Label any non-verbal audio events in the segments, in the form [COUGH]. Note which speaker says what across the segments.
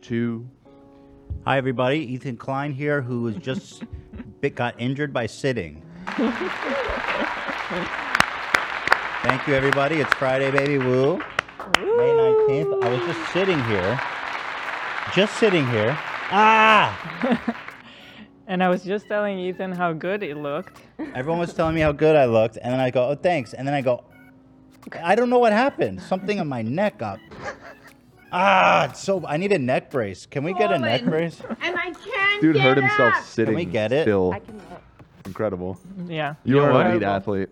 Speaker 1: two.
Speaker 2: Hi, everybody. Ethan Klein here, who was just bit, got injured by sitting. Thank you, everybody. It's Friday, baby. Woo. May 19th. I was just sitting here. Just sitting here. Ah!
Speaker 3: [LAUGHS] And I was just telling Ethan how good it looked.
Speaker 2: Everyone was telling me how good I looked, and then I go, oh, thanks. And then I go, I don't know what happened. Something on my
Speaker 1: [LAUGHS]
Speaker 2: neck up. Ah, it's so I need a neck brace. Can we get a neck
Speaker 4: Colin.
Speaker 2: brace?
Speaker 4: And I can't.
Speaker 1: Dude
Speaker 4: get
Speaker 1: hurt himself
Speaker 4: up.
Speaker 1: sitting.
Speaker 2: we get it?
Speaker 1: Still
Speaker 4: I can.
Speaker 1: incredible.
Speaker 3: Yeah.
Speaker 1: You are an
Speaker 3: Horrible.
Speaker 1: elite athlete.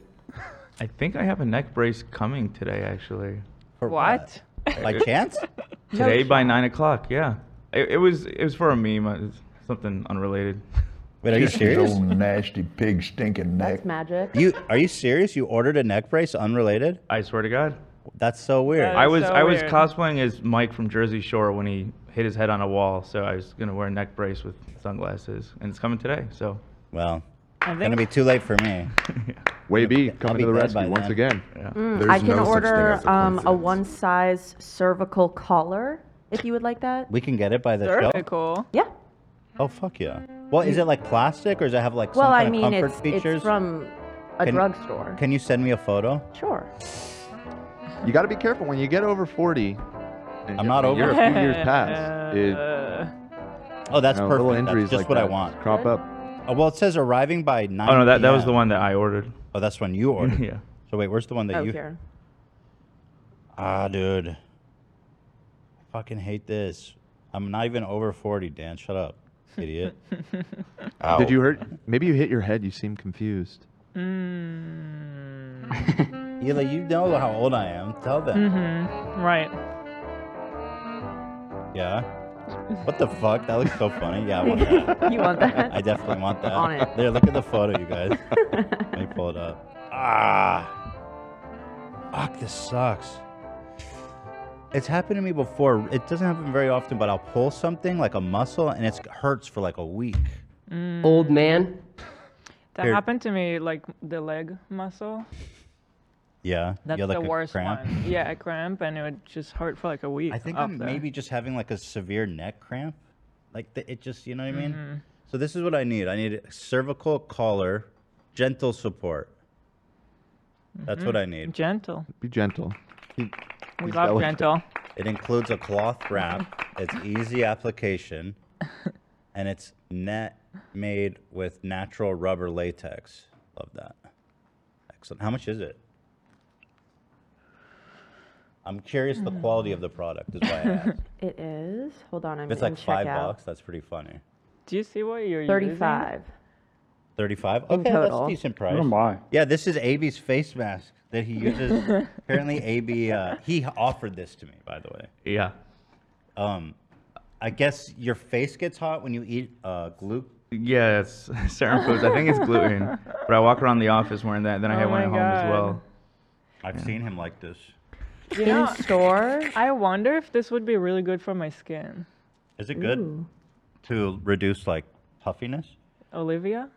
Speaker 5: I think I have a neck brace coming today, actually.
Speaker 2: For
Speaker 3: What?
Speaker 2: By chance?
Speaker 5: [LAUGHS] Today by nine o'clock. Yeah. It, it was it was for a meme. uh, It's something unrelated.
Speaker 2: Wait, are you
Speaker 6: Just his
Speaker 2: serious?
Speaker 6: old nasty pig stinking neck.
Speaker 4: That's magic.
Speaker 2: You are you serious? You ordered a neck brace unrelated?
Speaker 5: I swear to God.
Speaker 2: That's so weird.
Speaker 3: That
Speaker 5: I
Speaker 3: is
Speaker 5: was
Speaker 3: so
Speaker 5: I was
Speaker 3: weird.
Speaker 5: cosplaying as Mike from Jersey Shore when he hit his head on a wall. So I was gonna wear a neck brace with sunglasses, and it's coming today. So
Speaker 2: well,
Speaker 3: I
Speaker 2: gonna
Speaker 3: think
Speaker 2: be too late for
Speaker 5: [LAUGHS]
Speaker 2: me.
Speaker 1: Way B
Speaker 2: I'll
Speaker 1: coming
Speaker 2: be
Speaker 1: to the
Speaker 2: dead
Speaker 1: rescue
Speaker 2: by
Speaker 1: once
Speaker 2: then.
Speaker 1: again.
Speaker 5: yeah.
Speaker 4: Mm. I
Speaker 7: There's no such
Speaker 4: can
Speaker 7: thing
Speaker 4: order
Speaker 7: as a
Speaker 4: um, a
Speaker 7: coincidence.
Speaker 4: one size cervical collar if you would like that.
Speaker 2: We can get it by the
Speaker 3: very
Speaker 2: show.
Speaker 3: cool.
Speaker 4: Yeah.
Speaker 2: Oh fuck yeah! Well, is it like plastic or does it have like
Speaker 4: Well,
Speaker 2: some
Speaker 4: I
Speaker 2: kind of
Speaker 4: mean,
Speaker 2: comfort
Speaker 4: it's,
Speaker 2: features?
Speaker 4: it's from a
Speaker 2: Can-
Speaker 4: drugstore.
Speaker 2: Can you send me a photo?
Speaker 4: sure.
Speaker 1: You got to be careful when you get over 40. And
Speaker 2: I'm not over
Speaker 1: You're
Speaker 3: [LAUGHS]
Speaker 1: a few
Speaker 4: [LAUGHS]
Speaker 1: years past. It,
Speaker 3: Uh,
Speaker 2: Oh, that's
Speaker 1: you know,
Speaker 2: perfect.
Speaker 1: Little
Speaker 2: That's
Speaker 1: injuries
Speaker 2: just
Speaker 1: like
Speaker 2: what I
Speaker 1: that
Speaker 2: want.
Speaker 1: Crop up.
Speaker 2: Oh, well, it says arriving by nine.
Speaker 5: Oh no, that that was the
Speaker 2: PM.
Speaker 5: one that I ordered.
Speaker 2: Oh, that's when you ordered.
Speaker 5: [LAUGHS] yeah.
Speaker 2: So wait, where's the one that
Speaker 4: Oh,
Speaker 2: you?
Speaker 4: here.
Speaker 2: Ah, dude. I fucking hate this. I'm not even over 40, Dan. Shut up, idiot.
Speaker 1: Did you hurt? Maybe you hit your head. You seem confused.
Speaker 2: Eli, you know how old I am. Tell them.
Speaker 3: Mm-hmm. right.
Speaker 4: [LAUGHS]
Speaker 2: Yeah. What the fuck? That looks so funny. Yeah, I want
Speaker 4: [LAUGHS]
Speaker 2: that.
Speaker 4: You want that?
Speaker 2: I definitely want that.
Speaker 4: On it.
Speaker 2: There, look at the photo, you
Speaker 4: [LAUGHS]
Speaker 2: guys. Let me pull it up. Ah. Fuck, this sucks. It's happened to me before. It doesn't happen very often, but I'll pull something like a muscle and it hurts for like a week.
Speaker 4: Mm.
Speaker 7: Old man.
Speaker 3: That
Speaker 2: Here.
Speaker 3: happened to me, like the leg muscle.
Speaker 2: Yeah.
Speaker 3: That's
Speaker 2: yeah, like
Speaker 3: the
Speaker 2: a
Speaker 3: worst
Speaker 2: cramp.
Speaker 3: one. Yeah, a cramp, and it would just hurt for like a week.
Speaker 2: I think
Speaker 3: up
Speaker 2: I'm
Speaker 3: there.
Speaker 2: maybe just having like a severe neck cramp. Like the, it just, you know what I mean?
Speaker 3: Mm-hmm.
Speaker 2: So this is what I need. I need a cervical collar, gentle support. That's what I need.
Speaker 3: Mm-hmm. gentle.
Speaker 1: Be gentle.
Speaker 3: We
Speaker 1: He's
Speaker 3: love
Speaker 1: delicate.
Speaker 3: gentle.
Speaker 2: It includes a cloth wrap. it's
Speaker 3: [LAUGHS]
Speaker 2: easy application, and it's net made with natural rubber latex. Love that. Excellent. How much is it? I'm curious the quality of the product
Speaker 3: [LAUGHS]
Speaker 2: is why I asked.
Speaker 4: It is. Hold on. I'm
Speaker 2: If it's
Speaker 4: in
Speaker 2: like five
Speaker 4: checkout.
Speaker 2: bucks, that's pretty funny.
Speaker 3: Do you see what you're using?
Speaker 4: 35.
Speaker 2: 35 okay that's a
Speaker 4: total.
Speaker 2: decent
Speaker 8: I don't
Speaker 2: price
Speaker 8: buy.
Speaker 2: yeah this is ab's face mask that he
Speaker 4: [LAUGHS]
Speaker 2: uses apparently ab uh, he offered this to me by the way
Speaker 5: Yeah.
Speaker 2: um i guess your face gets hot when you eat uh glue
Speaker 5: Yeah, [LAUGHS] it's serum foods. I think it's
Speaker 4: [LAUGHS]
Speaker 5: gluten. but I walk around the office wearing that. Then I have
Speaker 3: Oh
Speaker 5: one at
Speaker 3: my
Speaker 5: home as
Speaker 3: God.
Speaker 5: well.
Speaker 2: i've seen him like this
Speaker 3: You know,
Speaker 4: In store.
Speaker 3: I wonder if this would be really good for my skin.
Speaker 2: is it good to reduce like puffiness
Speaker 3: Olivia?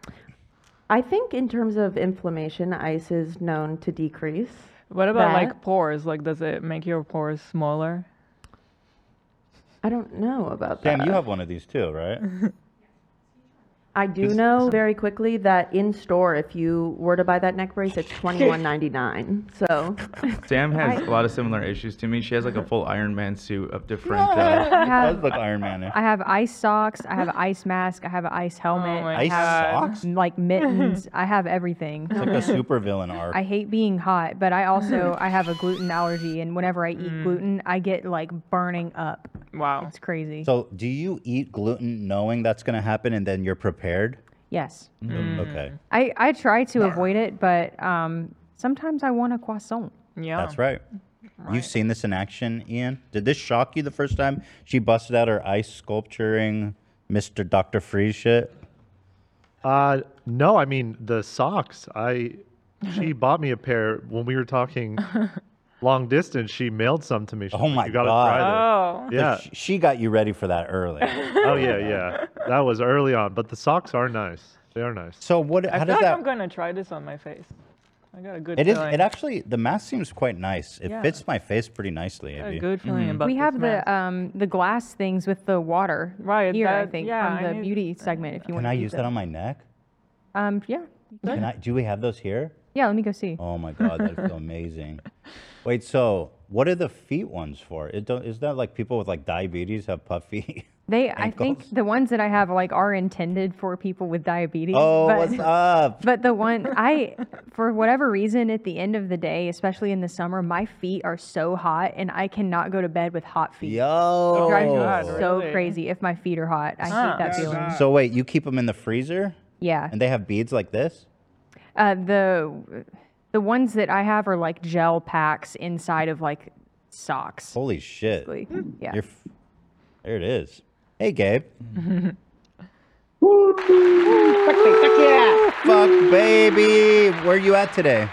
Speaker 4: I think in terms of inflammation, ice is known to decrease.
Speaker 3: What about
Speaker 4: That.
Speaker 3: like pores? Like, does it make your pores smaller?
Speaker 4: I don't know about that.
Speaker 2: sam you have one of these too right
Speaker 4: I do know very quickly that in store, if you were to buy that neck brace, it's twenty one ninety nine.
Speaker 2: [LAUGHS]
Speaker 4: So
Speaker 5: [LAUGHS] Sam has a lot of similar issues to me. She has like a full Iron Man suit
Speaker 2: [LAUGHS]
Speaker 5: of different. Uh,
Speaker 9: I
Speaker 2: does
Speaker 9: have
Speaker 2: look iron man
Speaker 9: I have ice socks. I have an ice mask. I have an ice helmet.
Speaker 3: Oh my
Speaker 9: I
Speaker 2: ice
Speaker 9: have
Speaker 2: socks
Speaker 9: like mittens. I have everything.
Speaker 4: [LAUGHS]
Speaker 2: like a super villain arc
Speaker 9: I hate being hot, but I also I have a gluten allergy, and whenever I eat gluten, I get like burning up.
Speaker 3: Mm. Wow.
Speaker 9: It's crazy.
Speaker 2: so do you eat gluten knowing that's going to happen and then you're prepared
Speaker 9: yes,
Speaker 2: Mm,
Speaker 3: Mm.
Speaker 2: okay
Speaker 9: I I try to avoid it, but um sometimes I want a croissant.
Speaker 3: Yeah.
Speaker 2: That's right. You've seen this in action, Ian. Did this shock you the first time she busted out her ice sculpturing Mr. Dr. Freeze shit?
Speaker 10: Uh, no, I mean the socks. I she bought me a pair when we were talking long distance. She mailed some to me. She's
Speaker 2: Oh
Speaker 10: like,
Speaker 2: my
Speaker 10: you gotta
Speaker 3: Oh.
Speaker 10: Try this. Yeah.
Speaker 2: Sh- She got you ready for that early.
Speaker 10: oh yeah, yeah. That was early on, but the socks are nice. They are nice.
Speaker 2: so what? How
Speaker 3: I
Speaker 2: does
Speaker 3: feel like
Speaker 2: that?
Speaker 3: I'm gonna try this on my face. I got a good
Speaker 2: It is.
Speaker 3: feeling.
Speaker 2: It actually, the mask seems quite nice. It
Speaker 3: Yeah.
Speaker 2: fits my face pretty nicely.
Speaker 3: I got a
Speaker 2: Abby.
Speaker 3: good feeling about
Speaker 9: We
Speaker 3: this
Speaker 9: have
Speaker 3: mask.
Speaker 9: the um the glass things with the water
Speaker 3: Right,
Speaker 9: here. I
Speaker 3: that-
Speaker 9: think
Speaker 3: yeah,
Speaker 9: from
Speaker 3: I
Speaker 9: the
Speaker 3: knew-
Speaker 9: beauty segment. If you want
Speaker 2: Can
Speaker 9: to
Speaker 2: I use that on my neck?
Speaker 9: Um yeah
Speaker 2: Can I? Do we have those here?
Speaker 9: yeah. Let me go see.
Speaker 2: Oh my god, that'd feel amazing. Wait, so what are the feet ones for? It don't, is that like people with like diabetes have puff feet?
Speaker 9: [LAUGHS] They I think
Speaker 2: ankles.
Speaker 9: the ones that I have like are intended for people with diabetes.
Speaker 2: [LAUGHS] oh,
Speaker 9: but- [LAUGHS]
Speaker 2: what's up?
Speaker 9: But the one I, for whatever reason, at the end of the day, especially in the summer, my feet are so hot and I cannot go to bed with hot feet.
Speaker 2: Yo.
Speaker 3: my God,
Speaker 9: It's
Speaker 3: right?
Speaker 9: So
Speaker 3: Really?
Speaker 9: crazy if my feet are hot. I
Speaker 3: Huh.
Speaker 9: hate that feeling.
Speaker 2: So wait, you keep them in the freezer,
Speaker 9: Yeah.
Speaker 2: and they have beads like this?
Speaker 9: Uh, the the ones that I have are like gel packs inside of like socks.
Speaker 2: Holy shit!
Speaker 9: basically. Yeah.
Speaker 2: You're f- there it is.
Speaker 9: [LAUGHS]
Speaker 2: Hey, Gabe. Fuck, baby. Where you at today?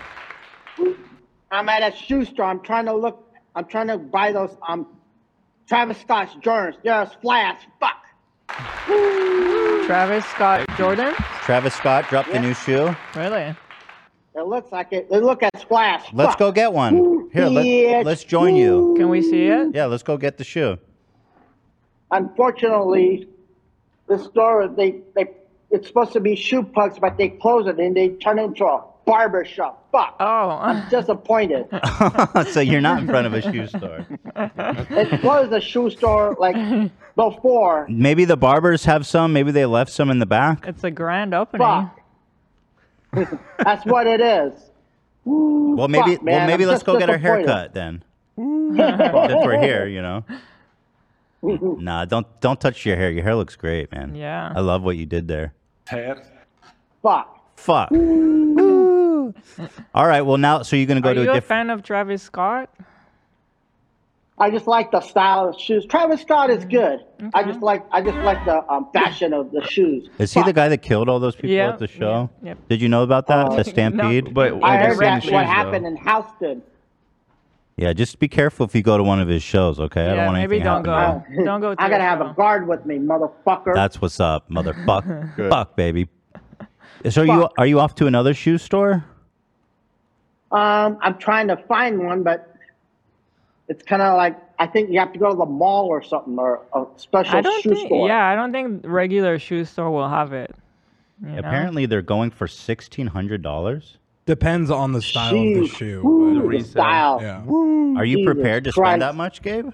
Speaker 11: I'm at a shoe store. I'm trying to look. I'm trying to buy those um Travis Scott's Jordans. They're as flat as fuck.
Speaker 3: Travis Scott Jordan.
Speaker 2: Travis Scott dropped the new shoe.
Speaker 3: Really?
Speaker 11: It looks like it. They look as flat as
Speaker 2: Let's
Speaker 11: fuck.
Speaker 2: go get one. Here,
Speaker 11: Yeah.
Speaker 2: let, let's join you.
Speaker 3: Can we see it?
Speaker 2: Yeah, let's go get the shoe. [LAUGHS]
Speaker 11: Unfortunately, the store they they it's supposed to be shoe pucks, but they close it and they turn it into a barber shop. Fuck.
Speaker 3: Oh, [LAUGHS]
Speaker 11: Disappointed.
Speaker 2: so you're not in front of a shoe store.
Speaker 11: it closed the shoe store
Speaker 3: [LAUGHS]
Speaker 11: like before.
Speaker 2: Maybe the barbers have some. Maybe they left some in the back.
Speaker 3: it's a grand opening.
Speaker 11: Fuck. [LAUGHS] That's what it is.
Speaker 2: Well, maybe.
Speaker 11: Fuck, man,
Speaker 2: well, maybe
Speaker 11: I'm
Speaker 2: let's
Speaker 11: just
Speaker 2: go get our
Speaker 11: disappointed.
Speaker 2: haircut then. Since we're
Speaker 11: [LAUGHS]
Speaker 2: here, you know. Nah, don't don't touch your hair. Your hair looks great, man.
Speaker 3: Yeah.
Speaker 2: I love what you did there.
Speaker 11: Fuck.
Speaker 2: Fuck. All right. Well, now, so you're gonna go
Speaker 3: Are
Speaker 2: to
Speaker 3: you
Speaker 2: a
Speaker 3: a
Speaker 2: different.
Speaker 3: fan of Travis Scott?
Speaker 11: I just like the style of shoes. Travis Scott is good. I just like I just like the um, fashion of the shoes.
Speaker 2: Is he the guy that killed all those people
Speaker 3: Yeah,
Speaker 2: at the show?
Speaker 3: yeah, yep.
Speaker 2: Did you know about that?
Speaker 11: Uh,
Speaker 2: the stampede.
Speaker 12: But have
Speaker 11: I
Speaker 12: you
Speaker 11: heard
Speaker 12: seen
Speaker 11: that's
Speaker 12: the
Speaker 11: what
Speaker 12: shoes, though?
Speaker 11: happened in Houston.
Speaker 2: Yeah, just be careful if you go to one of his shows, okay? I don't
Speaker 3: yeah,
Speaker 2: want
Speaker 3: maybe
Speaker 2: anything
Speaker 3: don't
Speaker 2: to happen to
Speaker 3: go.
Speaker 11: [LAUGHS]
Speaker 2: you.
Speaker 3: Don't go. To
Speaker 11: I
Speaker 3: the
Speaker 11: gotta have
Speaker 3: show.
Speaker 11: a guard with me, motherfucker.
Speaker 2: That's what's up, motherfucker.
Speaker 3: [LAUGHS]
Speaker 13: Good.
Speaker 2: Fuck, baby. So are you
Speaker 11: Fuck.
Speaker 2: are you off to another shoe store?
Speaker 11: um, I'm trying to find one, but it's kind of like I think you have to go to the mall or something or a special
Speaker 3: I don't
Speaker 11: shoe
Speaker 3: think.
Speaker 11: store.
Speaker 3: Yeah, I don't think regular shoe store will have it. you know?
Speaker 2: Apparently they're going for sixteen hundred dollars.
Speaker 14: Depends on the style of the
Speaker 11: Jeez.
Speaker 14: shoe.
Speaker 11: Woo,
Speaker 12: The
Speaker 11: the
Speaker 12: resale.
Speaker 11: style.
Speaker 14: but- yeah.
Speaker 2: Are you
Speaker 11: Jesus
Speaker 2: prepared to
Speaker 11: Christ.
Speaker 2: spend that much, Gabe?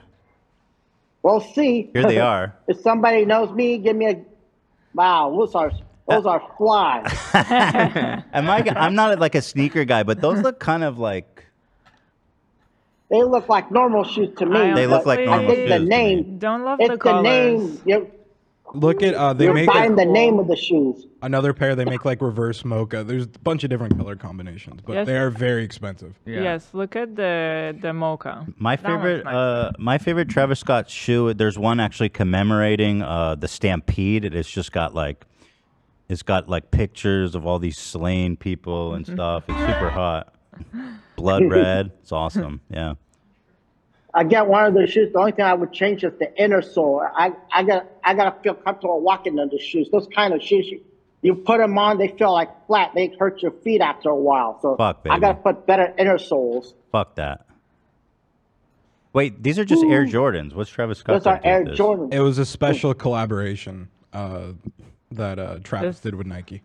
Speaker 11: We'll see. [LAUGHS]
Speaker 2: Here they are.
Speaker 11: if somebody knows me, give me a. Wow, those are those are fly.
Speaker 2: [LAUGHS] Am I I'm not like a sneaker guy, but those look kind of like
Speaker 11: They look like normal shoes to me.
Speaker 3: I
Speaker 2: They look
Speaker 11: but
Speaker 2: like normal
Speaker 11: I think the
Speaker 2: shoes to me.
Speaker 11: name.
Speaker 3: Don't love the
Speaker 11: It's the
Speaker 3: colors.
Speaker 11: name. You're,
Speaker 14: Look at uh, they
Speaker 11: you're
Speaker 14: make a-
Speaker 11: buying the name of
Speaker 3: [GASPS]
Speaker 11: the shoes. [LAUGHS]
Speaker 14: another pair. They make like reverse mocha. There's a bunch of different color combinations, but
Speaker 3: Yes.
Speaker 14: they are very expensive.
Speaker 12: Yeah.
Speaker 3: Yes, look at the the mocha.
Speaker 2: my
Speaker 3: That one's
Speaker 2: favorite
Speaker 3: nice.
Speaker 2: uh my favorite Travis Scott shoe, there's one actually commemorating uh the stampede. It's just got like it's got like pictures of all these slain people and stuff. It's super hot. Blood red. It's awesome. Yeah.
Speaker 11: I get one of the shoes. The only thing I would change is the inner sole. I, I got I gotta feel comfortable walking in the shoes. Those kind of shoes, you, you put them on, they feel like flat. They hurt your feet after a while. So
Speaker 2: Fuck,
Speaker 11: I gotta
Speaker 2: baby.
Speaker 11: put better inner soles.
Speaker 2: Fuck that. Wait, these are just Air Jordans. What's Travis Scott?
Speaker 11: Those are
Speaker 2: gonna do with
Speaker 11: Air
Speaker 2: this?
Speaker 11: Jordan.
Speaker 14: It was a special collaboration uh, that uh, Travis did with Nike.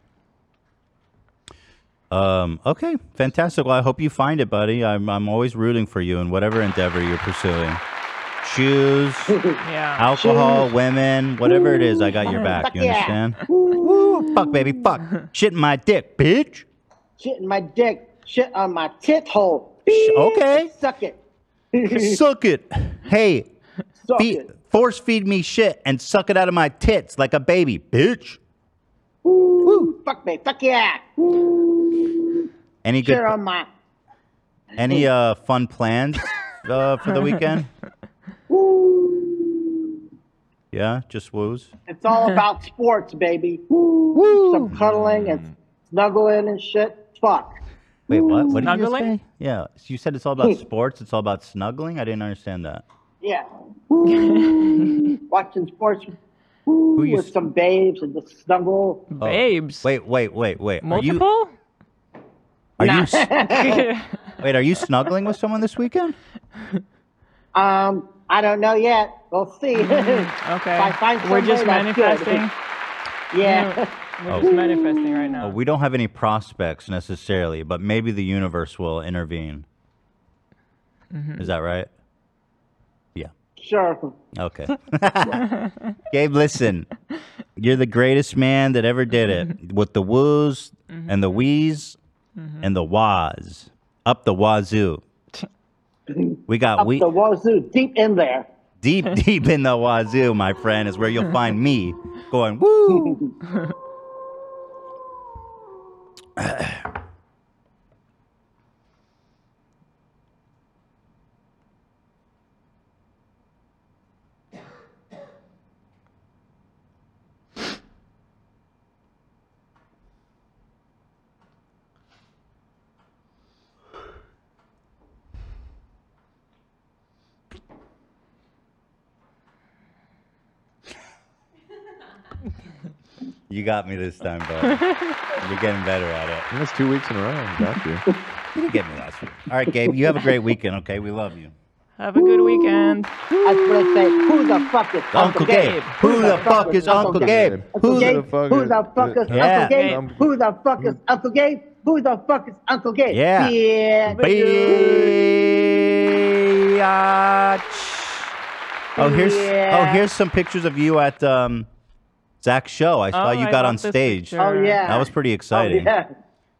Speaker 2: Um, okay, fantastic. Well, I hope you find it, buddy. I'm I'm always rooting for you in whatever endeavor you're pursuing. Shoes,
Speaker 3: yeah.
Speaker 2: alcohol, women, whatever it is, I got your back. You
Speaker 11: yeah.
Speaker 2: understand? [LAUGHS] Woo, fuck, baby, fuck. [LAUGHS] Shit in my dick, [LAUGHS] bitch.
Speaker 11: Shit in my dick. Shit on my tit hole.
Speaker 2: Okay,
Speaker 11: Suck it.
Speaker 2: suck it. Hey,
Speaker 11: Suck
Speaker 2: feed,
Speaker 11: it.
Speaker 2: force feed me shit and suck it out of my tits like a baby, bitch.
Speaker 11: Fuck me. Fuck yeah.
Speaker 2: Any
Speaker 11: Shit
Speaker 2: good?
Speaker 11: on my.
Speaker 2: Any uh fun plans uh, for the weekend? [LAUGHS] Yeah, just woos.
Speaker 11: It's all about sports, baby. Some cuddling and snuggling and shit. Fuck.
Speaker 2: Wait, what? What did you just
Speaker 3: Snuggling?
Speaker 2: say? Yeah, so you said it's all about sports. It's all about snuggling. I didn't understand that.
Speaker 11: Yeah. Watching sports
Speaker 2: Who you?
Speaker 11: with
Speaker 2: s-
Speaker 11: some babes and just snuggle.
Speaker 2: oh.
Speaker 3: Babes.
Speaker 2: Wait, wait, wait, wait. Are you,
Speaker 3: Multiple?
Speaker 2: Are
Speaker 11: Nah.
Speaker 2: you
Speaker 3: [LAUGHS]
Speaker 2: s- wait? Are you snuggling with someone this weekend?
Speaker 11: Um, I don't know yet. We'll
Speaker 3: [LAUGHS]
Speaker 11: see. okay. I find
Speaker 3: We're just
Speaker 11: somebody, that's good.
Speaker 3: manifesting.
Speaker 11: Yeah.
Speaker 3: We're
Speaker 2: Oh.
Speaker 3: just manifesting right now.
Speaker 2: Uh, we don't have any prospects necessarily, but maybe the universe will intervene.
Speaker 11: Hmm.
Speaker 3: Mhm.
Speaker 2: Is that right?
Speaker 11: [LAUGHS] Sure. [LAUGHS]
Speaker 3: [LAUGHS]
Speaker 2: Okay. [LAUGHS] Gabe, listen, you're the greatest man that ever did it with the woos and the wheeze and the wahs. Up the wazoo. We got
Speaker 11: Up
Speaker 2: Uh, we
Speaker 11: the wazoo, deep in there.
Speaker 2: deep, deep in the wazoo, my friend, is where you'll find me going,
Speaker 11: [LAUGHS]
Speaker 2: woo. You got me this time,
Speaker 11: [LAUGHS]
Speaker 2: bro. You're getting better at it.
Speaker 1: That's two weeks in a row. I Got you.
Speaker 2: [LAUGHS] You didn't get me last week. All right, Gabe, you have a great weekend, okay? We love you.
Speaker 3: Have a good weekend.
Speaker 11: I was gonna say, who the fuck is
Speaker 2: Uncle Gabe? Who the fuck is Uncle Gabe?
Speaker 11: Who the fuck? Who the fuck is
Speaker 2: Yeah.
Speaker 11: Uncle Gabe? Who the fuck is Uncle Gabe? Who the fuck is Uncle Gabe?
Speaker 2: Yeah.
Speaker 11: Yeah.
Speaker 2: Biatch. Oh, here's oh
Speaker 11: Yeah.
Speaker 2: here's some pictures of you at um, Zach's show. I saw
Speaker 11: Oh,
Speaker 2: you
Speaker 11: I love
Speaker 2: got on
Speaker 11: this
Speaker 2: stage.
Speaker 11: picture. Oh, yeah.
Speaker 2: that was pretty exciting.
Speaker 11: Oh, yeah.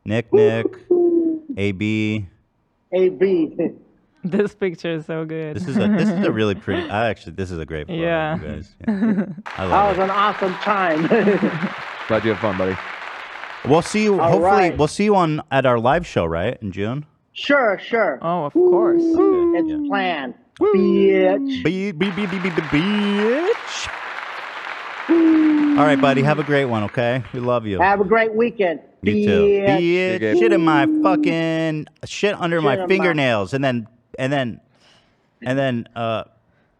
Speaker 2: Nick, Nick, AB.
Speaker 11: A B.
Speaker 3: [LAUGHS] This picture is so good.
Speaker 2: This is a this is a really pretty. I actually this is a great photo.
Speaker 3: Yeah.
Speaker 2: you guys. [LAUGHS] I
Speaker 11: That
Speaker 2: love
Speaker 11: was an awesome time.
Speaker 2: it. Glad you had fun, buddy. We'll see you.
Speaker 11: All
Speaker 2: hopefully,
Speaker 11: right.
Speaker 2: we'll see you on at our live show, right in June.
Speaker 11: sure, sure.
Speaker 3: Oh, of course.
Speaker 11: It's planned. Bitch.
Speaker 2: Be, be, be, be, be, be, bitch. All right, buddy. Have a great one. Okay, we love you.
Speaker 11: Have a great weekend.
Speaker 2: You too. Bitch. Shit in my fucking shit under
Speaker 11: Shit in
Speaker 2: my
Speaker 11: my-
Speaker 2: fingernails, and then and then and then uh,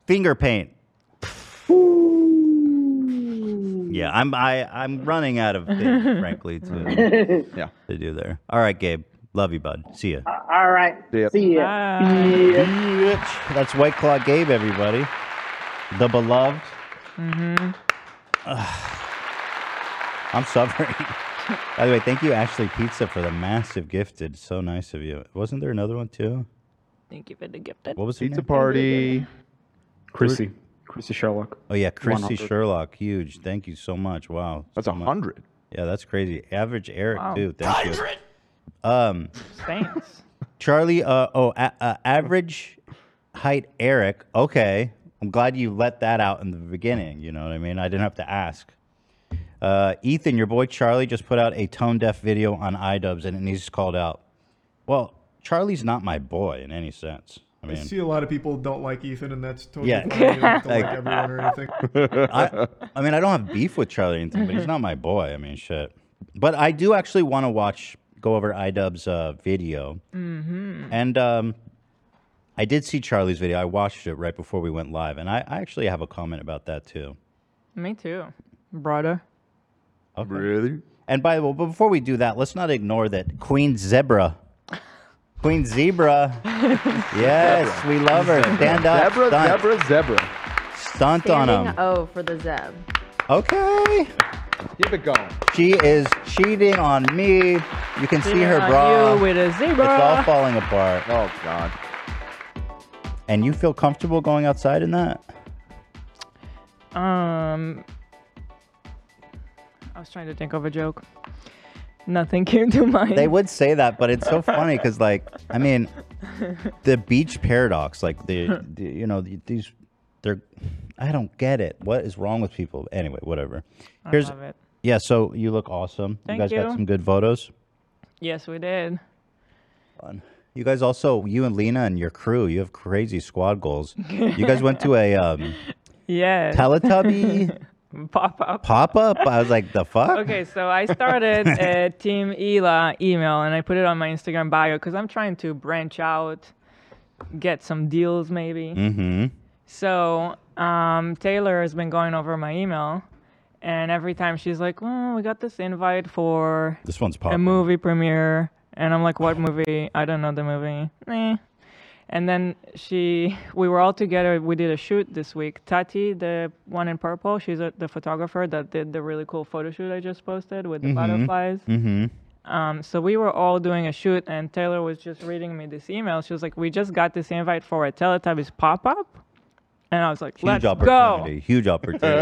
Speaker 2: finger paint. Yeah, I'm I I'm running out of things, frankly, to
Speaker 1: yeah
Speaker 2: to do there. All right, Gabe. Love you, bud. See ya.
Speaker 11: All right.
Speaker 2: Yep.
Speaker 11: See ya. Bitch.
Speaker 2: Bitch. That's White Claw Gabe, everybody. The beloved. [SIGHS]
Speaker 3: hmm
Speaker 2: I'm suffering. By the way, thank you, Ashley Pizza, for the massive gifted. So nice of you. Wasn't there another one too?
Speaker 3: Thank you for the gift. What
Speaker 2: was her
Speaker 1: pizza
Speaker 2: name?
Speaker 1: party?
Speaker 2: Chrissy.
Speaker 15: Chrissy Sherlock.
Speaker 2: Oh yeah, Chrissy
Speaker 15: 100.
Speaker 2: Sherlock, huge. Thank you so much. Wow, that's a hundred. Yeah, that's crazy. Average Eric
Speaker 3: Wow.
Speaker 2: too. Thank you. Um,
Speaker 3: Thanks.
Speaker 2: Charlie. Uh oh, a- uh, average height Eric. Okay, I'm glad you let that out in the beginning. You know what I mean? I didn't have to ask. Uh, Ethan, your boy Charlie just put out a tone deaf video on iDubbbz, and it needs to called out. Well, Charlie's not my boy in any sense. I
Speaker 14: I,
Speaker 2: mean,
Speaker 14: see a lot of people don't like Ethan, and that's totally
Speaker 2: Yeah.
Speaker 14: fine. You don't
Speaker 2: [LAUGHS]
Speaker 14: have to like,
Speaker 2: Like-
Speaker 14: everyone or anything.
Speaker 2: [LAUGHS] I, I mean, I don't have beef with Charlie or anything, but he's not my boy. I mean, shit. But I do actually want to watch, go over iDubbbz uh, video.
Speaker 5: Mm.
Speaker 3: Mm-hmm.
Speaker 2: And um, I did see Charlie's video. I watched it right before we went live. And I, I actually have a comment about that, too.
Speaker 3: Me too, brother.
Speaker 2: Okay. Really? And by the way, but before we do that, let's not ignore that Queen Zebra. Queen Zebra. yes,
Speaker 1: Zebra.
Speaker 2: we love her.
Speaker 1: Zebra.
Speaker 2: Stand up.
Speaker 1: Zebra,
Speaker 2: stunt.
Speaker 1: zebra, zebra.
Speaker 2: Stunt on
Speaker 4: Standing
Speaker 2: him.
Speaker 4: O for the Zeb.
Speaker 2: Okay.
Speaker 1: Keep it going.
Speaker 2: She is cheating on me. You can see
Speaker 3: Cheating
Speaker 2: her
Speaker 3: on
Speaker 2: bra.
Speaker 3: you with a
Speaker 2: It's all
Speaker 3: zebra.
Speaker 2: falling apart.
Speaker 1: Oh God.
Speaker 2: And you feel comfortable going outside in
Speaker 3: [LAUGHS]
Speaker 2: that?
Speaker 3: Um, I was trying to think of a joke. Nothing came to mind.
Speaker 2: They would say that, but it's so funny because, like, I mean, the beach paradox. Like
Speaker 3: [LAUGHS]
Speaker 2: the, the you know th- these, they're. I don't get it. What is wrong with people? Anyway, whatever.
Speaker 3: I love it.
Speaker 2: Yeah. So you look awesome.
Speaker 3: Thank
Speaker 2: you guys got
Speaker 3: you.
Speaker 2: some good photos.
Speaker 3: Yes, we did.
Speaker 2: You guys also, you and Lena and your crew, you have crazy squad goals. You guys went
Speaker 3: [LAUGHS]
Speaker 2: to a um,
Speaker 3: Yes. [LAUGHS]
Speaker 2: Teletubby
Speaker 3: Pop up.
Speaker 2: pop up. I
Speaker 3: [LAUGHS]
Speaker 2: was like, the fuck.
Speaker 3: Okay, so I started
Speaker 2: [LAUGHS]
Speaker 3: a Team Ela email and I put it on my Instagram bio because I'm trying to branch out, get some deals maybe.
Speaker 2: Mm-hmm.
Speaker 3: So um, Taylor has been going over my email, and every time she's like, "Well, we got this invite for
Speaker 2: This one's
Speaker 3: a
Speaker 2: popping.
Speaker 3: movie premiere And I'm like, what movie? I don't know the movie. Meh. And then she, we were all together. We did a shoot this week. Tati, the one in purple, she's a, the photographer that did the really cool photo shoot I just posted with the
Speaker 2: Mm-hmm.
Speaker 11: Mhm.
Speaker 3: butterflies.
Speaker 11: Mhm.
Speaker 3: Um, so we were all doing a shoot, and Taylor was just reading me this email. She was like, "We just got this invite for a Teletubbies pop-up," and I was like, "Let's
Speaker 2: Huge
Speaker 3: go!"
Speaker 2: opportunity. Huge opportunity.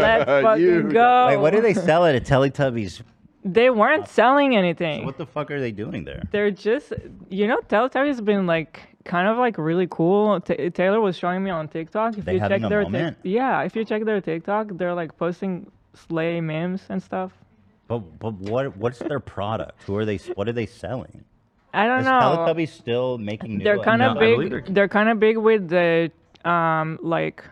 Speaker 3: [LAUGHS] Let's fucking Huge. go.
Speaker 2: Wait,
Speaker 3: [LAUGHS]
Speaker 2: what do they sell at a Teletubbies?
Speaker 3: They weren't selling anything.
Speaker 2: What the fuck are they doing there?
Speaker 3: They're just, you know, Teletubbies has been like kind of like really cool. Ta Taylor was showing me on TikTok. If
Speaker 2: They
Speaker 3: you
Speaker 2: having
Speaker 3: check
Speaker 2: a
Speaker 3: their Tik-
Speaker 2: moment?
Speaker 3: yeah, if you check their TikTok, they're like posting sleigh memes and stuff.
Speaker 2: But but what what's their product? Who are they? What are they selling?
Speaker 3: I don't
Speaker 2: Is
Speaker 3: know.
Speaker 2: Teletubbies still making new?
Speaker 3: They're
Speaker 2: ones?
Speaker 3: kind of big. They're kind of big with the um like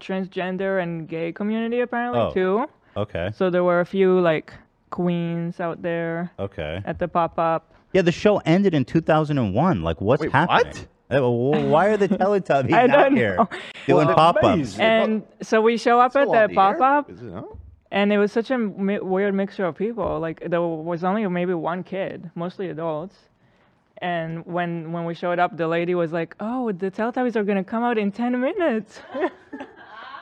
Speaker 3: transgender and gay community apparently
Speaker 2: Oh,
Speaker 3: too.
Speaker 2: okay.
Speaker 3: So there were a few like queens out there
Speaker 2: Okay.
Speaker 3: at the pop up.
Speaker 2: Yeah, the show ended in 2001. Like, what's happening? Uh, wh- Why
Speaker 3: [LAUGHS]
Speaker 2: are the Teletubbies
Speaker 3: I
Speaker 2: out
Speaker 3: don't
Speaker 2: here
Speaker 3: know.
Speaker 2: doing pop-ups?
Speaker 3: And so we show up at
Speaker 2: still on
Speaker 3: the
Speaker 2: the air?
Speaker 3: pop up,
Speaker 1: Is it, huh?
Speaker 3: and it was such a mi- weird mixture of people. Like there was only maybe one kid, mostly adults. And when when we showed up, the lady was like, "Oh, the Teletubbies are gonna come out in ten minutes." [LAUGHS]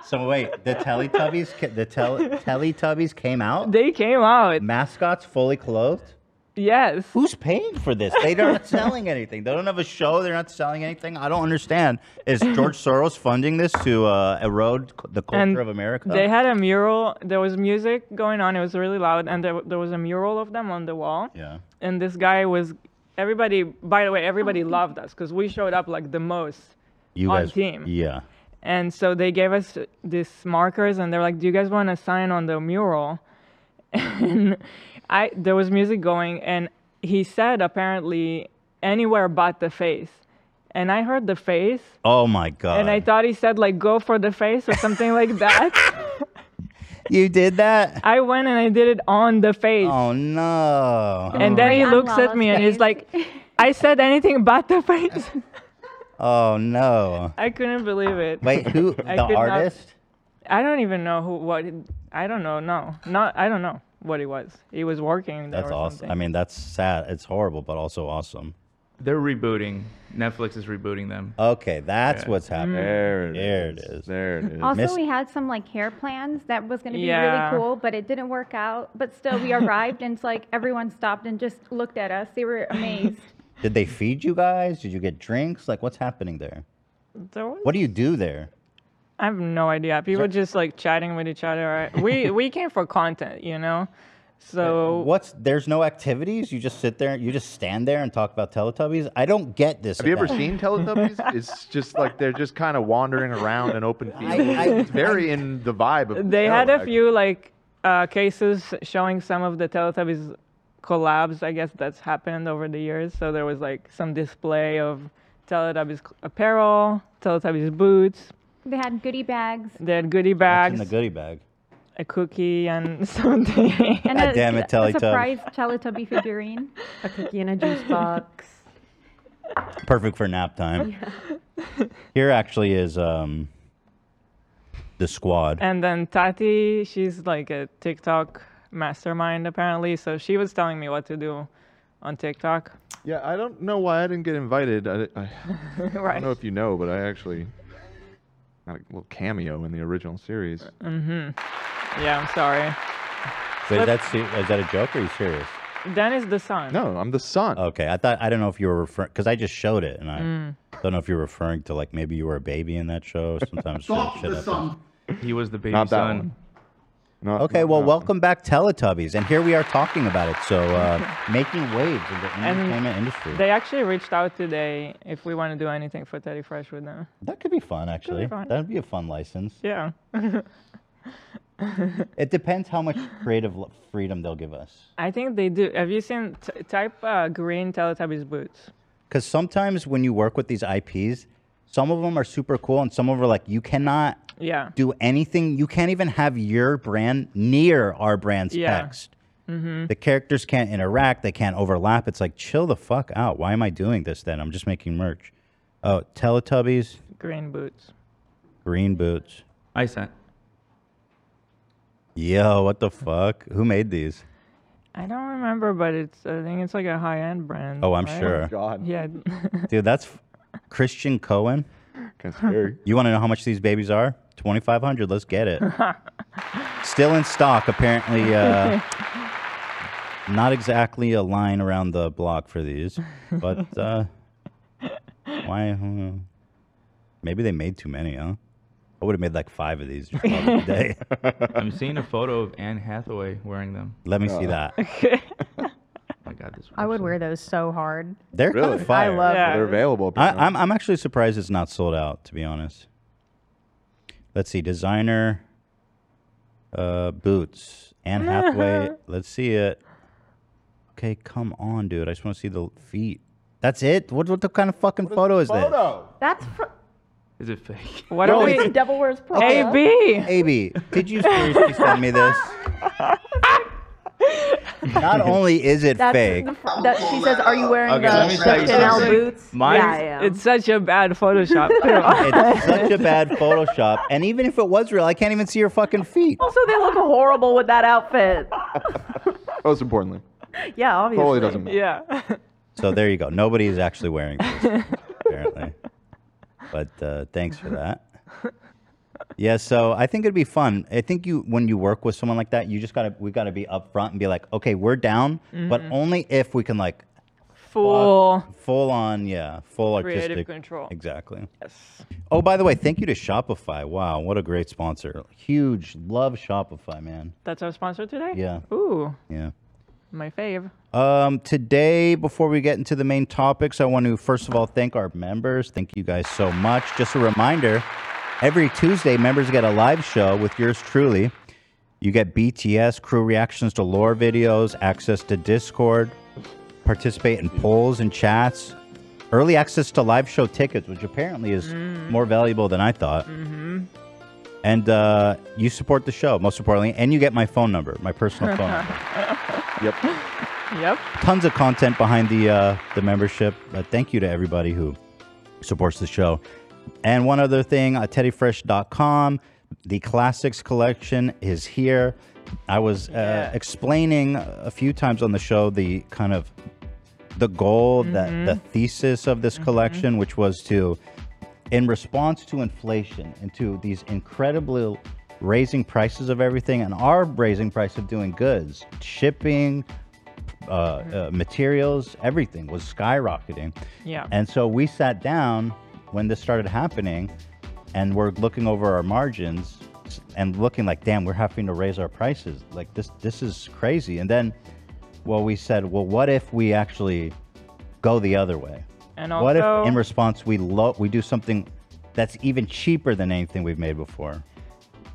Speaker 2: So wait, the Teletubbies, ca- the
Speaker 3: [LAUGHS]
Speaker 2: tel- Teletubbies came out.
Speaker 3: They came out.
Speaker 2: Mascots fully clothed.
Speaker 3: Yes.
Speaker 2: Who's paying for this? They're
Speaker 3: [LAUGHS]
Speaker 2: not selling anything. They don't have a show. They're not selling anything. I don't understand. Is George Soros funding this to uh, erode c- the culture
Speaker 3: And
Speaker 2: of America?
Speaker 3: They had a mural. There was music going on. It was really loud, and there, there was a mural of them on the wall.
Speaker 2: Yeah.
Speaker 3: And this guy was. Everybody. By the way, everybody loved us because we showed up like the most
Speaker 2: you
Speaker 3: on
Speaker 2: guys,
Speaker 3: team.
Speaker 2: Yeah.
Speaker 3: And so they gave us these markers, and they're like, "Do you guys want to sign on the mural?" [LAUGHS] And I there was music going, and he said apparently anywhere but the face, and I heard the face,
Speaker 2: Oh my God.
Speaker 3: and I thought he said like go for the face or something
Speaker 2: [LAUGHS]
Speaker 3: like that.
Speaker 2: you did that?
Speaker 3: I went and I did it on the face.
Speaker 2: Oh no.
Speaker 3: And then he
Speaker 2: Oh.
Speaker 3: looks at me and he's like, I said anything but the face.
Speaker 2: [LAUGHS] Oh no.
Speaker 3: I couldn't believe it.
Speaker 2: Wait, who-
Speaker 3: [LAUGHS] I
Speaker 2: the
Speaker 3: could not-
Speaker 2: artist?
Speaker 3: I don't even know who what I don't know, no. Not I don't know what he was. He was working there
Speaker 2: That's
Speaker 3: or
Speaker 2: awesome.
Speaker 3: something.
Speaker 2: I mean, that's sad. It's horrible, but also awesome.
Speaker 5: They're rebooting. Netflix is rebooting them.
Speaker 2: Okay, that's what's happening.
Speaker 5: Mm.
Speaker 2: There it there it is.
Speaker 1: There it is.
Speaker 16: Also,
Speaker 2: Miss-
Speaker 16: we had some like hair plans that was going to be
Speaker 2: Yeah.
Speaker 16: really cool, but it didn't work out. But still,
Speaker 3: [LAUGHS]
Speaker 16: we arrived and it's like everyone stopped and just looked at us.
Speaker 3: [LAUGHS]
Speaker 16: They were amazed.
Speaker 2: Did they feed you guys? Did you get drinks? Like, what's happening there?
Speaker 3: There was-
Speaker 2: What do you do there?
Speaker 3: I have no idea. People just like chatting with each other. right?
Speaker 16: [LAUGHS]
Speaker 3: We we came for content, you know? So
Speaker 2: What's there's no activities? You just sit there. You just stand there and talk about Teletubbies. I don't get this.
Speaker 1: Have you ever
Speaker 2: about-
Speaker 1: seen
Speaker 2: [LAUGHS]
Speaker 1: Teletubbies? it's just like they're just kind of wandering around an open field. it's very in the vibe of.
Speaker 3: They had a
Speaker 1: Teletubbies.
Speaker 3: few like uh, cases showing some of the Teletubbies collabs. I guess that's happened over the years. So there was like some display of Teletubbies c- apparel, Teletubbies boots.
Speaker 16: They had goodie bags.
Speaker 3: They had goodie bags,
Speaker 2: in the goodie bag?
Speaker 3: a cookie, and [LAUGHS] something.
Speaker 16: And
Speaker 2: God
Speaker 16: a,
Speaker 2: damn it, Teletubbies.
Speaker 16: a surprise Teletubby figurine.
Speaker 4: [LAUGHS] A cookie and a
Speaker 2: [LAUGHS]
Speaker 4: juice box.
Speaker 2: Perfect for nap time.
Speaker 16: [LAUGHS]
Speaker 2: Here actually is um the squad.
Speaker 3: And then Tati, she's like a TikTok mastermind apparently. So she was telling me what to do on TikTok.
Speaker 1: Yeah, I don't know why I didn't get invited. I,
Speaker 3: [LAUGHS]
Speaker 1: I, I
Speaker 3: Right.
Speaker 1: don't know if you know, but I actually had a little cameo in the original series.
Speaker 3: Mhm. Yeah, I'm sorry.
Speaker 2: Wait,
Speaker 3: But-
Speaker 2: is that se- is that a joke? Or are you serious?
Speaker 3: Dennis the son.
Speaker 1: No, I'm the son.
Speaker 2: Okay, I thought I don't know if you were referring because I just showed it, and I
Speaker 3: Mm.
Speaker 2: don't know if you're referring to like maybe you were a baby in that show. Sometimes shit- shit happens.
Speaker 5: He was the baby
Speaker 2: Not that
Speaker 5: son.
Speaker 2: one. okay, well, welcome back, Teletubbies, and here we are talking about it.
Speaker 3: [LAUGHS]
Speaker 2: So, uh, making waves in the
Speaker 3: And
Speaker 2: entertainment industry.
Speaker 3: They actually reached out today if we want to do anything for Teddy Fresh with them.
Speaker 2: that could be fun, actually.
Speaker 3: fun.
Speaker 2: That'd be a fun license.
Speaker 3: Yeah. [LAUGHS]
Speaker 2: It depends how much creative l- freedom they'll give us.
Speaker 3: I think they do. Have you seen t- type uh, green Teletubbies boots?
Speaker 2: Because sometimes when you work with these IPs, some of them are super cool, and some of them are like, you cannot
Speaker 3: Yeah.
Speaker 2: do anything. You can't even have your brand near our brand's
Speaker 3: Yeah.
Speaker 2: text.
Speaker 3: Mm-hmm.
Speaker 2: The characters can't interact. They can't overlap. It's like, chill the fuck out. Why am I doing this then? I'm just making merch. Oh, Teletubbies,
Speaker 3: Green boots.
Speaker 2: green boots.
Speaker 5: I sent.
Speaker 2: Yo, what the fuck? Who made these?
Speaker 3: I don't remember, but it's I think it's like a high end brand.
Speaker 2: Oh, I'm
Speaker 3: right?
Speaker 2: sure.
Speaker 3: Yeah. [LAUGHS]
Speaker 2: Dude, that's f- Christian Cohen.
Speaker 3: scary.
Speaker 2: You want to know how much these babies are? 2500 Let's get
Speaker 3: [LAUGHS]
Speaker 2: it. Still in stock,
Speaker 3: [LAUGHS]
Speaker 2: apparently. Uh, not exactly a line around the block for these, but uh, why? hmm. Maybe they made too many, huh? I would have made like five of these just probably today.
Speaker 5: [LAUGHS] I'm seeing a photo of Anne Hathaway wearing them.
Speaker 2: Let me see that.
Speaker 5: I got this.
Speaker 9: I would wear those so hard.
Speaker 2: They're kind of fire.
Speaker 9: I love them.
Speaker 1: available.
Speaker 2: I, I'm I'm actually surprised it's not sold out. To be honest. Let's see, designer uh, boots, Anne
Speaker 3: Uh-huh.
Speaker 2: Hathaway. Let's see it. Okay, come on, dude. I just want to see the feet. That's it. What what the kind of fucking photo is this?
Speaker 4: That's fr-
Speaker 5: Is it fake?
Speaker 3: What
Speaker 2: Bro,
Speaker 3: are we? [LAUGHS]
Speaker 2: it's
Speaker 4: Devil Wears Prada.
Speaker 3: AB.
Speaker 2: AB, did you seriously send me this?
Speaker 3: [LAUGHS]
Speaker 4: [LAUGHS]
Speaker 2: Not only is it
Speaker 4: That's
Speaker 2: fake,
Speaker 4: the fr- that, she says, "Are you wearing
Speaker 2: Okay, let me
Speaker 4: the
Speaker 2: tell you
Speaker 4: Chanel
Speaker 2: something.
Speaker 4: boots?"
Speaker 2: Mine's-
Speaker 4: yeah, I am.
Speaker 3: It's such a bad
Speaker 4: [LAUGHS]
Speaker 3: Photoshop.
Speaker 2: it's such
Speaker 3: [LAUGHS]
Speaker 2: a bad Photoshop. And even if it was real, I can't even see her fucking feet.
Speaker 4: Also, they look horrible with that outfit. [LAUGHS]
Speaker 1: Most importantly.
Speaker 4: Yeah, obviously.
Speaker 2: Totally doesn't matter.
Speaker 3: Yeah.
Speaker 2: So there you go. Nobody is actually wearing
Speaker 3: [LAUGHS]
Speaker 2: these, apparently. But uh, thanks for that. Yeah, so I think it'd be fun. I think you when you work with someone like that, you just gotta we gotta be upfront and be like, okay, we're down, but
Speaker 3: Mhm.
Speaker 2: only if we can like
Speaker 3: Full.
Speaker 2: full on, yeah, full
Speaker 3: Creative
Speaker 2: artistic
Speaker 3: control.
Speaker 2: Exactly.
Speaker 3: Yes.
Speaker 2: Oh, by the way, thank you to Shopify. Wow, what a great sponsor. Huge love Shopify, man.
Speaker 3: That's our sponsor today.
Speaker 2: Yeah.
Speaker 3: Ooh,
Speaker 2: Yeah.
Speaker 3: my fave.
Speaker 2: Um, today, before we get into the main topics, I want to first of all thank our members. Thank you guys so much. Just a reminder every Tuesday, members get a live show with yours truly. You get BTS crew reactions to lore videos, access to Discord, participate in polls and chats, early access to live show tickets, which apparently is more valuable than I thought.
Speaker 3: Mm-hmm.
Speaker 2: And uh, you support the show, most importantly, and you get my phone number, my personal phone number. [LAUGHS] Yep
Speaker 3: [LAUGHS] Yep.
Speaker 2: tons of content behind the uh, the membership. Uh, thank you to everybody who supports the show. And one other thing, uh, teddyfresh.com, the classics collection is here. I was uh, explaining a few times on the show the kind of the goal that the thesis of this collection, which was to, in response to inflation and to these incredibly raising prices of everything and our raising price of doing goods, shipping, uh, uh, materials, everything was skyrocketing.
Speaker 3: Yeah.
Speaker 2: And so we sat down when this started happening and we're looking over our margins and looking like, damn, we're having to raise our prices. Like this, this is crazy. And then, well, we said, well, what if we actually go the other way?
Speaker 3: And
Speaker 2: what
Speaker 3: also-
Speaker 2: if in response we lo- we do something that's even cheaper than anything we've made before?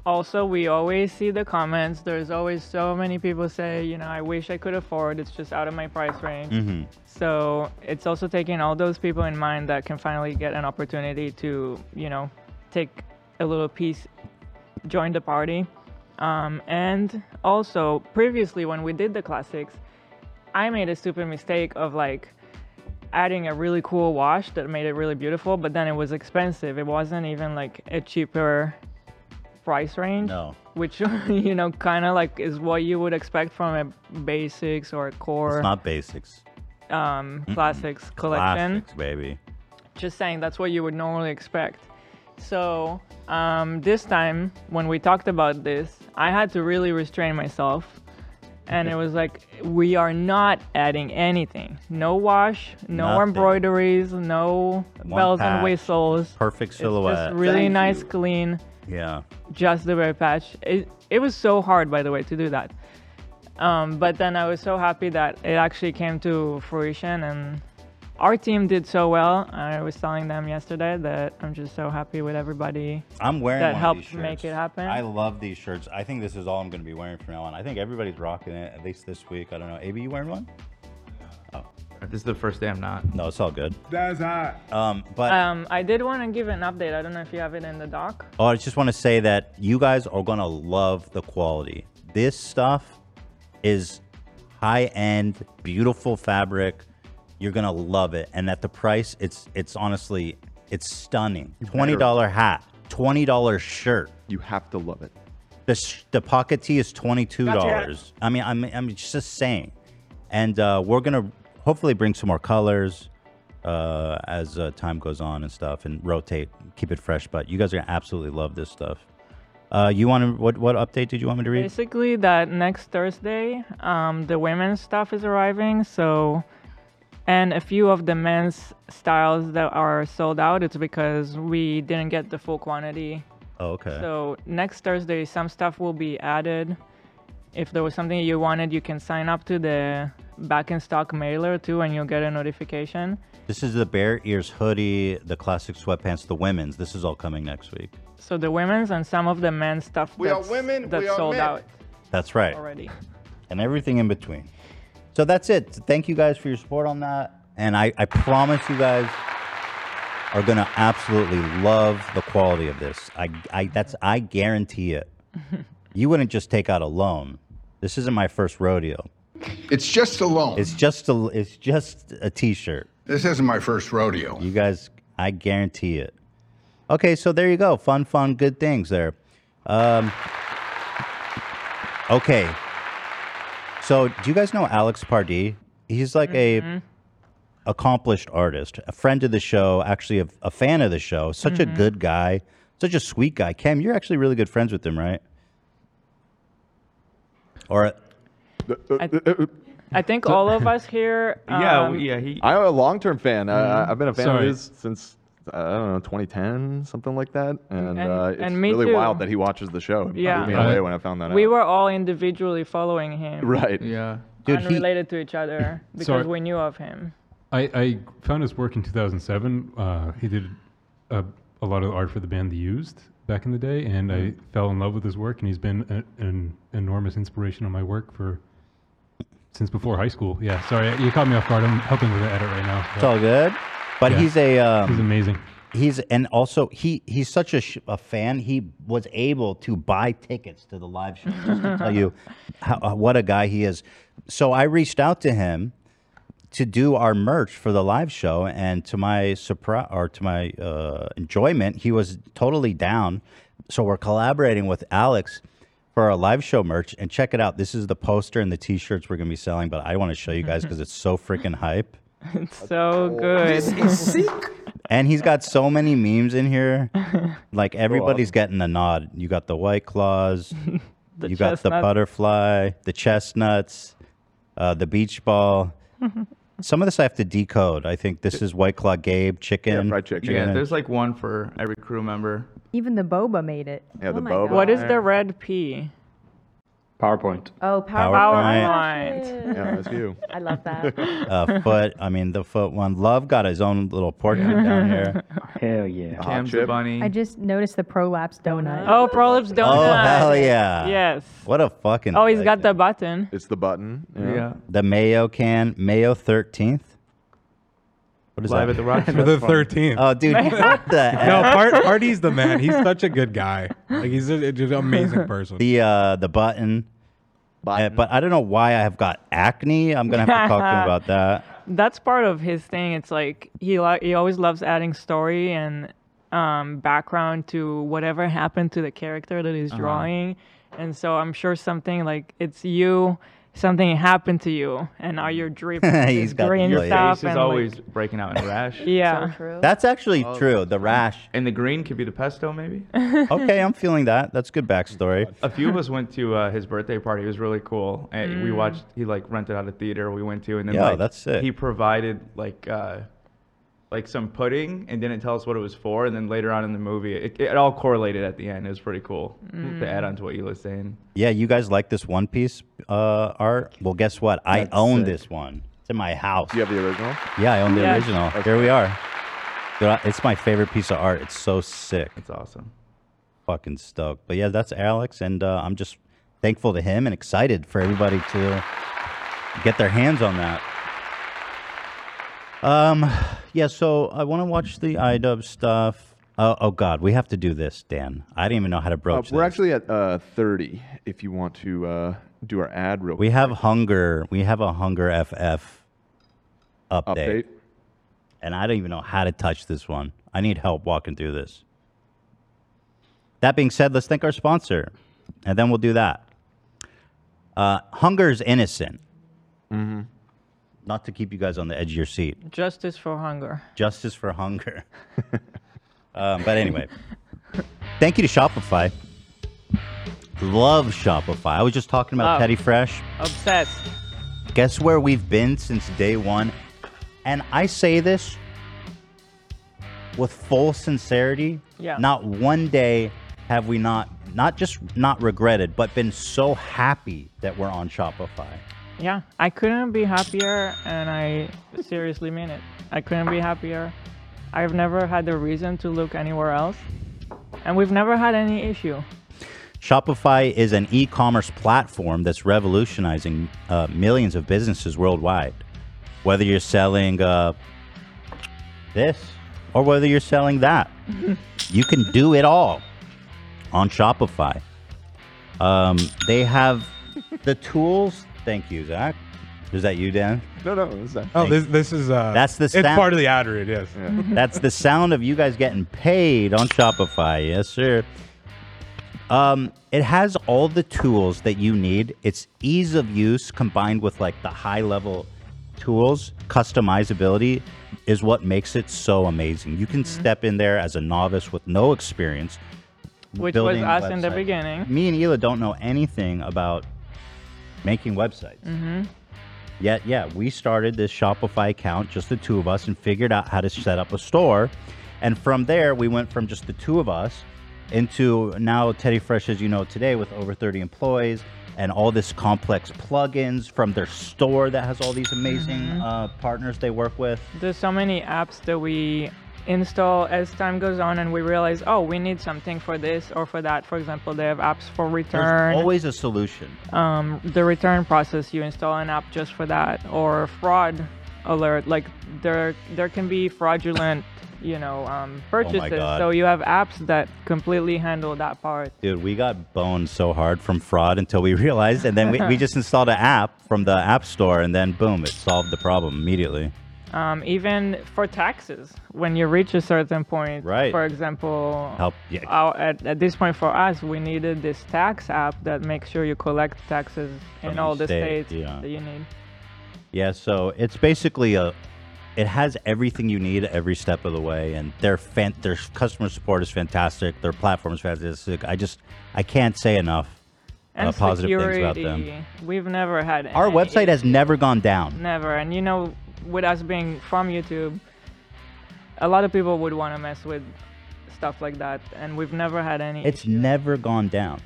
Speaker 3: Also, we always see the comments. There's always so many people say, you know, I wish I could afford. It's just out of my price range.
Speaker 2: Mhm.
Speaker 3: So it's also taking all those people in mind that can finally get an opportunity to, you know, take a little piece, join the party. Um, and also, previously when we did the classics, I made a stupid mistake of like adding a really cool wash that made it really beautiful, but then it was expensive. It wasn't even like a cheaper price range.
Speaker 2: No.
Speaker 3: Which, [LAUGHS] you know, kind of like is what you would expect from a basics or a core
Speaker 2: It's not basics.
Speaker 3: um,
Speaker 2: Mm-mm.
Speaker 3: classics collection.
Speaker 2: Classics, baby.
Speaker 3: Just saying, that's what you would normally expect. So um, this time, when we talked about this, I had to really restrain myself, and it was like we are not adding anything. No wash, no
Speaker 2: Nothing.
Speaker 3: embroideries, no
Speaker 2: One
Speaker 3: bells
Speaker 2: patch.
Speaker 3: and whistles.
Speaker 2: Perfect
Speaker 3: It's
Speaker 2: silhouette.
Speaker 3: just really
Speaker 2: Thank
Speaker 3: nice,
Speaker 2: you.
Speaker 3: clean
Speaker 2: Yeah.
Speaker 3: just the red patch. It it was so hard, by the way, to do that. Um, but then I was so happy that it actually came to fruition, and our team did so well. I was telling them yesterday that I'm just so happy with everybody.
Speaker 2: I'm wearing
Speaker 3: that
Speaker 2: one
Speaker 3: helped
Speaker 2: of these shirts.
Speaker 3: make it happen.
Speaker 2: I love these shirts. I think this is all I'm going to be wearing from now on. I think everybody's rocking it at least this week. I don't know. AB, you wearing one? Oh,
Speaker 5: this is the first day I'm not.
Speaker 2: No, it's all good.
Speaker 17: That's hot.
Speaker 2: Um, but
Speaker 3: um, I did want to give an update. I don't know if you have it in the doc.
Speaker 2: oh, I just want to say that you guys are going to love the quality. This stuff is high end, beautiful fabric. You're going to love it, and at the price, it's it's honestly it's stunning.
Speaker 1: You better.
Speaker 2: Twenty dollar hat, twenty dollar shirt.
Speaker 1: You have to love it.
Speaker 2: The sh- the pocket tee is twenty two dollars. I mean, I'm I'm just saying, and uh, we're gonna hopefully bring some more colors uh, as uh, time goes on and stuff, and rotate, keep it fresh. But you guys are gonna absolutely love this stuff. Uh, you want to what what update did you want me to read?
Speaker 3: Basically, that next Thursday, um, the women's stuff is arriving. So, and a few of the men's styles that are sold out, it's because we didn't get the full quantity.
Speaker 2: Oh, okay.
Speaker 3: So next Thursday, some stuff will be added. If there was something you wanted, you can sign up to the back in stock mailer too, and you'll get a notification.
Speaker 2: This is the bare ears hoodie, the classic sweatpants, the women's. This is all coming next week.
Speaker 3: So the women's and some of the men's stuff
Speaker 10: We are
Speaker 3: that's,
Speaker 10: women,
Speaker 3: that's
Speaker 10: we are
Speaker 3: sold
Speaker 10: men.
Speaker 3: out
Speaker 2: That's right.
Speaker 3: already.
Speaker 2: and everything in between. So that's it. Thank you guys for your support on that. And I, I promise you guys are gonna absolutely love the quality of this. I, I that's I guarantee it. You wouldn't just take out a loan. This isn't my first rodeo.
Speaker 10: It's just a loan.
Speaker 2: It's just a it's just a t-shirt.
Speaker 10: This isn't my first rodeo.
Speaker 2: You guys, I guarantee it. Okay, so there you go. Fun, fun, good things there. Um, okay. So, do you guys know Alex Pardee? He's like a accomplished artist, a friend of the show, actually a, a fan of the show. Such a good guy, such a sweet guy. Cam, you're actually really good friends with him, right? Or
Speaker 3: I think all of us
Speaker 1: [LAUGHS]
Speaker 3: here. Um,
Speaker 5: He.
Speaker 1: I'm a long-term fan. I,
Speaker 3: Mhm.
Speaker 1: I've been a fan
Speaker 5: Sorry.
Speaker 1: of his since I don't know 2010, something like that.
Speaker 3: And-
Speaker 1: And, uh, it's
Speaker 3: and me
Speaker 1: really
Speaker 3: too.
Speaker 1: wild that he watches the show. It
Speaker 3: Yeah.
Speaker 1: blew me
Speaker 3: Right.
Speaker 1: away when I found that
Speaker 3: we
Speaker 1: out.
Speaker 3: were all individually following him.
Speaker 1: [LAUGHS] Right.
Speaker 18: Yeah.
Speaker 3: unrelated to each other because
Speaker 18: Sorry.
Speaker 3: we knew of him. [LAUGHS]
Speaker 18: I, I found his work in 2007. Uh, he did a, a lot of art for the band The Used back in the day, and
Speaker 2: Mm-hmm.
Speaker 18: I fell in love with his work, and he's been a, an enormous inspiration on my work for since before high school. Yeah, sorry, you caught me off guard. I'm helping with the edit right now.
Speaker 2: It's all good. But
Speaker 18: Yeah.
Speaker 2: he's a um,
Speaker 18: he's amazing.
Speaker 2: He's and also he he's such a, sh- a fan. He was able to buy tickets to the live show. Just to tell you [LAUGHS] how, uh, what a guy he is. So I reached out to him to do our merch for the live show, and to my surprise or to my uh, enjoyment, he was totally down. So we're collaborating with Alex for our live show merch, and check it out. This is the poster and the T-shirts we're gonna be selling, but I want to show you
Speaker 18: [LAUGHS]
Speaker 2: guys because it's so freaking hype.
Speaker 3: It's so good.
Speaker 2: And he's got so many memes in here. Like everybody's getting a nod. You got the white claws, you got the
Speaker 3: chestnut.
Speaker 2: butterfly, the chestnuts, uh, the beach ball. Some of this I have to decode. I think this is white claw Gabe chicken. Yeah, fried chicken.
Speaker 5: Yeah, there's like one for every crew member.
Speaker 9: Even the boba made it. Oh
Speaker 2: Yeah, the
Speaker 9: my
Speaker 2: boba.
Speaker 9: God.
Speaker 3: What is the red P?
Speaker 5: PowerPoint.
Speaker 19: Oh,
Speaker 2: PowerPoint.
Speaker 3: PowerPoint.
Speaker 1: Yeah,
Speaker 9: [LAUGHS]
Speaker 1: that's you.
Speaker 19: I love that.
Speaker 2: [LAUGHS] uh, foot. I mean the foot one. Love got his own little portion down here.
Speaker 18: Hell yeah.
Speaker 5: Cam's the bunny.
Speaker 9: I just noticed the prolapse donut.
Speaker 3: Oh, Prolapse Donut.
Speaker 2: Oh hell yeah.
Speaker 3: Yes.
Speaker 2: What a
Speaker 3: [LAUGHS]
Speaker 2: fucking
Speaker 3: Oh, he's got the button.
Speaker 1: It's the button.
Speaker 5: Yeah.
Speaker 2: The mayo can, Mayo 13th. What
Speaker 5: Live
Speaker 2: that?
Speaker 5: at
Speaker 2: [LAUGHS]
Speaker 5: the Roxy. For the 13th.
Speaker 2: Oh, dude,
Speaker 14: [LAUGHS]
Speaker 2: what the
Speaker 14: No,
Speaker 2: F?
Speaker 14: Part, Party's the man. He's such a good guy. Like he's a, just
Speaker 2: [LAUGHS]
Speaker 14: an amazing person.
Speaker 2: the uh, the button. Uh, but I don't know why I have got acne. I'm gonna have to talk to him about
Speaker 5: [LAUGHS]
Speaker 2: that.
Speaker 3: That's part of his thing. It's like he li- he always loves adding story and um, background to whatever happened to the character that he's
Speaker 5: Uh-huh.
Speaker 3: drawing. And so I'm sure something like it's you, something happened to you, and now you're
Speaker 5: [LAUGHS]
Speaker 3: dripping [LAUGHS] this green
Speaker 5: Your
Speaker 3: stuff.
Speaker 5: face is
Speaker 3: and,
Speaker 5: always
Speaker 3: like,
Speaker 5: breaking out
Speaker 2: [LAUGHS]
Speaker 5: in a rash. Oh,
Speaker 3: Yeah. So true.
Speaker 2: That's actually true, the rash.
Speaker 5: And the green could be the pesto, maybe.
Speaker 2: [LAUGHS]
Speaker 5: [LAUGHS]
Speaker 2: okay, I'm feeling that. That's good backstory.
Speaker 5: A few of us went to uh, his birthday party. It was really cool. And we
Speaker 2: Mm.
Speaker 5: watched. He like rented out a theater. We went to, and then
Speaker 2: Yeah,
Speaker 5: like,
Speaker 2: that's sick.
Speaker 5: He provided like uh, like some pudding and didn't tell us what it was for. And then later on in the movie, it, it all correlated at the end. It was pretty cool
Speaker 3: Mm.
Speaker 5: to add on to what you were
Speaker 2: [GASPS]
Speaker 5: saying.
Speaker 2: Yeah, you guys like this One Piece uh, art? Well, guess what? I
Speaker 5: That's
Speaker 2: own
Speaker 5: sick.
Speaker 2: this one. It's in my house.
Speaker 1: Do you have the original?
Speaker 2: Yeah, I own the
Speaker 1: Yes.
Speaker 2: original. Here we are. Dude, I- It's my favorite piece of art. It's so sick.
Speaker 5: It's awesome.
Speaker 2: Fucking stoked. But yeah, that's Alex, and uh, I'm just thankful to him and excited for everybody to get their hands on that. Um, yeah. So I want to watch the iDub stuff. Oh oh God, we have to do this, Dan. I didn't even know how to
Speaker 1: Uh,
Speaker 5: Oh,
Speaker 2: broach.
Speaker 1: we're actually at uh, 30. If you want to uh, do our ad real
Speaker 2: We have hunger. We have a hunger FF update.
Speaker 1: Update.
Speaker 2: And I don't even know how to touch this one. I need help walking through this. That being said, let's thank our sponsor. and then we'll do that. Uh, Hunger's innocent.
Speaker 20: Mm-hmm.
Speaker 2: Not to keep you guys on the edge of your
Speaker 3: [LAUGHS]
Speaker 2: seat.
Speaker 3: Justice for hunger.
Speaker 2: Justice for hunger. [LAUGHS] um, but anyway, thank you to Shopify. Love Shopify. I was just talking about
Speaker 3: Love.
Speaker 2: Petty Fresh.
Speaker 3: Obsessed.
Speaker 2: Guess where we've been since day one? And I say this with full sincerity.
Speaker 11: Yeah.
Speaker 2: Not one day have we not, not just not regretted, but been so happy that we're on Shopify.
Speaker 3: Yeah, I couldn't be happier, and I seriously mean it. I couldn't be happier. I've never had the reason to look anywhere else, and we've never had any issue.
Speaker 2: Shopify is an e commerce platform that's revolutionizing uh, millions of businesses worldwide. Whether you're selling uh, this or whether you're selling that, you can do it all on Shopify. Um, they have the tools. Thank you, Zach. Is that you, Dan?
Speaker 14: No, no. oh, this, this is. Uh,
Speaker 2: That's the
Speaker 14: It's
Speaker 2: sound-
Speaker 14: part of
Speaker 2: [SIGHS]
Speaker 14: the ad read, yes.
Speaker 2: [LAUGHS] That's the sound of you guys getting paid on Shopify. Yes, sir. Um, it has all the tools that you need. It's ease of use combined with like the high level tools, customizability is what makes it so amazing. You can
Speaker 3: Mm-hmm.
Speaker 2: step in there as a novice with no experience.
Speaker 3: Which
Speaker 2: building a
Speaker 3: was us in the
Speaker 2: website.
Speaker 3: beginning.
Speaker 2: Me and Hila don't know anything about making websites.
Speaker 3: hmm
Speaker 2: Yet, yeah, we started this Shopify account, just the two of us, and figured out how to set up a store. And from there, we went from just the two of us into now Teddy Fresh, as you know today, with over 30 employees and all this complex plugins from their store that has all these amazing uh, partners they work with.
Speaker 3: There's so many apps that we install as time goes on, and we realize, oh, we need something for this or for that. For example, they have apps for return.
Speaker 2: There's always a solution.
Speaker 3: um, the return process. You install an app just for that, or fraud alert. Like there, there can be fraudulent, you know, um, purchases.
Speaker 2: Oh God.
Speaker 3: so you have apps that completely handle that part.
Speaker 2: Dude, we got boned so hard from fraud until we [LAUGHS] realized, and then we, we just installed an app from the App Store, and then boom, it solved the problem immediately.
Speaker 3: Um, even for taxes, when you reach a certain point,
Speaker 2: Right.
Speaker 3: for example,
Speaker 2: Help, yeah.
Speaker 3: our- at, at this point for us, we needed this tax app that makes sure you collect taxes in
Speaker 2: From
Speaker 3: all
Speaker 2: the
Speaker 3: the
Speaker 2: state,
Speaker 3: states
Speaker 2: yeah.
Speaker 3: that you need.
Speaker 2: Yeah, so it's basically a it has everything you need every step of the way and their fan, their customer support is fantastic, their platform is fantastic. I just I can't say enough
Speaker 3: And
Speaker 2: uh, positive things about them.
Speaker 3: security, we've never had
Speaker 2: Our
Speaker 3: any
Speaker 2: website has never gone down.
Speaker 3: Never. And you know, with us being from YouTube, a lot of people would want to mess with stuff like that, and we've never had any.
Speaker 2: It's never gone down.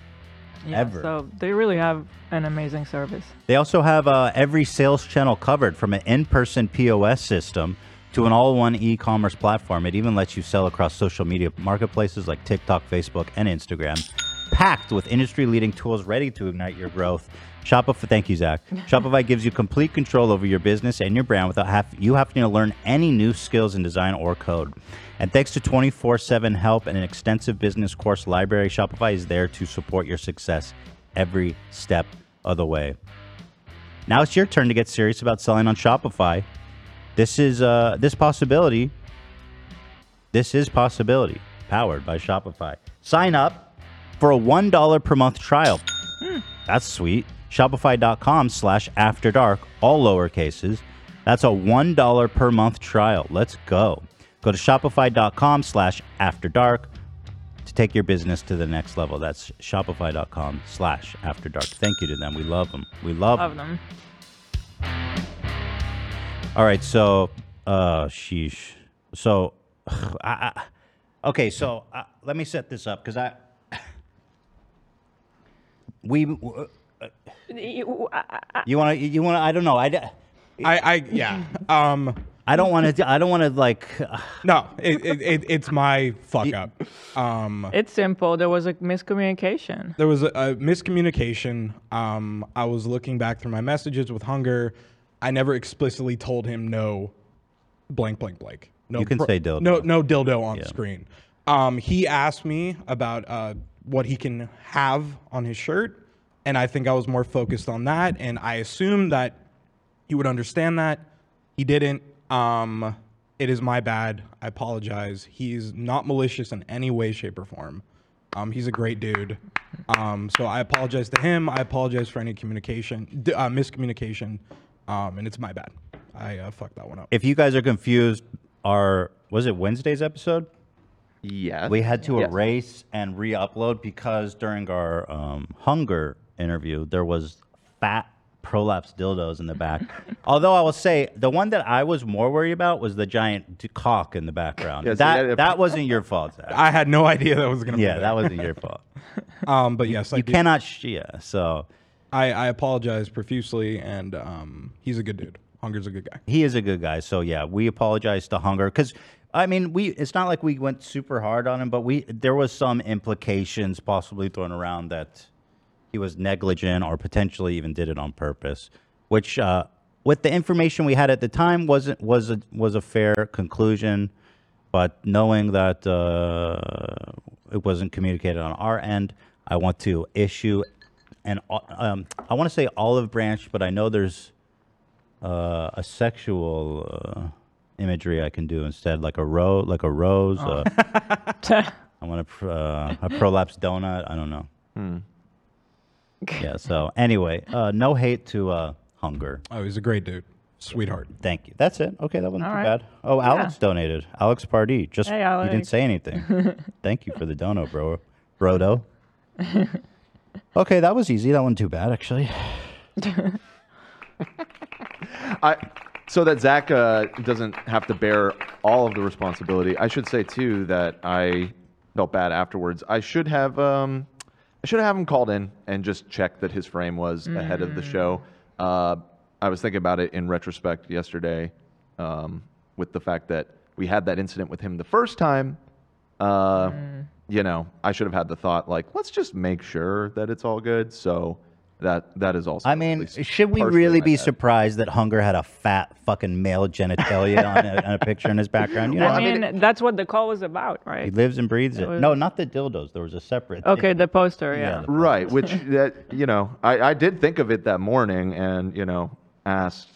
Speaker 3: yeah,
Speaker 2: ever.
Speaker 3: So they really have an amazing service.
Speaker 2: They also have uh, every sales channel covered from an in person POS system to an all in one e commerce platform. It even lets you sell across social media marketplaces like TikTok, Facebook, and Instagram. Packed with industry leading tools ready to ignite your growth. Shopify, thank you, Zach. Shopify gives you complete control over your business and your brand without have, you having to learn any new skills in design or code. And thanks to 24 7 help and an extensive business course library, Shopify is there to support your success every step of the way. Now it's your turn to get serious about selling on Shopify. This is uh, this possibility. This is possibility powered by Shopify. Sign up for a one dollar per month trial. That's sweet. Shopify.com slash after dark, all lower cases. That's a $1 per month trial. Let's go. Go to Shopify.com slash after dark to take your business to the next level. That's Shopify.com slash after dark. Thank you to them. We love them. We love,
Speaker 3: Love
Speaker 2: them.
Speaker 3: them.
Speaker 2: All right. So, uh, sheesh. So, [SIGHS] I, I, okay. So, uh, let me set this up because I, [SIGHS] we, uh, You want to? You want to? I don't know. I. d-
Speaker 14: I, I yeah. Um,
Speaker 2: I don't want to. I don't want to like.
Speaker 14: no, it, it, it, it's my fuck up. Um,
Speaker 3: It's simple. There was a miscommunication.
Speaker 14: there was a, a miscommunication. Um, I was looking back through my messages with Hunger. I never explicitly told him no, blank, blank, blank. No,
Speaker 2: You can say dildo.
Speaker 14: No, no dildo on screen. Um, he asked me about uh, what he can have on his shirt, and I think I was more focused on that. And I assumed that he would understand that. He didn't. Um, it is my bad. I apologize. He's not malicious in any way, shape, or form. Um, he's a great dude. Um, so I apologize to him. I apologize for any communication, d- uh, miscommunication, um, and it's my bad. I uh, fucked that one up.
Speaker 2: If you guys are confused, our was it Wednesday's episode?
Speaker 1: Yes.
Speaker 2: We had to
Speaker 1: Yes.
Speaker 2: erase and re-upload because during our um, hunger interview there was fat prolapse dildos in the back. Although I will say the one that I was more worried about was the giant d- cock in the background.
Speaker 14: Yeah, so
Speaker 2: that
Speaker 14: that-
Speaker 2: that wasn't your fault. Zach.
Speaker 14: I had no idea that was gonna. be
Speaker 2: Yeah,
Speaker 14: there.
Speaker 2: that wasn't your fault.
Speaker 14: [LAUGHS] Um, but yes, I
Speaker 2: you
Speaker 14: do-
Speaker 2: cannot. Sh- yeah, so
Speaker 14: I, I apologize profusely, and um, he's a good dude. Hunger's a good guy.
Speaker 2: He is a good guy. So yeah, we apologize to Hunger because I mean we. It's not like we went super hard on him, but we there was some implications possibly thrown around that he was negligent or potentially even did it on purpose, which uh, with the information we had at the time wasn't was a, was a fair conclusion. But knowing that uh, it wasn't communicated on our end, I want to issue an o- um, I want to say olive branch, but I know there's uh, a sexual uh, imagery I can do instead, like a rose, like a rose.
Speaker 3: Oh.
Speaker 2: Uh, I want a pr- uh, a prolapse donut. I don't know. yeah. So anyway, uh, no hate to uh, hunger.
Speaker 14: Oh, he's a great dude, sweetheart.
Speaker 2: Thank you. That's it. Okay, that wasn't
Speaker 3: All
Speaker 2: too
Speaker 3: right.
Speaker 2: bad. Oh,
Speaker 3: Yeah.
Speaker 2: Alex donated. Alex Pardee. Just
Speaker 3: Hey,
Speaker 2: you didn't
Speaker 3: Alex.
Speaker 2: say anything. Thank you for the dono, bro. Brodo. okay, that was easy. That wasn't too bad actually.
Speaker 1: I so that Zach uh, doesn't have to bear all of the responsibility. I should say too that I felt bad afterwards. I should have um, I should have him called in and just checked that his frame was ahead of the show. Uh, I was thinking about it in retrospect yesterday, um, with the fact that we had that incident with him the first time. Uh, You know, I should have had the thought like, let's just make sure that it's all good. So that that is also.
Speaker 2: I
Speaker 1: at
Speaker 2: mean,
Speaker 1: least
Speaker 2: should we
Speaker 1: partially
Speaker 2: really
Speaker 1: my
Speaker 2: be
Speaker 1: bad.
Speaker 2: surprised that Hunger had a fat fucking male genitalia on, a, on a picture in his background? You know,
Speaker 3: [LAUGHS] I mean, that's what the call was about, right?
Speaker 2: he lives and breathes it.
Speaker 3: was-
Speaker 2: No, not the dildos. There was a separate.
Speaker 3: Okay, the poster, yeah.
Speaker 1: Right,
Speaker 2: [LAUGHS]
Speaker 1: which that you know, I, I did think of it that morning, and you know, asked,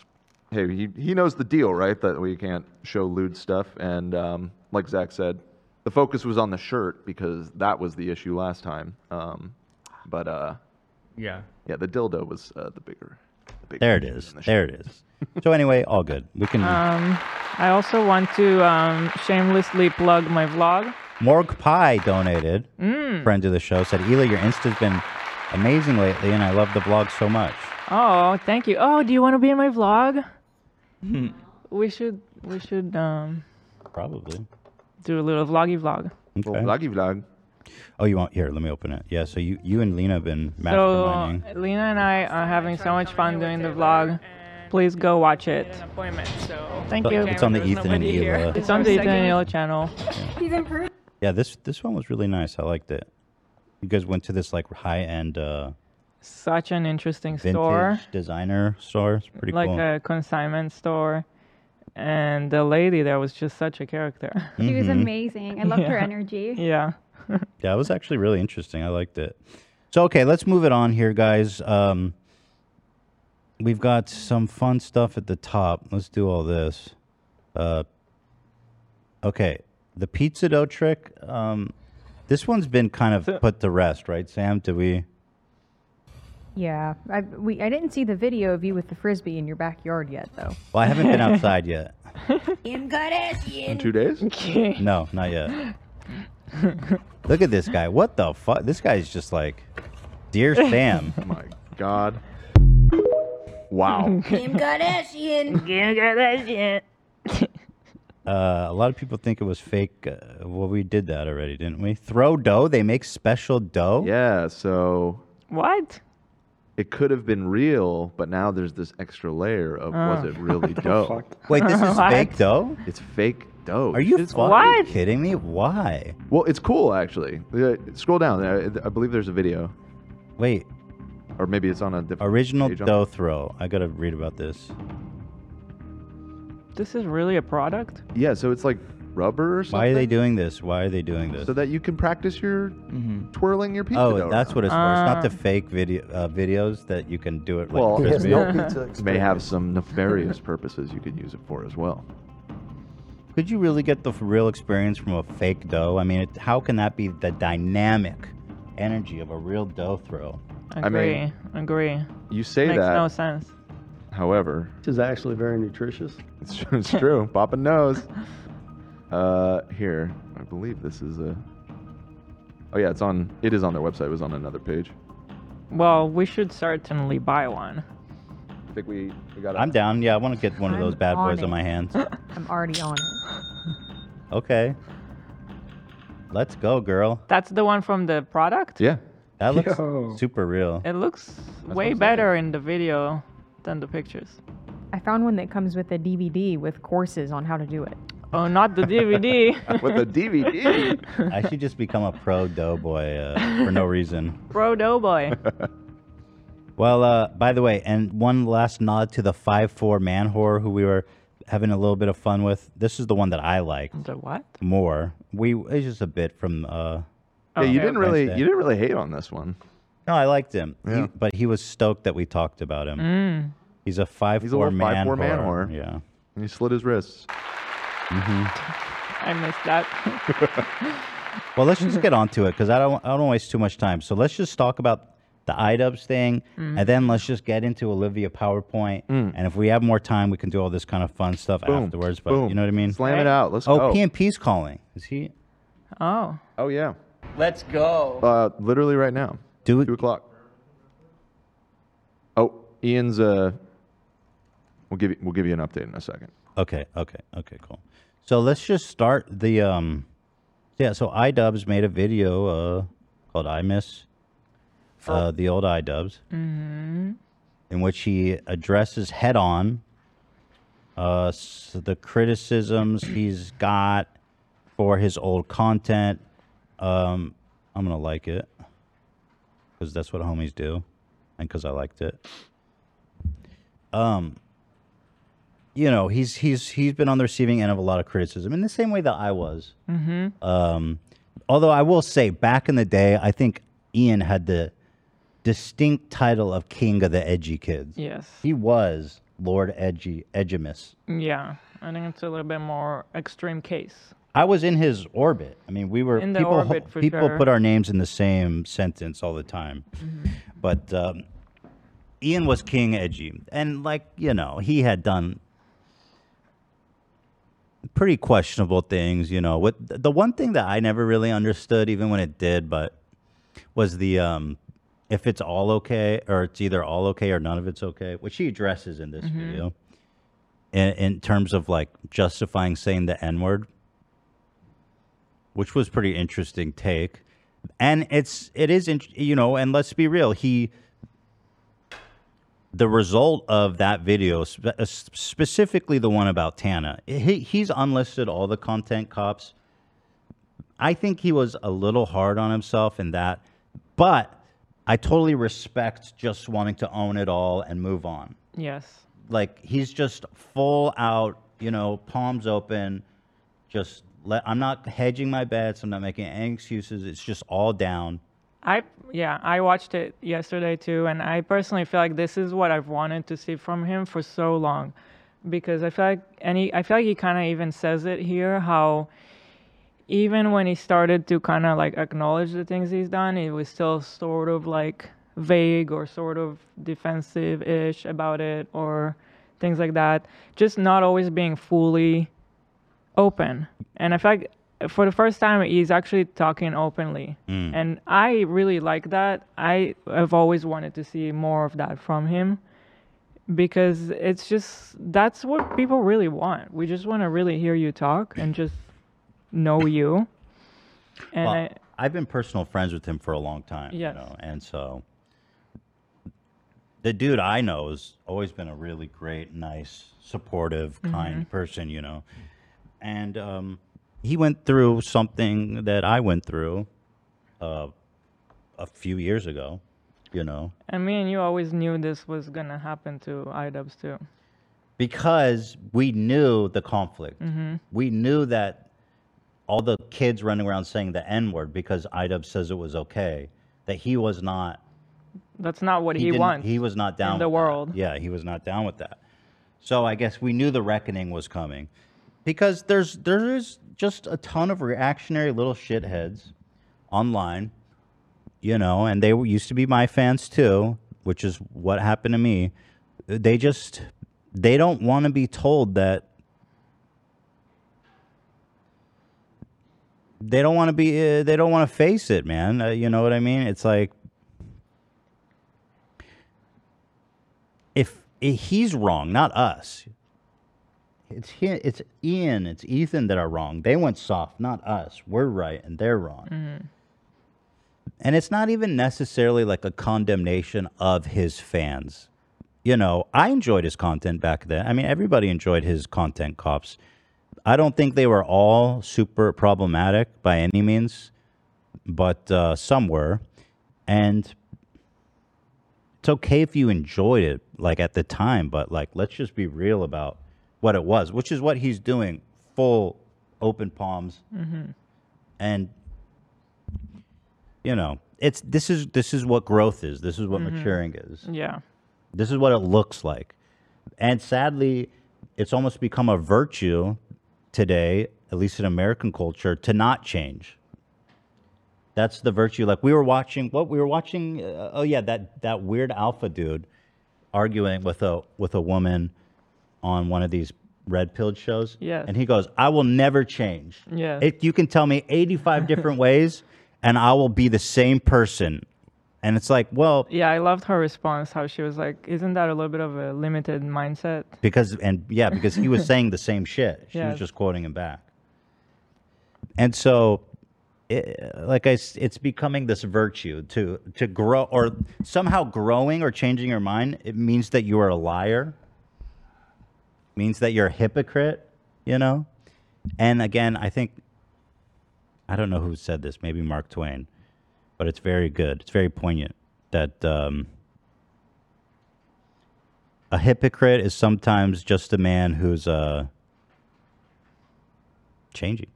Speaker 1: hey, he, he knows the deal, right? That we can't show lewd stuff, and um, like Zach said, the focus was on the shirt because that was the issue last time. Um, but uh,
Speaker 21: Yeah.
Speaker 1: yeah, the dildo was uh, the bigger. The bigger
Speaker 2: There it
Speaker 1: issue
Speaker 2: is.
Speaker 1: than the
Speaker 2: There
Speaker 1: shirt.
Speaker 2: it is. So anyway, all good. We can
Speaker 3: Um, I also want to um, shamelessly plug my vlog.
Speaker 2: Morg Pie donated.
Speaker 3: Mm.
Speaker 2: Friend of the show said, "Ela, your Insta's been amazing lately, and I love the vlog so much."
Speaker 3: Oh, thank you. Oh, do you want to be in my vlog?
Speaker 2: Hmm.
Speaker 3: We should we should um,
Speaker 2: Probably.
Speaker 3: do a little vloggy vlog.
Speaker 2: Okay.
Speaker 1: Vloggy vlog.
Speaker 2: Oh, you want here? Let me open it. Yeah. So you you and Lena have been
Speaker 3: So
Speaker 2: masterminding.
Speaker 3: Lena and I are having so much fun doing the vlog. Please go watch it. Thank
Speaker 2: But
Speaker 3: you.
Speaker 2: it's on the Ethan and Ela.
Speaker 3: It's on the Ethan and Ela channel.
Speaker 22: He's improved.
Speaker 2: Yeah, this this one was really nice. I liked it. You guys went to this like high end uh,
Speaker 3: Such an interesting
Speaker 2: vintage
Speaker 3: store.
Speaker 2: designer store. It's pretty
Speaker 3: like
Speaker 2: cool.
Speaker 3: a consignment store. And the lady there was just such a character.
Speaker 16: She was
Speaker 2: Mhm.
Speaker 16: amazing. I loved her
Speaker 3: Yeah.
Speaker 16: energy.
Speaker 3: [LAUGHS] Yeah.
Speaker 2: yeah, it was actually really interesting. I liked it. So okay, let's move it on here, guys. Um, we've got some fun stuff at the top. Let's do all this. Uh, okay, the pizza dough trick. Um, this one's been kind of put to rest, right, Sam? Did we?
Speaker 9: Yeah, I we I didn't see the video of you with the frisbee in your backyard yet, though.
Speaker 2: Well, I
Speaker 3: [LAUGHS]
Speaker 2: haven't been outside yet.
Speaker 22: In Kardashian.
Speaker 1: In two days?
Speaker 2: No, not yet. Look at this guy. What the fuck? This guy's just like,
Speaker 1: [LAUGHS]
Speaker 2: dear Sam.
Speaker 1: Oh My God. Wow.
Speaker 22: Kim Kardashian. Kim Kardashian.
Speaker 2: Uh, a lot of people think it was fake. Uh, well, we did that already, didn't we? Throw dough. They make special dough.
Speaker 1: Yeah. So
Speaker 3: What?
Speaker 1: it could have been real, but now there's this extra layer of was
Speaker 2: Oh.
Speaker 1: it really
Speaker 2: What the
Speaker 1: dough?
Speaker 2: fuck? Wait, this is [LAUGHS] What? fake dough?
Speaker 1: It's fake dough.
Speaker 2: Are you
Speaker 1: It's
Speaker 2: fucking What? kidding me? Why?
Speaker 1: Well, it's cool actually. Uh, Scroll down. I, I believe there's a video.
Speaker 2: Wait.
Speaker 1: Or maybe it's on a different
Speaker 2: Original
Speaker 1: page on-
Speaker 2: dough throw. I gotta read about this.
Speaker 3: This is really a product?
Speaker 1: Yeah, so it's like rubber or something.
Speaker 2: Why are they doing this? Why are they doing this?
Speaker 1: So that you can practice your twirling your pizza
Speaker 2: oh,
Speaker 1: dough.
Speaker 2: that's
Speaker 1: around.
Speaker 2: what it's for. It's not
Speaker 3: Ah.
Speaker 2: the fake video uh, videos that you can do it. Like
Speaker 1: Well,
Speaker 2: crispy.
Speaker 1: may have some nefarious purposes you could use it for as well.
Speaker 2: could you really get the f- real experience from a fake dough? I mean, it, how can that be the dynamic energy of a real dough throw?
Speaker 3: Agree. agree.
Speaker 1: you say
Speaker 3: Makes
Speaker 1: that.
Speaker 3: no sense.
Speaker 1: However,
Speaker 23: This is actually very nutritious.
Speaker 1: It's true. It's true. Papa knows. Uh, here, I believe this is a. Oh yeah, it's on. It is on their website. It was on another page.
Speaker 3: Well, we should certainly buy one.
Speaker 1: I think we, we got.
Speaker 2: I'm down. Yeah, I want to get one of those bad
Speaker 9: on
Speaker 2: boys
Speaker 9: it.
Speaker 2: in my
Speaker 3: [LAUGHS]
Speaker 2: hands.
Speaker 9: I'm already on it.
Speaker 3: [GASPS]
Speaker 2: Okay. Let's go, girl.
Speaker 3: That's the one from the product.
Speaker 2: Yeah. That looks
Speaker 3: Yo.
Speaker 2: super real.
Speaker 3: It looks
Speaker 2: what
Speaker 3: way
Speaker 2: I'm saying.
Speaker 3: better in the video than the pictures.
Speaker 9: I found one that comes with a DVD with courses on how to do it.
Speaker 3: Oh, not the
Speaker 1: [LAUGHS]
Speaker 3: DVD.
Speaker 2: With the DVD. I should just become a pro doughboy uh, for no reason.
Speaker 3: Pro
Speaker 1: [LAUGHS]
Speaker 3: Doughboy.
Speaker 2: Well, uh, by the way, and one last nod to the five four man whore who we were having a little bit of fun with. This is the one that I liked.
Speaker 3: The what?
Speaker 2: More. We it's just a bit from. Uh,
Speaker 1: Yeah, you didn't really
Speaker 2: Wednesday.
Speaker 1: you didn't really hate on this one.
Speaker 2: No, I liked him. He-
Speaker 1: Yeah.
Speaker 2: but he was stoked that we talked about him.
Speaker 1: Mm.
Speaker 2: He's a five
Speaker 1: He's a
Speaker 2: four
Speaker 1: little
Speaker 2: man,
Speaker 1: 5'4" man
Speaker 2: whore.
Speaker 1: whore.
Speaker 2: Yeah. Mm-hmm.
Speaker 1: And he slit his wrists.
Speaker 3: I missed that.
Speaker 2: [LAUGHS] Well, let's just get onto it because I don't I don't wanna waste too much time. So let's just talk about the IDubs thing,
Speaker 3: Mhm.
Speaker 2: and then let's just get into Olivia PowerPoint. And if we have more time, we can do all this kind of fun stuff
Speaker 1: Mm. Boom.
Speaker 2: afterwards. But
Speaker 1: Boom.
Speaker 2: you know what I mean?
Speaker 1: Slam it out. Let's
Speaker 2: oh,
Speaker 1: go.
Speaker 2: Oh, PNP's calling. Is he?
Speaker 3: oh.
Speaker 1: Oh yeah.
Speaker 24: Let's go.
Speaker 1: Uh, literally right now.
Speaker 2: Do
Speaker 1: Two o'clock. Oh, Ian's. Uh, we'll give you we'll give you an update in a second.
Speaker 2: Okay, okay, okay, cool. So let's just start the um yeah, so iDubbbz made a video uh called I Miss uh, the old iDubbbz
Speaker 3: hmm
Speaker 2: in which he addresses head on uh s the criticisms he's got for his old content. Um I'm going to like it cuz that's what homies do and cuz I liked it. Um you know, he's he's he's been on the receiving end of a lot of criticism in the same way that I was.
Speaker 25: Mm-hmm.
Speaker 2: Um, although I will say, back in the day, I think Ian had the distinct title of king of the edgy kids.
Speaker 3: Yes.
Speaker 2: he was Lord Edgy Edgemus.
Speaker 3: Yeah, I think it's a little bit more extreme case.
Speaker 2: I was in his orbit. I mean, we were
Speaker 3: In the
Speaker 2: people. ho-
Speaker 3: orbit, for
Speaker 2: people
Speaker 3: sure. Mm-hmm.
Speaker 2: put our names in the same sentence all the time, but um, Ian was king edgy, and like you know, he had done pretty questionable things. You know, what the one thing that I never really understood, even when it did, but was the um, if it's all okay or it's either all okay or none of it's okay, which he addresses in this
Speaker 3: Mm-hmm.
Speaker 25: Mhm.
Speaker 2: video. In, in terms of like justifying saying the N word, which was pretty interesting take. And it's it is in, you know, and let's be real, he the result of that video, spe- uh, s- specifically the one about Tana, he, he's unlisted all the content cops. I think he was a little hard on himself in that, but I totally respect just wanting to own it all and move on
Speaker 3: Yes.
Speaker 2: like he's just full out, you know, palms open, just let I'm not hedging my bets, I'm not making any excuses. It's just all down.
Speaker 3: I yeah, I watched it yesterday too, and I personally feel like this is what I've wanted to see from him for so long, because I feel like and he, I feel like he kind of even says it here how even when he started to kind of like acknowledge the things he's done, he was still sort of like vague or sort of defensive-ish about it or things like that, just not always being fully open. And I feel like for the first time, he's actually talking openly.
Speaker 25: Mm.
Speaker 3: And I really like that. I have always wanted to see more of that from him because it's just that's what people really want. We just want to really hear you talk and just know you. And
Speaker 2: well,
Speaker 3: I,
Speaker 2: I've been personal friends with him for a long time.
Speaker 3: Yes.
Speaker 2: You know, and so the dude I know has always been a really great, nice, supportive,
Speaker 3: Mm-hmm.
Speaker 2: kind person, you know. And um, he went through something that I went through uh, a few years ago, you know.
Speaker 3: and me and you always knew this was gonna happen to IDubs too.
Speaker 2: because we knew the conflict.
Speaker 3: Mhm.
Speaker 2: We knew that all the kids running around saying the N word because IDUB says it was okay, that he was not.
Speaker 3: That's not what he,
Speaker 2: didn't-
Speaker 3: wants.
Speaker 2: He was not down
Speaker 3: in the
Speaker 2: with that.
Speaker 3: world.
Speaker 2: Yeah, he was not down with that. So I guess we knew the reckoning was coming. because there's there is just a ton of reactionary little shitheads online, you know, and they were- used to be my fans too, which is what happened to me. They just they don't want to be told that they don't want to be uh, they don't want to face it, man. Uh, you know what I mean? It's like if, if he's wrong, not us. It's he, it's Ian, it's Ethan that are wrong. They went soft, not us. We're right and they're wrong. And it's not even necessarily like a condemnation of his fans. You know, I enjoyed his content back then. I mean, everybody enjoyed his content, cops. I don't think they were all super problematic by any means, but uh, some were. And it's okay if you enjoyed it like at the time, but like let's just be real about what it was, which is what he's doing full open palms
Speaker 25: Mhm.
Speaker 2: and you know, it's this is this is what growth is. This is what
Speaker 3: Mhm.
Speaker 2: maturing is.
Speaker 3: Yeah.
Speaker 2: This is what it looks like. And sadly, it's almost become a virtue today, at least in American culture, to not change. That's the virtue. Like we were watching what we were watching. Uh, oh yeah, that that weird alpha dude arguing with a with a woman on one of these red pilled shows.
Speaker 25: Yes.
Speaker 2: And he goes, "I will never change.
Speaker 25: Yes.
Speaker 2: If you can tell me 85 different ways, and I will be the same person." And it's like, well,
Speaker 3: Yeah, I loved her response. How she was like, "Isn't that a little bit of a limited mindset?" [LAUGHS]
Speaker 2: because and yeah, because he was saying the same shit. She
Speaker 3: Yes.
Speaker 2: was just quoting him back. And so, it, like I, s- it's becoming this virtue to to grow or somehow growing or changing your mind. It means that you are a liar. Means that you're a hypocrite. You know, and again, I think I don't know who said this. Maybe Mark Twain, but it's very good. It's very poignant that. Um, a hypocrite is sometimes just a man who's uh changing.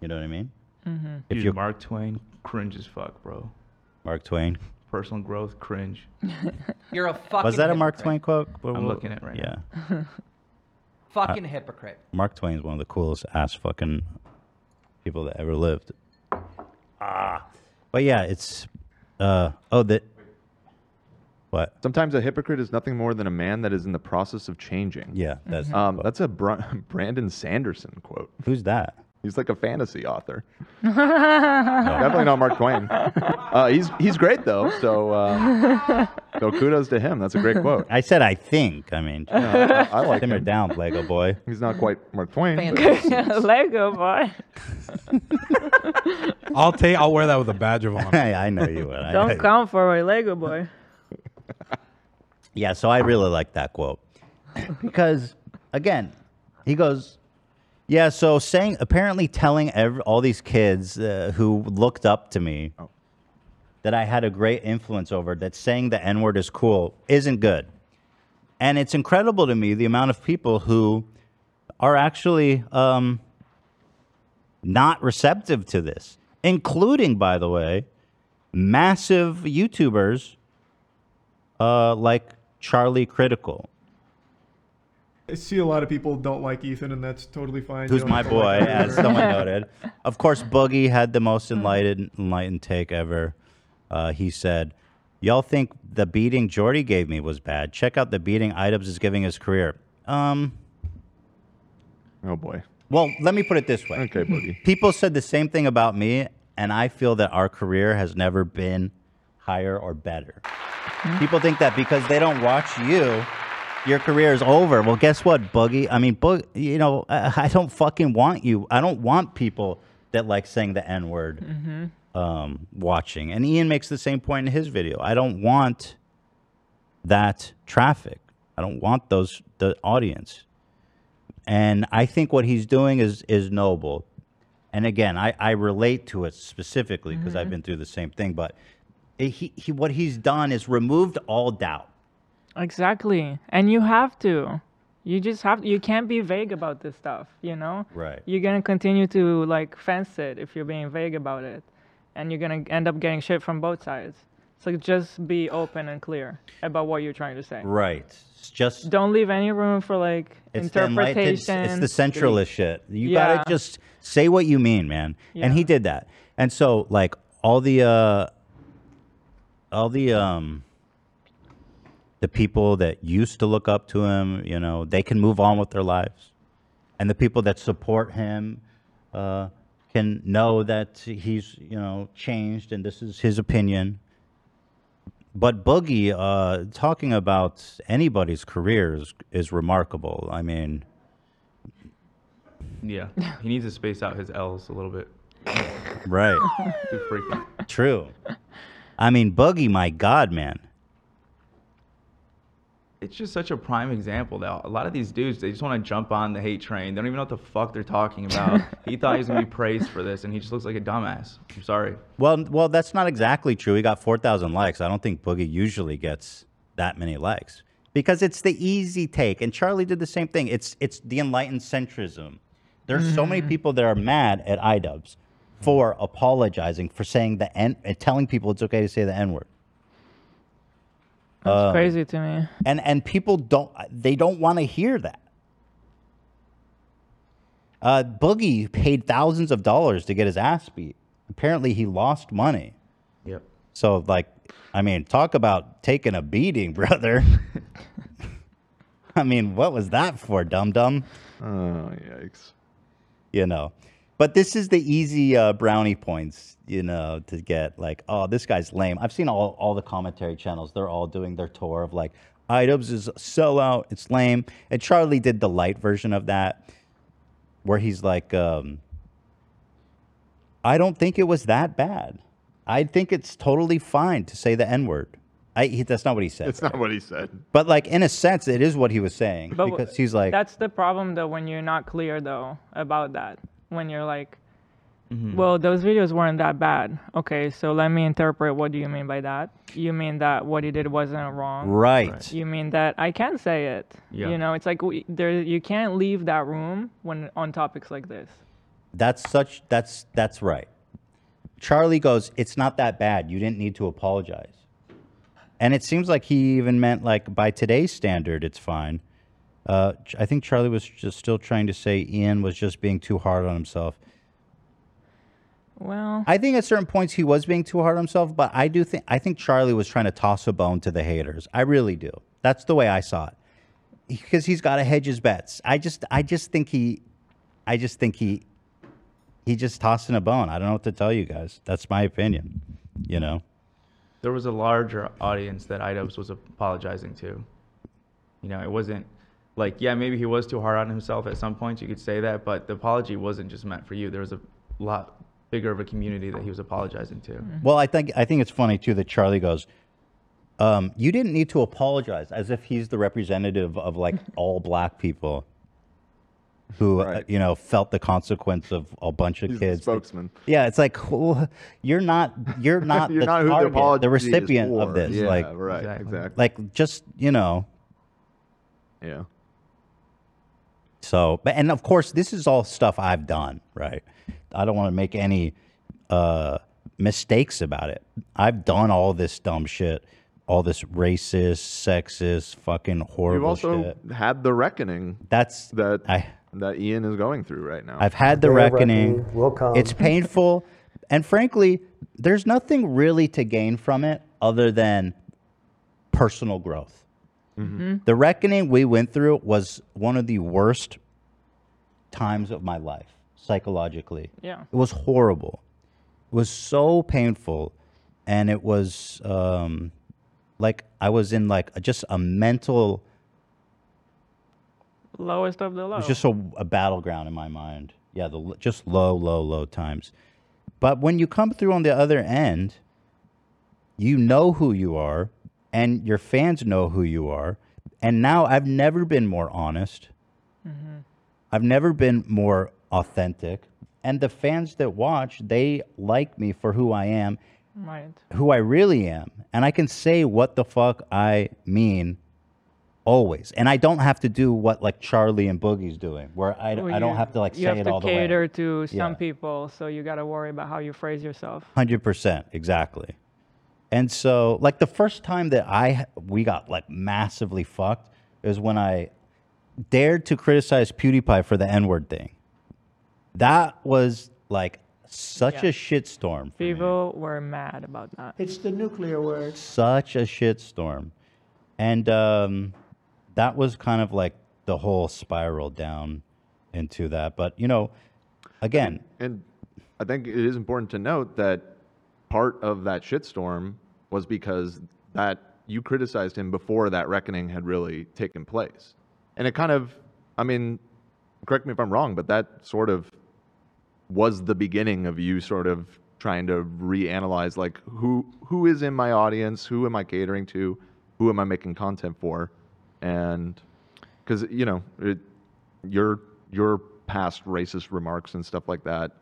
Speaker 2: You know what I mean?
Speaker 26: Mm-hmm.
Speaker 5: Mhm.
Speaker 2: If
Speaker 5: Dude,
Speaker 2: you
Speaker 5: Mark Twain, cringe as fuck, bro.
Speaker 2: Mark Twain.
Speaker 5: Personal growth, cringe.
Speaker 26: [LAUGHS] You're
Speaker 5: [LAUGHS]
Speaker 26: a fucking.
Speaker 2: Was that a Mark Twain
Speaker 26: hypocrite.
Speaker 2: quote? What-
Speaker 5: I'm
Speaker 2: what-
Speaker 5: looking at right
Speaker 2: Yeah.
Speaker 26: [LAUGHS] fucking hypocrite.
Speaker 2: Uh, Mark Twain's one of the coolest ass fucking people that ever lived. Ah. But yeah, it's uh oh that What?
Speaker 1: Sometimes a hypocrite is nothing more than a man that is in the process of changing.
Speaker 2: Yeah, that's
Speaker 1: um, that's a Br- [LAUGHS] Brandon Sanderson quote.
Speaker 2: Who's that?
Speaker 1: He's like a fantasy author.
Speaker 3: Definitely
Speaker 1: Definitely not Mark
Speaker 2: [LAUGHS]
Speaker 1: Twain. Uh, he's he's great though.
Speaker 3: [LAUGHS]
Speaker 1: So uh, so kudos to him. That's a great quote.
Speaker 2: I said I think. I mean,
Speaker 1: yeah, I, I like
Speaker 2: simmer
Speaker 1: him.
Speaker 2: down, Lego boy.
Speaker 1: [LAUGHS] He's not quite Mark Twain.
Speaker 3: [LAUGHS]
Speaker 1: but-
Speaker 3: Lego boy.
Speaker 14: I'll take. I'll wear that with a badge
Speaker 2: [LAUGHS]
Speaker 14: of honor.
Speaker 2: I, know you would.
Speaker 3: Don't come for a Lego boy.
Speaker 2: Yeah, so I really like that quote [CLEARS THROAT] because again, he goes, "Yeah." So saying apparently telling ev- all these kids uh, who looked up to me that I had a great influence over that saying the N word is cool isn't good, and it's incredible to me the amount of people who are actually um, not receptive to this, including, by the way, massive YouTubers uh, like Charlie Critical,
Speaker 17: I see a lot of people don't like Ethan, and that's totally fine.
Speaker 2: who's
Speaker 17: Don't
Speaker 2: my
Speaker 17: have to
Speaker 2: boy,
Speaker 17: like him
Speaker 2: as
Speaker 17: either.
Speaker 2: someone noted. Of course, Boogie had the most enlightened, enlightened take ever. Uh, he said, Y'all think the beating Jordy gave me was bad. Check out the beating Idubs is giving his career. Um.
Speaker 1: Oh, boy.
Speaker 2: Well, let me put it this way.
Speaker 1: Okay, Boogie.
Speaker 2: People said the same thing about me, and I feel that our career has never been higher or better. People think that because they don't watch you, your career is over. Well, guess what, Boogie? I mean, Boog, you know, I, I don't fucking want you. I don't want people that like saying the N word
Speaker 3: Mm-hmm.
Speaker 25: Mhm.
Speaker 2: um, watching. And Ian makes the same point in his video. I don't want that traffic. I don't want those the audience. And I think what he's doing is is noble. And again, I, I relate to it specifically because
Speaker 3: Mm-hmm.
Speaker 2: I've been through the same thing. But it- he, he what he's done is removed all doubt.
Speaker 3: Exactly, and you have to. You just have. You can't be vague about this stuff. You know.
Speaker 2: Right.
Speaker 3: You're gonna continue to like fence it if you're being vague about it, and you're gonna end up getting shit from both sides. So just be open and clear about what you're trying to say.
Speaker 2: Right. It's just
Speaker 3: Don't leave any room for like
Speaker 2: It's the, enlight-
Speaker 3: interpretation.
Speaker 2: it's, it's the centralist shit. You
Speaker 3: Yeah.
Speaker 2: gotta just say what you mean, man. And he did that. And so like all the uh all the um the people that used to look up to him, you know, they can move on with their lives. And the people that support him uh can know that he's, you know, changed and this is his opinion. But Boogie, uh, talking about anybody's career is, is remarkable. I mean,
Speaker 5: Yeah, he needs to space out his L's a little bit.
Speaker 2: right.
Speaker 5: Too frequent.
Speaker 2: True. I mean, Boogie, my God, man.
Speaker 5: It's just such a prime example that a lot of these dudes they just want to jump on the hate train. They don't even know what the fuck they're
Speaker 26: [LAUGHS]
Speaker 5: talking about. he thought he was gonna be praised for this, and he just looks like a dumbass. I'm sorry.
Speaker 2: Well, well, that's not exactly true. He got 4,000 likes. I don't think Boogie usually gets that many likes because it's the easy take. And Charlie did the same thing. It's it's the enlightened centrism. There's so many people that are mad at IDubs for apologizing for saying the n, uh, telling people it's okay to say the n word. Uh,
Speaker 3: That's crazy to me.
Speaker 2: and and people don't they don't want to hear that. Uh, Boogie paid thousands of dollars to get his ass beat. Apparently, he lost money.
Speaker 5: Yep.
Speaker 2: So, like, I mean, talk about taking a beating, [LAUGHS]
Speaker 1: [LAUGHS]
Speaker 2: brother. I mean, what was that for, dum dum?
Speaker 1: Oh yikes!
Speaker 2: You know, but this is the easy uh, brownie points, you know, to get like, oh, this guy's lame. I've seen all all the commentary channels; they're all doing their tour of like, Idubs is a sellout, it's lame. And Charlie did the light version of that, where he's like, um, I don't think it was that bad. I think it's totally fine to say the N word. I, he, that's not what he said.
Speaker 1: It's [LAUGHS] not what he said.
Speaker 2: But like in a sense, it is what he was saying
Speaker 3: But w-
Speaker 2: because he's like,
Speaker 3: that's the problem though when you're not clear though about that. When you're like,
Speaker 2: Mm-hmm. Hmm.
Speaker 3: well, those videos weren't that bad. Okay, so let me interpret. What do you mean by that? You mean that what he did wasn't wrong?
Speaker 2: Right. Right.
Speaker 3: You mean that I can say it?
Speaker 2: Yeah.
Speaker 3: You know, it's like we, there you can't leave that room when on topics like this.
Speaker 2: that's such that's that's right. Charlie goes, it's not that bad. You didn't need to apologize. And it seems like he even meant like by today's standard, it's fine. Uh, Ch- I think Charlie was just still trying to say Ian was just being too hard on himself.
Speaker 3: Well,
Speaker 2: I think at certain points he was being too hard on himself, but I do think I think Charlie was trying to toss a bone to the haters. I really do. That's the way I saw it. Because he's got to hedge his bets. I just I just think he I just think he he just tossing a bone. I don't know what to tell you guys. That's my opinion, you know.
Speaker 5: There was a larger audience that Idubs was apologizing to. You know, it wasn't like yeah, maybe he was too hard on himself at some points. You could say that, but the apology wasn't just meant for you. There was a lot bigger of a community that he was apologizing to.
Speaker 1: Mm-hmm.
Speaker 2: Well, I think I think it's funny too that Charlie goes, um, "You didn't need to apologize," as if he's the representative
Speaker 1: [LAUGHS]
Speaker 2: of like all black people who uh, you know felt the consequence of a bunch of
Speaker 1: He's the
Speaker 2: kids.
Speaker 1: spokesman.
Speaker 2: yeah, it's like wh- you're not you're [LAUGHS] not
Speaker 1: You're
Speaker 2: the
Speaker 1: not who the
Speaker 2: target,
Speaker 1: apology
Speaker 2: the
Speaker 1: is
Speaker 2: recipient
Speaker 1: for.
Speaker 2: of this.
Speaker 1: Yeah,
Speaker 2: like
Speaker 1: right, Exactly. exactly.
Speaker 2: Like just you know.
Speaker 1: Yeah.
Speaker 2: So, but and of course, this is all stuff I've done, right? I don't want to make any uh, mistakes about it. I've done all this dumb shit, all this racist, sexist, fucking
Speaker 1: You've
Speaker 2: horrible
Speaker 1: also
Speaker 2: shit.
Speaker 1: had the reckoning.
Speaker 2: That's
Speaker 1: that
Speaker 2: I,
Speaker 1: that Ian is going through right now.
Speaker 2: I've had the
Speaker 1: Their
Speaker 2: reckoning.
Speaker 1: reckoning will come.
Speaker 2: It's painful, and frankly, there's nothing really to gain from it other than personal growth.
Speaker 25: Mhm.
Speaker 2: The reckoning we went through was one of the worst times of my life psychologically.
Speaker 25: Yeah.
Speaker 2: It was horrible. It was so painful and it was um like I was in like a- just a mental
Speaker 3: Lowest of the
Speaker 2: it
Speaker 3: low.
Speaker 2: was just a, a battleground in my mind. Yeah, the l- just low, low, low times. But when you come through on the other end, you know who you are, and your fans know who you are. And now I've never been more honest.
Speaker 3: Mm-hmm.
Speaker 2: I've never been more authentic. And the fans that watch, they like me for who I am,
Speaker 3: Right.
Speaker 2: who I really am. And I can say what the fuck I mean always. And I don't have to do what like Charlie and Boogie's doing, where I,
Speaker 3: Well,
Speaker 2: I don't
Speaker 3: you-
Speaker 2: have to like
Speaker 3: you
Speaker 2: say
Speaker 3: have
Speaker 2: it
Speaker 3: to
Speaker 2: all the way.
Speaker 3: cater to some
Speaker 2: Yeah.
Speaker 3: people, so you got to worry about how you phrase yourself.
Speaker 2: Hundred percent, exactly. And so, like the first time that I we got like massively fucked is when I dared to criticize PewDiePie for the N word thing. That was like such
Speaker 3: Yeah.
Speaker 2: a shitstorm.
Speaker 3: People were mad about that.
Speaker 26: It's the nuclear word.
Speaker 2: Such a shitstorm. And um, that was kind of like the whole spiral down into that. But you know, again,
Speaker 1: And I think it is important to note that part of that shitstorm was because that you criticized him before that reckoning had really taken place. And it kind of, I mean, correct me if I'm wrong, but that sort of was the beginning of you sort of trying to reanalyze like who who is in my audience, who am I catering to, who am I making content for, and because you know it, your your past racist remarks and stuff like that.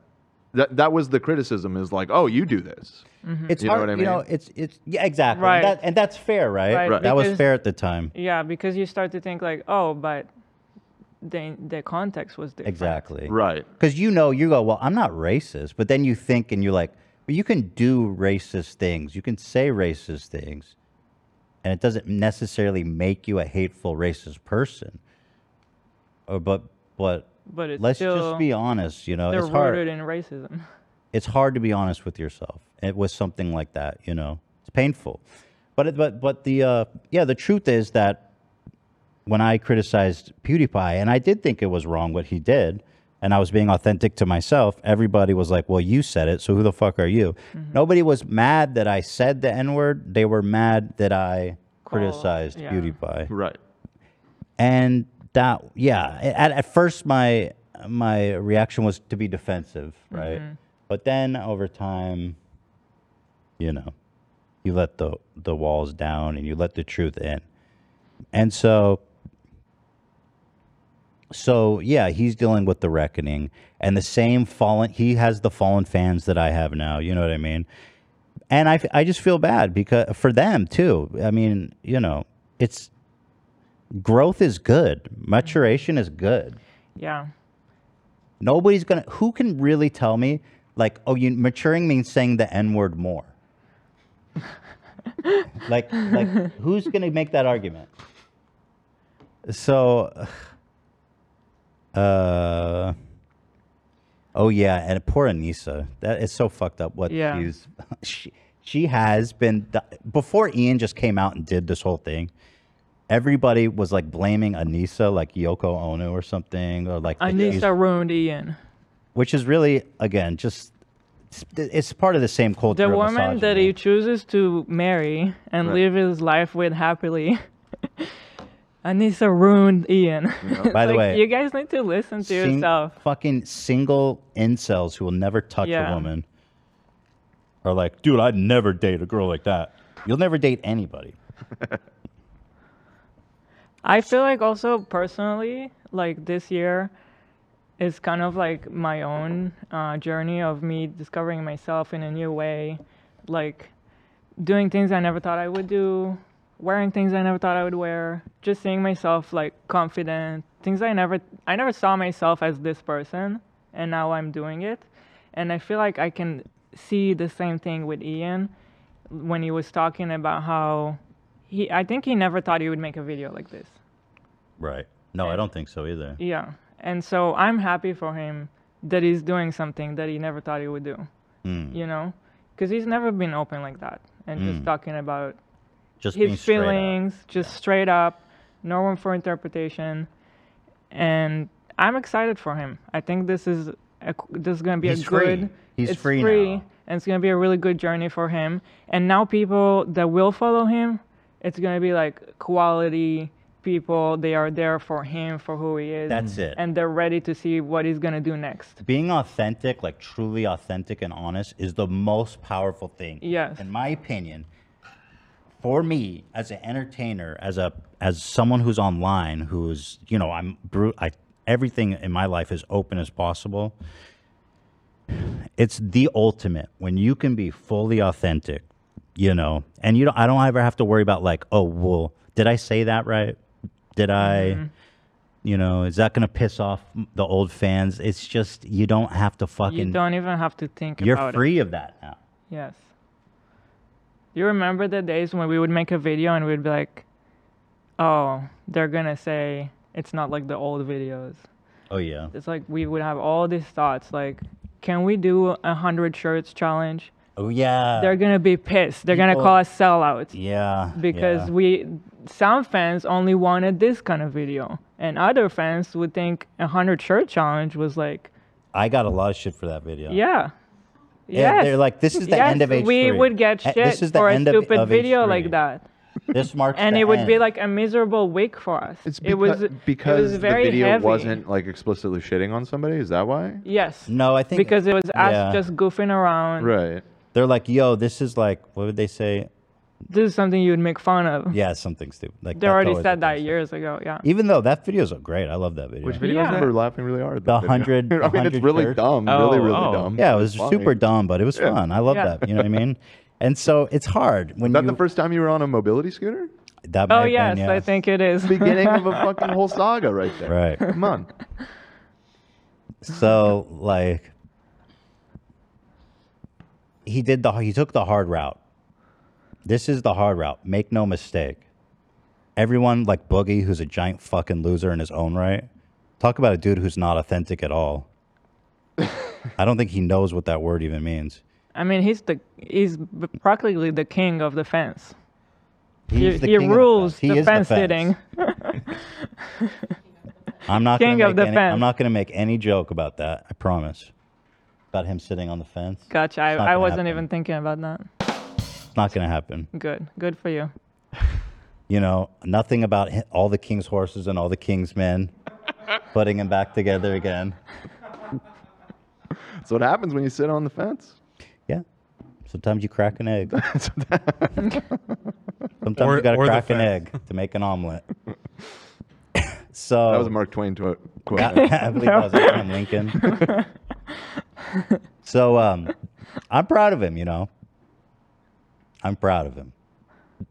Speaker 1: That that was the criticism is like, oh, you do this.
Speaker 2: it's
Speaker 1: You know
Speaker 2: hard.
Speaker 1: what I
Speaker 2: You know,
Speaker 1: mean?
Speaker 2: it's it's yeah, exactly.
Speaker 3: Mm-hmm. Right.
Speaker 2: That, and that's fair, right?
Speaker 3: Right, Right.
Speaker 2: That was
Speaker 3: because-
Speaker 2: fair at the time.
Speaker 3: Yeah, because you start to think like, oh, but the the context was different.
Speaker 2: Exactly.
Speaker 1: Right.
Speaker 2: Because you know, you go, well, I'm not racist, but then you think and you're like, but you can do racist things. You can say racist things, and it doesn't necessarily make you a hateful racist person. Or but but
Speaker 3: But it's
Speaker 2: let's
Speaker 3: still-
Speaker 2: just be honest. You know,
Speaker 3: They're
Speaker 2: it's hard.
Speaker 3: rooted in racism. [LAUGHS]
Speaker 2: it's hard to be honest with yourself It was something like that you know it's painful but it, but but the uh, yeah the truth is that when i criticized pewdiepie and i did think it was wrong what he did and i was being authentic to myself everybody was like well you said it so who the fuck are you nobody was mad that i said the n word they were mad that i criticized
Speaker 1: yeah.
Speaker 2: pewdiepie
Speaker 1: right
Speaker 2: and that yeah at, at first my my reaction was to be defensive right
Speaker 11: Mhm.
Speaker 2: but then over time you know you let the the walls down and you let the truth in and so so yeah he's dealing with the reckoning and the same fallen he has the fallen fans that i have now you know what i mean and i, f- I just feel bad because for them too i mean you know it's growth is good maturation is good
Speaker 3: Yeah.
Speaker 2: Nobody's gonna. Who can really tell me, like, oh, you maturing means saying the n word more? like, like, who's gonna make that argument? So, [SIGHS] uh, oh yeah, and poor Anissa. That is so fucked up. What
Speaker 11: Yeah.
Speaker 2: she's [LAUGHS] she she has been before Ian just came out and did this whole thing. Everybody was like blaming Anissa, like Yoko Ono or something, or like that she's-
Speaker 3: Anissa ruined Ian.
Speaker 2: which is really again just it's- it's part of the same culture.
Speaker 3: The
Speaker 2: of
Speaker 3: woman
Speaker 2: misogyny.
Speaker 3: that he chooses to marry and
Speaker 2: Right.
Speaker 3: live his life with happily. [LAUGHS] Anissa ruined Ian. It's
Speaker 2: By
Speaker 3: [LAUGHS]
Speaker 2: the
Speaker 3: like,
Speaker 2: way,
Speaker 3: you guys need to listen to
Speaker 2: Sing-
Speaker 3: yourself.
Speaker 2: fucking single incels who will never touch
Speaker 3: Yeah.
Speaker 2: a woman are like, dude, I'd never date a girl like that. You'll never date anybody.
Speaker 3: I feel like also personally, like this year is kind of like my own uh, journey of me discovering myself in a new way, like doing things I never thought I would do, wearing things I never thought I would wear, just seeing myself like confident, things I never I never saw myself as this person, and now I'm doing it, and I feel like I can see the same thing with Ian when he was talking about how he I think he never thought he would make a video like this.
Speaker 2: Right. No, I don't think so either.
Speaker 3: Yeah. And so I'm happy for him that he's doing something that he never thought he would do.
Speaker 2: Mm.
Speaker 3: You know? Because he's never been open like that and just
Speaker 2: Mm.
Speaker 3: talking about
Speaker 2: Just being
Speaker 3: his
Speaker 2: straight up.
Speaker 3: feelings, just straight up, no room for interpretation. And I'm excited for him. I think this is a, c- this is going to be
Speaker 2: He's
Speaker 3: a
Speaker 2: free.
Speaker 3: good.
Speaker 2: He's
Speaker 3: it's
Speaker 2: free now.
Speaker 3: And it's going to be a really good journey for him. And now people that will follow him, it's going to be like quality people. They are there for him, for who he is.
Speaker 2: That's it.
Speaker 3: And they're ready to see what he's going to do next.
Speaker 2: Being authentic, like truly authentic and honest, is the most powerful thing.
Speaker 3: Yes.
Speaker 2: In my opinion, for me as an entertainer, as a as someone who's online, who's you know, I'm bru- I everything in my life is open as possible. It's the ultimate when you can be fully authentic, you know, and you don't. I don't ever have to worry about like, oh, well, did I say that right? Did I? You know, is that gonna piss off the old fans? It's just you don't have to fucking.
Speaker 3: you don't even have to think
Speaker 2: you're
Speaker 3: about it.
Speaker 2: free of that now.
Speaker 3: Yes. You remember the days when we would make a video and we'd be like, "Oh, they're gonna say it's not like the old videos."
Speaker 2: Oh yeah.
Speaker 3: It's like we would have all these thoughts like, "Can we do a hundred shirts challenge?"
Speaker 2: Oh yeah.
Speaker 3: They're gonna be pissed. They're gonna
Speaker 2: People-
Speaker 3: call us sellouts
Speaker 2: Yeah.
Speaker 3: because
Speaker 2: yeah.
Speaker 3: we some fans only wanted this kind of video and other fans would think a hundred shirt challenge was like
Speaker 2: I got a lot of shit for that video.
Speaker 3: yeah
Speaker 2: Yeah,
Speaker 3: yes.
Speaker 2: they're like, "This is the
Speaker 3: Yes,
Speaker 2: end of
Speaker 3: we
Speaker 2: H3.
Speaker 3: would get
Speaker 2: Uh,
Speaker 3: shit
Speaker 2: this is the
Speaker 3: for
Speaker 2: end
Speaker 3: a
Speaker 2: of-
Speaker 3: stupid
Speaker 2: of
Speaker 3: video
Speaker 2: H3.
Speaker 3: like that
Speaker 2: This marks
Speaker 3: and
Speaker 2: the
Speaker 3: it would be
Speaker 2: end.
Speaker 3: like a miserable week for us it
Speaker 1: Becau-
Speaker 3: was
Speaker 1: because
Speaker 3: it was very
Speaker 1: the video
Speaker 3: heavy.
Speaker 1: wasn't like explicitly shitting on somebody.
Speaker 3: [LAUGHS]
Speaker 1: Is that why?
Speaker 3: yes
Speaker 2: No, I think
Speaker 3: because it was us
Speaker 2: Yeah.
Speaker 3: just goofing around
Speaker 1: Right.
Speaker 2: They're like, yo, this is like, what would they say?
Speaker 3: this is something you would make fun of
Speaker 2: Yeah, something stupid. Like
Speaker 3: they
Speaker 2: that's
Speaker 3: already
Speaker 2: always
Speaker 3: said that years ago yeah
Speaker 2: Even though that video's great, I love that video.
Speaker 1: Which video
Speaker 3: is Yeah. that?
Speaker 1: We're laughing really hard. at
Speaker 2: The
Speaker 1: that video. [LAUGHS]
Speaker 2: hundred.
Speaker 1: I mean, it's really dumb. really, really
Speaker 3: Oh,
Speaker 1: dumb.
Speaker 2: Yeah, it was
Speaker 1: funny.
Speaker 2: super dumb, but it was
Speaker 1: Yeah.
Speaker 2: fun. I love
Speaker 1: Yeah.
Speaker 2: that. You know what I mean? And so it's hard when
Speaker 1: Is that
Speaker 2: you.
Speaker 1: the first time you were on a mobility scooter?
Speaker 2: That
Speaker 3: oh
Speaker 2: might
Speaker 3: yes
Speaker 2: have been,
Speaker 3: i think it is
Speaker 1: Beginning
Speaker 3: [LAUGHS]
Speaker 1: of a fucking whole saga right there.
Speaker 2: Right.
Speaker 1: Come on.
Speaker 2: So like, he did the he took the hard route. This is the hard route. Make no mistake. Everyone like Boogie, who's a giant fucking loser in his own right. Talk about a dude who's not authentic at all. I don't think he knows what that word even means.
Speaker 3: I mean, he's the he's b- practically the king of the fence.
Speaker 2: He's
Speaker 3: he
Speaker 2: the
Speaker 3: he
Speaker 2: king of the
Speaker 3: rules
Speaker 2: fence. He is the
Speaker 3: fence,
Speaker 2: fence. [LAUGHS]
Speaker 3: sitting.
Speaker 2: I'm not
Speaker 3: King
Speaker 2: gonna
Speaker 3: of
Speaker 2: make
Speaker 3: the
Speaker 2: any,
Speaker 3: fence.
Speaker 2: I'm not gonna make any joke about that. I promise. About him sitting on the fence.
Speaker 3: gotcha. I,
Speaker 2: It's not
Speaker 3: I
Speaker 2: gonna
Speaker 3: wasn't
Speaker 2: happen.
Speaker 3: even thinking about that.
Speaker 2: It's not gonna happen.
Speaker 3: Good. Good for you.
Speaker 2: You know, nothing about hi- all the king's horses and all the
Speaker 1: [LAUGHS]
Speaker 2: king's men, putting him back together again.
Speaker 1: That's what happens when you sit on the fence.
Speaker 2: Yeah. Sometimes you crack
Speaker 1: [LAUGHS]
Speaker 2: an egg. [LAUGHS] Sometimes
Speaker 1: Or-
Speaker 2: you gotta
Speaker 1: or the
Speaker 2: crack an
Speaker 1: fence.
Speaker 2: egg to make
Speaker 1: [LAUGHS]
Speaker 2: an omelet. so
Speaker 1: that was a Mark Twain twi- quote.
Speaker 2: I [LAUGHS] believe that was Abraham Lincoln. so um, I'm proud of him, you know. I'm proud of him.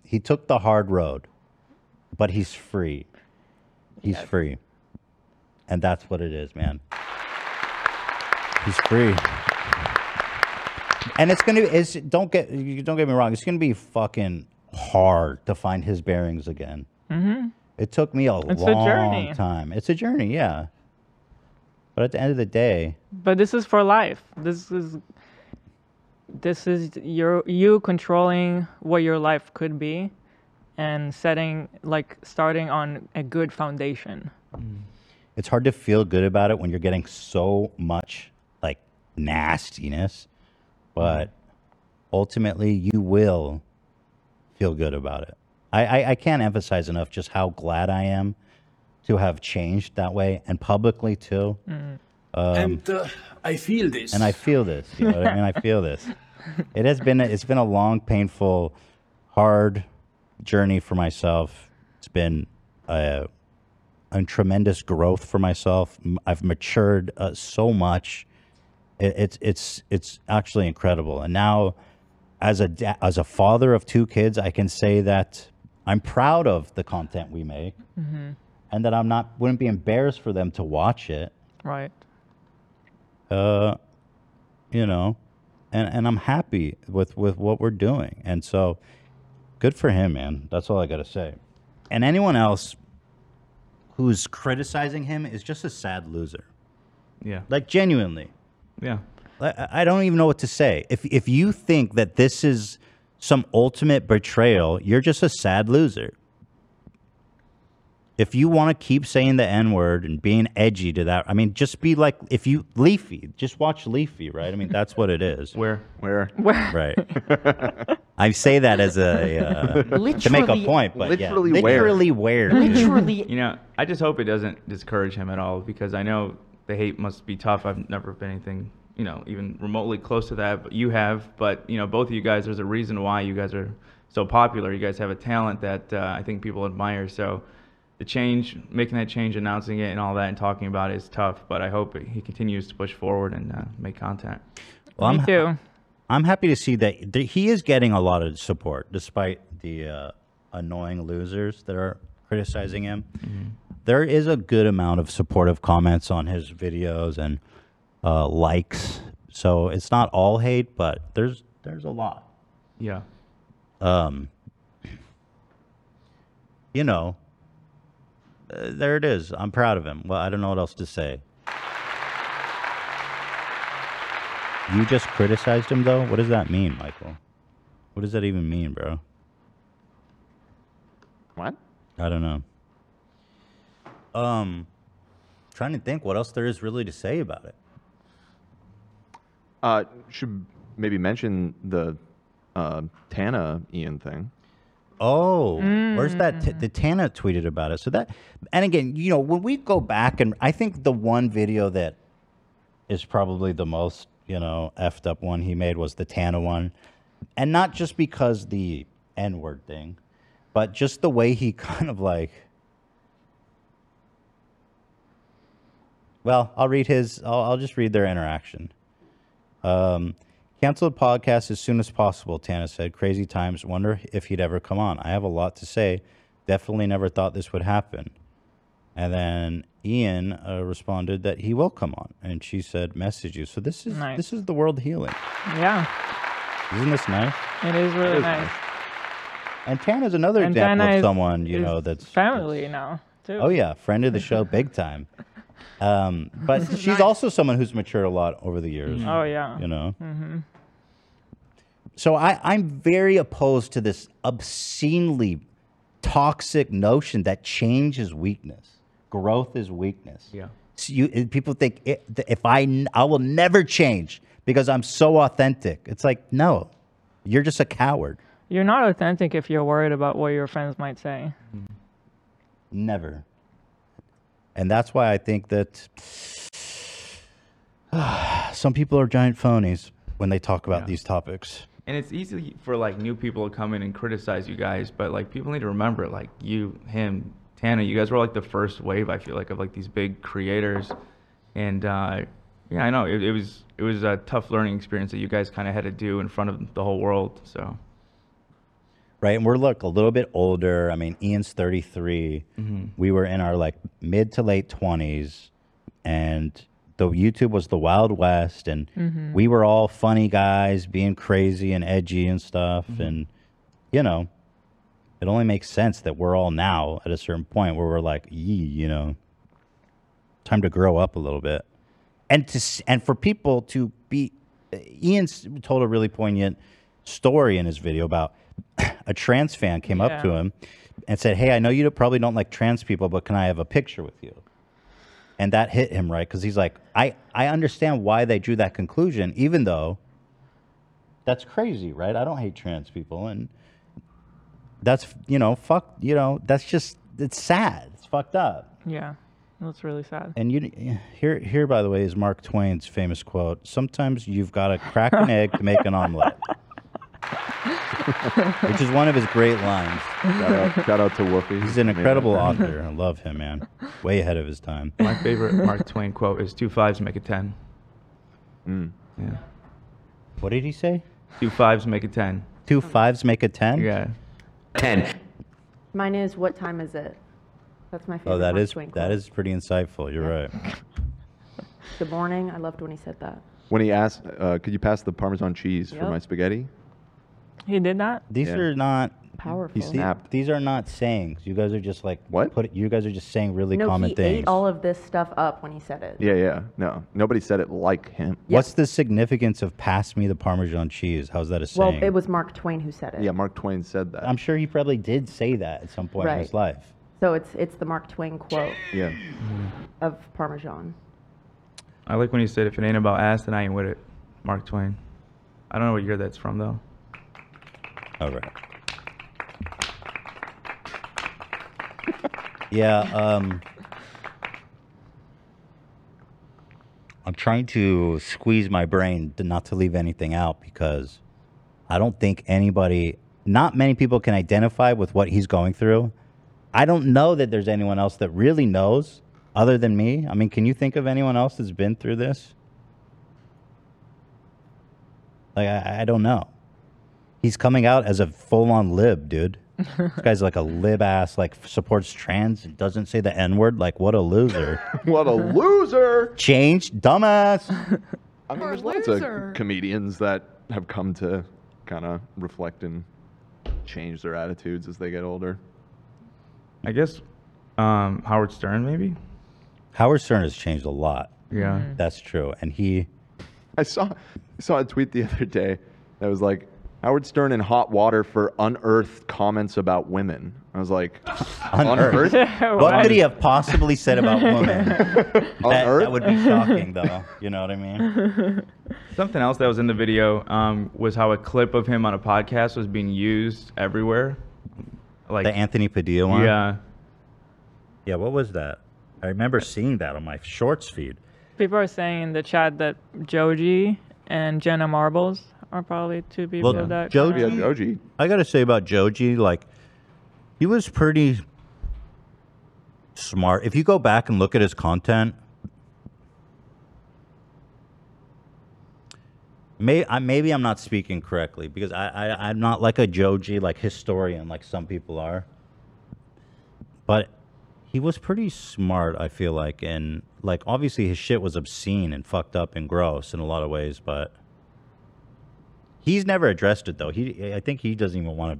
Speaker 2: He took the hard road, but he's free. He's free. And that's what it is, man. He's free. And it's gonna it's don't get you don't get me wrong, it's gonna be fucking hard to find his bearings again.
Speaker 3: Mhm.
Speaker 2: It took me a
Speaker 3: It's a
Speaker 2: long
Speaker 3: journey.
Speaker 2: time. It's a journey, yeah. But at the end of the day,
Speaker 3: But this is for life. This is this is your you controlling what your life could be, and setting like starting on a good foundation.
Speaker 2: it's hard to feel good about it when you're getting so much like nastiness. But ultimately, you will feel good about it. I, I, I can't emphasize enough just how glad I am to have changed that way and publicly too. Um,
Speaker 27: and uh, I feel this.
Speaker 2: and I feel this. You know what I mean? I feel this. It has been a, it's been a long, painful, hard journey for myself. It's been a, a tremendous growth for myself. M- I've matured uh, so much. It, it's it's it's actually incredible. And now, as a da- as a father of two kids, I can say that I'm proud of the content we make,
Speaker 3: hmm
Speaker 2: and that I'm not wouldn't be embarrassed for them to watch it
Speaker 3: Right.
Speaker 2: uh, you know, and and I'm happy with with what we're doing, and so good for him, man. That's all I gotta say. And anyone else who's criticizing him is just a sad loser.
Speaker 5: Yeah.
Speaker 2: like genuinely.
Speaker 5: Yeah.
Speaker 2: Like, I, I don't even know what to say. If if you think that this is some ultimate betrayal, you're just a sad loser. If you want to keep saying the N word and being edgy to that, I mean, just be like if you Leafy, just watch Leafy, right? I mean, that's what it is.
Speaker 5: [LAUGHS] Where,
Speaker 1: where,
Speaker 3: where?
Speaker 2: Right. I say that as a
Speaker 5: [LAUGHS]
Speaker 2: uh, to make a
Speaker 5: Literally-
Speaker 2: point, but yeah,
Speaker 5: literally where.
Speaker 2: literally where, [LAUGHS]
Speaker 5: You know, I just hope it doesn't discourage him at all because I know the hate must be tough. I've never been anything, you know, even remotely close to that. But you have, but you know, both of you guys, there's a reason why you guys are so popular. You guys have a talent that uh, I think people admire. So the change, making that change, announcing it, and all that, and talking about it is tough. But I hope he continues to push forward and uh, make content.
Speaker 2: Well, I'm, I'm happy to see that th- he is getting a lot of support despite the uh, annoying losers that are criticizing him. There is a good amount of supportive comments on his videos and uh, likes. So it's not all hate, but there's there's a lot.
Speaker 5: Yeah.
Speaker 2: Um, you know, uh, there it is. I'm proud of him. Well, I don't know what else to say. You just criticized him, though. What does that mean, Michael? What does that even mean, bro?
Speaker 1: What?
Speaker 2: I don't know. Um, trying to think what else there is really to say about it.
Speaker 1: Uh, should maybe mention the uh, Tana Ian thing.
Speaker 2: Oh, where's that? T- the Tana tweeted about it. So that, and again, you know, when we go back and I think the one video that is probably the most, you know, effed up one he made was the Tana one. And not just because the N word thing, but just the way he [LAUGHS] kind of like, Well, I'll read his. I'll, I'll just read their interaction. Um, canceled podcast as soon as possible. Tana said. Crazy times. Wonder if he'd ever come on. I have a lot to say. Definitely never thought this would happen. And then Ian uh, responded that he will come on, and she said, "Message you." So this is
Speaker 3: Nice.
Speaker 2: this is the world healing.
Speaker 3: Yeah,
Speaker 2: Isn't this nice?
Speaker 3: it is really
Speaker 2: is
Speaker 3: nice.
Speaker 2: And Tana's another
Speaker 3: And
Speaker 2: example
Speaker 3: Tana
Speaker 2: of
Speaker 3: is-
Speaker 2: someone you
Speaker 3: is
Speaker 2: know that's
Speaker 3: family now too.
Speaker 2: Oh yeah, friend of the show, big time.
Speaker 3: [LAUGHS]
Speaker 2: Um, but
Speaker 3: This is
Speaker 2: she's also someone who's matured a lot over the years.
Speaker 3: Oh yeah.
Speaker 2: you know.
Speaker 3: hmm
Speaker 2: So I, I'm very opposed to this obscenely toxic notion that change is weakness, growth is weakness. Yeah. So you it- people think i- th- if I n- I will never change because I'm so authentic. It's like no, you're just a coward.
Speaker 3: You're not authentic if you're worried about what your friends might say.
Speaker 2: Never. And that's why I think that [SIGHS] some people are giant phonies when they talk about these topics.
Speaker 5: And it's easy for like new people to come in and criticize you guys, but like people need to remember like you, him, Tana, you guys were like the first wave I feel like of like these big creators, and uh, yeah, I know it, it was it was a tough learning experience that you guys kind of had to do in front of the whole world. So
Speaker 2: Right. And we're look a little bit older. I mean, Ian's 33.
Speaker 5: Mhm.
Speaker 2: We were in our like mid to late 20s and the YouTube was the Wild West and
Speaker 28: Mhm.
Speaker 2: we were all funny guys being crazy and edgy and stuff and you know, it only makes sense that we're all now at a certain point where we're like, yee, you know, time to grow up a little bit and to s- and for people to be Ian s- told a really poignant story in his video about [CLEARS THROAT] a trans fan came up to
Speaker 29: Yeah.
Speaker 2: him and said, "Hey, I know you probably don't like trans people, but can I have a picture with you?" And that hit him right because he's like, "I I understand why they drew that conclusion, even though that's crazy, right? I don't hate trans people, and that's you know, fuck, you know, that's just it's sad, it's fucked up."
Speaker 3: Yeah, that's really sad.
Speaker 2: And you here here by the way is Mark Twain's famous quote. Sometimes you've got to crack an egg to make
Speaker 4: [LAUGHS]
Speaker 2: an omelet. Which is one of his great lines.
Speaker 1: Shout out-
Speaker 2: to Whoopi. He's an
Speaker 1: Made that
Speaker 5: [LAUGHS]
Speaker 2: incredible
Speaker 1: happen.
Speaker 2: author. I love him, man. Way ahead of his time.
Speaker 5: my favorite Mark Twain quote is two fives make a ten. Yeah.
Speaker 2: What did he say?
Speaker 5: Two fives make a ten.
Speaker 2: Two fives make a ten.
Speaker 5: Yeah.
Speaker 2: Ten.
Speaker 4: Mine is what time is it? That's my favorite.
Speaker 2: Oh, that
Speaker 4: Mark
Speaker 2: is
Speaker 4: Twain quote.
Speaker 2: that is pretty insightful. You're right.
Speaker 4: Good morning. I loved when he said that.
Speaker 1: When he asked, uh, "Could you pass the Parmesan cheese for
Speaker 4: Yep.
Speaker 1: my spaghetti?"
Speaker 3: He did that.
Speaker 2: These
Speaker 1: Yeah.
Speaker 2: are not
Speaker 4: Powerful.
Speaker 2: These- These are not sayings. You guys are just like what? Put you guys are just saying really
Speaker 4: no,
Speaker 2: common
Speaker 4: he
Speaker 2: things.
Speaker 4: ate all of this stuff up when he said it.
Speaker 1: Yeah, yeah. No, nobody said it like him.
Speaker 2: What's the significance of "pass me the Parmesan cheese"? How's that a saying?
Speaker 4: Well, it was Mark Twain who said it.
Speaker 2: Yeah,
Speaker 1: Mark Twain said that.
Speaker 2: I'm sure he probably did say that at some point in his
Speaker 4: Right.
Speaker 2: life.
Speaker 4: So it's it's the Mark Twain quote
Speaker 1: Yeah.
Speaker 4: of Parmesan.
Speaker 5: I like when he said, "If it ain't about ass, then I ain't with it." Mark Twain. I don't know what year that's from though.
Speaker 2: All [LAUGHS] right. Yeah. Um, I'm trying to squeeze my brain to not to leave anything out because I don't think anybody, not many people can identify with what he's going through. I don't know that there's anyone else that really knows other than me. I mean, can you think of anyone else that's been through this? Like, I, I don't know. He's coming out as a full on lib, dude. this guy's like a lib ass, like supports trans and doesn't say the N word. Like, what a loser.
Speaker 1: [LAUGHS] What a loser!
Speaker 3: [LAUGHS]
Speaker 2: Change, dumbass.
Speaker 1: I mean, there's lots of comedians that have come to kind of reflect and change their attitudes as they get older.
Speaker 5: I guess um, Howard Stern, maybe.
Speaker 2: Howard Stern has changed a lot.
Speaker 5: Yeah. Mhm.
Speaker 2: that's true. And he
Speaker 1: I saw saw a tweet the other day that was like Howard Stern in hot water for unearthed comments about women. I was
Speaker 2: [LAUGHS]
Speaker 1: like,
Speaker 2: unearthed. what could he have possibly
Speaker 1: [LAUGHS]
Speaker 2: said about
Speaker 5: [LAUGHS]
Speaker 2: women? that, that
Speaker 1: Unearthed?
Speaker 2: would be shocking, though. You know what I mean?
Speaker 5: [LAUGHS] Something else that was in the video um, was how a clip of him on a podcast was being used everywhere. Like
Speaker 2: the Anthony Padilla one.
Speaker 5: Yeah.
Speaker 2: Yeah. What was that? I remember seeing that on my shorts feed.
Speaker 3: People are saying in the chat that Joji and Jenna Marbles are probably two people
Speaker 2: Well,
Speaker 3: that.
Speaker 2: Joji,
Speaker 3: kinda-
Speaker 2: I gotta say about Joji, like he was pretty smart. If you go back and look at his content, may I, maybe I'm not speaking correctly because I, I I'm not like a Joji like historian like some people are, but he was pretty smart. I feel like and like obviously his shit was obscene and fucked up and gross in a lot of ways, but. He's never addressed it though. He, I think he doesn't even want to.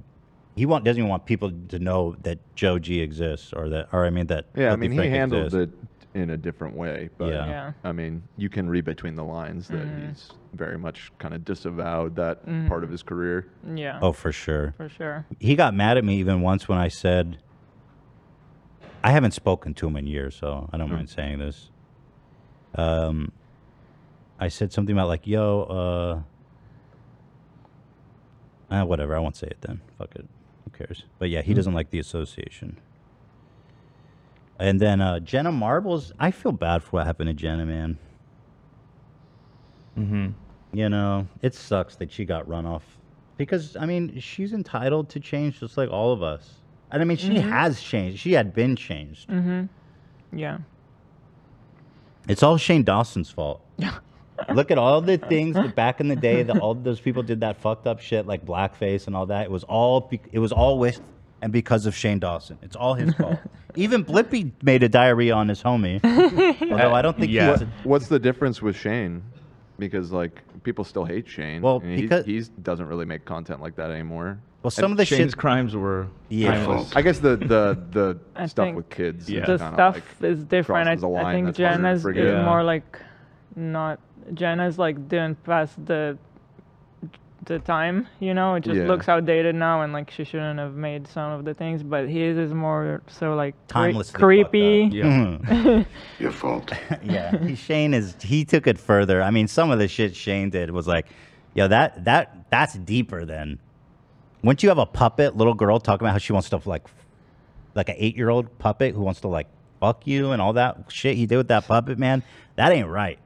Speaker 2: He want, doesn't even want people to know that Joe G exists or that, or I mean that.
Speaker 1: Yeah, I
Speaker 2: Filthy
Speaker 1: mean he
Speaker 2: Frank
Speaker 1: handled
Speaker 2: exists.
Speaker 1: it in a different way, but
Speaker 2: Yeah. Yeah.
Speaker 1: I mean you can read between the lines that
Speaker 3: Mhm.
Speaker 1: he's very much kind of disavowed that
Speaker 3: Mhm.
Speaker 1: part of his career.
Speaker 3: Yeah.
Speaker 2: Oh, for sure.
Speaker 3: For sure.
Speaker 2: He got mad at me even once when I said. I haven't spoken to him in years, so I don't
Speaker 1: Hmm.
Speaker 2: mind saying this. Um, I said something about like, "Yo, uh, uh, whatever." I won't say it then. Fuck it. Who cares? But yeah, he
Speaker 11: Hmm.
Speaker 2: doesn't like the association. And then uh, Jenna Marbles, I feel bad for what happened to Jenna, man.
Speaker 5: Mm-hmm.
Speaker 2: You know, it sucks that she got run off because I mean she's entitled to change just like all of us. And I mean she
Speaker 3: Mhm.
Speaker 2: has changed. She had been changed.
Speaker 3: Mhm. Yeah.
Speaker 2: It's all Shane Dawson's fault. Look at all the things that back in the day that all those people did that fucked up shit like blackface and all that. It was all be- it was all with and because of Shane Dawson. It's all his fault. Even Blippy made a diarrhea on his homie. Although I don't think
Speaker 1: yeah.
Speaker 2: he's a-
Speaker 1: what's the difference with Shane? Because like people still hate Shane. Well, and
Speaker 2: because-
Speaker 1: he he's- doesn't really make content like that anymore.
Speaker 2: Well,
Speaker 1: And
Speaker 2: some of the
Speaker 1: Shane's
Speaker 2: shit's
Speaker 1: cr-
Speaker 5: crimes were timeless.
Speaker 1: I guess the the
Speaker 3: [LAUGHS] I
Speaker 1: the stuff
Speaker 3: think
Speaker 1: with kids.
Speaker 5: Yeah.
Speaker 3: The
Speaker 1: kinda,
Speaker 3: stuff
Speaker 1: like,
Speaker 3: is different.
Speaker 1: crosses a
Speaker 3: I, I
Speaker 1: line
Speaker 3: think
Speaker 1: that's harder to
Speaker 3: Jenna's
Speaker 1: forgive.
Speaker 3: is more like not. Jenna's like didn't pass the the time. You know, it just
Speaker 2: Yeah.
Speaker 3: looks outdated now, and like she shouldn't have made some of the things. But his is more so like cre-
Speaker 2: Timelessly fucked
Speaker 3: creepy. [LAUGHS]
Speaker 2: Mhm.
Speaker 30: Your fault.
Speaker 2: [LAUGHS] yeah, he- Shane is he took it further. I mean, some of the shit Shane did was like, yo, that that that's deeper than. Once you have a puppet little girl talking about how she wants to like, f- like an eight year old puppet who wants to like fuck you and all that shit he did with that puppet man, that ain't right.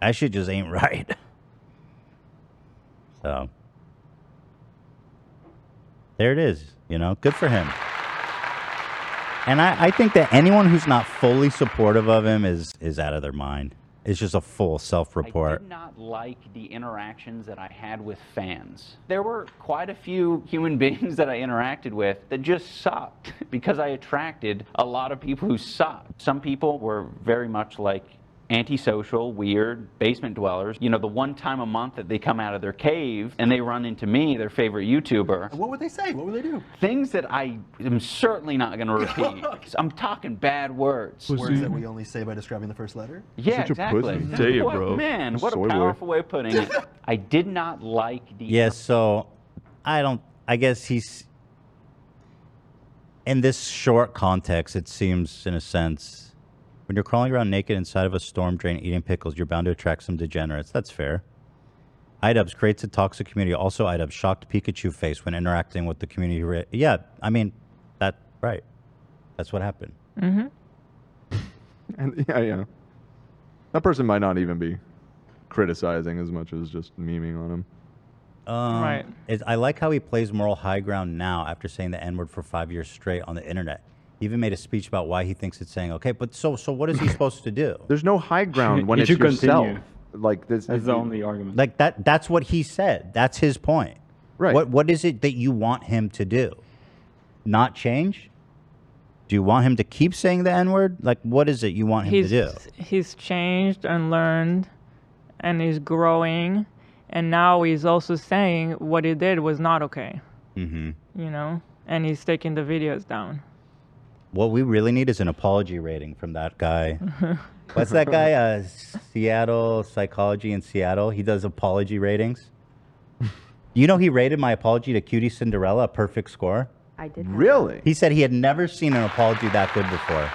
Speaker 2: That shit just ain't [LAUGHS] right. So there it is. You know, good for him. And I, I think that anyone who's not fully supportive of him is is out of their mind. It's just a full self
Speaker 28: I
Speaker 2: report.
Speaker 28: did not like the interactions that I had with fans. There were quite a few human [LAUGHS] beings that I interacted with that just sucked [LAUGHS] because I attracted a lot of people who sucked. Some people were very much like antisocial, weird basement dwellers. You know, the one time a month that they come out of their cave and they run into me, their favorite YouTuber.
Speaker 27: What would they say? What would they do?
Speaker 28: Things that I am certainly
Speaker 27: [LAUGHS]
Speaker 28: not going to repeat. I'm talking bad words.
Speaker 27: Words that we only say by describing the first letter.
Speaker 28: Yeah, exactly. What- Man, what a powerful way of
Speaker 4: [LAUGHS]
Speaker 28: putting it. I did not like the.
Speaker 2: Yeah, so I don't I guess he's in this short context, it seems in a sense when you're crawling around naked inside of a storm drain eating pickles, you're bound to attract some degenerates. That's fair. IDubbbz creates a toxic community. Also, IDubbbz shocked Pikachu face when interacting with the community. re- Yeah, I mean, that right. That's what happened.
Speaker 3: Mm-hmm.
Speaker 1: And [LAUGHS] yeah, yeah. That person might not even be criticizing as much as just memeing on him.
Speaker 2: Um,
Speaker 1: Right.
Speaker 2: is- I like how he plays moral high ground now after saying the N word for five years straight on the internet. He even made a speech about why he thinks it's saying okay, but so
Speaker 1: [LAUGHS]
Speaker 2: so what is he supposed to do?
Speaker 1: There's no high
Speaker 2: [LAUGHS]
Speaker 1: ground when
Speaker 2: You
Speaker 1: it's
Speaker 2: should
Speaker 1: yourself.
Speaker 2: continue.
Speaker 1: Like this.
Speaker 2: That's the only
Speaker 1: argument.
Speaker 2: Like that that's what he said. That's his point. Right. What what is it that you want him to do? Not change? Do you want him to keep saying the N word? Like what is it you want him
Speaker 3: he's
Speaker 2: to do?
Speaker 3: he's changed and learned, and he's growing, and now he's also saying what he did was not okay.
Speaker 2: Mm-hmm.
Speaker 3: you know, and he's taking the videos down.
Speaker 2: What we really need is an apology rating from that guy. What's that guy? Uh, Seattle Psychology in Seattle. He does apology ratings. You know, he rated my apology to Cutie Cinderella a perfect score.
Speaker 4: I did. have-
Speaker 1: Really?
Speaker 2: He said he had never seen an apology that good before.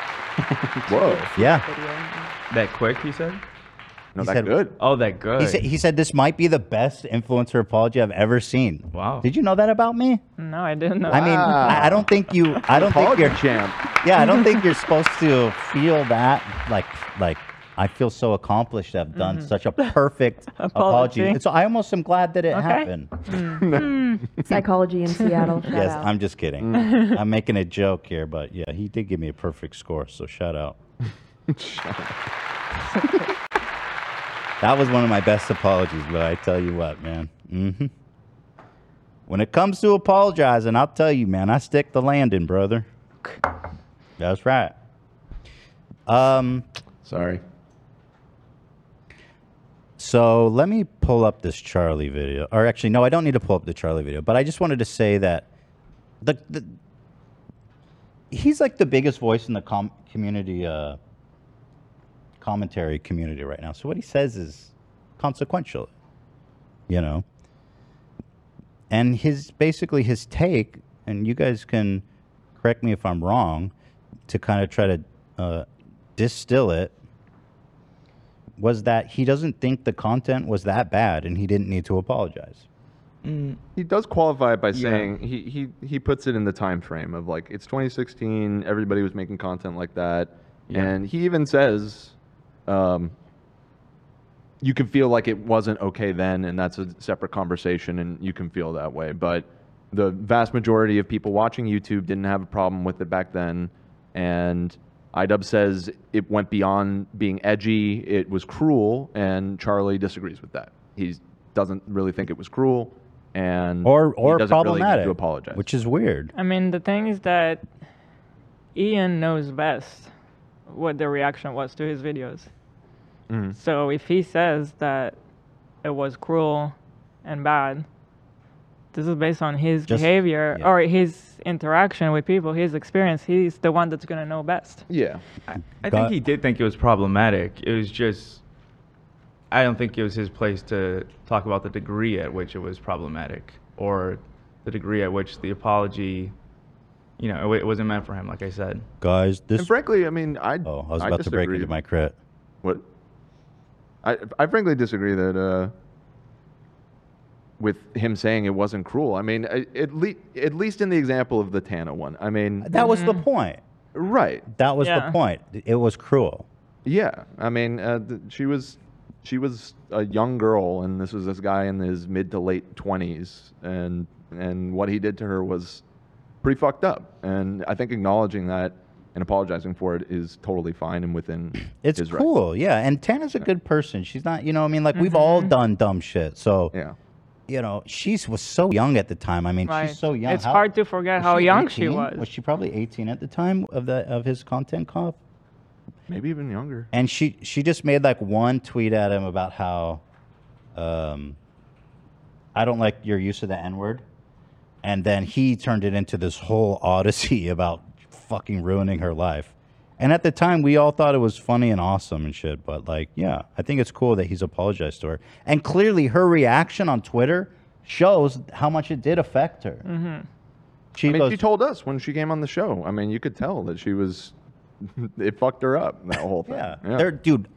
Speaker 1: [LAUGHS] Whoa.
Speaker 2: Yeah.
Speaker 5: That quick, he said?
Speaker 2: No, that good.
Speaker 5: Oh, that good.
Speaker 2: He said, he said this might be the best influencer apology I've ever seen. Wow. Did you know that about me?
Speaker 3: No, I didn't know.
Speaker 2: I mean, I, I don't think you. I don't think
Speaker 3: Apology
Speaker 2: you're
Speaker 1: champ.
Speaker 2: Yeah,
Speaker 3: [LAUGHS]
Speaker 2: I don't think you're supposed to feel that. Like, like I feel so accomplished to have done
Speaker 4: Mhm.
Speaker 2: such a perfect apology.
Speaker 4: Apology.
Speaker 2: And so I almost am glad that it happened.
Speaker 4: Mm.
Speaker 28: [LAUGHS]
Speaker 4: Psychology in Seattle. Shout
Speaker 2: yes,
Speaker 4: out.
Speaker 2: I'm just kidding.
Speaker 4: Mm.
Speaker 2: I'm making a joke here, but yeah, he did give me a perfect score. So shout out. [LAUGHS] That was one of my best apologies, but I tell you what, man. hmm When it comes to apologizing, I'll tell you, man, I stick the landing, brother. That's right. Um,
Speaker 1: Sorry.
Speaker 2: So let me pull up this Charlie video. Or actually, no, I don't need to pull up the Charlie video, but I just wanted to say that the, the he's like the biggest voice in the com- community uh, commentary community right now. So what he says is consequential, you know. And his basically his take, and you guys can correct me if I'm wrong, to kind of try to uh, distill it was that he doesn't think the content was that bad and he didn't need to apologize.
Speaker 5: Mm.
Speaker 1: He does qualify it by
Speaker 2: Yeah.
Speaker 1: saying he, he he puts it in the time frame of like it's 2016, everybody was making content like that, and he even says, um, you can feel like it wasn't okay then, and that's a separate conversation, and you can feel that way. But the vast majority of people watching YouTube didn't have a problem with it back then, and IDub says it went beyond being edgy; it was cruel, and Charlie disagrees with that. He doesn't really think it was cruel, and
Speaker 2: Or or
Speaker 1: he doesn't Really need
Speaker 2: problematic.
Speaker 1: to apologize.
Speaker 2: Which is weird.
Speaker 3: I mean, the thing is that Ian knows best what the reaction was to his videos.
Speaker 1: Mhm.
Speaker 3: So if he says that it was cruel and bad, this is based on his
Speaker 1: Just-
Speaker 3: behavior or his interaction with people, his experience. He's the one that's gonna know best.
Speaker 1: Yeah.
Speaker 5: I
Speaker 3: Got-
Speaker 5: think he did think it was problematic. It was just, I don't think it was his place to talk about the degree at which it was problematic or the degree at which the apology, you know, it wasn't meant for him, like I said.
Speaker 2: Guys, this
Speaker 1: and frankly, I mean, I oh,
Speaker 2: I was about to break into my crit.
Speaker 1: What? I I frankly disagree that uh, with him saying it wasn't cruel. I mean, I- at least at least in the example of the Tana one. I mean,
Speaker 2: That was the point.
Speaker 1: Right.
Speaker 2: That was
Speaker 1: Yeah.
Speaker 2: the point. It was cruel.
Speaker 1: Yeah, I mean, uh, th- she was she was a young girl, and this was this guy in his mid to late twenties, and and what he did to her was pretty fucked up. And I think acknowledging that and apologizing for it is totally fine and within
Speaker 2: [CLEARS THROAT] It's
Speaker 1: his right.
Speaker 2: cool, yeah. And Tana's a good person. She's not, you know, I mean, like we've
Speaker 3: Mm-hmm.
Speaker 2: all done dumb shit. So
Speaker 1: yeah,
Speaker 2: you know, she's was so young at the time. I mean,
Speaker 3: Right.
Speaker 2: she's so young.
Speaker 3: It's
Speaker 2: How-
Speaker 3: hard to forget
Speaker 2: was
Speaker 3: how young she
Speaker 2: 18?
Speaker 3: was.
Speaker 2: Was she probably eighteen at the time of the of his content comp?
Speaker 1: Maybe even younger.
Speaker 2: And she she just made like one tweet at him about how, um, I don't like your use of the N word, and then he turned it into this whole [LAUGHS] odyssey about fucking ruining her life. And at the time, we all thought it was funny and awesome and shit. But like, yeah, I think it's cool that he's apologized to her. And clearly, her reaction on Twitter shows how much it did affect her.
Speaker 3: Mm-hmm.
Speaker 2: She
Speaker 1: I mean,
Speaker 2: goes-
Speaker 1: she told us when she came on the show. I mean, you could tell that she was [LAUGHS] it fucked her up that whole thing.
Speaker 2: Yeah. They're, dude,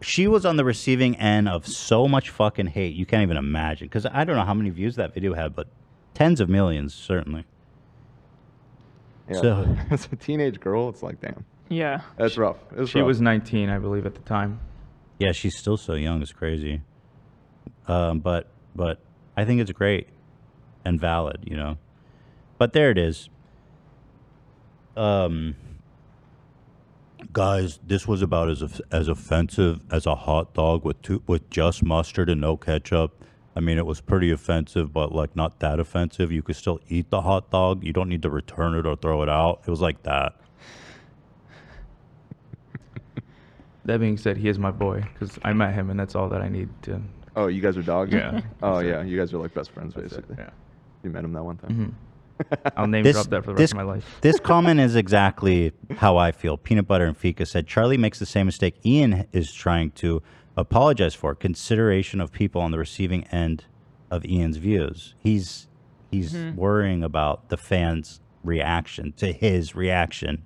Speaker 2: she was on the receiving end of so much fucking hate. You can't even imagine. Because I don't know how many views that video had, but tens of millions, certainly.
Speaker 1: Yeah.
Speaker 2: So-
Speaker 1: [LAUGHS] as a teenage girl, it's like damn.
Speaker 3: Yeah.
Speaker 1: That's rough. It's
Speaker 5: She
Speaker 1: rough.
Speaker 5: was 19, I believe, at the time.
Speaker 2: Yeah, she's still so young. It's crazy. Um, but but I think it's great and valid, you know. But there it is. Um, guys, this was about as of- as offensive as a hot dog with two, with just mustard and no ketchup. I mean, it was pretty offensive, but like not that offensive. You could still eat the hot dog. You don't need to return it or throw it out. It was like that.
Speaker 5: That being said, he is my boy because I met him and that's all that I need to.
Speaker 1: [LAUGHS] Oh, you guys are dogs.
Speaker 5: Yeah.
Speaker 1: Oh yeah, you guys are like best friends basically.
Speaker 5: Yeah. Mm-hmm.
Speaker 1: You met him that one time. [LAUGHS]
Speaker 5: I'll name
Speaker 1: This-
Speaker 5: drop that for the
Speaker 1: this-
Speaker 5: rest of my life.
Speaker 2: [LAUGHS] this comment is exactly how I feel. Peanut butter and Fika said Charlie makes the same mistake Ian is trying to apologize for consideration of people on the receiving end of Ian's views. He's he's
Speaker 31: Mhm.
Speaker 2: worrying about the fans' reaction to his reaction.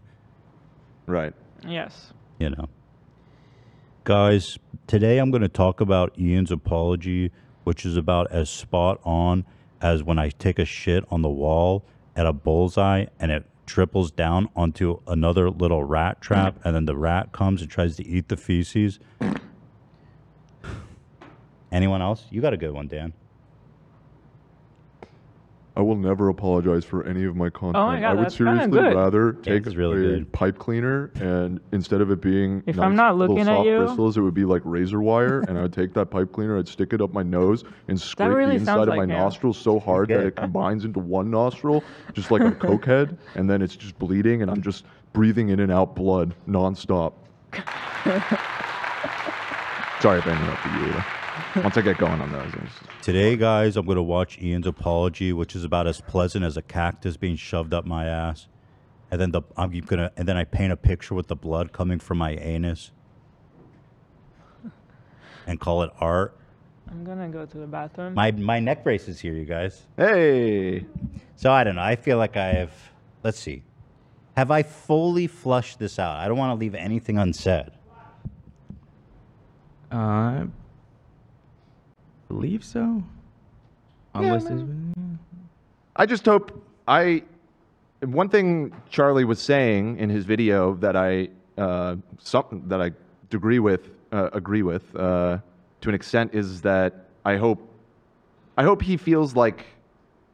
Speaker 1: Right.
Speaker 3: Yes.
Speaker 2: You know. Guys, today I'm going to talk about Ian's apology, which is about as spot on as when I take a shit on the wall at a bullseye and it triples down onto another little rat trap, and then the rat comes and tries to eat the feces. [SIGHS] Anyone else? You got a good one, Dan.
Speaker 29: I will never apologize for any of my content.
Speaker 3: Oh God,
Speaker 29: I would
Speaker 3: that's kinda
Speaker 29: seriously
Speaker 3: good.
Speaker 29: rather
Speaker 2: Yeah,
Speaker 29: take
Speaker 2: this is really
Speaker 29: a
Speaker 2: good.
Speaker 29: pipe cleaner and instead of it being
Speaker 3: If
Speaker 29: nice
Speaker 3: I'm not
Speaker 29: little
Speaker 3: looking at
Speaker 29: soft
Speaker 3: you-
Speaker 29: bristles, it would be like razor wire, and I would take that pipe cleaner, I'd stick it up my nose and scrape
Speaker 3: really
Speaker 29: the
Speaker 3: sounds
Speaker 29: inside of
Speaker 3: like
Speaker 29: my
Speaker 3: him.
Speaker 29: nostril so hard that
Speaker 3: good.
Speaker 29: it combines into one nostril, just like a
Speaker 3: [LAUGHS]
Speaker 29: coke head, and then it's just bleeding, and I'm just breathing in and out blood
Speaker 3: [LAUGHS]
Speaker 29: nonstop. Sorry if I interrupted you. Ida. Once I get going on those, I'm just-
Speaker 2: Today, guys, I'm going to watch Ian's apology, which is about as pleasant as a cactus being shoved up my ass. And then the I'm gonna and then I paint a picture with the blood coming from my anus. And call it art.
Speaker 3: I'm gonna go to the bathroom.
Speaker 2: My my neck brace is here, you guys.
Speaker 1: Hey.
Speaker 2: So I don't know. I feel like I have. Let's see. Have I fully flushed this out? I don't want to leave anything unsaid.
Speaker 5: Uh, I believe so. Unless there's been-
Speaker 1: I just hope I. One thing Charlie was saying in his video that I uh, something that I agree with uh, agree with uh, to an extent is that I hope I hope he feels like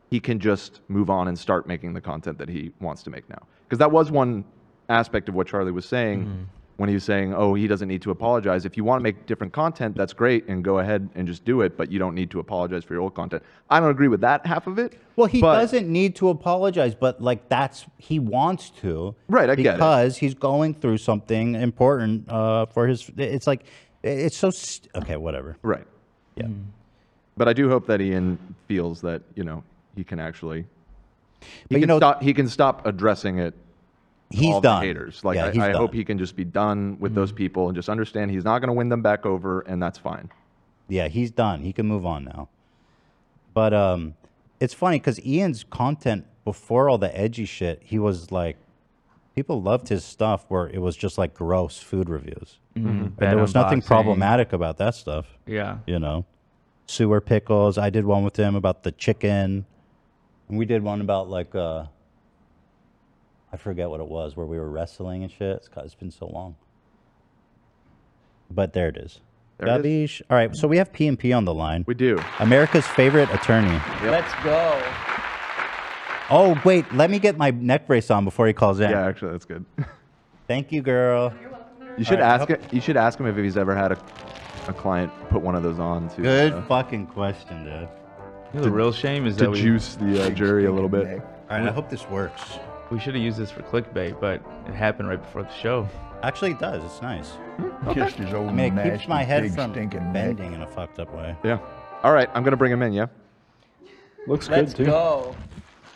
Speaker 1: he can just move on and start making the content that he wants to make now because that was one aspect of what Charlie was saying
Speaker 5: Mm-hmm.
Speaker 1: when he was saying oh he doesn't need to apologize if you want to make different content that's great and go ahead and just do it but you don't need to apologize for your old content I don't agree with that half of it
Speaker 2: Well, he
Speaker 1: but-
Speaker 2: doesn't need to apologize, but like that's he wants to,
Speaker 1: Right, I
Speaker 2: because
Speaker 1: get it.
Speaker 2: he's going through something important uh, for his. It's like it's so st- okay, whatever.
Speaker 1: Right.
Speaker 2: Yeah.
Speaker 5: Hmm.
Speaker 1: But I do hope that Ian feels that you know he can actually. He
Speaker 2: you
Speaker 1: can
Speaker 2: know-
Speaker 1: stop, he can stop addressing it. to
Speaker 2: He's
Speaker 1: all the
Speaker 2: done.
Speaker 1: haters. Like
Speaker 2: Yeah,
Speaker 1: I,
Speaker 2: he's
Speaker 1: I
Speaker 2: done. Mm-hmm.
Speaker 1: hope he can just be done with those people and just understand he's not going to win them back over, and that's fine.
Speaker 2: Yeah, he's done. He can move on now. But um, it's funny because Ian's content before all the edgy shit, he was like, people loved his stuff where it was just like gross food reviews.
Speaker 5: Mhm.
Speaker 2: And
Speaker 5: Bad
Speaker 2: there was nothing
Speaker 5: unboxing.
Speaker 2: problematic about that stuff.
Speaker 5: Yeah.
Speaker 2: You know, sewer pickles. I did one with him about the chicken. And we did one about like, uh, I forget what it was, where we were wrestling and shit. It's, it's been so long. But there it is.
Speaker 31: There it
Speaker 2: Gabish. All right, so we have P and P on the line. We
Speaker 1: do.
Speaker 2: America's favorite attorney.
Speaker 26: Let's go.
Speaker 2: Oh, wait, let me get my neck brace on before he calls in.
Speaker 1: Yeah, actually, that's good.
Speaker 2: Thank you, girl.
Speaker 1: You should
Speaker 2: All right,
Speaker 1: ask it. You should ask him if he's ever had a, a client put one of those on. To,
Speaker 2: Good
Speaker 1: uh,
Speaker 2: fucking question, dude.
Speaker 5: You know, the real shame is
Speaker 1: to
Speaker 5: that we-
Speaker 1: juice the uh, jury a little bit.
Speaker 2: All right, I hope this works.
Speaker 5: We should have used this for clickbait, but it happened right before the show.
Speaker 2: Actually, it does. It's nice.
Speaker 1: Hmm?
Speaker 5: Kissed his
Speaker 2: I
Speaker 5: old
Speaker 2: mean, it keeps
Speaker 5: nasty,
Speaker 2: my head
Speaker 5: big,
Speaker 2: from
Speaker 5: stinking
Speaker 2: bending in a fucked up way.
Speaker 1: Yeah. All right, I'm gonna bring him in. Yeah.
Speaker 2: Looks
Speaker 26: Let's go.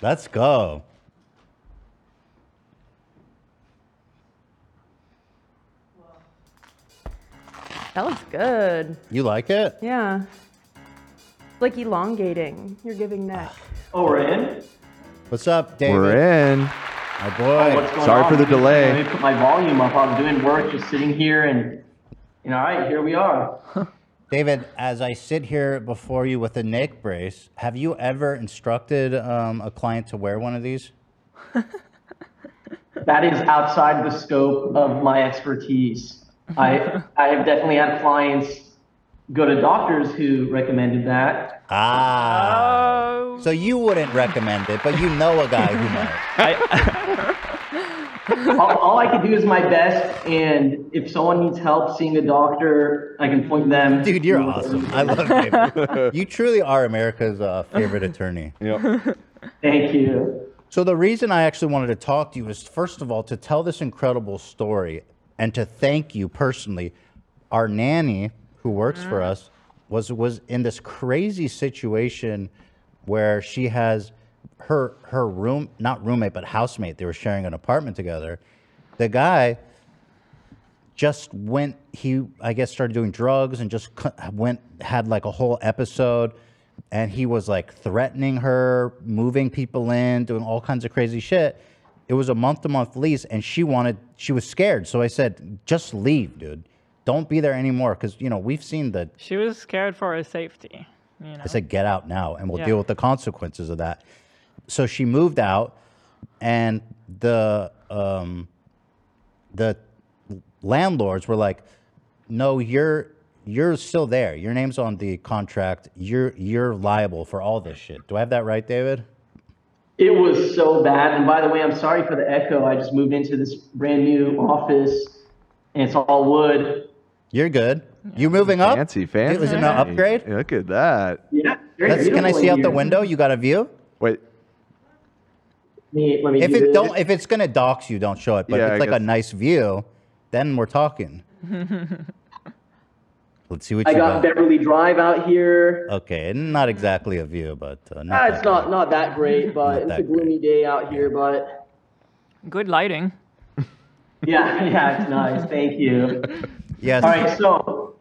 Speaker 2: Let's go.
Speaker 4: That looks good.
Speaker 2: You like it?
Speaker 4: Yeah. It's like elongating. You're giving neck.
Speaker 2: Oh, we're in? What's up, David?
Speaker 1: We're in.
Speaker 2: My boy.
Speaker 32: what's going
Speaker 1: Sorry
Speaker 32: on?
Speaker 1: for the delay.
Speaker 32: Let me put my volume up. I was doing work, just sitting here, and you know, all right, here we are.
Speaker 2: David, as I sit here before you with a neck brace, have you ever instructed um, a client to wear one of these?
Speaker 32: That is outside the scope of my expertise. I I have definitely had clients go to doctors who recommended that.
Speaker 2: Ah. So you wouldn't recommend it, but you know a
Speaker 32: [LAUGHS]
Speaker 2: guy who might.
Speaker 32: all, all I can do is my best, and if someone needs help seeing a doctor, I can point them.
Speaker 2: Dude, you're awesome. I love David. [LAUGHS] You truly are America's uh, favorite attorney.
Speaker 32: Yep. Thank you.
Speaker 2: So the reason I actually wanted to talk to you is, first of all, to tell this incredible story and to thank you personally. Our Mm. nanny, who works for us, was was in this crazy situation where she has her her room not roommate but housemate. They were sharing an apartment together. The guy just went he i guess started doing drugs and just cu- went had like a whole episode and he was like threatening her moving people in doing all kinds of crazy shit it was a month to month lease and she wanted she was scared so i said just leave dude don't be there anymore because you know we've seen the
Speaker 3: She was scared for her safety. You know?
Speaker 2: I said, get out now, and we'll
Speaker 3: Yeah.
Speaker 2: deal with the consequences of that. So she moved out, and the um, the landlords were like, "No, you're you're still there. Your name's on the contract. You're you're liable for all this shit." Do I have that right, David?
Speaker 32: It was so bad. And by the way, I'm sorry for the echo. I just moved into this brand new office and it's all wood.
Speaker 2: You're good. You moving up?
Speaker 1: Fancy, fancy.
Speaker 2: It was an upgrade.
Speaker 1: Look at that.
Speaker 32: Yeah. very
Speaker 2: That's, can I
Speaker 32: beautiful
Speaker 2: see
Speaker 32: in
Speaker 2: out the
Speaker 32: here.
Speaker 2: window? You got a view?
Speaker 1: Wait.
Speaker 32: Let me, let me
Speaker 2: If
Speaker 32: do
Speaker 2: it
Speaker 32: this.
Speaker 2: don't, if it's gonna dox you, don't show it. But
Speaker 1: Yeah,
Speaker 2: if
Speaker 1: I
Speaker 2: it's like a
Speaker 1: guess.
Speaker 2: nice view, then we're talking. Let's see what
Speaker 32: I
Speaker 2: you
Speaker 32: got
Speaker 2: got.
Speaker 32: Beverly Drive out here.
Speaker 2: Okay, not exactly a view, but uh,
Speaker 32: Ah,
Speaker 2: not
Speaker 32: it's not not that great, but it's a
Speaker 2: that
Speaker 32: gloomy day
Speaker 2: [LAUGHS]
Speaker 32: out here. But
Speaker 3: Good lighting.
Speaker 32: yeah, yeah, it's nice. Thank you.
Speaker 2: Yes.
Speaker 32: All right, so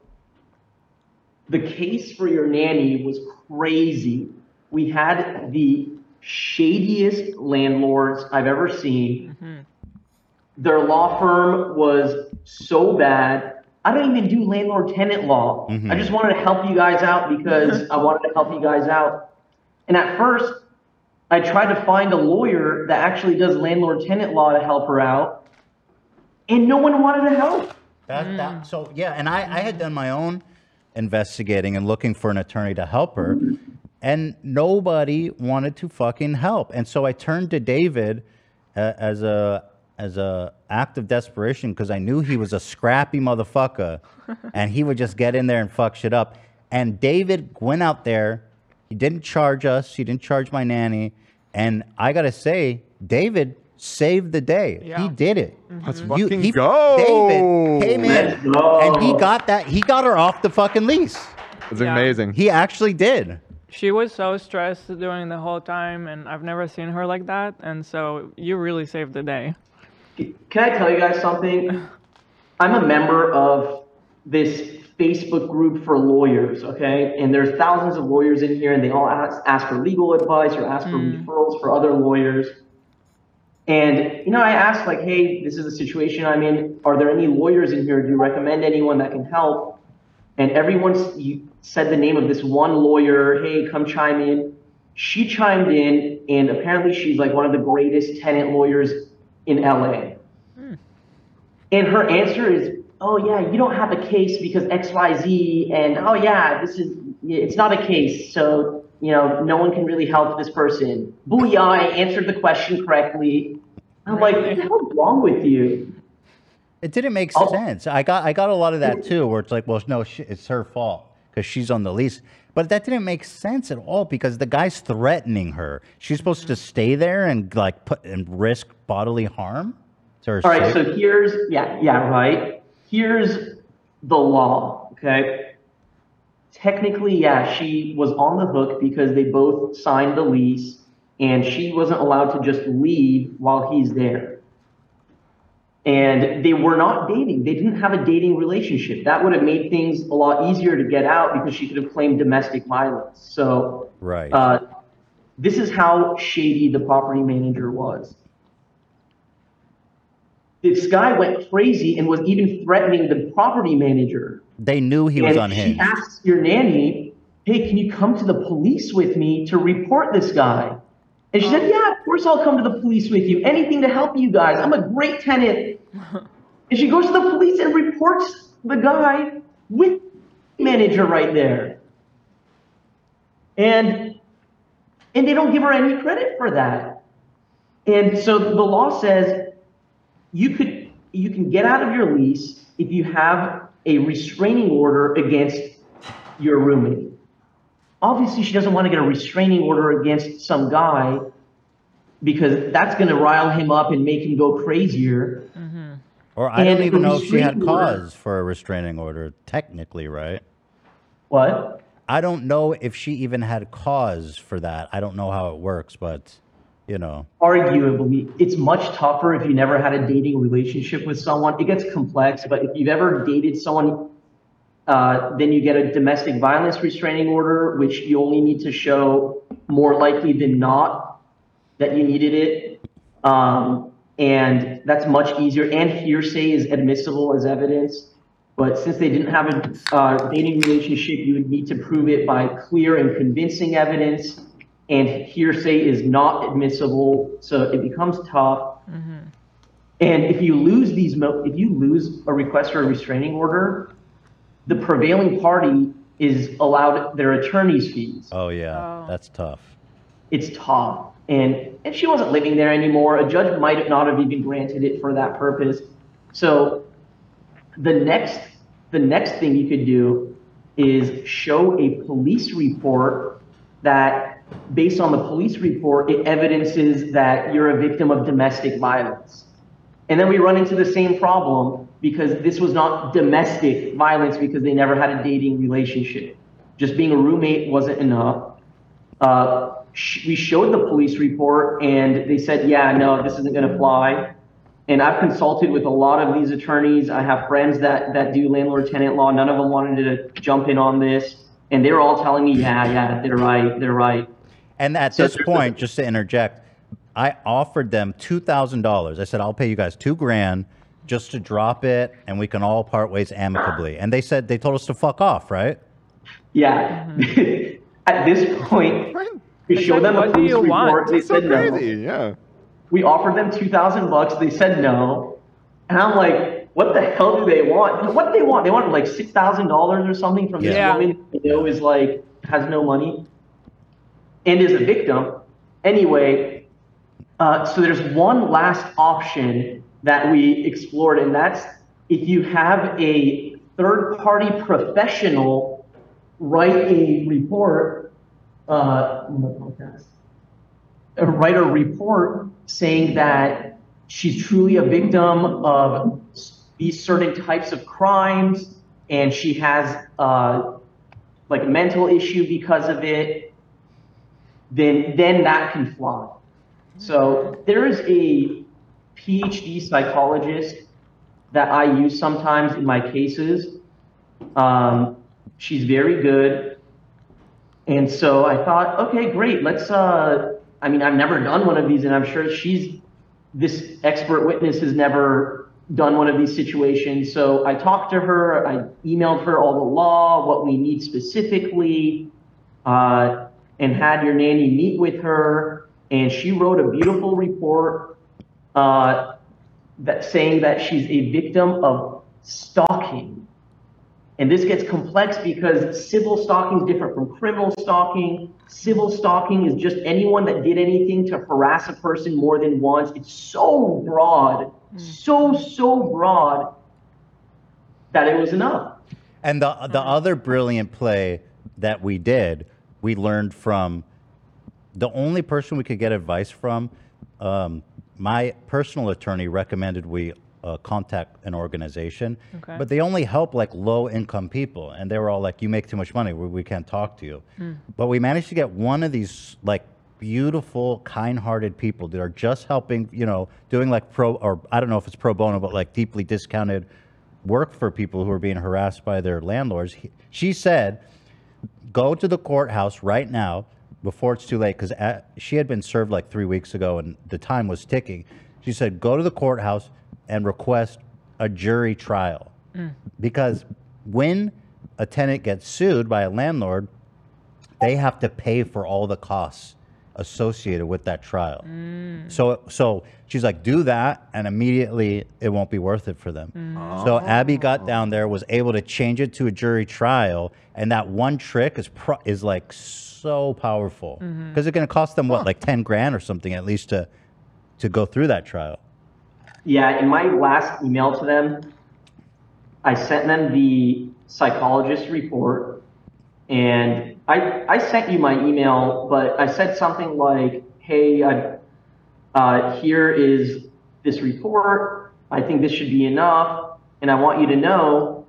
Speaker 32: the case for your nanny was crazy. We had the shadiest landlords I've ever seen. Their law firm was so bad. I don't even do landlord tenant law. I just wanted to help you guys out because I wanted to help you guys out. And at first, I tried to find a lawyer that actually does landlord tenant law to help her out, and no one wanted to help.
Speaker 2: That, that, so yeah, and I, I had done my own investigating and looking for an attorney to help her, and nobody wanted to fucking help. And so I turned to David uh, as a as a act of desperation because I knew he was a scrappy motherfucker, and he would just get in there and fuck shit up. And David went out there. He didn't charge us. He didn't charge my nanny. And I gotta say, David saved the day. He did it.
Speaker 1: Let's
Speaker 2: You-
Speaker 1: fucking
Speaker 2: he-
Speaker 1: go.
Speaker 2: David came in and he got that. He got her off the fucking lease.
Speaker 1: It's amazing.
Speaker 2: He actually did.
Speaker 3: She was so stressed during the whole time, and I've never seen her like that. And so you really saved the day.
Speaker 32: Can I tell you guys something? I'm a member of this Facebook group for lawyers, okay? And there's thousands of lawyers in here, and they all ask, ask for legal advice or ask for referrals for other lawyers. And, you know, I asked, like, hey, this is the situation I'm in. Are there any lawyers in here? Do you recommend anyone that can help? And everyone s- you- said the name of this one lawyer, hey, come chime in. She chimed in, and apparently she's like one of the greatest tenant lawyers in LA. And her answer is, oh, yeah, you don't have a case because XYZ, and oh, yeah, this is, it's not a case. So, you know, no one can really help this person. Booyah, I answered the question correctly. I'm like, what the hell's wrong with you?
Speaker 2: It didn't make
Speaker 32: Oh.
Speaker 2: sense. I got I got a lot of that too, where it's like, well, no, sh it's her fault because she's on the lease. But that didn't make sense at all because the guy's threatening her. She's supposed to stay there and like put and risk bodily harm to her.
Speaker 32: All right,
Speaker 2: safety.
Speaker 32: so here's, yeah, yeah, right. Here's the law, okay? Technically, yeah, she was on the hook because they both signed the lease and she wasn't allowed to just leave while he's there. And they were not dating. They didn't have a dating relationship. That would have made things a lot easier to get out because she could have claimed domestic violence. So,
Speaker 2: right.
Speaker 32: uh, this is how shady the property manager was. This guy went crazy and was even threatening the property manager.
Speaker 2: they knew he was
Speaker 32: and
Speaker 2: unhinged.
Speaker 32: She asks your nanny, "Hey, can you come to the police with me to report this guy?" And she said, "Yeah, of course I'll come to the police with you. Anything to help you guys. I'm a great tenant." and she goes to the police and reports the guy with the manager right there. And and they don't give her any credit for that. And so the law says you could you can get out of your lease if you have a restraining order against your roommate. Obviously, she doesn't want to get a restraining order against some guy because that's going to rile him up and make him go crazier.
Speaker 2: Or I
Speaker 32: And
Speaker 2: don't
Speaker 32: the
Speaker 2: even know if she had
Speaker 32: restraining order-
Speaker 2: cause for a restraining order, technically, right?
Speaker 32: What?
Speaker 2: I don't know if she even had cause for that. I don't know how it works, but you know.
Speaker 32: Arguably, it's much tougher if you never had a dating relationship with someone. It gets complex, but if you've ever dated someone, uh, then you get a domestic violence restraining order, which you only need to show more likely than not that you needed it. Um, and that's much easier. And hearsay is admissible as evidence. But since they didn't have a uh, dating relationship, you would need to prove it by clear and convincing evidence. And hearsay is not admissible, so it becomes tough. And if you lose these, mo- if you lose a request for a restraining order, the prevailing party is allowed their attorney's fees.
Speaker 2: Oh yeah, that's tough.
Speaker 32: It's tough. And if she wasn't living there anymore, a judge might not have even granted it for that purpose. So the next the next thing you could do is show a police report that based on the police report it evidences that you're a victim of domestic violence and then we run into the same problem because this was not domestic violence because they never had a dating relationship just being a roommate wasn't enough uh, sh- we showed the police report and they said yeah no this isn't going to fly and I've consulted with a lot of these attorneys. I have friends that, that do landlord tenant law. None of them wanted to jump in on this. And they're all telling me, yeah, yeah, they're right, they're right.
Speaker 2: And at this point, just to interject, I offered them two thousand dollars. I said, "I'll pay you guys two grand just to drop it, and we can all part ways amicably." And they said they told us to fuck off, right?
Speaker 32: Yeah.
Speaker 3: Mm-hmm.
Speaker 32: [LAUGHS] At this point, we showed them a
Speaker 3: What do
Speaker 32: police
Speaker 3: you
Speaker 32: report.
Speaker 3: want?
Speaker 32: They
Speaker 3: That's so
Speaker 32: said no.
Speaker 3: crazy,
Speaker 32: Yeah. We offered them two thousand bucks. They said no, and I'm like, what the hell do they want? What do they want? They wanted like six thousand dollars or something from this
Speaker 3: Yeah.
Speaker 32: woman they know is like has no money and is a victim. Anyway, uh, so there's one last option that we explored, and that's if you have a third-party professional write a report. Uh, oh my podcast uh, write a report saying that she's truly a victim of s- these certain types of crimes and she has uh, like a mental issue because of it, then then that can fly. So there is a PhD psychologist that I use sometimes in my cases. Um, she's very good. And so I thought, okay, great. Let's. Uh, I mean, I've never done one of these, and I'm sure she's this expert witness has never done one of these situations. So I talked to her. I emailed her all the law, what we need specifically, uh, and had your nanny meet with her. And she wrote a beautiful report uh, that saying that she's a victim of stalking. And this gets complex because civil stalking is different from criminal stalking. Civil stalking is just anyone that did anything to harass a person more than once. It's so broad, so, so broad that it was enough.
Speaker 2: And the the other brilliant play that we did, we learned from the only person we could get advice from. Um, my personal attorney recommended we uh, contact an organization,
Speaker 31: Okay.
Speaker 2: but they only help like low income people, and they were all like, "You make too much money. We, we can't talk to you."
Speaker 31: Mm.
Speaker 2: But we managed to get one of these like beautiful, kind-hearted people that are just helping, you know, doing like pro or I don't know if it's pro bono, but like deeply discounted work for people who are being harassed by their landlords. He- she said, "Go to the courthouse right now before it's too late," because she had been served like three weeks ago and the time was ticking. She said, "Go to the courthouse and request a jury trial." because when a tenant gets sued by a landlord, they have to pay for all the costs associated with that trial. So, so she's like, do that, and immediately it won't be worth it for them.
Speaker 31: Mm.
Speaker 2: So Abby got down there, was able to change it to a jury trial, and that one trick is pro- is like so powerful because
Speaker 31: Mhm.
Speaker 2: it's going to cost them what, like ten grand or something at least to to go through that trial.
Speaker 32: Yeah, in my last email to them, I sent them the psychologist report and I, I sent you my email, but I said something like, hey, I, uh, here is this report. I think this should be enough. And I want you to know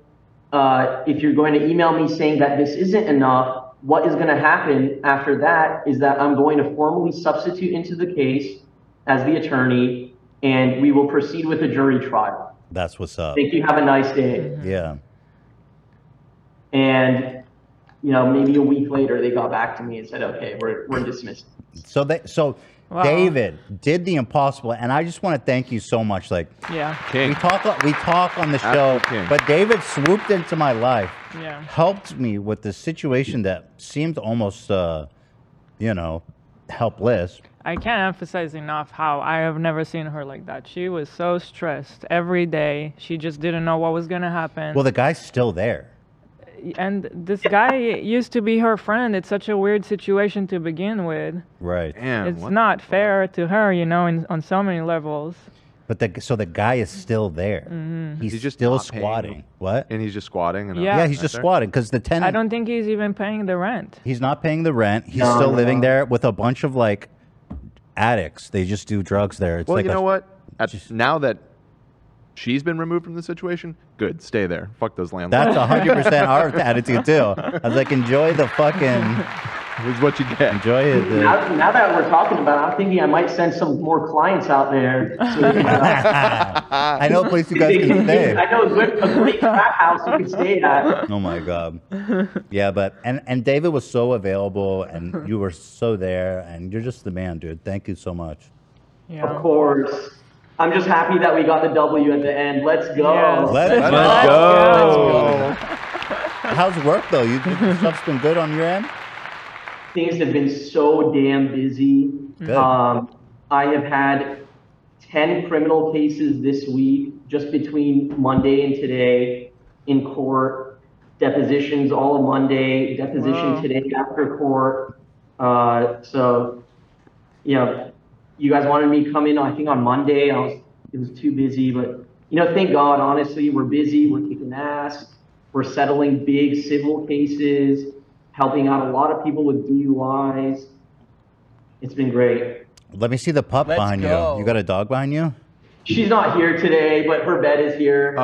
Speaker 32: uh, if you're going to email me saying that this isn't enough, what is going to happen after that is that I'm going to formally substitute into the case as the attorney, and we will proceed with the jury trial.
Speaker 2: That's what's up.
Speaker 32: Thank you. Have a nice day.
Speaker 2: Yeah.
Speaker 32: And, you know, maybe a week later, they got back to me and said, okay, we're, we're dismissed.
Speaker 2: So they so David did the impossible, and I just want to thank you so much. Like
Speaker 3: Yeah.
Speaker 2: we talk we talk on the show,
Speaker 3: Absolute king.
Speaker 2: but David swooped into my life,
Speaker 3: Yeah.
Speaker 2: helped me with the situation that seemed almost, uh, you know, helpless.
Speaker 3: I can't emphasize enough how I have never seen her like that. She was so stressed every day. She just didn't know what was gonna happen.
Speaker 2: Well, the guy's still there.
Speaker 3: and this guy used to be her friend. It's such a weird situation to begin with.
Speaker 2: Right.
Speaker 3: it's not fair to her, you know, in, on so many levels.
Speaker 2: But the so the guy is still there.
Speaker 3: Mhm.
Speaker 2: He's,
Speaker 3: He's
Speaker 2: just still squatting. What?
Speaker 1: And he's just squatting. And
Speaker 3: Yeah.
Speaker 2: yeah, he's just squatting because the
Speaker 3: I
Speaker 2: tenant
Speaker 3: don't think he's even paying the rent.
Speaker 2: he's not paying the rent. He's
Speaker 1: No,
Speaker 2: still
Speaker 1: no.
Speaker 2: living there with a bunch of like addicts. They just do drugs there. It's
Speaker 1: well,
Speaker 2: like
Speaker 1: you
Speaker 2: a-
Speaker 1: know what? At, now that she's been removed from the situation, good. Stay there. Fuck those landlords.
Speaker 2: [LAUGHS] That's hundred percent
Speaker 1: [LAUGHS]
Speaker 2: our attitude too. I was like, enjoy the fucking.
Speaker 1: Is what you get.
Speaker 2: Enjoy it. dude.
Speaker 32: Now, now that we're talking about it, I'm thinking I might send some more clients out there.
Speaker 2: [LAUGHS] I know a place you guys
Speaker 1: [LAUGHS]
Speaker 2: can stay.
Speaker 32: uh, [LAUGHS] I know a good, a great frat house you can stay at.
Speaker 2: Oh my god. Yeah, but and and David was so available, and you were so there, and you're just the man, dude. Thank you so much.
Speaker 32: Of course. I'm just happy that we got the W at the end. Let's go.
Speaker 2: Let's,
Speaker 32: Let's
Speaker 2: go. How's work though? You stuff's been good on your end.
Speaker 32: things have been so damn busy.
Speaker 2: Good.
Speaker 32: Um, I have had 10 criminal cases this week, just between Monday and today in court, depositions all of Monday, deposition
Speaker 31: Wow.
Speaker 32: today after court. Uh, so, you know, you guys wanted me to come in, I think on Monday, I was, it was too busy, but, you know, thank God, honestly, we're busy, we're kicking ass, we're settling big civil cases, helping out a lot of people with DUIs. It's been great.
Speaker 2: Let me see the pup
Speaker 32: Let's
Speaker 2: behind
Speaker 32: go.
Speaker 2: you. You got a dog behind you?
Speaker 32: She's not here today, but her bed is here.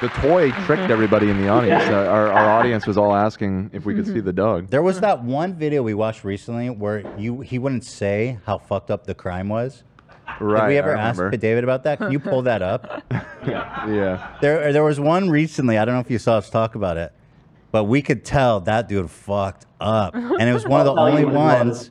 Speaker 1: The toy tricked everybody
Speaker 15: [LAUGHS]
Speaker 1: in the audience. Uh, our, our audience was all asking if we could
Speaker 15: Mm-hmm.
Speaker 1: see the dog.
Speaker 2: There was that one video we watched recently where you he wouldn't say how fucked up the crime was. Did
Speaker 1: Right,
Speaker 2: we
Speaker 1: I
Speaker 2: ever ask
Speaker 1: remember.
Speaker 2: David about that? Can you pull that
Speaker 15: [LAUGHS]
Speaker 2: up?
Speaker 1: Yeah.
Speaker 2: There, there was one recently. I don't know if you saw us talk about it, but we could tell that dude fucked up, and it was one of
Speaker 15: [LAUGHS]
Speaker 2: the
Speaker 15: I'll tell you
Speaker 2: only
Speaker 15: what it Oh,
Speaker 2: ones
Speaker 15: was.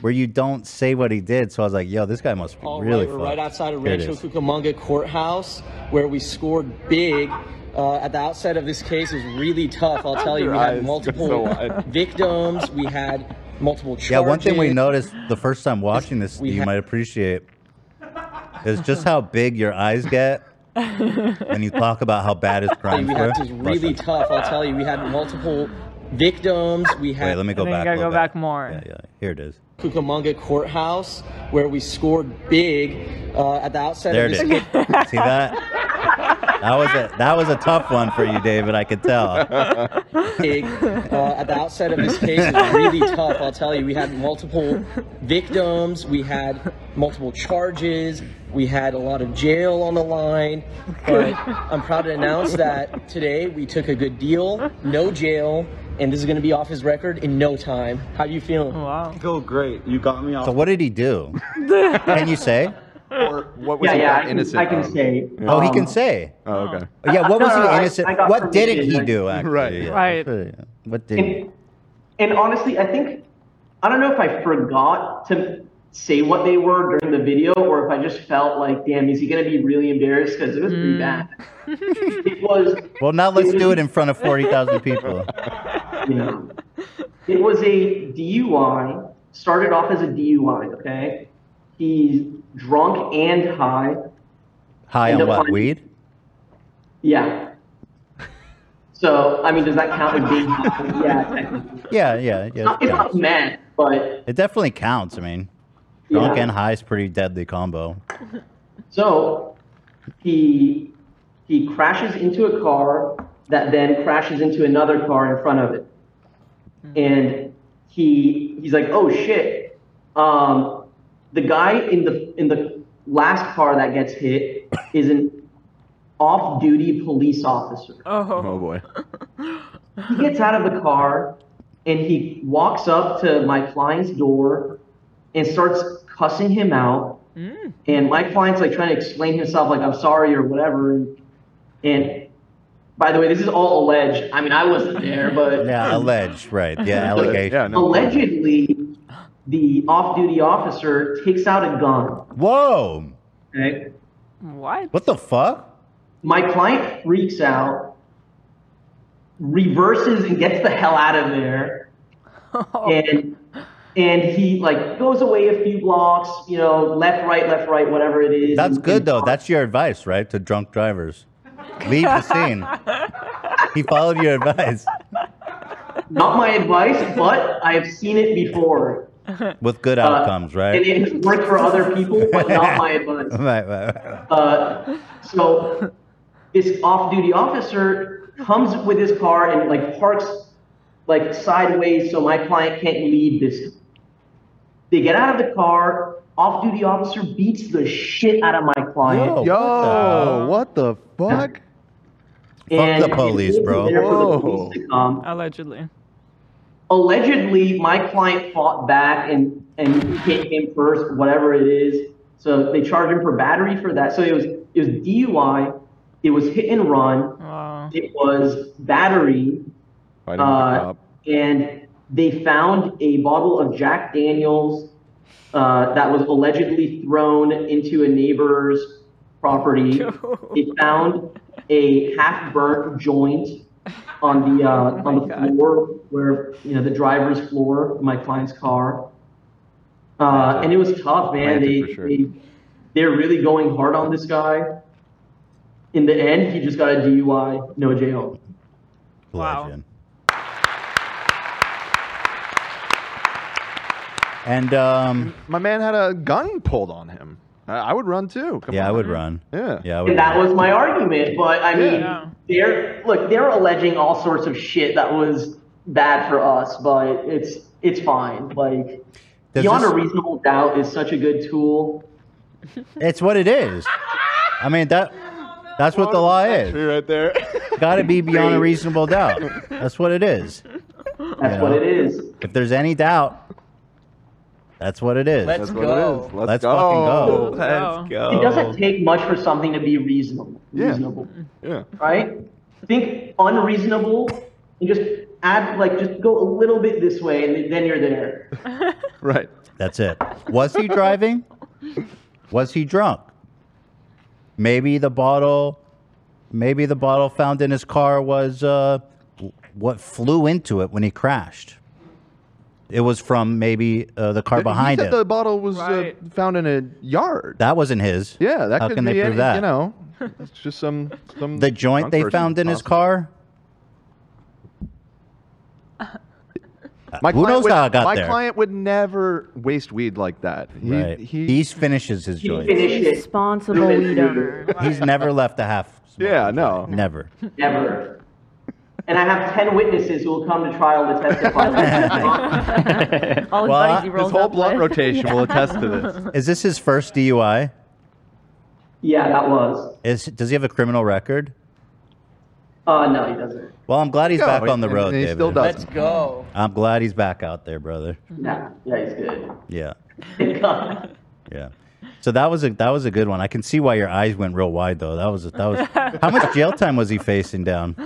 Speaker 2: where you don't say what he did. So I was like, "Yo, this guy must be
Speaker 15: All
Speaker 2: really
Speaker 15: Oh, right, we're
Speaker 2: fucked."
Speaker 15: right outside of
Speaker 2: Here it
Speaker 15: Rancho
Speaker 2: is.
Speaker 15: Cucamonga Courthouse, where we scored big. Uh, at the outset of this case is really
Speaker 2: [LAUGHS]
Speaker 15: tough. I'll tell you,
Speaker 2: Your
Speaker 15: we
Speaker 2: eyes
Speaker 15: had
Speaker 2: go
Speaker 15: multiple
Speaker 2: so wide.
Speaker 15: victims. We had multiple charges.
Speaker 2: Yeah, one thing we noticed the first time watching this, you might appreciate, is just how big your eyes
Speaker 15: [LAUGHS]
Speaker 2: get when you talk about how bad his
Speaker 15: We
Speaker 2: crimes were.
Speaker 15: had this really tough. I'll tell you, we had multiple victims. We had.
Speaker 2: Wait, let me go back.
Speaker 15: gotta
Speaker 2: a little
Speaker 15: back
Speaker 3: more.
Speaker 2: Yeah, yeah. Here it is.
Speaker 15: Cucamonga Courthouse, where we scored big uh, at the outset
Speaker 2: There
Speaker 15: of
Speaker 2: it
Speaker 15: this
Speaker 2: is.
Speaker 15: [LAUGHS]
Speaker 2: See that? That was a that was a tough one for you, David. I could tell.
Speaker 15: big uh, at the outset of this case is really tough. I'll tell you, we had multiple victims, we had multiple charges, we had a lot of jail on the line. But I'm proud to announce that today we took a good deal, no jail, and this is going to be off his record in no time. How you feeling?
Speaker 3: Wow,
Speaker 15: feel great. You got me [LAUGHS]
Speaker 2: So what did he do? Can you say?
Speaker 1: Or what
Speaker 32: [LAUGHS] yeah,
Speaker 1: he
Speaker 32: yeah,
Speaker 1: found
Speaker 32: I can, I can
Speaker 1: of?
Speaker 32: say.
Speaker 2: Oh, he
Speaker 32: Um,
Speaker 2: can say.
Speaker 1: Oh, okay.
Speaker 2: Yeah, what was
Speaker 32: No,
Speaker 2: he
Speaker 32: no, I-
Speaker 2: innocent?
Speaker 32: I got
Speaker 2: what didn't he
Speaker 32: permission.
Speaker 2: do? Actually?
Speaker 32: Right.
Speaker 2: Yeah,
Speaker 32: Right.
Speaker 2: that's really- What did he?
Speaker 32: And, and honestly, I think, I don't know if I forgot to say what they were during the video or if I just felt like, damn, is he going to be really embarrassed? Because it was pretty bad. it was,
Speaker 2: Well, now let's do it in front of forty thousand people.
Speaker 32: you know, it was a DUI, started off as a DUI, okay? He's drunk and high.
Speaker 2: High
Speaker 32: End
Speaker 2: on
Speaker 32: up
Speaker 2: what?
Speaker 32: on-
Speaker 2: Weed?
Speaker 32: Yeah. So, I mean, does that count as being high? Yeah, technically.
Speaker 2: Yeah, yeah,
Speaker 32: It's
Speaker 2: yeah.
Speaker 32: not, it's
Speaker 2: yeah.
Speaker 32: not mad, but
Speaker 2: It definitely counts. I mean, drunk
Speaker 32: Yeah.
Speaker 2: and high is pretty deadly combo.
Speaker 32: So he he crashes into a car that then crashes into another car in front of it, and he he's like, oh shit. Um, the guy in the in the last car that gets hit is an off-duty police officer.
Speaker 3: Oh.
Speaker 1: boy.
Speaker 32: He gets out of the car and he walks up to Mike Klein's door and starts cussing him out.
Speaker 25: Mm.
Speaker 32: And Mike Klein's like trying to explain himself, like, I'm sorry or whatever. And, and by the way, this is all alleged. I mean, I wasn't there, but
Speaker 2: [LAUGHS] Yeah, alleged, right?
Speaker 32: [LAUGHS]
Speaker 2: [LAUGHS] Yeah, allegation.
Speaker 32: allegedly, the off duty officer takes out a gun.
Speaker 2: Whoa.
Speaker 32: Okay.
Speaker 3: What?
Speaker 2: What the fuck?
Speaker 32: My client freaks out, reverses and gets the hell out of
Speaker 2: [LAUGHS]
Speaker 32: there. And and he like goes away a few blocks, you know, left, right, left, right, whatever it is.
Speaker 2: That's
Speaker 32: And-
Speaker 2: good though. That's your advice, right? To drunk drivers. Leave the scene.
Speaker 32: [LAUGHS]
Speaker 2: he followed your advice
Speaker 32: Not my advice, but I have seen it before.
Speaker 2: with good
Speaker 32: Uh,
Speaker 2: outcomes,
Speaker 32: And
Speaker 2: right?
Speaker 32: it has worked for other people, but not my advice.
Speaker 2: [LAUGHS] Right, right, right.
Speaker 32: Uh, so this off-duty officer comes with his car and like parks like sideways so my client can't lead this. They get out of the car. Off-duty officer beats the shit out of my client.
Speaker 1: Yo, what the fuck?
Speaker 32: And
Speaker 1: the police,
Speaker 32: it was
Speaker 1: bro.
Speaker 32: there for the
Speaker 1: Whoa.
Speaker 32: police to come.
Speaker 3: Allegedly.
Speaker 32: Allegedly, my client fought back and and hit him first, whatever it is. So they charge him for battery for that. So it was it was DUI, it was hit and run, it was battery,
Speaker 1: Fighting with the
Speaker 32: uh,
Speaker 1: cop.
Speaker 32: and they found a bottle of Jack Daniels uh, that was allegedly thrown into a neighbor's
Speaker 1: [LAUGHS]
Speaker 32: property. They found a half-burnt joint on the uh,
Speaker 1: Oh
Speaker 32: on the floor where you know the driver's floor, of my client's car. Uh, and it was tough, man.
Speaker 1: Planted
Speaker 32: They,
Speaker 1: for sure.
Speaker 32: they they're really going hard on this guy. In the end, he just got a DUI, no jail.
Speaker 2: Legend. And um,
Speaker 1: my man had a gun pulled on him. I, I would run too. Come
Speaker 2: Yeah, I
Speaker 1: on.
Speaker 2: would run.
Speaker 1: Yeah.
Speaker 2: Yeah, I would
Speaker 32: And that
Speaker 2: run.
Speaker 32: was my argument, but I mean,
Speaker 1: Yeah.
Speaker 32: they're look, they're alleging all sorts of shit that was bad for us, but it's it's fine. Like
Speaker 2: Does
Speaker 32: beyond
Speaker 2: this-
Speaker 32: a reasonable doubt is such a good tool.
Speaker 2: It's what it is. I mean that. That's what the law is.
Speaker 1: Right there.
Speaker 2: Got to be beyond a reasonable doubt. That's what it is.
Speaker 32: That's what it is.
Speaker 2: If there's any doubt, that's what it is.
Speaker 32: Let's That's what it go. is.
Speaker 2: Let's,
Speaker 32: Let's
Speaker 2: fucking go.
Speaker 32: go. Let's It doesn't take much for something to be reasonable. Reasonable.
Speaker 1: Yeah.
Speaker 32: Right? Think unreasonable and just add like just go a little bit this way and then you're there.
Speaker 1: Right.
Speaker 2: That's it. Was he driving? Was he drunk? Maybe the bottle, maybe the bottle found in his car was uh, what flew into it when he crashed. It was from maybe uh, the car behind
Speaker 1: he
Speaker 2: it.
Speaker 1: said the bottle was uh, found in a yard.
Speaker 2: that wasn't his.
Speaker 1: Yeah, that
Speaker 2: How
Speaker 1: could
Speaker 2: can
Speaker 1: be
Speaker 2: they prove
Speaker 1: any-
Speaker 2: that?
Speaker 1: You know, it's just some some.
Speaker 2: the joint
Speaker 1: drunk
Speaker 2: they
Speaker 1: person,
Speaker 2: found in his
Speaker 1: possibly.
Speaker 2: car.
Speaker 1: [LAUGHS] My
Speaker 2: Who
Speaker 1: client
Speaker 2: knows
Speaker 1: would,
Speaker 2: how it got
Speaker 1: my
Speaker 2: there?
Speaker 1: client would never waste weed like that. He,
Speaker 2: right.
Speaker 1: he,
Speaker 2: finishes his joint.
Speaker 4: Responsible weed owner.
Speaker 2: He's never left a half.
Speaker 1: Yeah, no.
Speaker 2: Never.
Speaker 32: Never. And I have ten witnesses who will come to trial to
Speaker 2: [LAUGHS]
Speaker 32: testify.
Speaker 4: [LAUGHS] All his
Speaker 2: Well,
Speaker 4: buddies he
Speaker 2: this
Speaker 4: rolls
Speaker 1: whole
Speaker 4: up
Speaker 1: blunt
Speaker 4: with.
Speaker 1: rotation
Speaker 4: [LAUGHS]
Speaker 1: will attest to this.
Speaker 2: Is this his first DUI?
Speaker 32: yeah, that was.
Speaker 2: Is does he have a criminal record?
Speaker 32: Uh no, he doesn't.
Speaker 2: Well, I'm glad he's
Speaker 32: No,
Speaker 2: back on the
Speaker 1: and-
Speaker 2: road,
Speaker 1: and he
Speaker 2: David.
Speaker 1: still doesn't.
Speaker 32: Let's go.
Speaker 2: I'm glad he's back out there, brother.
Speaker 32: Yeah, yeah, he's good.
Speaker 2: Yeah,
Speaker 32: God.
Speaker 2: yeah. So that was a that was a good one. I can see why your eyes went real wide though. That was a, that was. how much jail time was he facing down?
Speaker 32: [LAUGHS]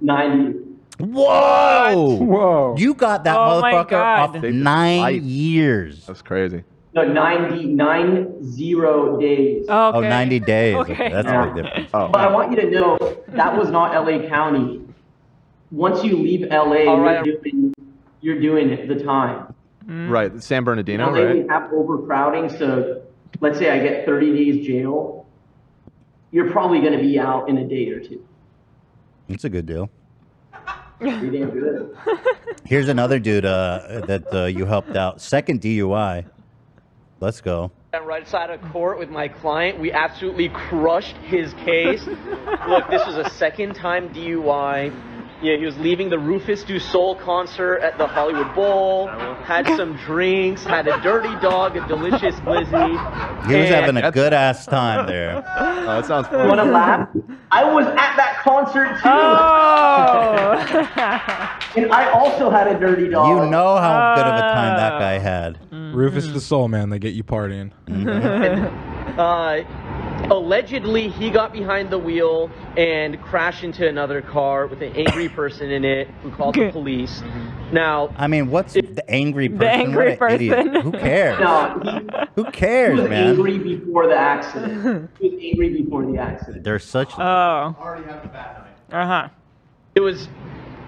Speaker 32: Ninety.
Speaker 2: Whoa! Whoa! You got that
Speaker 32: Oh my
Speaker 2: motherfucker
Speaker 32: God.
Speaker 2: off
Speaker 32: They just
Speaker 2: nine
Speaker 32: lied.
Speaker 2: years.
Speaker 1: That's crazy.
Speaker 32: No, 90, nine zero days.
Speaker 3: Oh,
Speaker 2: Oh, 90 days. That's
Speaker 32: Yeah.
Speaker 2: a big difference.
Speaker 1: Oh,
Speaker 32: But I want you to know that was not LA County. Once you leave LA,
Speaker 1: All right.
Speaker 32: you're, doing, you're doing the time.
Speaker 1: mm-hmm. Right, San Bernardino,
Speaker 32: LA,
Speaker 1: right?
Speaker 32: we have overcrowding, so let's say I get 30 days jail, you're probably going to be out in a day or two.
Speaker 2: That's a good deal.
Speaker 32: Pretty damn [LAUGHS] good.
Speaker 2: Here's another dude uh, that uh, you helped out. Second DUI. Let's go.
Speaker 32: I'm right side of court with my client. We [LAUGHS] absolutely crushed his case. Look, this was a second time DUI. Yeah, he was leaving the Rufus Du Sol concert at the Hollywood Bowl. Had some drinks, had a dirty dog, a delicious Lizzie.
Speaker 2: He was having a good ass time there.
Speaker 1: Oh, that sounds
Speaker 2: [LAUGHS]
Speaker 32: Want to laugh? I was at that concert too. [LAUGHS] and I also had a dirty dog.
Speaker 2: [LAUGHS] You know how good of a time that
Speaker 4: Uh.
Speaker 2: guy had.
Speaker 4: Mm-hmm.
Speaker 14: Rufus the Soul Man, they get you partying.
Speaker 32: uh, allegedly, he got behind the wheel and crashed into another car with an angry person in it who called the police. Now,
Speaker 2: I mean, what's the angry person? What
Speaker 32: angry
Speaker 2: an idiot.
Speaker 32: person.
Speaker 2: Who cares?
Speaker 32: No, he-
Speaker 2: Who
Speaker 32: he
Speaker 2: cares,
Speaker 32: was
Speaker 2: man?
Speaker 32: angry before the accident. He was angry before the accident.
Speaker 2: There's such.
Speaker 32: Oh.
Speaker 3: Uh huh.
Speaker 32: It was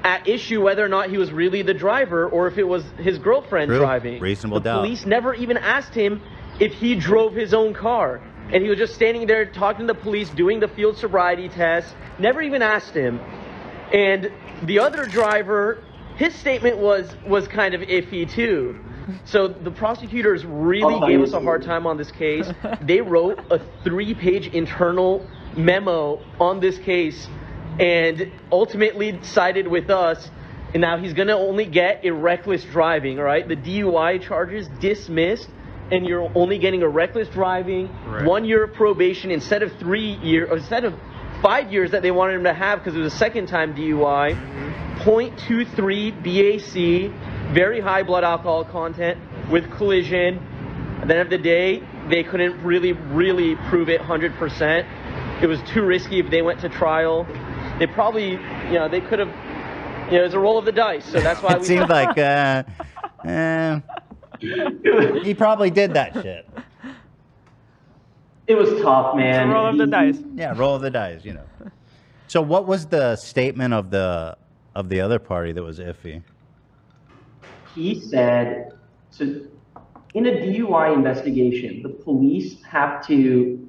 Speaker 32: at issue whether or not he was really the driver or if it was his girlfriend
Speaker 2: True.
Speaker 32: driving.
Speaker 2: Reasonable
Speaker 32: the
Speaker 2: doubt.
Speaker 32: Police never even asked him if he drove his own car. And he was just standing there talking to the police, doing the field sobriety test, never even asked him. And the other driver, his statement was was kind of iffy too. So the prosecutors really
Speaker 26: I'll
Speaker 32: gave
Speaker 26: tell
Speaker 32: us a
Speaker 26: you.
Speaker 32: hard time on this case. They wrote a three-page internal memo on this case and ultimately sided with us. And now he's going to only get a reckless driving, all right? The DUI charges dismissed and you're only getting a reckless driving,
Speaker 26: Right.
Speaker 32: one year of probation instead of 3 year or instead of 5 years that they wanted him to have because it was a second time DUI. 0.23 BAC, very high blood alcohol content with collision. At the end of the day, they couldn't really, really prove it 100%. It was too risky if they went to trial. They probably, you know, they could have, you know, it's a roll of the dice. So that's why
Speaker 2: It
Speaker 32: we. [LAUGHS]
Speaker 2: seems like uh, uh, he probably did that shit.
Speaker 32: It was tough, man.
Speaker 3: Roll of the dice.
Speaker 2: Yeah, roll of the dice. You know. So, what was the statement of the of the other party that was iffy?
Speaker 32: he said so in a DUI investigation, the police have to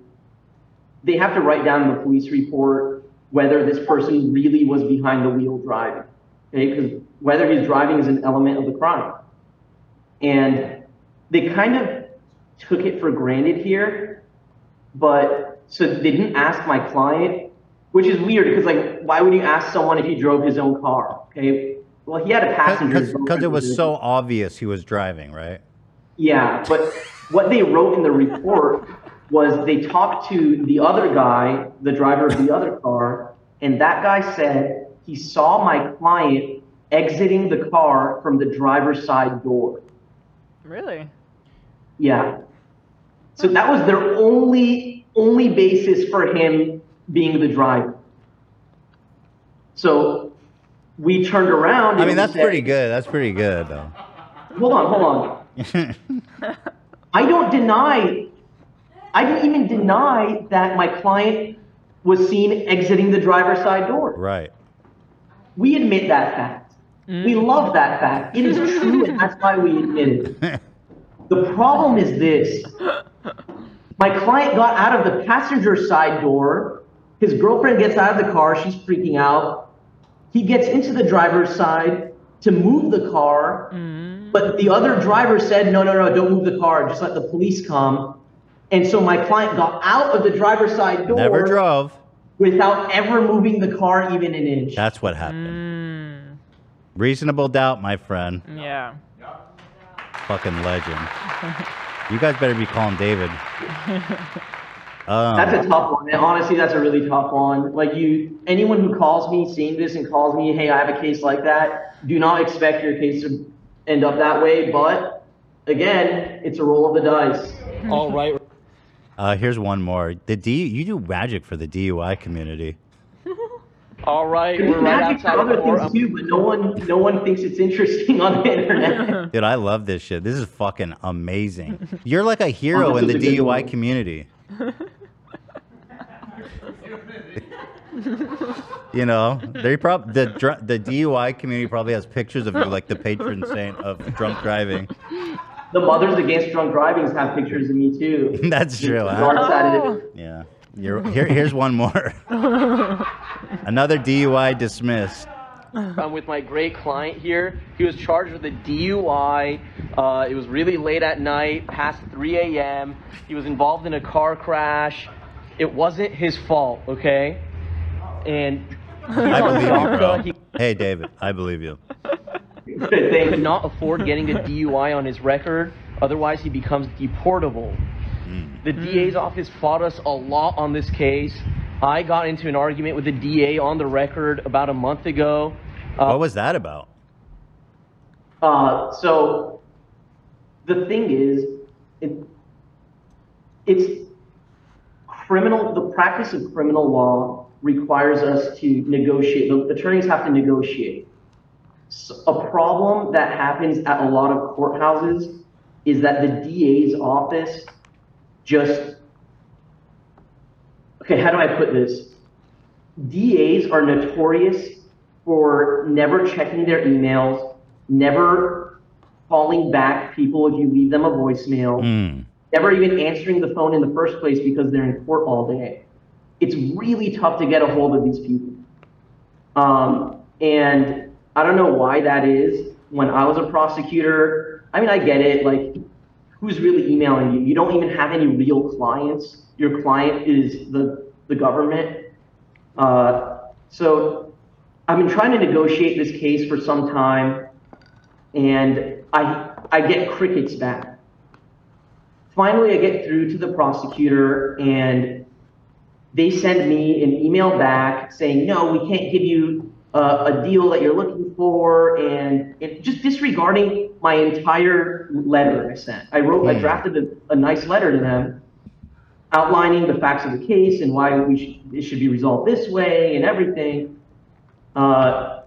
Speaker 32: they have to write down in the police report whether this person really was behind the wheel driving. Because whether he's driving is an element of the crime. And they kind of took it for granted here, but so they didn't ask my client, which is weird because like why would you ask someone if he drove his own car? Okay. Well he had a passenger
Speaker 2: Because it was so obvious he was driving, right?
Speaker 32: yeah, but what they wrote in the report was they talked to the other guy, the driver of the other car, and that guy said he saw my client exiting the car from the driver's side door.
Speaker 3: [LAUGHS] Really?
Speaker 32: Yeah. So that was their only only basis for him being the driver. So we turned around.
Speaker 2: I
Speaker 32: and
Speaker 2: mean,
Speaker 32: we
Speaker 2: that's
Speaker 32: said-
Speaker 2: pretty good. That's pretty good, though.
Speaker 32: Hold on, hold on. I don't deny, I didn't even deny that my client was seen exiting the driver's side door.
Speaker 2: [LAUGHS] Right.
Speaker 32: We admit that fact. We love that fact. It is true, and that's why we admit it. The problem is this my client got out of the passenger side door. His girlfriend gets out of the car. She's freaking out. He gets into the driver's side to move the car. But the other driver said, no, no, no, don't move the car. Just let the police come. And so my client got out of the driver's side door
Speaker 2: Never drove.
Speaker 32: without ever moving the car even an inch.
Speaker 2: That's what happened. Reasonable doubt, my friend.
Speaker 3: Yeah.
Speaker 2: Fucking legend. You guys better be calling David. Um,
Speaker 32: That's a tough one. man. Honestly, that's a really tough one. Like you, anyone who calls me seeing this and calls me, hey, I have a case like that, do not expect your case to end up that way. But again, it's a roll of the dice. [LAUGHS] All right.
Speaker 2: uh, here's one more. The D, you do magic for the DUI community.
Speaker 32: All right. We're right outside other things too, but no one, no one thinks it's interesting [LAUGHS] on the internet.
Speaker 2: Dude, I love this shit. This is fucking amazing. You're like a hero
Speaker 32: Oh,
Speaker 2: in
Speaker 32: this
Speaker 2: the
Speaker 32: is a good
Speaker 2: DUI
Speaker 32: one.
Speaker 2: community. You know, they prob the dr- the DUI community probably has pictures of you like the patron saint of drunk driving. [LAUGHS]
Speaker 32: the mothers against drunk drivings have pictures of me too.
Speaker 2: [LAUGHS] That's
Speaker 32: It's
Speaker 2: true,
Speaker 32: the
Speaker 2: huh?
Speaker 32: Dark side of it.
Speaker 2: Yeah. You're, here, here's one more. Another DUI dismissed.
Speaker 15: Um,
Speaker 32: I'm with my great client here. He was charged with a DUI. Uh, it was really late at night, past 3 a.m. He was involved in a car crash. It wasn't his fault, okay? And he's
Speaker 2: I
Speaker 32: on
Speaker 2: believe you, bro.
Speaker 32: DACA. He
Speaker 2: Hey, David, I believe you.
Speaker 15: [LAUGHS] They could not afford getting a DUI on his record, otherwise he becomes deportable.
Speaker 2: Hmm.
Speaker 15: The DA's office fought us a lot on this case. I got into an argument with the DA on the record about a month ago.
Speaker 2: What was that about?
Speaker 32: Uh, so the thing is, it, it's criminal. The practice of criminal law requires us to negotiate. The attorneys have to negotiate. S a problem that happens at a lot of courthouses is that the DA's office just okay. How do I put this? DAs are notorious for never checking their emails, never calling back people if you leave them a voicemail, never even answering the phone in the first place because they're in court all day. It's really tough to get a hold of these people. Um, and I don't know why that is. When I was a prosecutor, I mean, I get it. Like, who's really emailing you? You don't even have any real clients. Your client is the, the government. Uh, so I've been trying to negotiate this case for some time, and I I get crickets back. Finally, I get through to the prosecutor, and they send me an email back saying, "No, we can't give you uh, a deal that you're looking for," and it, just disregarding my entire letter I sent. I wrote, I drafted a, a nice letter to them, outlining the facts of the case and why we should, it should be resolved this way and everything. Uh,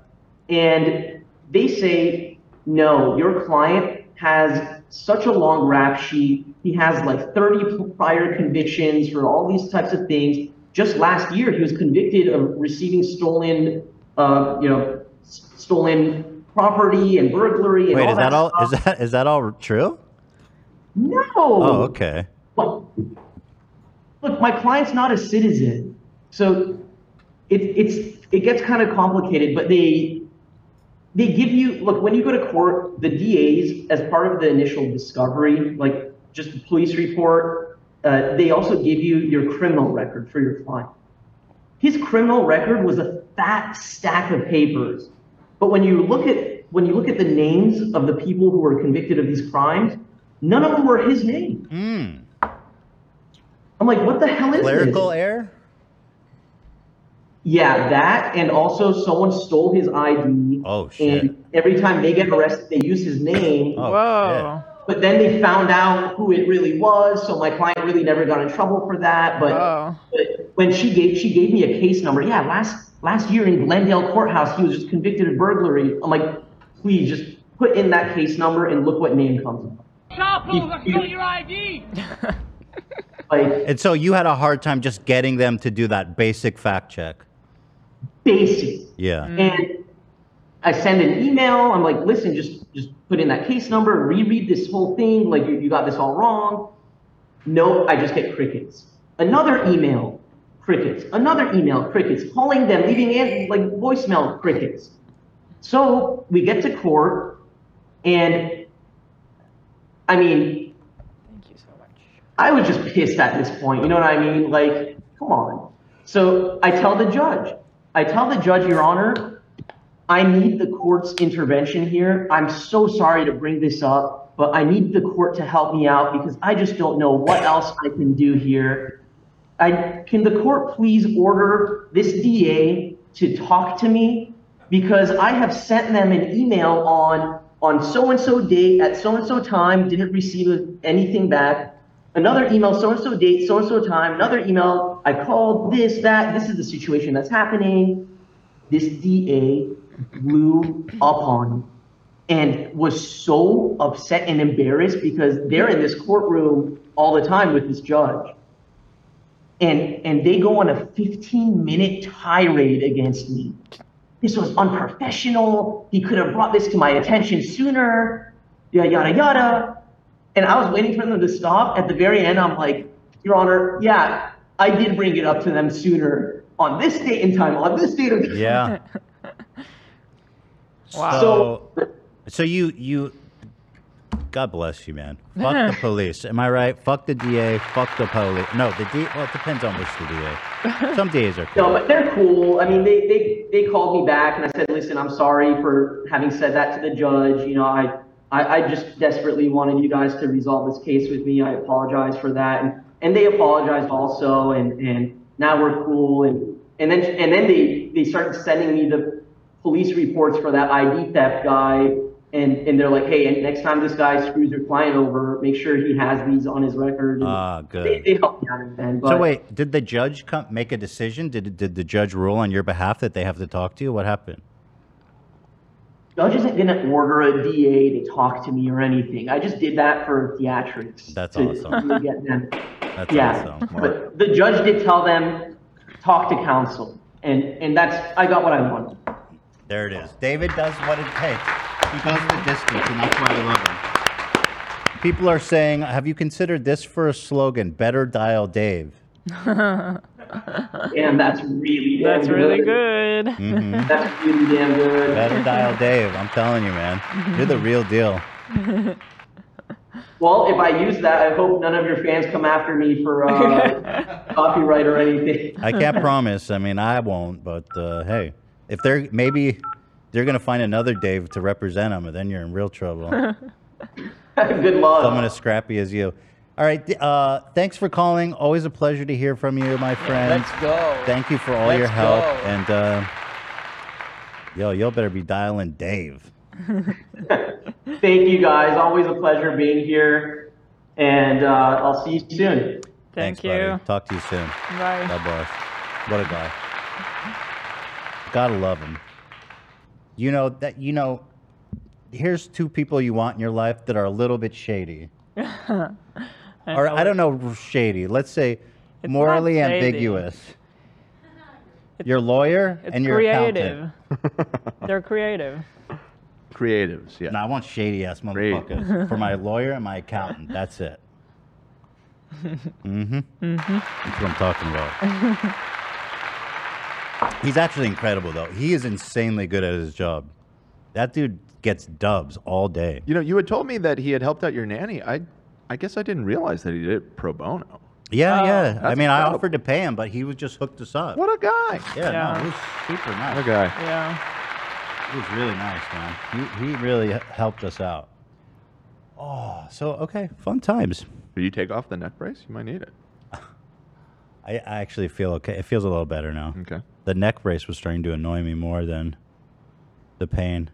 Speaker 32: and they say, no, your client has such a long rap sheet. He has like 30 prior convictions for all these types of things. Just last year, he was convicted of receiving stolen, uh, you know, s- stolen property and burglary and
Speaker 2: Wait, is that all? Is
Speaker 32: stuff.
Speaker 2: that is that all true?
Speaker 32: No.
Speaker 2: Oh, okay.
Speaker 32: Look, my client's not a citizen, so it, it's it gets kind of complicated. But they they give you look when you go to court, the DAs as part of the initial discovery, like just the police report, uh, they also give you your criminal record for your client. His criminal record was a fat stack of papers, but when you look at when you look at the names of the people who were convicted of these crimes, none of them were his name. I'm like, what the hell is
Speaker 2: Clerical
Speaker 32: this?
Speaker 2: error?
Speaker 32: Yeah, that, and also someone stole his ID.
Speaker 2: Oh
Speaker 32: And every time they get arrested, they use his name.
Speaker 3: Whoa.
Speaker 32: But then they found out who it really was, so my client really never got in trouble for that. But,
Speaker 3: Wow.
Speaker 32: but when she gave she gave me a case number, yeah, last last year in Glendale courthouse, he was just convicted of burglary. I'm like, please just put in that case number and look what name comes up.
Speaker 25: Stop, fool! I stole your ID!
Speaker 2: And so you had a hard time just getting them to do that basic fact check.
Speaker 32: Basic.
Speaker 2: Yeah.
Speaker 32: And I send an email. I'm like, listen, just just put in that case number, reread this whole thing. Like you, you got this all wrong. Nope, I just get crickets. Another email, crickets. Another email, crickets. Calling them, leaving an, like voicemail, crickets. So we get to court, and I mean, I was just pissed at this point. You know what I mean? Like, come on. So I tell the judge, I tell the judge, Your Honor, I need the court's intervention here. I'm so sorry to bring this up, but I need the court to help me out because I just don't know what else I can do here. I, can the court please order this DA to talk to me? Because I have sent them an email on, on so-and-so date at so-and-so time, didn't receive anything back. Another email, so-and-so date, so-and-so time, another email, I called this, that, this is the situation that's happening. This DA blew up on me and was so upset and embarrassed because they're in this courtroom all the time with this judge and and they go on a 15 minute tirade against me. This was unprofessional. He could have brought this to my attention sooner. Yada yada yada. And I was waiting for them to stop. At the very end, I'm like, Your Honor, yeah, I did bring it up to them sooner on this date and time, on this date of
Speaker 2: Yeah.
Speaker 32: Wow.
Speaker 2: So, so you you God bless you, man. Fuck the police. Am I right? Fuck the DA. Fuck the police. No, the D. Well, it depends on which the DA. Some DAs are
Speaker 32: [LAUGHS] No, but they're cool. I mean, they, they, they called me back and I said, listen, I'm sorry for having said that to the judge. You know, I, I, I just desperately wanted you guys to resolve this case with me. I apologize for that. And, and they apologized also. And, and now we're cool. And, and then, and then they, they started sending me the police reports for that ID theft guy. And, and they're like, hey, and next time this guy screws your client over, make sure he has these on his record. And
Speaker 2: Ah, good.
Speaker 32: They, they helped me out. in the end,
Speaker 2: So
Speaker 32: but-
Speaker 2: wait, did the judge come make a decision? Did did the judge rule on your behalf that they have to talk to you? What happened?
Speaker 32: Judge isn't gonna order a DA to talk to me or anything. I just did that for theatrics.
Speaker 2: That's
Speaker 32: to-
Speaker 2: awesome.
Speaker 32: to get them-
Speaker 2: [LAUGHS] That's
Speaker 32: yeah,
Speaker 2: awesome.
Speaker 32: [LAUGHS] but the judge did tell them, talk to counsel, and and that's I got what I wanted.
Speaker 2: There it is. David does what it takes. He goes the distance, and that's why I love him. People are saying, "Have you considered this for a slogan? Better dial Dave."
Speaker 32: And that's really damn
Speaker 3: That's really good.
Speaker 2: [LAUGHS] Mhm.
Speaker 32: That's really damn good. Mm-hmm.
Speaker 2: Better dial Dave. I'm telling you, man, you're the real deal.
Speaker 32: Well, if I use that, I hope none of your fans come after me for uh, copyright or anything.
Speaker 2: I can't
Speaker 32: [LAUGHS]
Speaker 2: promise. I mean, I won't. But uh, hey, if they're maybe they're gonna find another Dave to represent him, and then you're in real
Speaker 32: [LAUGHS]
Speaker 2: trouble.
Speaker 32: Good luck.
Speaker 2: Someone as scrappy as you. All right. th- Uh, thanks for calling. Always a pleasure to hear from you, my friend.
Speaker 31: let's go.
Speaker 2: Thank you for all your
Speaker 31: Let's
Speaker 2: help.
Speaker 31: go.
Speaker 2: And uh, yo, y'all better be dialing Dave.
Speaker 32: [LAUGHS] Thank you guys. Always a pleasure being here, and uh, I'll see you soon.
Speaker 2: thanks, buddy. Talk to you soon.
Speaker 32: Bye.
Speaker 2: God bless. What a guy. Gotta love him. You know that. You know, here's two people you want in your life that are a little
Speaker 3: [LAUGHS]
Speaker 2: bit shady. or I don't know shady. Let's say morally
Speaker 3: shady.
Speaker 2: ambiguous. your lawyer
Speaker 3: It's
Speaker 2: and your
Speaker 3: creative.
Speaker 2: accountant.
Speaker 3: They're creative.
Speaker 2: [LAUGHS] Creatives, yeah. No, I want shady ass
Speaker 3: [LAUGHS]
Speaker 2: motherfuckers for my lawyer and my accountant. That's it. Mm-hmm. That's what I'm talking about. He's actually incredible though. He is insanely good at his job. That dude gets dubs all day.
Speaker 1: You know, you had told me that he had helped out your nanny. I, I guess I didn't realize that he did it pro bono.
Speaker 2: Yeah, yeah. I
Speaker 1: That's
Speaker 2: mean, I
Speaker 1: incredible.
Speaker 2: offered to pay him, but he was just hooked us up.
Speaker 1: What a guy!
Speaker 2: Yeah,
Speaker 1: Yeah.
Speaker 2: no, he was super nice.
Speaker 1: What a guy.
Speaker 3: Yeah.
Speaker 2: He was really nice, man. He, he really h- helped us out. Oh, so okay, fun times.
Speaker 1: Will you take off the neck brace? You might need it.
Speaker 2: [LAUGHS] I, I actually feel okay. It feels a little better now.
Speaker 1: Okay.
Speaker 2: The neck brace was starting to annoy me more than the pain.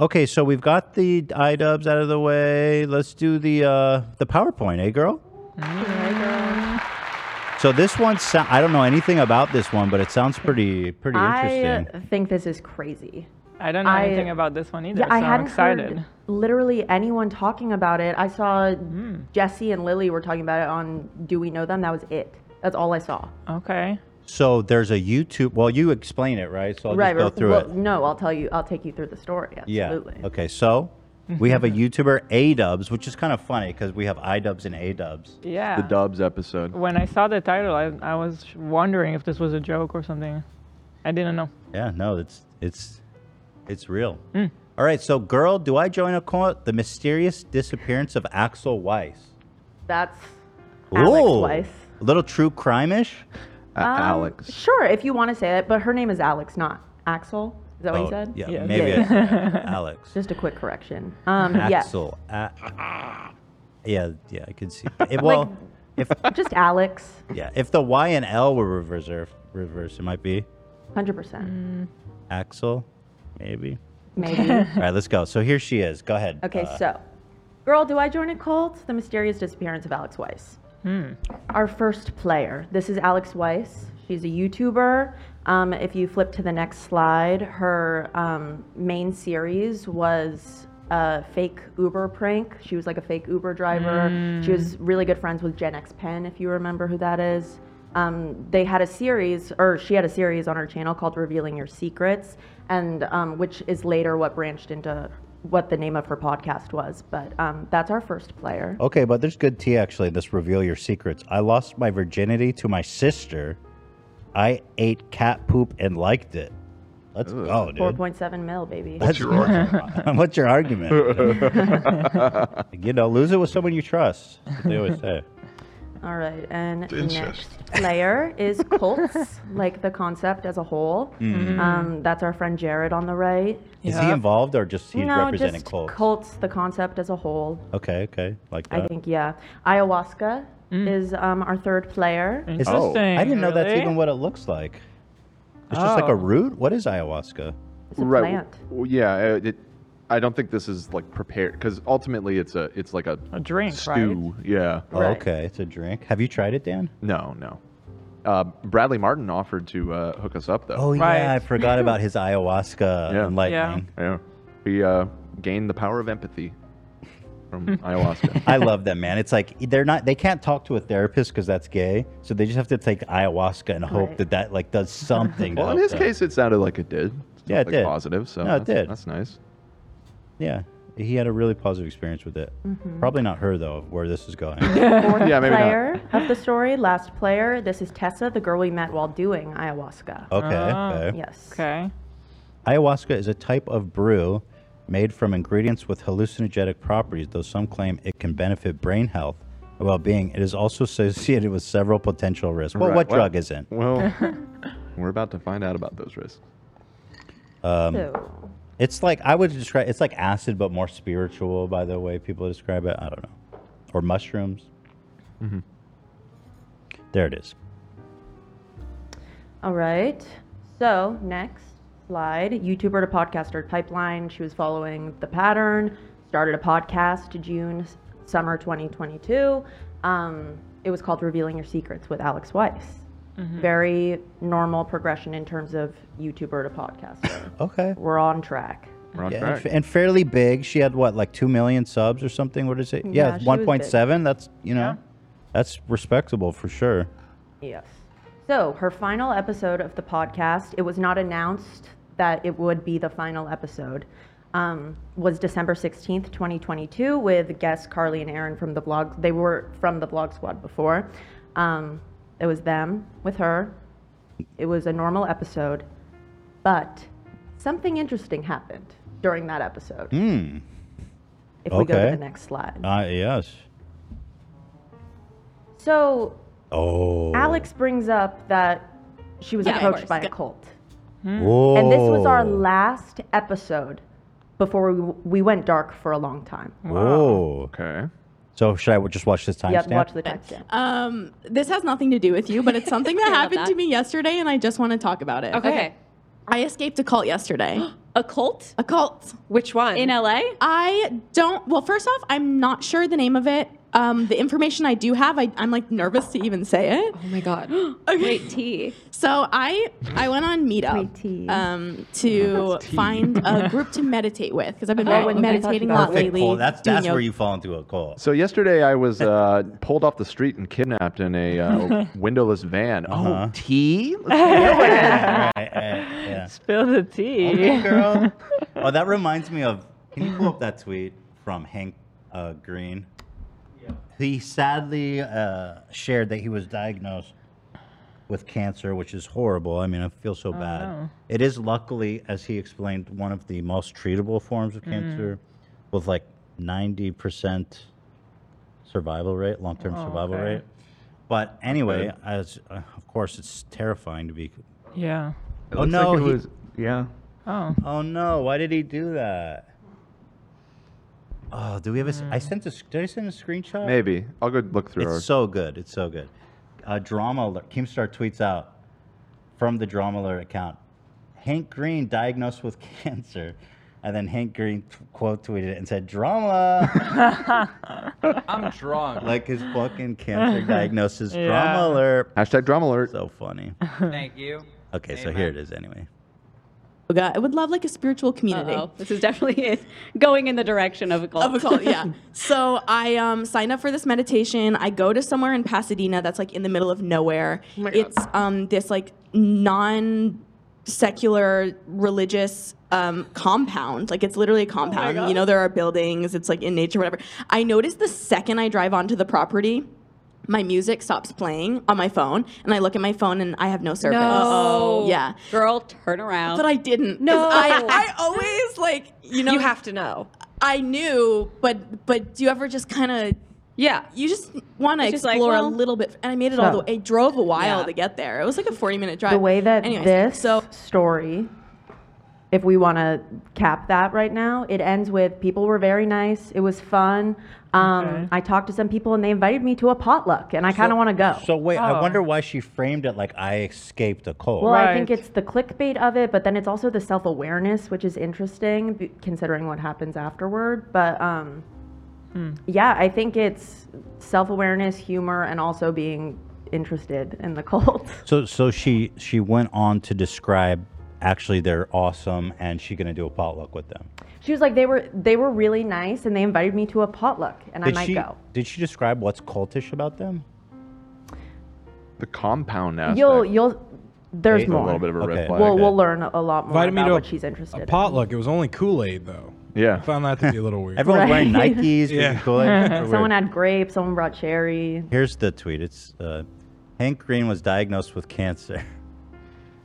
Speaker 2: Okay, so we've got the iDubs out of the way. Let's do the uh, the PowerPoint, eh, girl? So this one, so- I don't know anything about this one, but it sounds pretty [LAUGHS] pretty
Speaker 4: I uh,
Speaker 2: interesting.
Speaker 4: think this is crazy.
Speaker 3: I don't know
Speaker 4: I-
Speaker 3: anything about this one either,
Speaker 4: Yeah,
Speaker 3: so
Speaker 4: I
Speaker 3: I'm
Speaker 4: hadn't
Speaker 3: excited.
Speaker 4: heard literally anyone talking about it. I saw
Speaker 3: Hmm.
Speaker 4: Jesse and Lily were talking about it on Do We Know Them? That was it. That's all I saw.
Speaker 3: Okay.
Speaker 2: So there's a YouTube. Well, you explain it, right? So I'll
Speaker 4: right.
Speaker 2: just go
Speaker 4: right.
Speaker 2: through
Speaker 4: well,
Speaker 2: it.
Speaker 4: No, I'll tell you. I'll take you through the story. Absolutely.
Speaker 2: Yeah. Okay. So
Speaker 4: [LAUGHS]
Speaker 2: we have a YouTuber, Adubs, which is kind of funny because we have Idubs and Adubs.
Speaker 3: Yeah. The
Speaker 2: Dubs episode.
Speaker 3: [LAUGHS] When I saw the title, I, I was wondering if this was a joke or something. I didn't know.
Speaker 2: Yeah. No, it's it's it's real.
Speaker 4: Mm.
Speaker 2: All right. So, girl, do I join a cult? The mysterious disappearance of Axel Weiss.
Speaker 4: That's Alex Weiss.
Speaker 2: A little true crime ish.
Speaker 4: Um, Sure, if you want to say that, but her name is Alex, not Axel. Is that what
Speaker 2: Oh,
Speaker 4: you said?
Speaker 2: yeah, Yeah. maybe I
Speaker 4: [LAUGHS]
Speaker 2: said Alex.
Speaker 4: Just a quick correction. Um, yes.
Speaker 2: Axel. A- yeah. Yeah. I can see.
Speaker 4: [LAUGHS]
Speaker 2: It, well.
Speaker 4: just Alex,
Speaker 2: Yeah, if the Y and L were reserved, reverse, it might be
Speaker 4: hundred percent.
Speaker 2: Axel, maybe.
Speaker 4: Maybe.
Speaker 2: [LAUGHS] All right, let's go. So here she is. Go ahead.
Speaker 4: Okay,
Speaker 2: Uh,
Speaker 4: so, girl, do I join a cult? The mysterious disappearance of Alex Weiss.
Speaker 3: Hmm.
Speaker 4: Our first player. This is Alex Weiss. She's a YouTuber. Um, if you flip to the next slide, her um, main series was a fake Uber prank. She was like a fake Uber driver. She was really good friends with Gen X Pen, if you remember who that is. Um, they had a series, or she had a series on her channel called Revealing Your Secrets, and um, which is later what branched into what the name of her podcast was. But um, that's our first player.
Speaker 2: Okay, but there's good tea actually. This reveal your secrets. I lost my virginity to my sister. I ate cat poop and liked it. Let's go, Oh, dude.
Speaker 4: 4.7 mil, baby. [LAUGHS]
Speaker 2: [LAUGHS] What's your
Speaker 1: [LAUGHS]
Speaker 2: [LAUGHS] argument? you know, lose it with someone you trust. That's what They always say.
Speaker 4: All right, and
Speaker 2: Incest.
Speaker 4: next layer is cults, like the concept as a whole.
Speaker 2: Mhm.
Speaker 4: Um, that's our friend Jared on the right.
Speaker 2: Is he involved or just he's
Speaker 4: no,
Speaker 2: representing
Speaker 4: just
Speaker 2: cults?
Speaker 4: the concept as a whole.
Speaker 2: okay, okay, like that.
Speaker 4: I think, yeah. Ayahuasca is um, our third player.
Speaker 2: Is-
Speaker 1: Oh.
Speaker 2: I didn't know that's even what it looks like. It's just like
Speaker 4: Oh.
Speaker 2: a root. What is ayahuasca?
Speaker 4: It's a
Speaker 1: Um, right.
Speaker 4: plant.
Speaker 1: w- w- yeah. uh, It, I don't think this is like prepared because ultimately it's a it's like a,
Speaker 3: a drink, right?
Speaker 1: stew. Yeah.
Speaker 2: Oh, Right. okay, it's a drink. Have you tried it, Dan?
Speaker 1: No, no. Uh, Bradley Martin offered to uh, hook us up though.
Speaker 2: Oh yeah,
Speaker 3: [LAUGHS]
Speaker 2: I forgot about his ayahuasca
Speaker 1: Yeah.
Speaker 2: enlightening.
Speaker 1: Yeah. He uh, gained the power of empathy
Speaker 2: [LAUGHS]
Speaker 1: from ayahuasca.
Speaker 2: I love them, man. It's like they're not they can't talk to a therapist because that's gay, so they just have to take ayahuasca and hope
Speaker 1: Right.
Speaker 2: that that like does something. to
Speaker 1: Well, in
Speaker 2: help
Speaker 1: his
Speaker 2: them.
Speaker 1: case, it sounded like it did. It's
Speaker 2: uh, Yeah, it
Speaker 1: like
Speaker 2: did.
Speaker 1: Positive. So
Speaker 2: No,
Speaker 1: that's,
Speaker 2: it did.
Speaker 1: That's nice.
Speaker 2: yeah, he had a really positive experience with it.
Speaker 4: Mhm.
Speaker 2: Probably not her though, where this is
Speaker 4: [LAUGHS]
Speaker 2: going.
Speaker 4: Fourth
Speaker 2: yeah,
Speaker 4: player of the story, last player. This is Tessa, the girl we met while doing ayahuasca.
Speaker 2: Okay, Ah. okay.
Speaker 4: Yes.
Speaker 3: Okay.
Speaker 2: Ayahuasca is a type of brew made from ingredients with hallucinogenic properties, though some claim it can benefit brain health and well being. It is also associated with several potential risks. Well,
Speaker 1: Right,
Speaker 2: what
Speaker 1: well-
Speaker 2: drug isn't?
Speaker 4: [LAUGHS]
Speaker 1: Well, we're about to find out about those risks.
Speaker 2: Um,
Speaker 4: Ew.
Speaker 2: it's like, I would describe it's like acid, but more spiritual by the way people describe it. I don't know. Or mushrooms.
Speaker 1: Mhm.
Speaker 2: There it is.
Speaker 4: All right. So next slide, YouTuber to podcaster pipeline. She was following the pattern. Started a podcast June s- summer 2022. Um, it was called Revealing Your Secrets with Alex Weiss.
Speaker 31: Mhm.
Speaker 4: Very normal progression in terms of YouTuber to podcaster.
Speaker 2: okay.
Speaker 4: We're on track.
Speaker 2: Yeah, and, fa- and fairly big. She had what, like two million subs or something? What is it?
Speaker 4: Yeah,
Speaker 2: Yeah,
Speaker 4: she was
Speaker 2: one point seven. That's you know,
Speaker 4: Yeah.
Speaker 2: that's respectable for sure.
Speaker 4: Yes. So her final episode of the podcast, it was not announced that it would be the final episode, um, was December 16th, 2022, with guests Carly and Aaron from the blog. They were from the blog squad before. Um, it was them with her. It was a normal episode, but something interesting happened during that episode.
Speaker 2: Hmm.
Speaker 4: If we go to
Speaker 2: Okay.
Speaker 4: the next slide.
Speaker 2: Uh, yes.
Speaker 4: So
Speaker 2: Oh.
Speaker 4: Alex brings up that she was
Speaker 31: Yeah, of
Speaker 4: approached
Speaker 31: course,
Speaker 4: by
Speaker 31: yeah.
Speaker 4: a cult. And this was our
Speaker 2: Hmm. Whoa.
Speaker 4: last episode before we, we went dark for a long time.
Speaker 2: Whoa.
Speaker 1: Okay.
Speaker 2: So should I just watch this timestamp?
Speaker 4: Yeah, watch the timestamp.
Speaker 31: Um, this has nothing to do with you, but it's something
Speaker 10: [LAUGHS]
Speaker 31: that happened to me yesterday, and I just want to talk about it.
Speaker 10: Okay. Okay.
Speaker 31: I escaped a cult yesterday.
Speaker 10: [GASPS] A cult?
Speaker 31: A cult.
Speaker 10: Which one? In LA?
Speaker 31: I don't. Well, first off, I'm not sure the name of it. Um, the information I do have, I, I'm like nervous to even say it.
Speaker 10: Oh
Speaker 31: [GASPS]
Speaker 10: my god. Wait, T.
Speaker 31: So I I went on Meetup um, to find a group to meditate with because I've been
Speaker 10: Okay. Oh, okay.
Speaker 31: meditating a lot
Speaker 2: Perfect
Speaker 31: lately.
Speaker 2: call. That's
Speaker 31: doing
Speaker 2: that's
Speaker 31: yoga.
Speaker 2: where you fall into
Speaker 4: [LAUGHS]
Speaker 2: a cult.
Speaker 1: So yesterday I
Speaker 2: [LAUGHS]
Speaker 1: was uh, pulled off the street and kidnapped in a uh, windowless van.
Speaker 2: Uh-huh.
Speaker 1: Oh, tea?
Speaker 3: [LAUGHS]
Speaker 4: [LAUGHS]
Speaker 3: Spill the tea. [LAUGHS]
Speaker 2: Okay, girl. oh, that reminds me of. Can you pull up that tweet from Hank uh, Green? He sadly uh, shared that he was diagnosed with cancer, which is horrible. I mean, I feel so bad.
Speaker 18: no.
Speaker 2: It is luckily, as he explained, one of the most treatable forms of
Speaker 18: Mm.
Speaker 2: cancer, with like ninety percent survival rate, long-term
Speaker 18: Oh,
Speaker 2: survival
Speaker 3: okay.
Speaker 2: rate. But anyway, as uh, of course, it's terrifying to be.
Speaker 3: Yeah.
Speaker 5: It
Speaker 2: oh
Speaker 5: looks
Speaker 2: no!
Speaker 5: like it
Speaker 2: he-
Speaker 5: was- yeah.
Speaker 3: Oh.
Speaker 2: Oh no! Why did he do that? Oh, do we have a? s- I
Speaker 10: Hmm.
Speaker 2: sent a. s- Did I send a screenshot?
Speaker 1: Maybe. I'll go look through
Speaker 2: It's
Speaker 1: our-
Speaker 2: so good. It's so good. Uh, drama alert. Keemstar tweets out from the drama alert account. Hank Green diagnosed with [LAUGHS] cancer, and then Hank Green t- quote tweeted it and
Speaker 3: [LAUGHS]
Speaker 2: said, "Drama."
Speaker 10: I'm drunk.
Speaker 2: like his fucking cancer
Speaker 10: [LAUGHS]
Speaker 2: diagnosis.
Speaker 10: Yeah.
Speaker 2: Drama alert.
Speaker 1: Hashtag drama alert.
Speaker 2: So funny.
Speaker 10: [LAUGHS] Thank you.
Speaker 2: Okay, so here it is anyway.
Speaker 31: Yoga. I would love like a spiritual community.
Speaker 10: Uh-oh. This is definitely [LAUGHS] is going in the direction of a cult.
Speaker 31: Of a cult,
Speaker 10: [LAUGHS]
Speaker 31: yeah. So I um, signed up for this meditation. I go to somewhere in Pasadena that's like in the middle of nowhere.
Speaker 10: Oh
Speaker 31: it's um, this like non secular religious um, compound. Like it's literally a
Speaker 10: Oh
Speaker 31: compound. you know, there are buildings, it's like in nature, whatever. I noticed the second I drive onto the property, my music stops playing on my phone, and I look at my phone and I have no service.
Speaker 10: No.
Speaker 31: Yeah.
Speaker 10: Girl, turn around.
Speaker 31: But I didn't. 'cause
Speaker 10: No.
Speaker 31: I,
Speaker 4: [LAUGHS]
Speaker 31: I always like you know.
Speaker 16: You have to know.
Speaker 31: I knew, but but do you ever just kind of
Speaker 10: yeah?
Speaker 31: You just want to
Speaker 16: It's just like,
Speaker 31: explore a
Speaker 16: well-
Speaker 31: little bit, and I made it all the
Speaker 4: So-
Speaker 31: way. I drove a while
Speaker 4: Yeah.
Speaker 31: to get there. It was like a forty-minute drive.
Speaker 4: Oh. The way that
Speaker 31: Anyways,
Speaker 4: this story, if we want to cap that right now, it ends with people were very nice. It was fun. Um, I talked to some people and they invited me to a potluck, and I kind of want to go.
Speaker 2: So wait,
Speaker 31: Oh.
Speaker 2: I
Speaker 1: Oh.
Speaker 2: wonder why she framed it like I escaped a cold.
Speaker 4: Well, I think it's the clickbait of it, but then it's also the self awareness, which is interesting b- considering what happens afterward. But um, yeah, I think it's self awareness, humor, and also being interested in the [LAUGHS] cult.
Speaker 2: So so she she went on to describe actually they're awesome and she gonna do a potluck with them.
Speaker 4: She was like, they were they were really nice, and they invited me to a potluck, and I
Speaker 2: did
Speaker 4: might
Speaker 2: she
Speaker 4: go.
Speaker 2: did she describe what's cultish about them?
Speaker 1: The compound aspect.
Speaker 4: You'll you'll there's
Speaker 1: Hey, a
Speaker 4: more.
Speaker 1: little bit of a red Okay. flag.
Speaker 4: We'll
Speaker 1: Okay. E
Speaker 4: we'll learn a lot more
Speaker 14: Invited me
Speaker 4: about
Speaker 14: to a-
Speaker 1: [LAUGHS]
Speaker 4: what she's interested
Speaker 14: A
Speaker 4: in.
Speaker 14: potluck. It was only Kool Aid though.
Speaker 1: Yeah.
Speaker 14: Found that to be
Speaker 2: [LAUGHS]
Speaker 14: a little weird.
Speaker 2: Everyone's wearing Nikes, yeah.
Speaker 4: [LAUGHS] someone had grape, someone brought cherry.
Speaker 2: Here's the tweet. It's uh, Hank Green was diagnosed with cancer. [LAUGHS]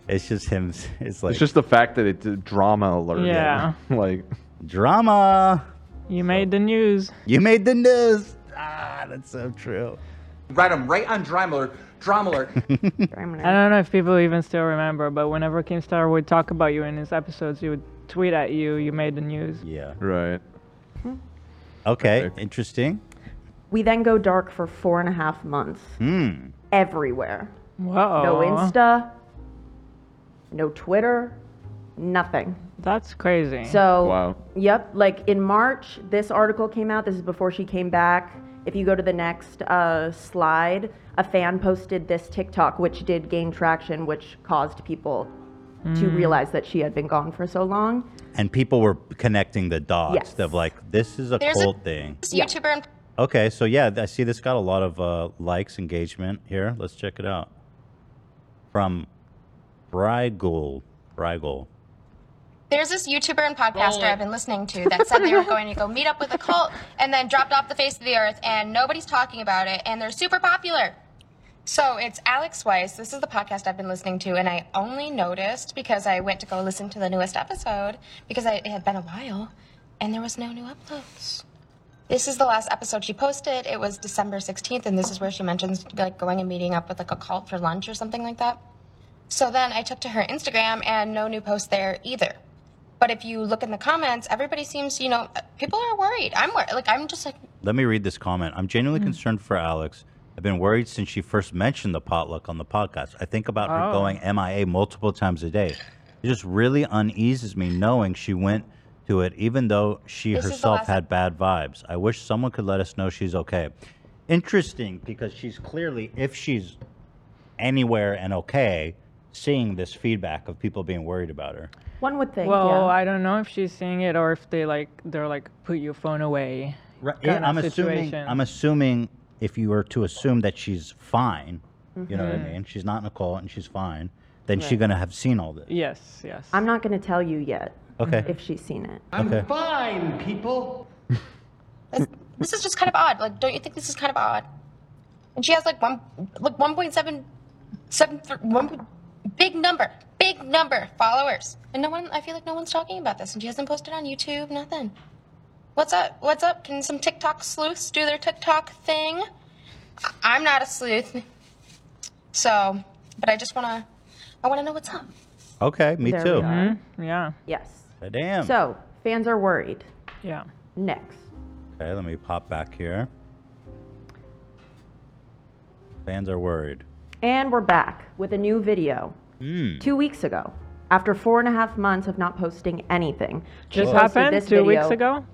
Speaker 2: It's just him. [LAUGHS] It's like
Speaker 1: it's just the fact that it's a drama alert.
Speaker 2: [LAUGHS]
Speaker 3: Yeah.
Speaker 1: like
Speaker 2: drama.
Speaker 3: You made the news.
Speaker 2: You made the news. Ah, that's so true.
Speaker 18: Write them right on Drymler. Drymler.
Speaker 3: I don't know if people even still remember, but whenever Keemstar would talk about you in his episodes, he would tweet at you, you made the news.
Speaker 2: Yeah.
Speaker 1: Right.
Speaker 3: Hmm.
Speaker 2: Okay. Interesting.
Speaker 4: We then go dark for four and a half months
Speaker 2: Hmm.
Speaker 4: everywhere.
Speaker 3: Whoa.
Speaker 4: No Insta, no Twitter, nothing.
Speaker 3: That's crazy.
Speaker 4: So,
Speaker 3: Wow.
Speaker 4: yep, like in March, this article came out. This is before she came back. If you go to the next uh, slide, a fan posted this TikTok, which did gain traction, which caused people to
Speaker 3: Hmm.
Speaker 2: Mm.
Speaker 4: realize that she had been gone for so long.
Speaker 2: And people were connecting the dots
Speaker 4: Yes.
Speaker 2: of like this is a
Speaker 4: There's a-
Speaker 2: cult thing.
Speaker 4: This YouTuber and
Speaker 2: Okay, so yeah, I see this got a lot of uh, likes, engagement here. Let's check it out. From Brigel. Brigel.
Speaker 23: There's this YouTuber and podcaster I've been listening to that said they were going to go meet up with a cult and then dropped off the face of the earth and nobody's talking about it and they're super popular. So it's Alex Weiss. This is the podcast I've been listening to and I only noticed because I went to go listen to the newest episode because I, it had been a while and there was no new uploads. This is the last episode she posted. It was December 16th and this is where she mentions like going and meeting up with like a cult for lunch or something like that. So then I took to her Instagram and no new post there either. But if you look in the comments, everybody seems, you know, people are worried. I'm worried. Like, I'm just like,
Speaker 2: Let me read this comment. I'm genuinely
Speaker 23: Mm.
Speaker 2: concerned for Alex. I've been worried since she first mentioned the potluck on the podcast. I think about her
Speaker 23: Oh.
Speaker 2: going MIA multiple times a day. It just really uneases me knowing she went to it, even though she
Speaker 23: This is the
Speaker 2: herself
Speaker 23: last-
Speaker 2: had bad vibes. I wish someone could let us know she's okay. Interesting because she's clearly, if she's anywhere and okay, seeing this feedback of people being worried about her.
Speaker 4: One would think.
Speaker 3: well,
Speaker 4: yeah.
Speaker 3: I don't know if she's seeing it or if they like they're like put your phone away.
Speaker 2: Right.
Speaker 3: kinda
Speaker 2: I'm assuming.
Speaker 3: situation.
Speaker 2: I'm assuming if you were to assume that she's fine, you know what I
Speaker 4: Mhm.
Speaker 2: mean. She's not Nicole, and she's fine. Then she's
Speaker 4: Right.
Speaker 2: gonna have seen all this.
Speaker 3: Yes, yes.
Speaker 4: I'm not going to tell you yet
Speaker 2: Okay.
Speaker 4: if she's seen it.
Speaker 2: I'm Okay.
Speaker 23: fine, people. this is just kind of odd. Like, don't you think this is kind of odd? And she has like one, like 1.7, seven, th- one big number, big number followers. And no one, I feel like no one's talking about this. And she hasn't posted on YouTube, nothing. What's up? What's up? Can some TikTok sleuths do their TikTok thing? I- I'm not a sleuth. So, but I just want to, I want to know what's up.
Speaker 2: Okay, me
Speaker 4: There we
Speaker 2: too.
Speaker 5: Mm-hmm.
Speaker 4: are.
Speaker 3: Yeah.
Speaker 4: Yes.
Speaker 2: Damn.
Speaker 4: So, fans are worried.
Speaker 3: Yeah.
Speaker 4: Next.
Speaker 2: Okay, let me pop back here. Fans are worried.
Speaker 4: And we're back with a new video.
Speaker 2: Mm.
Speaker 4: Two weeks ago, after four and a half months of not posting anything, she
Speaker 3: This
Speaker 4: posted
Speaker 3: happened
Speaker 4: this
Speaker 3: two weeks
Speaker 4: video-
Speaker 3: ago?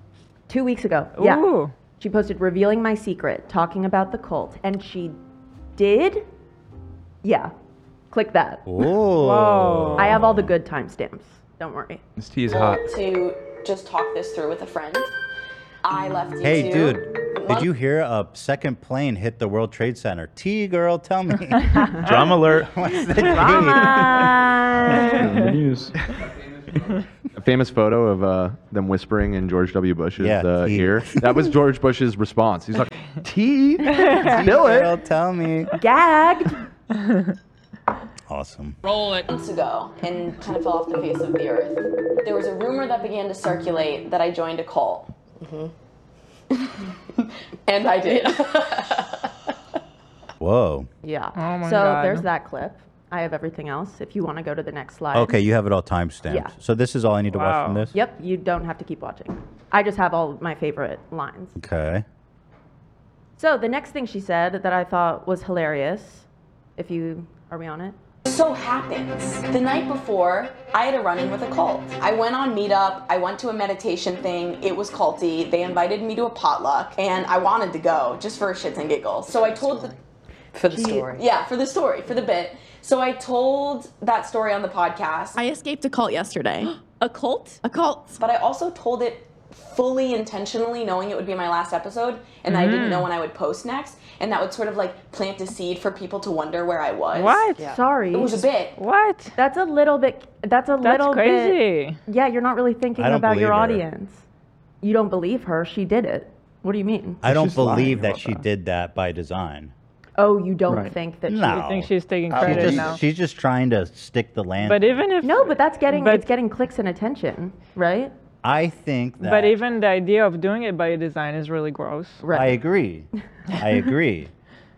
Speaker 4: Two weeks ago. Yeah.
Speaker 3: Ooh.
Speaker 4: She posted revealing my secret, talking about the cult, and she did. Yeah. Click that.
Speaker 2: Whoa.
Speaker 4: I have all the good timestamps.
Speaker 3: [LAUGHS]
Speaker 4: Don't worry.
Speaker 5: This tea is hot.
Speaker 33: want to just talk this through with a friend. I left you
Speaker 2: Hey,
Speaker 33: two.
Speaker 2: dude, did
Speaker 33: Month-
Speaker 2: you hear a second plane hit the World Trade Center? T girl, tell
Speaker 4: [LAUGHS]
Speaker 2: me. [LAUGHS]
Speaker 5: Drama alert. [LAUGHS]
Speaker 4: [LAUGHS]
Speaker 2: What's the Drama.
Speaker 5: news.
Speaker 1: a famous photo of uh, them whispering in George W. Bush's
Speaker 2: Yeah,
Speaker 1: uh,
Speaker 2: tea.
Speaker 1: ear. That
Speaker 2: [LAUGHS]
Speaker 1: was George Bush's response. He's like, tea?
Speaker 2: Spill it. Tell me.
Speaker 4: Gagged.
Speaker 2: Awesome.
Speaker 31: Roll it. Months ago, and kind of fell off the face of the earth. There was a rumor that began to circulate that I joined a cult,
Speaker 4: Mm-hmm.
Speaker 31: [LAUGHS] and I did.
Speaker 2: Whoa.
Speaker 4: Yeah.
Speaker 3: Oh my
Speaker 4: so
Speaker 3: God.
Speaker 4: there's that clip. I have everything else. If you want to go to the next slide.
Speaker 2: Okay, you have it all timestamped.
Speaker 4: Yeah.
Speaker 2: So this is all I need to watch from this.
Speaker 4: Yep, you don't have to keep watching. I just have all of my favorite lines.
Speaker 2: Okay.
Speaker 4: So the next thing she said that I thought was hilarious. If you are we on it?
Speaker 31: so happens the night before i had a run-in with a cult i went on meetup i went to a meditation thing it was culty they invited me to a potluck and i wanted to go just for shits and giggles so i told the
Speaker 24: For the
Speaker 31: Gee,
Speaker 24: story.
Speaker 31: yeah for the story for the bit so i told that story on the podcast
Speaker 34: I escaped a cult
Speaker 3: [GASPS]
Speaker 31: [GASPS]
Speaker 34: yesterday. a cult? A cult.
Speaker 31: But I also told it fully intentionally, knowing it would be my last episode, and that I didn't
Speaker 34: Mhm.
Speaker 31: know when I would post next, and that would sort of like plant a seed for people to wonder where I was.
Speaker 4: Sorry.
Speaker 31: It was a bit.
Speaker 3: What?
Speaker 4: That's a little bit. That's a
Speaker 3: That's
Speaker 4: little
Speaker 3: crazy.
Speaker 4: bit. Yeah, you're not really thinking
Speaker 2: I don't
Speaker 4: about your
Speaker 2: believe her.
Speaker 4: audience. You don't believe her. She did it. What do you mean?
Speaker 2: I don't believe that she did that by design.
Speaker 4: Oh, you don't
Speaker 2: Right.
Speaker 4: think that
Speaker 2: No.
Speaker 4: she
Speaker 2: You think
Speaker 3: she's taking
Speaker 2: She's
Speaker 3: credit
Speaker 2: just,
Speaker 3: now.
Speaker 2: she's just trying to stick the land.
Speaker 3: But even if
Speaker 4: no, but that's getting
Speaker 3: but-
Speaker 4: it's getting clicks and attention, right?
Speaker 2: I think that
Speaker 3: But even the idea of doing it by design is really gross.
Speaker 2: I
Speaker 4: [LAUGHS]
Speaker 2: agree. I agree.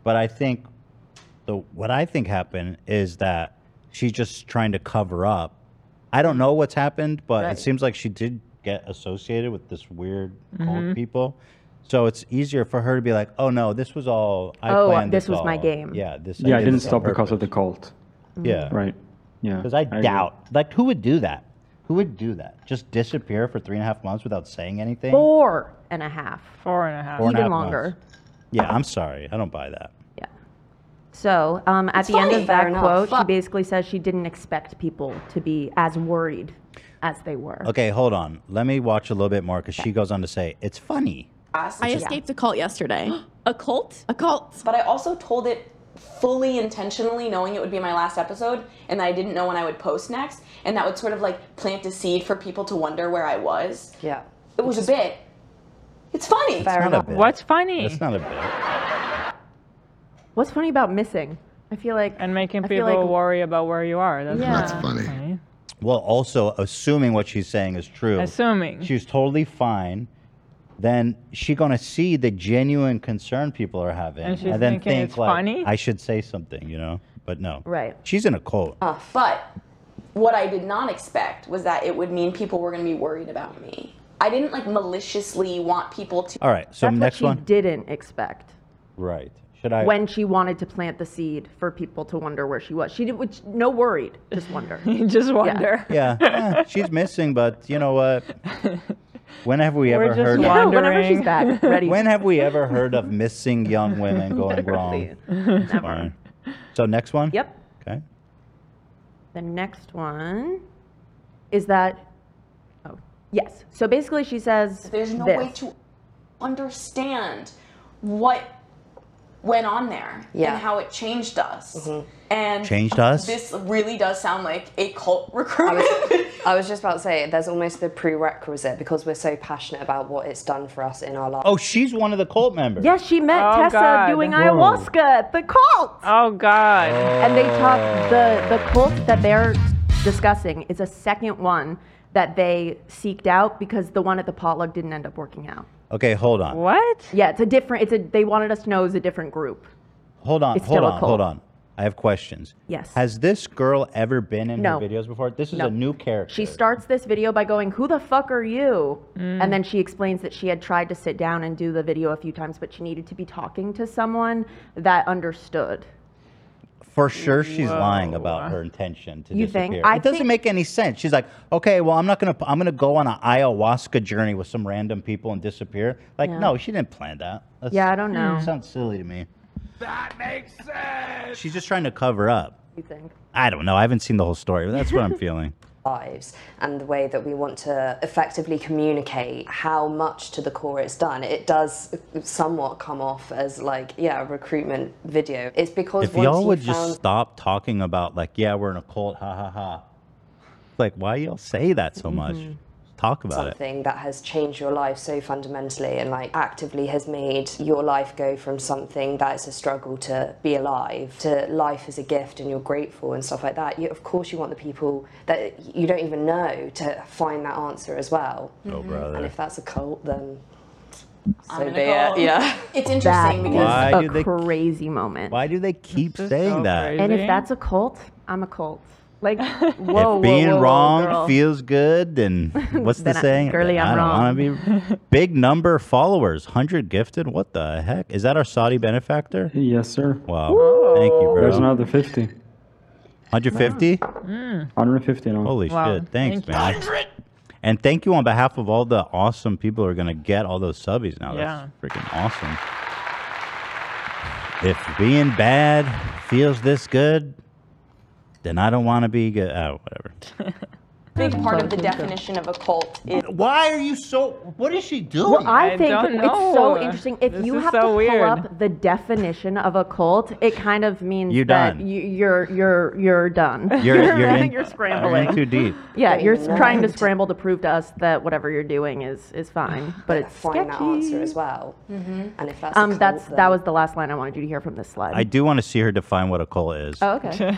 Speaker 2: But I think the what I think happened is that she's just trying to cover up. I don't know what's happened, but
Speaker 4: Right.
Speaker 2: it seems like she did get associated with this weird
Speaker 4: Mhm.
Speaker 2: cult people. So it's easier for her to be like, "Oh no, this was all I
Speaker 4: Oh,
Speaker 2: planned.
Speaker 4: this was my
Speaker 2: all.
Speaker 4: game." Mm-hmm.
Speaker 2: Yeah, this.
Speaker 15: yeah, I
Speaker 2: did
Speaker 15: didn't
Speaker 2: this on
Speaker 15: stop
Speaker 2: purpose."
Speaker 15: because of the cult.
Speaker 2: Mhm. Yeah.
Speaker 15: Right. Yeah.
Speaker 2: Because I,
Speaker 15: agree.
Speaker 2: doubt, like, who would do that? Who would do that? Just disappear for three and a half months without saying anything?
Speaker 4: Four and a half.
Speaker 3: Four and a
Speaker 31: Uh,
Speaker 3: half.
Speaker 2: Four and a
Speaker 4: Even
Speaker 2: half
Speaker 4: longer.
Speaker 2: months. Yeah, I'm sorry. I don't buy that.
Speaker 4: So um, at
Speaker 31: It's
Speaker 4: the end
Speaker 31: funny.
Speaker 4: of
Speaker 31: Fair
Speaker 4: that
Speaker 31: enough.
Speaker 4: quote, she
Speaker 31: Fuck.
Speaker 4: basically says she didn't expect people to be as worried as they were.
Speaker 2: Okay, hold on. Let me watch a little bit more because she goes on to say it's funny.
Speaker 34: I escaped a cult yesterday. [GASPS] a cult? A cult.
Speaker 31: But I also told it fully intentionally, knowing it would be my last episode, and that I didn't know when I would post next, and that would sort of like plant a seed for people to wonder where I was.
Speaker 24: Yeah.
Speaker 31: It was a bit. It's funny.
Speaker 2: Fair not a enough. bit.
Speaker 3: What's funny?
Speaker 2: That's not a bit.
Speaker 4: What's funny about missing? I feel like
Speaker 3: and making
Speaker 4: I
Speaker 3: people
Speaker 4: feel like-
Speaker 3: worry about where you are. That's
Speaker 4: Yeah. That's
Speaker 3: funny.
Speaker 2: Well, also assuming what she's saying is true.
Speaker 3: Assuming.
Speaker 2: she's totally fine, then she gonna see the genuine concern people are having,
Speaker 31: And she's
Speaker 2: then
Speaker 31: thinking
Speaker 2: think
Speaker 31: it's
Speaker 2: like
Speaker 31: funny?
Speaker 2: I should say something, you know? But no,
Speaker 31: Right.
Speaker 2: She's in a cult.
Speaker 31: Uh, but what I did not expect was that it would mean people were going to be worried about me. I didn't like maliciously want people to.
Speaker 2: All right, so
Speaker 4: That's
Speaker 2: next
Speaker 4: what she
Speaker 2: one.
Speaker 4: didn't expect
Speaker 2: Right? Should I?
Speaker 4: when she wanted to plant the seed for people to wonder where she was. She did, which no worried,
Speaker 3: [LAUGHS]
Speaker 4: just wonder.
Speaker 3: just
Speaker 4: wonder.
Speaker 2: Yeah, eh, she's missing, but you know what? When have we
Speaker 3: We're
Speaker 2: ever
Speaker 3: just
Speaker 2: heard?
Speaker 3: No,
Speaker 2: Of,
Speaker 3: whenever she's wondering.
Speaker 2: [LAUGHS]
Speaker 3: back, ready.
Speaker 2: When have we ever heard of missing young
Speaker 4: [LAUGHS]
Speaker 2: women going wrong? It's fine. So next one.
Speaker 4: Yep.
Speaker 2: Okay.
Speaker 4: The next one is that. Oh yes. So basically, she says
Speaker 31: There's no
Speaker 4: this.
Speaker 31: way to understand what went on there
Speaker 4: Yeah. Mm-hmm.
Speaker 31: and how it changed us. And
Speaker 2: Changed us?
Speaker 31: This really does sound like a cult recruitment.
Speaker 24: I was just about to say, there's almost the prerequisite because we're so passionate about what it's done for us in our life.
Speaker 2: Oh, she's one of the cult members.
Speaker 4: Yes, she met
Speaker 24: Oh,
Speaker 4: Tessa
Speaker 24: God.
Speaker 4: doing
Speaker 24: Whoa.
Speaker 4: ayahuasca
Speaker 31: Uh,
Speaker 4: at the cult.
Speaker 3: Oh
Speaker 4: [LAUGHS]
Speaker 3: God!
Speaker 4: And they talk the the cult that they're discussing is a second one that they seeked out because the one at the potluck didn't end up working out.
Speaker 2: Okay, hold on.
Speaker 3: What?
Speaker 4: Yeah, it's a different. It's a. They wanted us to know it was a different group.
Speaker 2: Hold on.
Speaker 4: It's
Speaker 2: hold
Speaker 4: still a
Speaker 2: on. Hold
Speaker 4: cult.
Speaker 2: on. I have questions.
Speaker 4: Yes.
Speaker 2: Has this girl ever been in
Speaker 4: No.
Speaker 2: her videos before? This is
Speaker 4: No.
Speaker 2: a new character. Mm.
Speaker 4: She starts this video by going, "Who the fuck are you?" And then she explains that she had tried to sit down and do the video a few times, but she needed to be talking to someone that understood.
Speaker 2: For sure, she's lying about her intention to
Speaker 4: You think?
Speaker 2: disappear.
Speaker 4: I
Speaker 2: it doesn't
Speaker 4: think-
Speaker 2: make any sense. She's like, okay, well, I'm not gonna. I'm gonna go on an ayahuasca journey with some random people and disappear. Like,
Speaker 4: Yeah.
Speaker 2: no, she didn't plan that. That's- Hmm.
Speaker 4: Yeah, I don't know.
Speaker 2: Sounds silly to me. That makes sense. She's just trying to cover up.
Speaker 4: You think?
Speaker 2: I don't know. I haven't seen the whole story, but that's
Speaker 4: [LAUGHS]
Speaker 2: what I'm feeling.
Speaker 24: lives and the way that we want to effectively communicate how much to the core it's done, it does somewhat come off as like, yeah, a recruitment video. It's because
Speaker 2: if
Speaker 24: once
Speaker 2: y'all
Speaker 24: you
Speaker 2: would
Speaker 24: found
Speaker 2: just stop talking about like, yeah, we're in a cult, ha ha ha. like, why y'all say that so much?
Speaker 4: Mm-hmm.
Speaker 24: Mhm.
Speaker 2: Talk about it.
Speaker 24: something that has changed your life so fundamentally and like actively has made your life go from something that is a struggle to be alive to life as a gift and you're grateful and stuff like that you, of course you want the people that you don't even know to find that answer as well
Speaker 2: Oh, Mhm. brother.
Speaker 24: and if that's a cult then so
Speaker 31: Mm-hmm. I'm in a
Speaker 24: be it
Speaker 31: cult.
Speaker 24: yeah
Speaker 31: It's interesting because
Speaker 2: Why
Speaker 4: a
Speaker 2: do they-
Speaker 4: crazy moment.
Speaker 2: Why do they keep saying that?
Speaker 4: And if that's a cult, I'm a cult. Like,
Speaker 2: [LAUGHS]
Speaker 4: whoa, whoa,
Speaker 2: if being
Speaker 4: whoa, whoa,
Speaker 2: wrong
Speaker 4: girl. [LAUGHS]
Speaker 2: feels good, then what's
Speaker 4: Then
Speaker 2: the
Speaker 4: I-
Speaker 2: saying?
Speaker 4: girly, I'm
Speaker 2: I do
Speaker 4: [LAUGHS]
Speaker 2: not want to be big number of followers, hundred gifted. What the heck is that? Our Saudi benefactor?
Speaker 11: Yes, sir.
Speaker 2: Wow. Thank you, bro.
Speaker 11: There's another 50.
Speaker 2: 150.
Speaker 3: Mm.
Speaker 11: 150 now.
Speaker 2: Holy
Speaker 3: Wow.
Speaker 2: shit! Thanks,
Speaker 3: Thank
Speaker 2: man. And thank you on behalf of all the awesome people who are gonna get all those subbies now. That's freaking awesome. If being bad feels this good, then I don't want to be good. Oh,
Speaker 4: [LAUGHS]
Speaker 2: whatever.
Speaker 31: big part of the definition of a cult is
Speaker 2: Why are you so? What is she doing?
Speaker 4: Well, I, think
Speaker 3: don't
Speaker 4: it's so
Speaker 3: know.
Speaker 4: interesting. If
Speaker 3: This
Speaker 4: you
Speaker 3: is
Speaker 4: have
Speaker 3: so
Speaker 4: to pull
Speaker 3: weird.
Speaker 4: up the definition of a cult, it kind of means
Speaker 2: You're
Speaker 4: that
Speaker 2: done.
Speaker 4: You, you're you're you're done. [LAUGHS]
Speaker 2: You're you're, in,
Speaker 4: You're scrambling.
Speaker 2: You're in too deep.
Speaker 4: Yeah, you're
Speaker 24: Right.
Speaker 4: trying to scramble to prove to us that whatever you're doing is is
Speaker 24: [SIGHS]
Speaker 4: fine, but it's
Speaker 24: find that
Speaker 4: sketchy.
Speaker 24: answer as well
Speaker 31: Mm-hmm.
Speaker 24: and if that's a
Speaker 4: Um,
Speaker 24: cult,
Speaker 4: that's
Speaker 24: then
Speaker 4: that was the last line I wanted you to hear from this slide.
Speaker 2: I do want to see her define what a cult is.
Speaker 4: Oh, okay.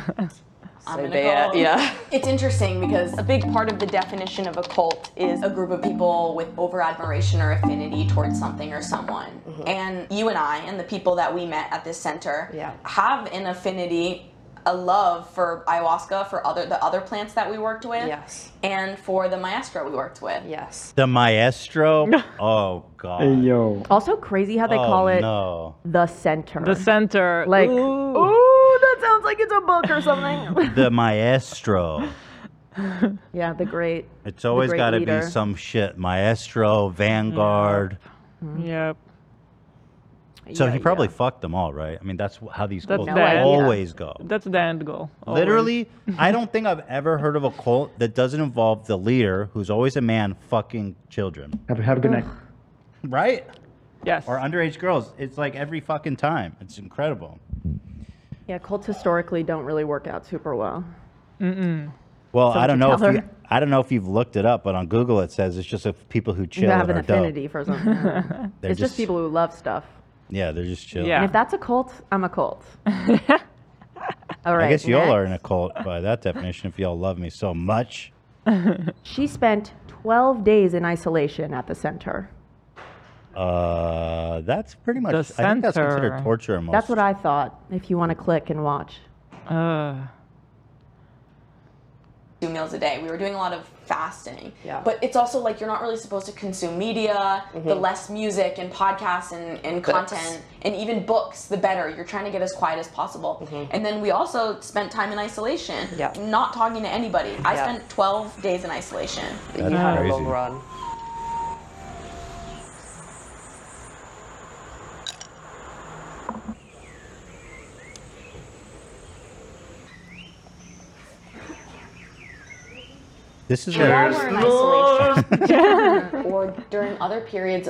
Speaker 31: I'm
Speaker 24: So
Speaker 31: in
Speaker 24: be
Speaker 31: a
Speaker 24: it,
Speaker 31: cult.
Speaker 24: yeah.
Speaker 31: [LAUGHS] It's interesting because a big part of the definition of a cult is a group of people with over admiration or affinity towards something or someone. And you and I and the people that we met at this center have an affinity, a love for ayahuasca, for other the other plants that we worked with. Yes. And for the maestro we worked with.
Speaker 24: Yes.
Speaker 4: [LAUGHS]
Speaker 2: The maestro. oh God.
Speaker 11: yo.
Speaker 4: Also crazy how they
Speaker 2: Oh,
Speaker 4: call it [LAUGHS]
Speaker 2: no.
Speaker 4: [LAUGHS] the center.
Speaker 3: The center.
Speaker 4: Like,
Speaker 3: Ooh.
Speaker 4: ooh. that sounds like it's a book or
Speaker 2: [LAUGHS]
Speaker 4: something.
Speaker 2: The maestro.
Speaker 4: yeah, the great.
Speaker 2: It's always
Speaker 4: great
Speaker 2: got to be
Speaker 4: leader.
Speaker 2: some shit. Maestro, Vanguard.
Speaker 3: Yep.
Speaker 2: So
Speaker 4: Mm.
Speaker 3: Yeah,
Speaker 2: Mm-hmm. he probably fucked them all, right? I mean, that's wh- how these
Speaker 3: That's
Speaker 2: cults
Speaker 3: the end.
Speaker 2: always go.
Speaker 3: That's the end goal. always. [LAUGHS]
Speaker 2: Literally, I don't think I've ever heard of a cult that doesn't involve the leader, who's always a man, fucking children.
Speaker 11: Have, have a good night.
Speaker 28: [LAUGHS]
Speaker 2: Right?
Speaker 3: Yes.
Speaker 2: Or underage girls. It's like every fucking time. It's incredible.
Speaker 4: Yeah, cults historically don't really work out super well.
Speaker 3: [LAUGHS] Mm-mm.
Speaker 2: Well,
Speaker 4: So
Speaker 2: I don't
Speaker 4: did
Speaker 2: know
Speaker 4: you
Speaker 2: if
Speaker 4: tell
Speaker 2: you,
Speaker 4: her?
Speaker 2: I don't know if you've looked it up, but on Google it says it's just of people who chill
Speaker 4: you have an
Speaker 2: and are dope.
Speaker 4: affinity for
Speaker 2: [LAUGHS]
Speaker 4: something.
Speaker 2: They're
Speaker 4: it's
Speaker 2: just-
Speaker 4: just people who love stuff.
Speaker 2: Yeah, they're just chill.
Speaker 4: And if that's a cult, I'm a cult. All right.
Speaker 2: I guess y'all
Speaker 4: next.
Speaker 2: are in a cult by that definition if y'all love me so much.
Speaker 4: She spent 12 days in isolation at the center.
Speaker 2: Uh, that's pretty much. I think that's considered torture. in Most.
Speaker 4: That's what I thought. If you want to click and watch.
Speaker 3: Uh.
Speaker 31: two meals a day. We were doing a lot of fasting. But it's also like you're not really supposed to consume media, the
Speaker 24: Mhm.
Speaker 31: less music and podcasts and, and
Speaker 24: Books.
Speaker 31: content and even books, the better. You're trying to get as quiet as possible. And then we also spent time in isolation, not talking to anybody. I
Speaker 24: Yeah.
Speaker 31: spent 12 days in isolation.
Speaker 2: That's
Speaker 24: you had a long
Speaker 2: crazy.
Speaker 24: run
Speaker 2: This is
Speaker 31: While
Speaker 2: where.
Speaker 31: we're in isolation or during other periods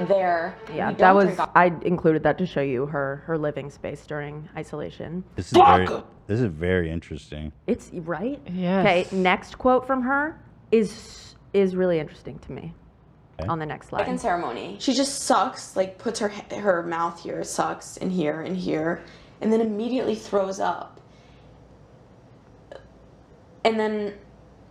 Speaker 31: there.
Speaker 4: Yeah,
Speaker 31: we don't
Speaker 4: that was.
Speaker 31: drink
Speaker 4: I included that to show you her her living space during isolation.
Speaker 2: This is very. This is very interesting.
Speaker 4: It's right. Okay. Next quote from her is is really interesting to me. On the next slide.
Speaker 31: Like in ceremony, she just sucks, like puts her her mouth here, sucks, and here and here, and then immediately throws up. And then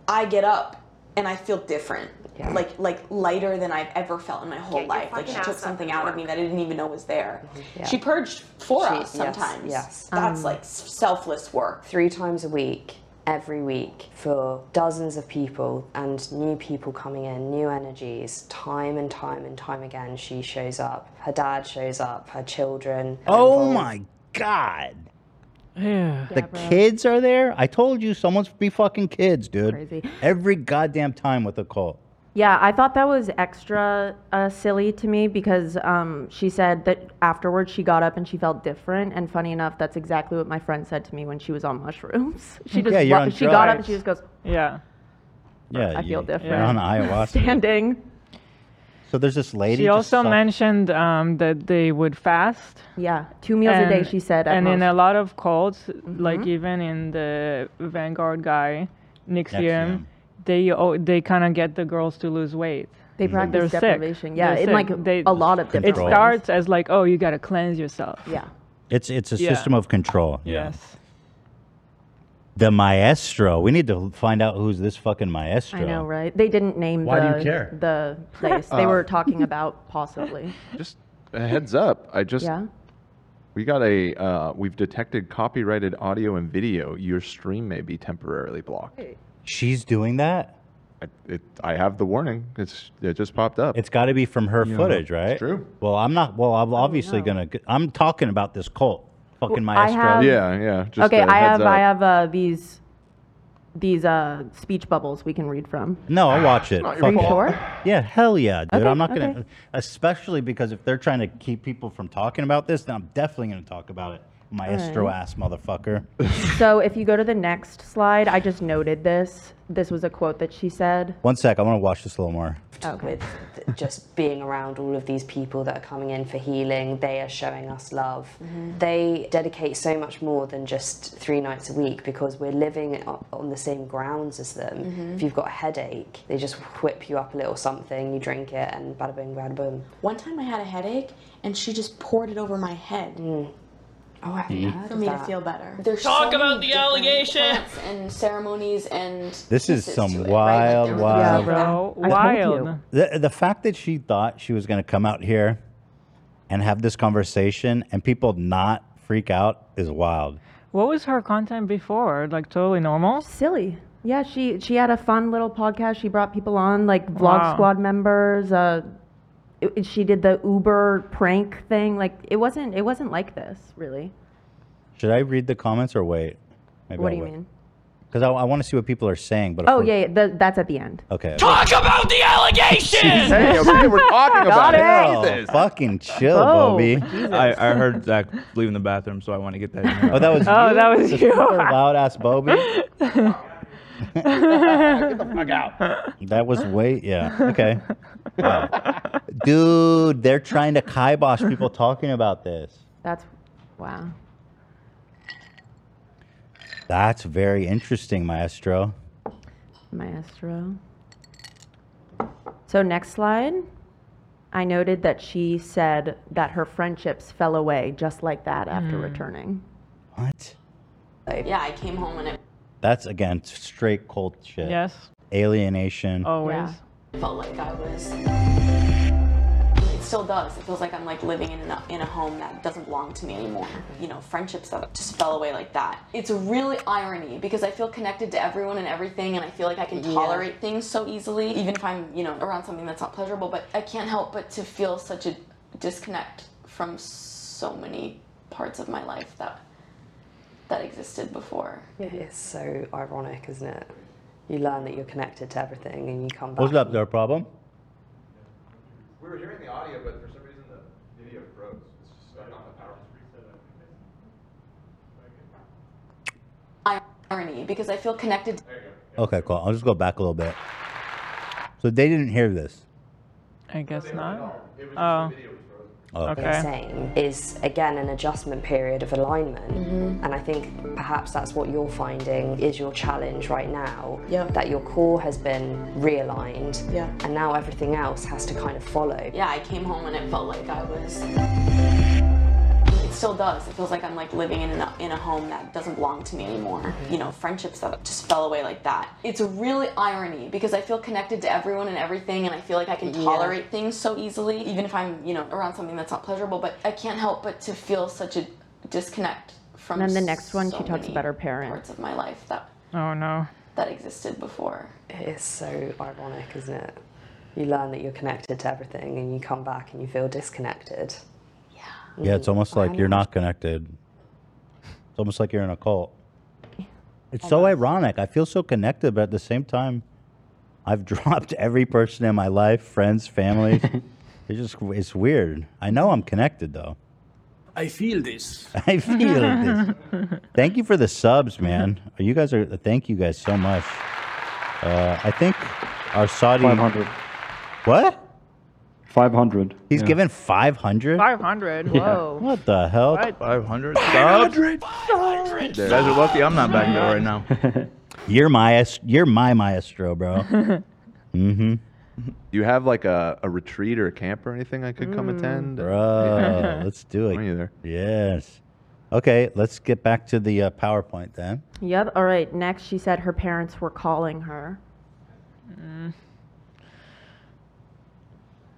Speaker 31: I get up and I feel different, like like lighter than I've ever felt in my whole
Speaker 24: Get your
Speaker 31: life. Like she
Speaker 24: fucking
Speaker 31: took
Speaker 24: ass up
Speaker 31: something
Speaker 24: and
Speaker 31: out of me that I didn't even know was there.
Speaker 24: yeah.
Speaker 31: She purged for
Speaker 24: She-
Speaker 31: us
Speaker 24: yes,
Speaker 31: sometimes.
Speaker 24: yes.
Speaker 31: that's
Speaker 24: Um,
Speaker 31: like s- selfless work.
Speaker 24: three times a week, every week, for dozens of people and new people coming in, new energies, time and time and time again. She shows up, her dad shows up, her children. are
Speaker 2: Oh
Speaker 24: involved.
Speaker 2: my god.
Speaker 3: Yeah.
Speaker 2: The kids are there. I told you, someone's be fucking kids, dude.
Speaker 4: Crazy.
Speaker 2: Every goddamn time with a cult.
Speaker 4: Yeah, I thought that was extra uh, silly to me because um, she said that afterwards she got up and she felt different. And funny enough, that's exactly what my friend said to me when she was on mushrooms. [LAUGHS] she just
Speaker 2: Yeah, you're
Speaker 4: wa-
Speaker 2: on
Speaker 4: she got up and
Speaker 2: drugs.
Speaker 4: she just goes,
Speaker 3: Yeah.
Speaker 2: Yeah,
Speaker 4: I feel different.
Speaker 2: You're
Speaker 4: [LAUGHS]
Speaker 2: on ayahuasca.
Speaker 4: Standing.
Speaker 2: So there's this lady.
Speaker 3: She
Speaker 2: just
Speaker 3: also
Speaker 2: suck-
Speaker 3: mentioned um, that they would fast.
Speaker 4: Yeah, two meals a day, she said, at
Speaker 3: And in
Speaker 4: most. Mm-hmm.
Speaker 3: a lot of cults, like even in the Vanguard guy, Nexium, they o- they kind of get the girls to lose weight.
Speaker 4: They
Speaker 3: Like,
Speaker 2: Mm-hmm.
Speaker 4: practice
Speaker 3: they're sick.
Speaker 4: deprivation. Yeah,
Speaker 3: They're
Speaker 4: in,
Speaker 3: sick.
Speaker 4: like, a lot of different
Speaker 3: It
Speaker 4: ways.
Speaker 3: starts as like, oh, you gotta cleanse yourself.
Speaker 4: Yeah.
Speaker 2: It's it's a
Speaker 3: Yeah.
Speaker 2: system of control. Yeah.
Speaker 3: Yes.
Speaker 2: The maestro. We need to find out who's this fucking maestro.
Speaker 4: I know, right? They didn't name
Speaker 2: Why do
Speaker 4: the,
Speaker 2: you care?
Speaker 4: the place.
Speaker 2: [LAUGHS]
Speaker 4: They
Speaker 2: Oh.
Speaker 1: Uh,
Speaker 4: were talking about possibly.
Speaker 1: Just a heads up. I just
Speaker 4: Yeah.
Speaker 1: we got a uh, we've detected copyrighted audio and video. Your stream may be temporarily blocked.
Speaker 2: She's doing that.
Speaker 1: I, it, I have the warning. It's it just popped up.
Speaker 2: It's got to be from her
Speaker 1: Yeah,
Speaker 2: footage, right?
Speaker 1: it's true.
Speaker 2: Well, I'm not. Well, I'm obviously gonna. I'm talking about this cult. Fucking
Speaker 4: Well, I
Speaker 2: maestro.
Speaker 4: have-
Speaker 1: Yeah, yeah,
Speaker 4: okay, I have I have uh, these these uh, speech bubbles we can read from.
Speaker 2: No, I'll watch it.
Speaker 4: not
Speaker 2: Fuck
Speaker 4: your
Speaker 2: it.
Speaker 4: fault.
Speaker 2: Yeah, hell yeah, dude.
Speaker 4: Okay,
Speaker 2: I'm not gonna,
Speaker 4: okay.
Speaker 2: especially because if they're trying to keep people from talking about this, then I'm definitely gonna talk about it, maestro
Speaker 4: Alright.
Speaker 2: ass motherfucker.
Speaker 4: So if you go to the next slide, I just noted this. This was a quote that she said.
Speaker 2: One sec, I want to watch this a little more.
Speaker 4: Okay.
Speaker 24: Oh, with th- just being around all of these people that are coming in for healing. They are showing us love. They dedicate so much more than just three nights a week because we're living o- on the same grounds as them.
Speaker 31: Mhm.
Speaker 24: If you've got a headache, they just whip you up a little something, you drink it, and bada bing, bada boom.
Speaker 31: One time I had a headache and she just poured it over my head.
Speaker 24: Oh, I haven't
Speaker 2: Mm.
Speaker 24: heard
Speaker 31: for
Speaker 24: of
Speaker 31: me to
Speaker 24: that.
Speaker 31: feel better. There's
Speaker 24: Talk
Speaker 31: so about the allegation and ceremonies and
Speaker 2: This is some wild,
Speaker 31: Yeah,
Speaker 2: wild.
Speaker 3: bro.
Speaker 31: I told you.
Speaker 3: Wild.
Speaker 2: The the fact that she thought she was gonna come out here and have this conversation and people not freak out is wild.
Speaker 3: What was her content before? Like totally normal.
Speaker 4: Silly. Yeah, she she had a fun little podcast. She brought people on like Vlog
Speaker 3: Wow.
Speaker 4: Squad members. Uh, it- it- she did the Uber prank thing. Like it wasn't it wasn't like this really.
Speaker 2: Should I read the comments or wait? Maybe
Speaker 4: what
Speaker 2: I'll
Speaker 4: do you
Speaker 2: wait.
Speaker 4: mean?
Speaker 2: Because I, want to see what people are saying. But if
Speaker 4: Oh
Speaker 2: we're-
Speaker 4: yeah, yeah the, that's at the end.
Speaker 2: Okay.
Speaker 4: Talk
Speaker 2: about the allegation.
Speaker 1: Hey, okay, we're talking about
Speaker 4: Got
Speaker 1: it.
Speaker 2: it.
Speaker 1: Jesus.
Speaker 2: Fucking chill,
Speaker 1: Oh,
Speaker 2: Bobby.
Speaker 1: Jesus.
Speaker 5: I, I heard Zach leaving the bathroom, so I want to get that. In
Speaker 2: Oh, that was you? The super [LAUGHS] loud ass Bobby.
Speaker 5: Get the fuck out.
Speaker 2: That was way yeah. Okay. Wow. Dude, they're trying to kibosh people talking about this.
Speaker 4: That's wow.
Speaker 2: That's very interesting, Maestro.
Speaker 4: Maestro. So, next slide. I noted that she said that her friendships fell away just like that after
Speaker 31: Hmm.
Speaker 4: returning.
Speaker 2: What?
Speaker 31: Yeah, I came home and it
Speaker 2: That's again straight cold shit.
Speaker 31: Yes. Oh,
Speaker 2: Alienation.
Speaker 31: felt like I was. It still does. It feels like I'm like living in a, in a home that doesn't belong to me anymore. You know, friendships that just fell away like that. It's a really irony because I feel connected to everyone and everything, and I feel like I can
Speaker 24: Yeah.
Speaker 31: tolerate things so easily, even if I'm you know around something that's not pleasurable. But I can't help but to feel such a disconnect from so many parts of my life that that existed before.
Speaker 24: It is so ironic, isn't it? You learn that you're connected to everything and you come back.
Speaker 2: What's up, their problem?
Speaker 1: We were hearing the audio, Oh, but for some reason the video froze. It's just stuck on the power.
Speaker 31: Irony because I feel connected.
Speaker 2: Okay, cool. I'll just go back a little bit. So they didn't hear this.
Speaker 3: I guess not. Oh.
Speaker 2: Oh.
Speaker 24: They're saying is again an adjustment period of alignment
Speaker 31: Mhm.
Speaker 24: and i think perhaps that's what you're finding is your challenge right now
Speaker 31: Yep.
Speaker 24: that your core has been realigned
Speaker 31: Yeah.
Speaker 24: and now everything else has to kind of follow
Speaker 31: Yeah, I came home and it felt like I was. It still does. It feels like I'm like living in a, in a home that doesn't belong to me anymore. You know, friendships that just fell away like that. It's a really irony because I feel connected to everyone and everything, and I feel like I can
Speaker 24: Yeah.
Speaker 31: tolerate things so easily, even if I'm you know around something that's not pleasurable. But I can't help but to feel such a disconnect from.
Speaker 4: And then the next one, she
Speaker 31: so
Speaker 4: talks
Speaker 31: many
Speaker 4: about her parents.
Speaker 31: parts of my life that
Speaker 3: Oh no.
Speaker 31: that existed before.
Speaker 24: it is so ironic isn't it you learn that you're connected to everything and you come back and you feel disconnected
Speaker 2: Yeah, it's almost like you're not connected. It's almost like you're in a cult. It's so ironic. I feel so connected, but at the same time, I've [LAUGHS] dropped every person in my life, friends, family. it's just it's weird. I know I'm connected though.
Speaker 9: I feel this.
Speaker 2: [LAUGHS] I feel this. Thank you for the subs, man. You guys are thank you guys so much. Uh, I think our Saudi
Speaker 11: 500.
Speaker 2: What?
Speaker 11: 500.
Speaker 2: He's
Speaker 11: yeah.
Speaker 2: given 500?
Speaker 3: 500. Whoa.
Speaker 2: What the hell?
Speaker 3: What?
Speaker 5: 500 subs? You guys are lucky I'm not back there right now.
Speaker 2: [LAUGHS] You're my you're my maestro,
Speaker 4: [LAUGHS]
Speaker 2: bro. mm-hmm.
Speaker 1: Do you have like a, a retreat or a camp or anything I could come attend?
Speaker 2: Bro, Oh, let's do it. Yes. Okay, let's get back to the uh, PowerPoint then.
Speaker 4: Yep. All right. Next, she said her parents were calling her.
Speaker 31: Mm.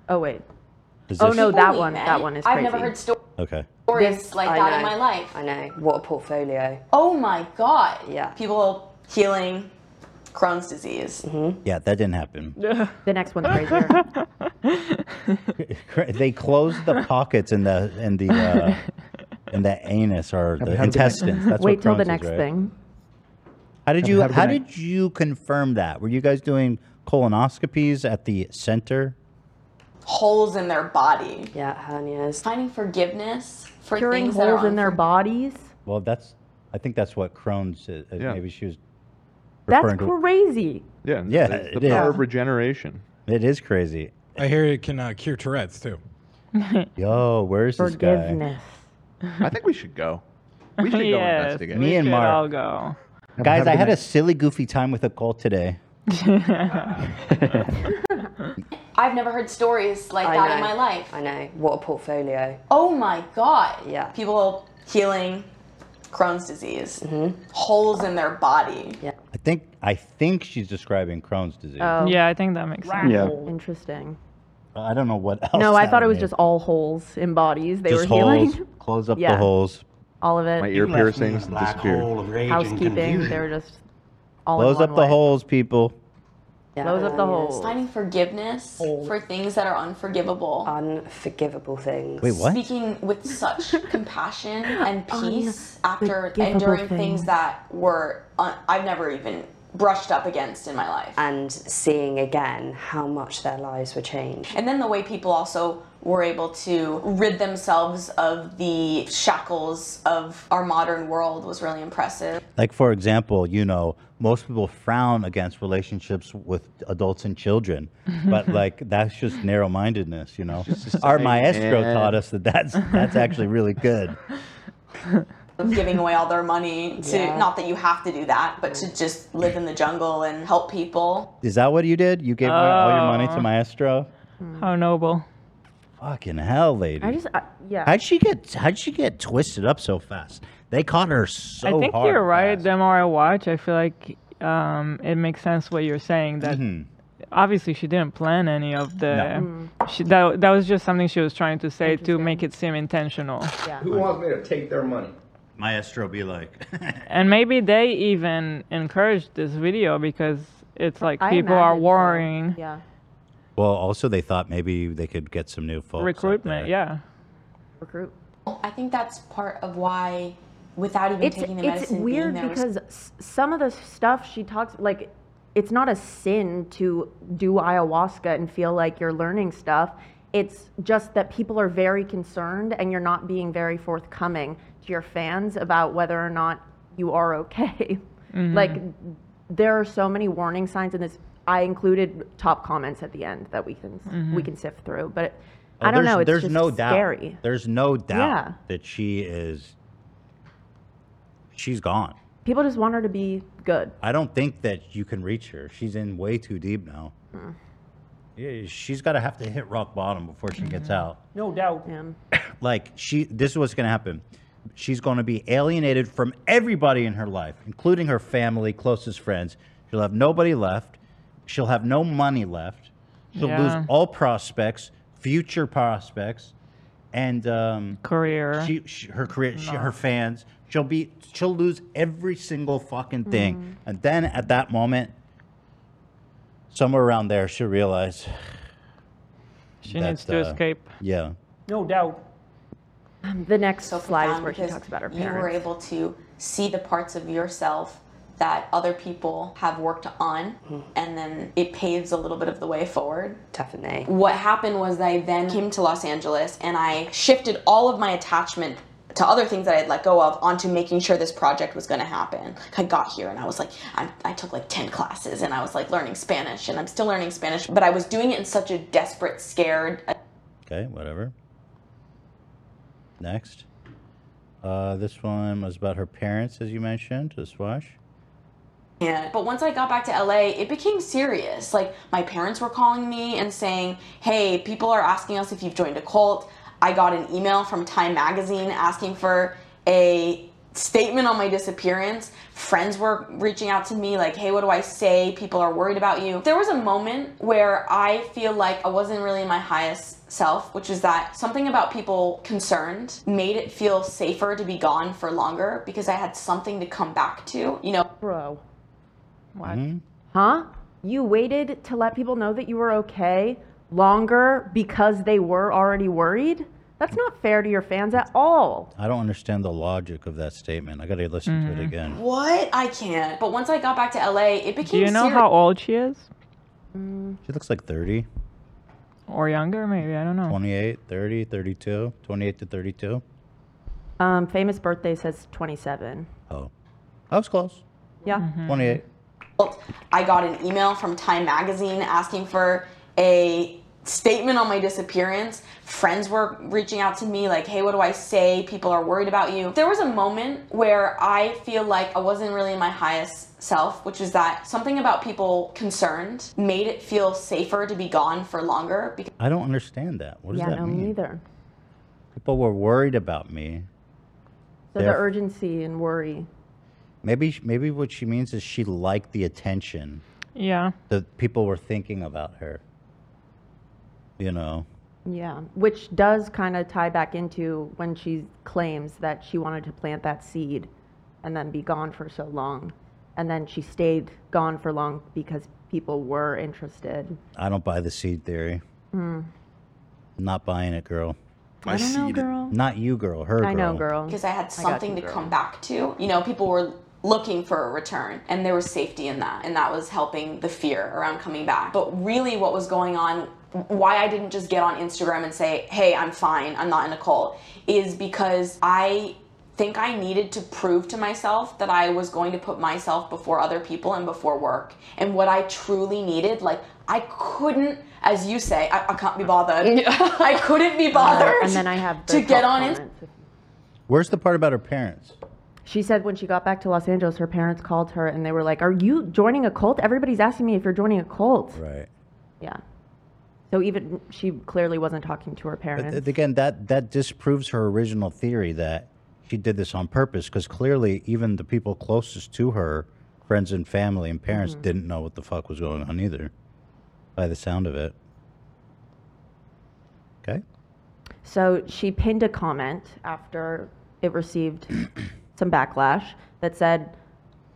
Speaker 4: Oh wait.
Speaker 24: Is
Speaker 4: oh
Speaker 24: this-
Speaker 4: no, that
Speaker 24: Holy
Speaker 4: one.
Speaker 24: man.
Speaker 4: That one is
Speaker 24: I've
Speaker 4: crazy.
Speaker 24: never heard
Speaker 31: sto-
Speaker 2: Okay.
Speaker 31: Stories like
Speaker 24: I
Speaker 31: that in
Speaker 24: know,
Speaker 31: my life.
Speaker 24: I know. What a portfolio.
Speaker 31: Oh my god. Yeah. People healing Crohn's disease.
Speaker 2: Yeah, that didn't happen.
Speaker 31: The
Speaker 4: next one's crazier.
Speaker 2: Cra- they closed the pockets in the in
Speaker 4: [LAUGHS]
Speaker 2: the uh, in the anus or [LAUGHS] the intestines. That's
Speaker 4: wait
Speaker 2: what
Speaker 4: till the
Speaker 2: Crohn's is,
Speaker 4: next
Speaker 2: right?
Speaker 4: thing.
Speaker 2: How did
Speaker 4: Have-
Speaker 2: you
Speaker 4: have a good
Speaker 2: How
Speaker 4: night.
Speaker 2: did you confirm that? Were you guys doing colonoscopies at the center?
Speaker 31: Holes in their body. Yeah, hernias. Finding forgiveness for
Speaker 4: Curing
Speaker 31: things that are
Speaker 4: holes in their bodies.
Speaker 2: Well, that's I think that's what Crohn's is. Uh, Maybe she was
Speaker 4: That's
Speaker 2: referring to.
Speaker 4: crazy.
Speaker 1: Yeah,
Speaker 2: Yeah,
Speaker 1: it's the
Speaker 2: it
Speaker 1: power
Speaker 2: is.
Speaker 1: of regeneration.
Speaker 2: It is crazy.
Speaker 14: I hear it can uh, cure Tourette's too.
Speaker 2: Yo, where's this guy?
Speaker 14: Forgiveness.
Speaker 1: I think we should go. [LAUGHS] We should go
Speaker 3: Yes,
Speaker 1: investigate.
Speaker 2: Me and Mark.
Speaker 3: I'll go.
Speaker 2: Guys,
Speaker 3: Have a
Speaker 2: I
Speaker 3: good
Speaker 2: had a
Speaker 3: night.
Speaker 2: silly, goofy time with a
Speaker 1: [LAUGHS]
Speaker 2: cult today.
Speaker 3: [LAUGHS]
Speaker 31: I've never heard stories like
Speaker 24: I
Speaker 31: that in
Speaker 24: know,
Speaker 31: my life.
Speaker 24: I know. What a portfolio.
Speaker 31: Oh my god.
Speaker 24: Yeah.
Speaker 31: People healing Crohn's disease. Holes in their body.
Speaker 24: Yeah.
Speaker 2: I think I think she's describing Crohn's disease.
Speaker 4: Oh.
Speaker 3: Yeah, I think that makes sense.
Speaker 2: Yeah.
Speaker 4: Interesting.
Speaker 2: I don't know what else.
Speaker 4: no, I
Speaker 2: that
Speaker 4: thought it
Speaker 2: would
Speaker 4: was
Speaker 2: mean.
Speaker 4: just all holes in bodies. They
Speaker 2: Just
Speaker 4: were [LAUGHS]
Speaker 2: holes.
Speaker 4: healing.
Speaker 2: Close up
Speaker 4: Yeah.
Speaker 2: the holes.
Speaker 4: All of it.
Speaker 1: My ear piercings disappeared.
Speaker 4: Housekeeping. They were just all
Speaker 2: Close
Speaker 4: in one
Speaker 2: up the
Speaker 4: way.
Speaker 2: holes, people.
Speaker 4: Close up the holes.
Speaker 31: Finding forgiveness for things that are unforgivable. Unforgivable things.
Speaker 2: Wait, what?
Speaker 31: Speaking with such compassion and peace after
Speaker 24: Unforgivable
Speaker 31: enduring
Speaker 24: things.
Speaker 31: things that were un- I've never even brushed up against in my life.
Speaker 24: And seeing again how much their lives were changed.
Speaker 31: And then the way people also were able to rid themselves of the shackles of our modern world was really impressive.
Speaker 2: Like for example, you know, most people frown against relationships with adults and children,
Speaker 3: [LAUGHS]
Speaker 2: but like that's just narrow-mindedness, you know. Our
Speaker 31: society,
Speaker 2: maestro
Speaker 31: man.
Speaker 2: taught us that that's that's actually
Speaker 17: [LAUGHS]
Speaker 2: really good.
Speaker 31: Of giving away all their money
Speaker 4: [LAUGHS]
Speaker 31: to
Speaker 2: Yeah.
Speaker 31: not that you have to do that, but to just live in the jungle and help people.
Speaker 2: Is that what you did? You gave away all your money
Speaker 3: Oh.
Speaker 2: to maestro?
Speaker 3: How noble.
Speaker 2: Fucking hell, lady!
Speaker 3: I just- I- yeah.
Speaker 2: How'd she get? How'd she get twisted up so fast? They caught her so
Speaker 3: I think
Speaker 2: hard.
Speaker 3: you're right. The more I watch, I feel like um, it makes sense what you're saying. That
Speaker 2: Mm-hmm.
Speaker 3: obviously she didn't plan any of the.
Speaker 17: No.
Speaker 4: Mm-hmm.
Speaker 3: She, that that was just something she was trying to say to make it seem intentional.
Speaker 17: Who wants me to take their money?
Speaker 2: Maestro be like, [LAUGHS]
Speaker 3: And maybe they even encouraged this video because it's like
Speaker 4: I
Speaker 3: people are
Speaker 4: imagine so.
Speaker 3: worrying
Speaker 4: Yeah.
Speaker 2: well, also they thought maybe they could get some new folks. out
Speaker 3: recruitment.
Speaker 2: there.
Speaker 3: Yeah.
Speaker 4: Recruit.
Speaker 31: I think that's part of why, without even
Speaker 4: it's
Speaker 31: taking the
Speaker 4: it's
Speaker 31: medicine, being
Speaker 4: weird
Speaker 31: there was-
Speaker 4: because s- some of the stuff she talks like it's not a sin to do ayahuasca and feel like you're learning stuff it's just that people are very concerned and you're not being very forthcoming to your fans about whether or not you are okay [LAUGHS]
Speaker 16: Mhm.
Speaker 4: like there are so many warning signs in this i included top comments at the end that we can we
Speaker 2: Mhm.
Speaker 4: can sift through but
Speaker 2: Oh,
Speaker 4: i don't
Speaker 2: there's-
Speaker 4: know it's
Speaker 2: there's
Speaker 4: just
Speaker 2: no doubt.
Speaker 4: scary
Speaker 2: There's no doubt
Speaker 4: Yeah.
Speaker 2: that she is. She's gone.
Speaker 4: people just want her to be good
Speaker 2: I don't think that you can reach her. She's in way too deep now.
Speaker 4: Hmm.
Speaker 2: Yeah, She's got to have to hit rock bottom before she
Speaker 4: Mm-hmm.
Speaker 2: gets out.
Speaker 4: no doubt
Speaker 2: Like she, this is what's going to happen. She's going to be alienated from everybody in her life, including her family, closest friends. She'll have nobody left. She'll have no money left. She'll
Speaker 3: Yeah.
Speaker 2: lose all prospects, future prospects, and um,
Speaker 3: career.
Speaker 2: She, she, her career, she, her fans. She'll be. She'll lose every single fucking thing.
Speaker 3: Mm-hmm.
Speaker 2: And then at that moment, somewhere around there, she'll realize.
Speaker 3: She
Speaker 2: that,
Speaker 3: needs to
Speaker 2: uh,
Speaker 3: escape.
Speaker 2: Yeah.
Speaker 4: No doubt. The next slide is
Speaker 31: profound
Speaker 4: where she
Speaker 31: because
Speaker 4: talks about her
Speaker 31: You were
Speaker 4: parents.
Speaker 31: able to see the parts of yourself that other people have worked on,
Speaker 4: Mm-hmm.
Speaker 31: and then it paves a little bit of the way forward.
Speaker 24: Definitely.
Speaker 31: What happened was I then came to Los Angeles and I shifted all of my attachment to other things that I had let go of onto making sure this project was going to happen. I got here and I was like, I, I took like 10 classes and I was like learning Spanish and I'm still learning Spanish, but I was doing it in such a desperate, scared,
Speaker 2: Okay. Whatever. Next. Uh, this one was about her parents, as you mentioned, the swash.
Speaker 31: And, but once I got back to LA, it became serious. Like my parents were calling me and saying, "Hey, people are asking us if you've joined a cult." I got an email from Time Magazine asking for a statement on my disappearance. Friends were reaching out to me like, "Hey, what do I say? People are worried about you." There was a moment where I feel like I wasn't really my highest self, which is that something about people concerned made it feel safer to be gone for longer because I had something to come back to, you know.
Speaker 4: Bro.
Speaker 2: Hmm?
Speaker 4: Huh? You waited to let people know that you were okay longer because they were already worried? That's not fair to your fans at all.
Speaker 2: I don't understand the logic of that statement. I got to listen to it
Speaker 3: Mm.
Speaker 2: again.
Speaker 31: What? I can't. But once I got back to LA, it
Speaker 3: Do
Speaker 31: became
Speaker 3: you know
Speaker 31: serious.
Speaker 3: how old she is?
Speaker 2: She looks like 30,
Speaker 3: Or younger, maybe. I don't know.
Speaker 2: 28, 30, 32, 28 to 32.
Speaker 4: Um, famous birthday says 27.
Speaker 2: Oh, I was close.
Speaker 4: Yeah.
Speaker 3: Mm.
Speaker 2: 28.
Speaker 31: I got an email from Time Magazine asking for a statement on my disappearance. Friends were reaching out to me like, hey, what do I say? People are worried about you. There was a moment where I feel like I wasn't really my highest self, which is that something about people concerned made it feel safer to be gone for longer. Because
Speaker 2: I don't understand that. What does
Speaker 4: yeah,
Speaker 2: that
Speaker 4: no,
Speaker 2: mean?
Speaker 4: me either.
Speaker 2: People were worried about me.
Speaker 4: So the
Speaker 2: They're-
Speaker 4: urgency and worry.
Speaker 2: Maybe, sh- maybe what she means is she liked the attention
Speaker 3: Yeah.
Speaker 2: that people were thinking about her. You know,
Speaker 4: Yeah. Which does kind of tie back into when she claims that she wanted to plant that seed and then be gone for so long. And then she stayed gone for long because people were interested.
Speaker 2: I don't buy the seed theory.
Speaker 4: Hmm.
Speaker 2: Not buying it, girl.
Speaker 4: I My don't know, seed. girl.
Speaker 2: Not you, girl. Her.
Speaker 4: I know, girl.
Speaker 31: Because I had
Speaker 4: I got you,
Speaker 31: something to
Speaker 4: girl.
Speaker 31: come back to. You know, people were looking for a return and there was safety in that. And that was helping the fear around coming back. But really, what was going on, why I didn't just get on Instagram and say, hey, I'm fine, I'm not in a cult, is because I think I needed to prove to myself that I was going to put myself before other people and before work. And what I truly needed, like, I couldn't. As you say, I, I can't be
Speaker 4: [LAUGHS]
Speaker 31: bothered. I couldn't be bothered
Speaker 4: Uh, and then I have the
Speaker 31: to get
Speaker 4: top
Speaker 31: on Instagram.
Speaker 4: comment.
Speaker 2: Where's the part about her parents?
Speaker 4: She said when she got back to Los Angeles, her parents called her and they were like, Are you joining a cult? Everybody's asking me if you're joining a cult.
Speaker 2: Right.
Speaker 4: Yeah. So even she clearly wasn't talking to her
Speaker 2: But
Speaker 4: parents.
Speaker 2: th- again, that that disproves her original theory that she did this on purpose, because clearly, even the people closest to her, friends and family and parents,
Speaker 4: Mhm.
Speaker 2: didn't know what the fuck was going on either. By the sound of it. Okay.
Speaker 4: So she pinned a comment after it received some backlash that said,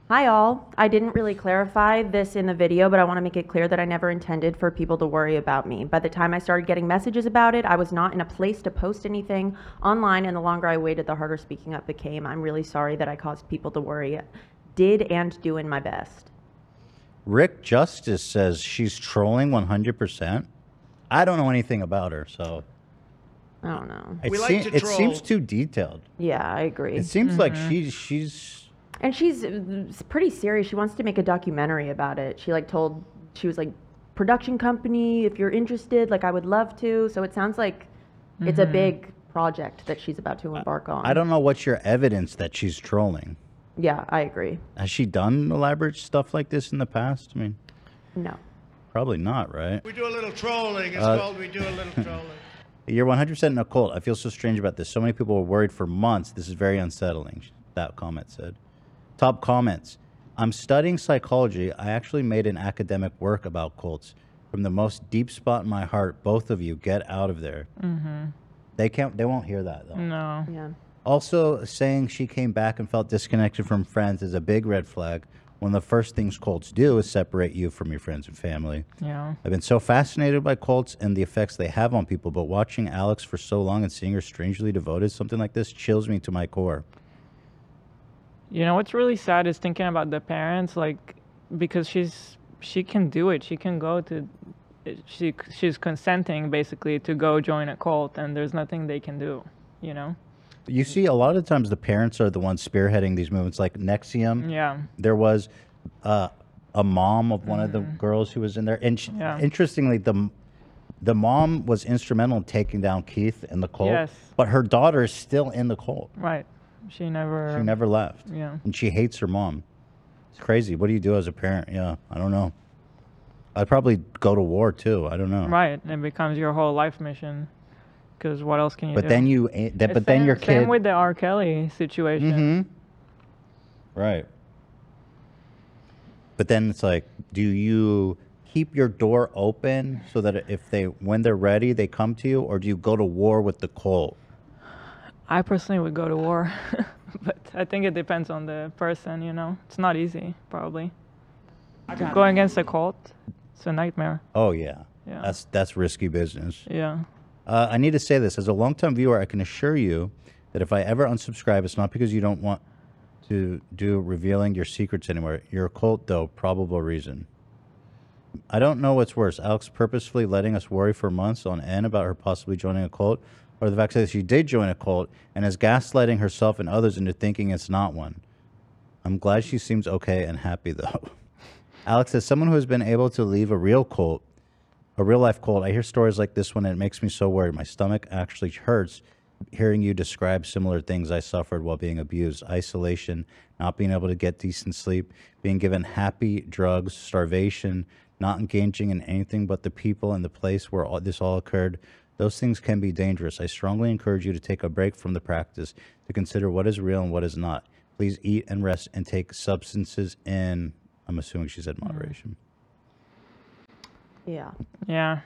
Speaker 4: Hi, all. I didn't really clarify this in the video, but I want to make it clear that I never intended for people to worry about me. By the time I started getting messages about it, I was not in a place to post anything online, and the longer I waited, the harder speaking up became. I'm really sorry that I caused people to worry. Did and doing my best.
Speaker 2: Rick Justice says she's trolling 100%. I don't know anything about her, so
Speaker 4: I don't know.
Speaker 2: it, se- it seems too detailed.
Speaker 4: Yeah, I agree.
Speaker 2: It seems like she she's
Speaker 4: And she's uh, s- pretty serious. She wants to make a documentary about it. She like told she was like production company, if you're interested, like I would love to. So it sounds like it's a
Speaker 2: Mhm.
Speaker 4: big project that she's about to embark on.
Speaker 2: I don't know what's your evidence that she's trolling.
Speaker 4: Yeah, I agree.
Speaker 2: Has she done elaborate stuff like this in the past? I mean,
Speaker 4: No.
Speaker 2: probably not, right?
Speaker 16: We do a little trolling. It's
Speaker 2: Uh,
Speaker 16: called we do a
Speaker 2: [LAUGHS]
Speaker 16: little trolling.
Speaker 2: You're 100% in a cult. I feel so strange about this. So many people were worried for months. This is very unsettling, that comment said. Top comments. I'm studying psychology. I actually made an academic work about cults. From the most deep spot in my heart, both of you get out of there.
Speaker 3: Mm-hmm.
Speaker 2: They can't they won't hear that though.
Speaker 3: No.
Speaker 4: Yeah.
Speaker 2: Also, saying she came back and felt disconnected from friends is a big red flag. One of the first things cults do is separate you from your friends and family.
Speaker 3: Yeah.
Speaker 2: I've been so fascinated by cults and the effects they have on people, but watching Alex for so long and seeing her strangely devoted, something like this chills me to my core.
Speaker 3: You know what's really sad is thinking about the parents, like because she's she can do it. She can go to she she's consenting basically to go join a cult, and there's nothing they can do. You know.
Speaker 2: You see, a lot of times the parents are the ones spearheading these movements, like Nexium.
Speaker 3: Yeah.
Speaker 2: There was uh, a mom of one of the girls who was in there, and she,
Speaker 3: Mm-hmm. Yeah.
Speaker 2: interestingly, the m- the mom was instrumental in taking down Keith and the cult.
Speaker 3: Yes.
Speaker 2: But her daughter is still in the cult.
Speaker 3: Right. She never.
Speaker 2: She never left.
Speaker 3: Yeah.
Speaker 2: And she hates her mom. It's crazy. What do you do as a parent? Yeah, I don't know. I'd probably go to war too. I don't know.
Speaker 3: Right, it becomes your whole life mission. Because what else can you do?
Speaker 2: But then you a- that-
Speaker 3: It's
Speaker 2: but then
Speaker 3: same,
Speaker 2: your
Speaker 3: Same
Speaker 2: kid- Mm-hmm.
Speaker 3: with the R. Kelly situation.
Speaker 2: Right. But then it's like, do you keep your door open so that if they when they're ready they come to you, or do you go to war with the cult?
Speaker 3: I personally would go to war, [LAUGHS] but I think it depends on the person. You know, it's not easy, probably.
Speaker 2: got
Speaker 3: Going against a cult, it's a nightmare.
Speaker 2: Oh yeah.
Speaker 3: Yeah.
Speaker 2: That's that's risky business.
Speaker 3: Yeah.
Speaker 2: Uh, I need to say this as a longtime viewer. I can assure you that if I ever unsubscribe, it's not because you don't want to do revealing your secrets anymore. Your occult, though, probable reason. I don't know what's worse: Alex purposefully letting us worry for months on end about her possibly joining a cult, or the fact that she did join a cult and is gaslighting herself and others into thinking it's not one. I'm glad she seems okay and happy though. [LAUGHS] Alex, as someone who has been able to leave a real cult, a real life cult, I hear stories like this one and it makes me so worried. My stomach actually hurts hearing you describe similar things I suffered while being abused isolation, not being able to get decent sleep, being given happy drugs, starvation, not engaging in anything but the people and the place where all, this all occurred. Those things can be dangerous. I strongly encourage you to take a break from the practice to consider what is real and what is not. Please eat and rest and take substances in. I'm assuming she said moderation.
Speaker 4: Yeah.
Speaker 3: Yeah.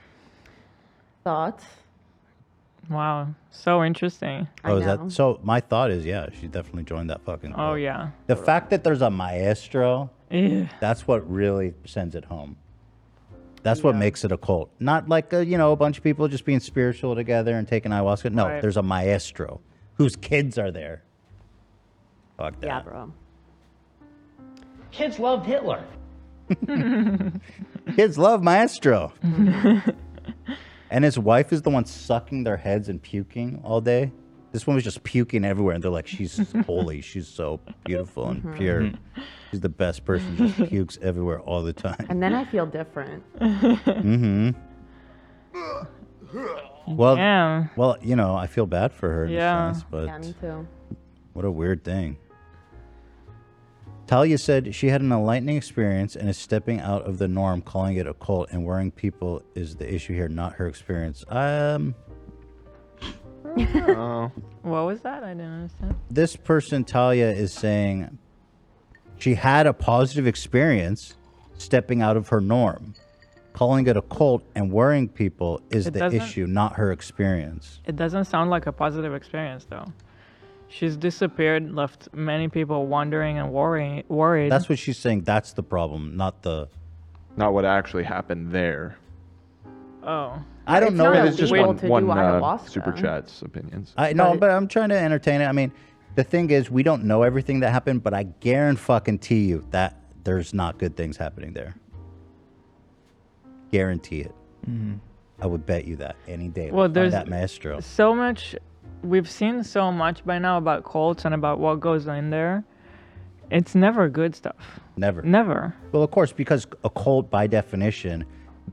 Speaker 4: Thoughts?
Speaker 3: Wow. So interesting.
Speaker 2: Oh, is that so? My thought is, yeah, she definitely joined that fucking.
Speaker 3: Oh,
Speaker 2: cult.
Speaker 3: yeah.
Speaker 2: The fact that there's a maestro,
Speaker 3: Yeah.
Speaker 2: that's what really sends it home. That's what makes it a cult. Not like a, you know a bunch of people just being spiritual together and taking ayahuasca. No,
Speaker 4: Right.
Speaker 2: there's a maestro whose kids are there. Fuck that.
Speaker 4: Yeah, bro.
Speaker 30: Kids loved Hitler.
Speaker 2: [LAUGHS] Kids love maestro. and his wife is the one sucking their heads and puking all day. This one was just puking everywhere, and they're
Speaker 4: [LAUGHS]
Speaker 2: like, "She's holy. She's so beautiful and
Speaker 4: Mhm.
Speaker 2: pure.
Speaker 4: Mhm.
Speaker 2: She's the best person. Just pukes everywhere all the time."
Speaker 4: And then I feel different.
Speaker 2: hmm Well,
Speaker 3: Damn.
Speaker 2: well, you know, I feel bad for her. In
Speaker 4: Yeah.
Speaker 2: a sense, but
Speaker 4: Yeah, me too.
Speaker 2: what a weird thing. Talia said she had an enlightening experience and is stepping out of the norm, calling it a cult and worrying people is the issue here, not her experience.
Speaker 1: [LAUGHS]
Speaker 2: Um,
Speaker 1: Oh.
Speaker 3: What was that? I didn't understand.
Speaker 2: this person Talia is saying she had a positive experience stepping out of her norm. Calling it a cult and worrying people is
Speaker 3: It
Speaker 2: the
Speaker 3: doesn't-
Speaker 2: issue, not her experience.
Speaker 3: It doesn't sound like a positive experience, though. She's disappeared, left many people wondering and worrying, worried.
Speaker 2: That's what she's saying. That's the problem, not the.
Speaker 1: Not what actually happened there.
Speaker 3: oh.
Speaker 2: I don't know.
Speaker 1: It's just one, one uh, super chat's opinions.
Speaker 2: I no, but, I'm trying to entertain it. I mean, the thing is, we don't know everything that happened, but I guarantee fucking tea you that there's not good things happening there. Guarantee it. I would bet you that any day.
Speaker 3: Mm-hmm. Well,
Speaker 2: Find
Speaker 3: there's
Speaker 2: that maestro.
Speaker 3: so much. We've seen so much by now about cults and about what goes in there. [LAUGHS] It's never good stuff.
Speaker 2: Never.
Speaker 3: Never.
Speaker 2: Well, of course, because a cult, by definition,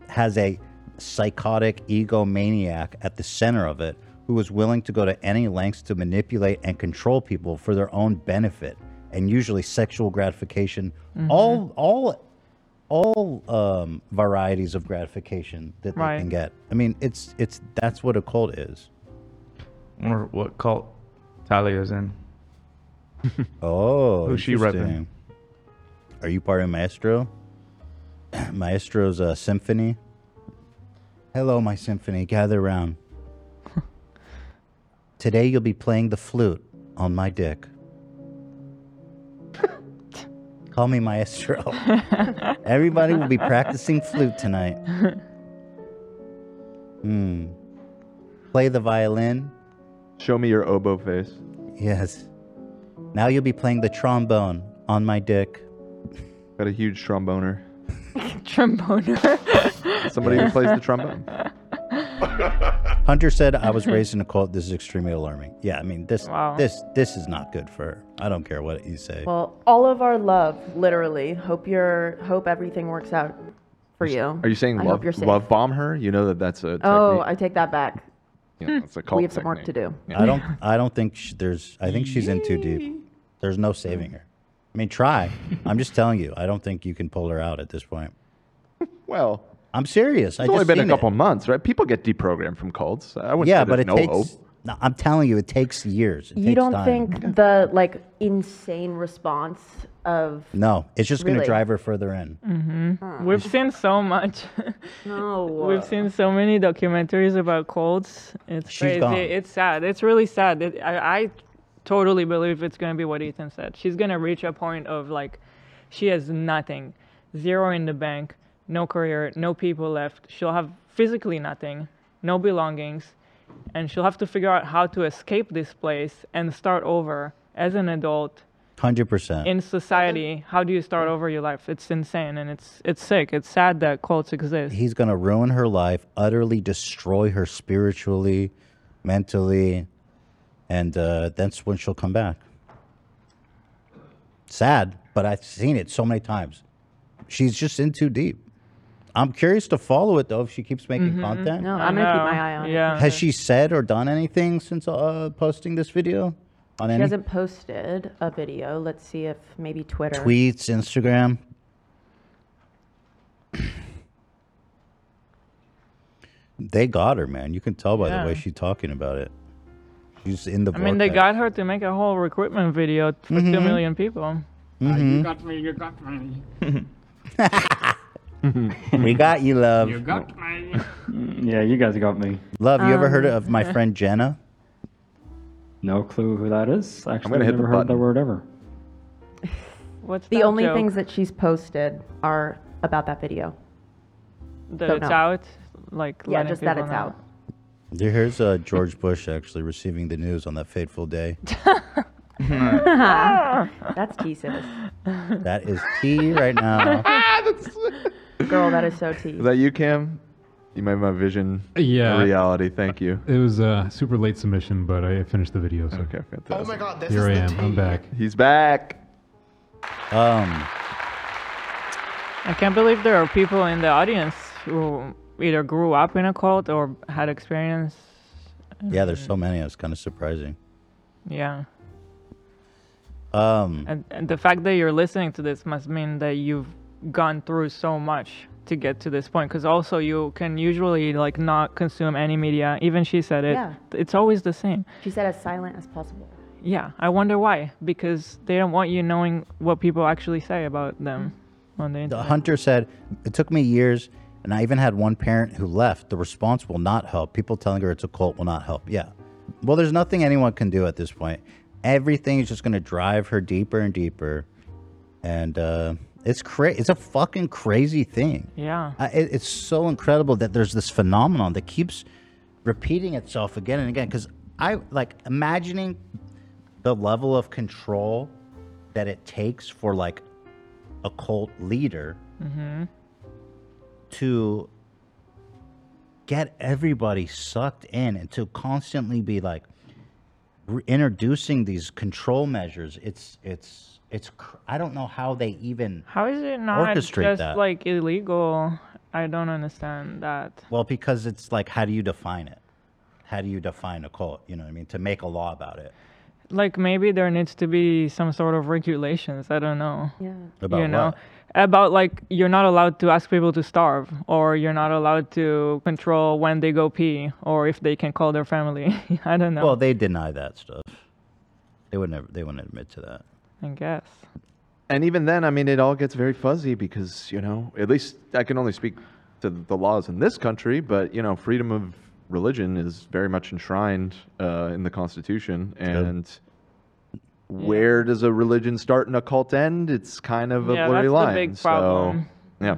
Speaker 2: has a psychotic egomaniac at the center of it who is willing to go to any lengths to manipulate and control people for their own benefit and usually sexual gratification.
Speaker 3: Mm-hmm.
Speaker 2: All, all, all um, varieties of gratification that
Speaker 5: Right.
Speaker 2: they can get. I mean, it's it's that's what a cult is.
Speaker 5: Or what cult Talia's in.
Speaker 2: Oh,
Speaker 5: Who's she repping?
Speaker 2: interesting. Are you part of Maestro? [CLEARS THROAT] Maestro's uh, symphony. Hello, my symphony. Gather round. [LAUGHS] Today you'll be playing the flute on my
Speaker 5: [LAUGHS]
Speaker 2: dick. Call me Maestro.
Speaker 5: [LAUGHS]
Speaker 2: Everybody will be practicing flute
Speaker 5: [LAUGHS]
Speaker 2: tonight. Hmm. Play the violin.
Speaker 1: Show me your oboe face.
Speaker 2: Yes. Now you'll be playing the trombone on my dick.
Speaker 1: Got a huge tromboner.
Speaker 3: Tromboner.
Speaker 1: Somebody who plays
Speaker 3: [LAUGHS]
Speaker 1: the trombone.
Speaker 2: [LAUGHS] Hunter said, "I was raised in a cult. This is extremely alarming." Yeah, I mean this
Speaker 4: Wow.
Speaker 2: this this is not good for her. I don't care what you say.
Speaker 4: Well, all of our love, literally. Hope your hope everything works out for you.
Speaker 1: Are you saying
Speaker 4: I
Speaker 1: love,
Speaker 4: hope you're safe.
Speaker 1: love bomb her? You know that that's a.
Speaker 4: Oh,
Speaker 1: technique.
Speaker 4: I take that back.
Speaker 1: Yeah, it's a cult
Speaker 4: we have some work to
Speaker 1: technique.
Speaker 4: do.
Speaker 2: I don't I don't think sh there's I think she's in too deep. There's no saving her. I mean, try. I'm just telling you. I don't think you can pull her out at this point.
Speaker 1: Well,
Speaker 2: I'm serious.
Speaker 1: It's
Speaker 2: I
Speaker 1: only
Speaker 2: just
Speaker 1: been a
Speaker 2: seen
Speaker 1: couple
Speaker 2: It.
Speaker 1: months, right? People get deprogrammed from cults. I wouldn't
Speaker 2: Yeah,
Speaker 1: say
Speaker 2: but
Speaker 1: there's
Speaker 2: it
Speaker 1: no
Speaker 2: takes.
Speaker 1: hope.
Speaker 2: No, I'm telling you, it takes years. It
Speaker 4: You
Speaker 2: takes
Speaker 4: don't
Speaker 2: time.
Speaker 4: think the like insane response of
Speaker 2: No, it's just going
Speaker 4: Really?
Speaker 2: to drive her further in.
Speaker 3: hmm We've seen so much.
Speaker 4: No.
Speaker 3: [LAUGHS] We've seen so many documentaries about cults. It's crazy.
Speaker 2: gone.
Speaker 3: It's sad. It's really sad. It, I, I totally believe it's going to be what Ethan said. She's going to reach a point of like, she has nothing, zero in the bank, no career, no people left. She'll have physically nothing, no belongings, and she'll have to figure out how to escape this place and start over as an adult
Speaker 2: Hundred percent.
Speaker 3: in society. How do you start over your life? It's insane and it's it's sick. It's sad that cults exist.
Speaker 2: He's going to ruin her life, utterly destroy her spiritually, mentally, and uh, that's when she'll come back. Sad, but I've seen it so many times. She's just in too deep. I'm curious to follow it though if she keeps making content.
Speaker 4: No, I'm gonna keep my eye on it.
Speaker 3: Mm-hmm. Yeah.
Speaker 2: Has she said or done anything since uh, posting this video? On
Speaker 4: She
Speaker 2: any
Speaker 4: hasn't posted a video. Let's see if maybe Twitter.
Speaker 2: tweets, Instagram? they got her, man. You can tell by
Speaker 3: Yeah.
Speaker 2: the way she's talking about it. She's in the.
Speaker 3: I mean, they
Speaker 2: vortex.
Speaker 3: got her to make a whole recruitment video for two
Speaker 2: Mhm.
Speaker 3: million
Speaker 4: Uh,
Speaker 3: people.
Speaker 2: Mhm.
Speaker 25: got me, you got me.
Speaker 2: we got you, love.
Speaker 25: You got me.
Speaker 11: [LAUGHS] Yeah, you guys got me.
Speaker 2: Love, you ever heard
Speaker 11: Um,
Speaker 2: of my friend Jenna?
Speaker 11: No clue who that is. Actually,
Speaker 2: gonna
Speaker 11: I've
Speaker 2: hit the
Speaker 11: never heard that
Speaker 2: button.
Speaker 11: word ever.
Speaker 3: What's
Speaker 4: The
Speaker 3: that
Speaker 4: only
Speaker 3: joke?
Speaker 4: things that she's posted are about that video.
Speaker 3: that
Speaker 4: so
Speaker 3: it's
Speaker 4: no.
Speaker 3: out, like
Speaker 4: Yeah,
Speaker 3: letting
Speaker 4: just that
Speaker 3: people
Speaker 4: it's
Speaker 3: know.
Speaker 4: out.
Speaker 2: There- Here's uh, George Bush actually receiving the news on that fateful
Speaker 3: [LAUGHS]
Speaker 2: day.
Speaker 4: [LAUGHS] That's tea, sis.
Speaker 2: that is tea right now.
Speaker 3: [LAUGHS]
Speaker 4: Girl, that is so tea.
Speaker 1: Is that you, Cam? You made my vision
Speaker 30: Yeah.
Speaker 1: a reality. Thank you.
Speaker 30: [LAUGHS] It was a super late submission, but I finished the video. So. Okay,
Speaker 1: fantastic.
Speaker 30: Oh my god, this Here I am. I'm back.
Speaker 1: He's back.
Speaker 2: Um,
Speaker 3: I can't believe there are people in the audience who either grew up in a cult or had experience.
Speaker 2: Yeah, there's so many. It's kind of surprising.
Speaker 3: Yeah,
Speaker 2: Um,
Speaker 3: and, and the fact that you're listening to this must mean that you've gone through so much to get to this point. Because also you can usually like not consume any media. Even she said it.
Speaker 4: Yeah.
Speaker 3: It's always the same.
Speaker 4: She said as silent as possible.
Speaker 3: Yeah, I wonder why. Because they don't want you knowing what people actually say about them on the
Speaker 2: The
Speaker 3: internet.
Speaker 2: hunter said, It took me years, and I even had one parent who left. The response will not help. People telling her it's a cult will not help. Yeah. Well, there's nothing anyone can do at this point. Everything is just going to drive her deeper and deeper. And uh, it's crazy. It's a fucking crazy thing.
Speaker 3: Yeah.
Speaker 2: I, Uh, it, it's so incredible that there's this phenomenon that keeps repeating itself again and again. Because I like imagining the level of control that it takes for like a cult leader
Speaker 3: Mm-hmm.
Speaker 2: to get everybody sucked in and to constantly be like re- introducing these control measures it's it's it's cr- i don't know how they even
Speaker 3: How is it not
Speaker 2: Orchestrate
Speaker 3: just
Speaker 2: that.
Speaker 3: like illegal? I don't understand that.
Speaker 2: well because it's like how do you define it how do you define a cult you know what i mean to make a law about it
Speaker 3: Like maybe there needs to be some sort of regulations. I don't know. Yeah.
Speaker 2: About
Speaker 3: you know,
Speaker 2: what?
Speaker 3: about like you're not allowed to ask people to starve, or you're not allowed to control when they go pee, or if they can call their family. [LAUGHS] I don't know.
Speaker 2: well they deny that stuff they would never they wouldn't admit to that
Speaker 3: I guess.
Speaker 1: And even then, I mean, it all gets very fuzzy because, you know, at least I can only speak to the laws in this country, but, you know, freedom of religion is very much enshrined uh, in the Constitution. And where does a religion start and a cult end? It's kind of a
Speaker 3: Yeah,
Speaker 1: blurry
Speaker 3: that's the
Speaker 1: line.
Speaker 3: big
Speaker 1: so,
Speaker 3: problem.
Speaker 1: yeah.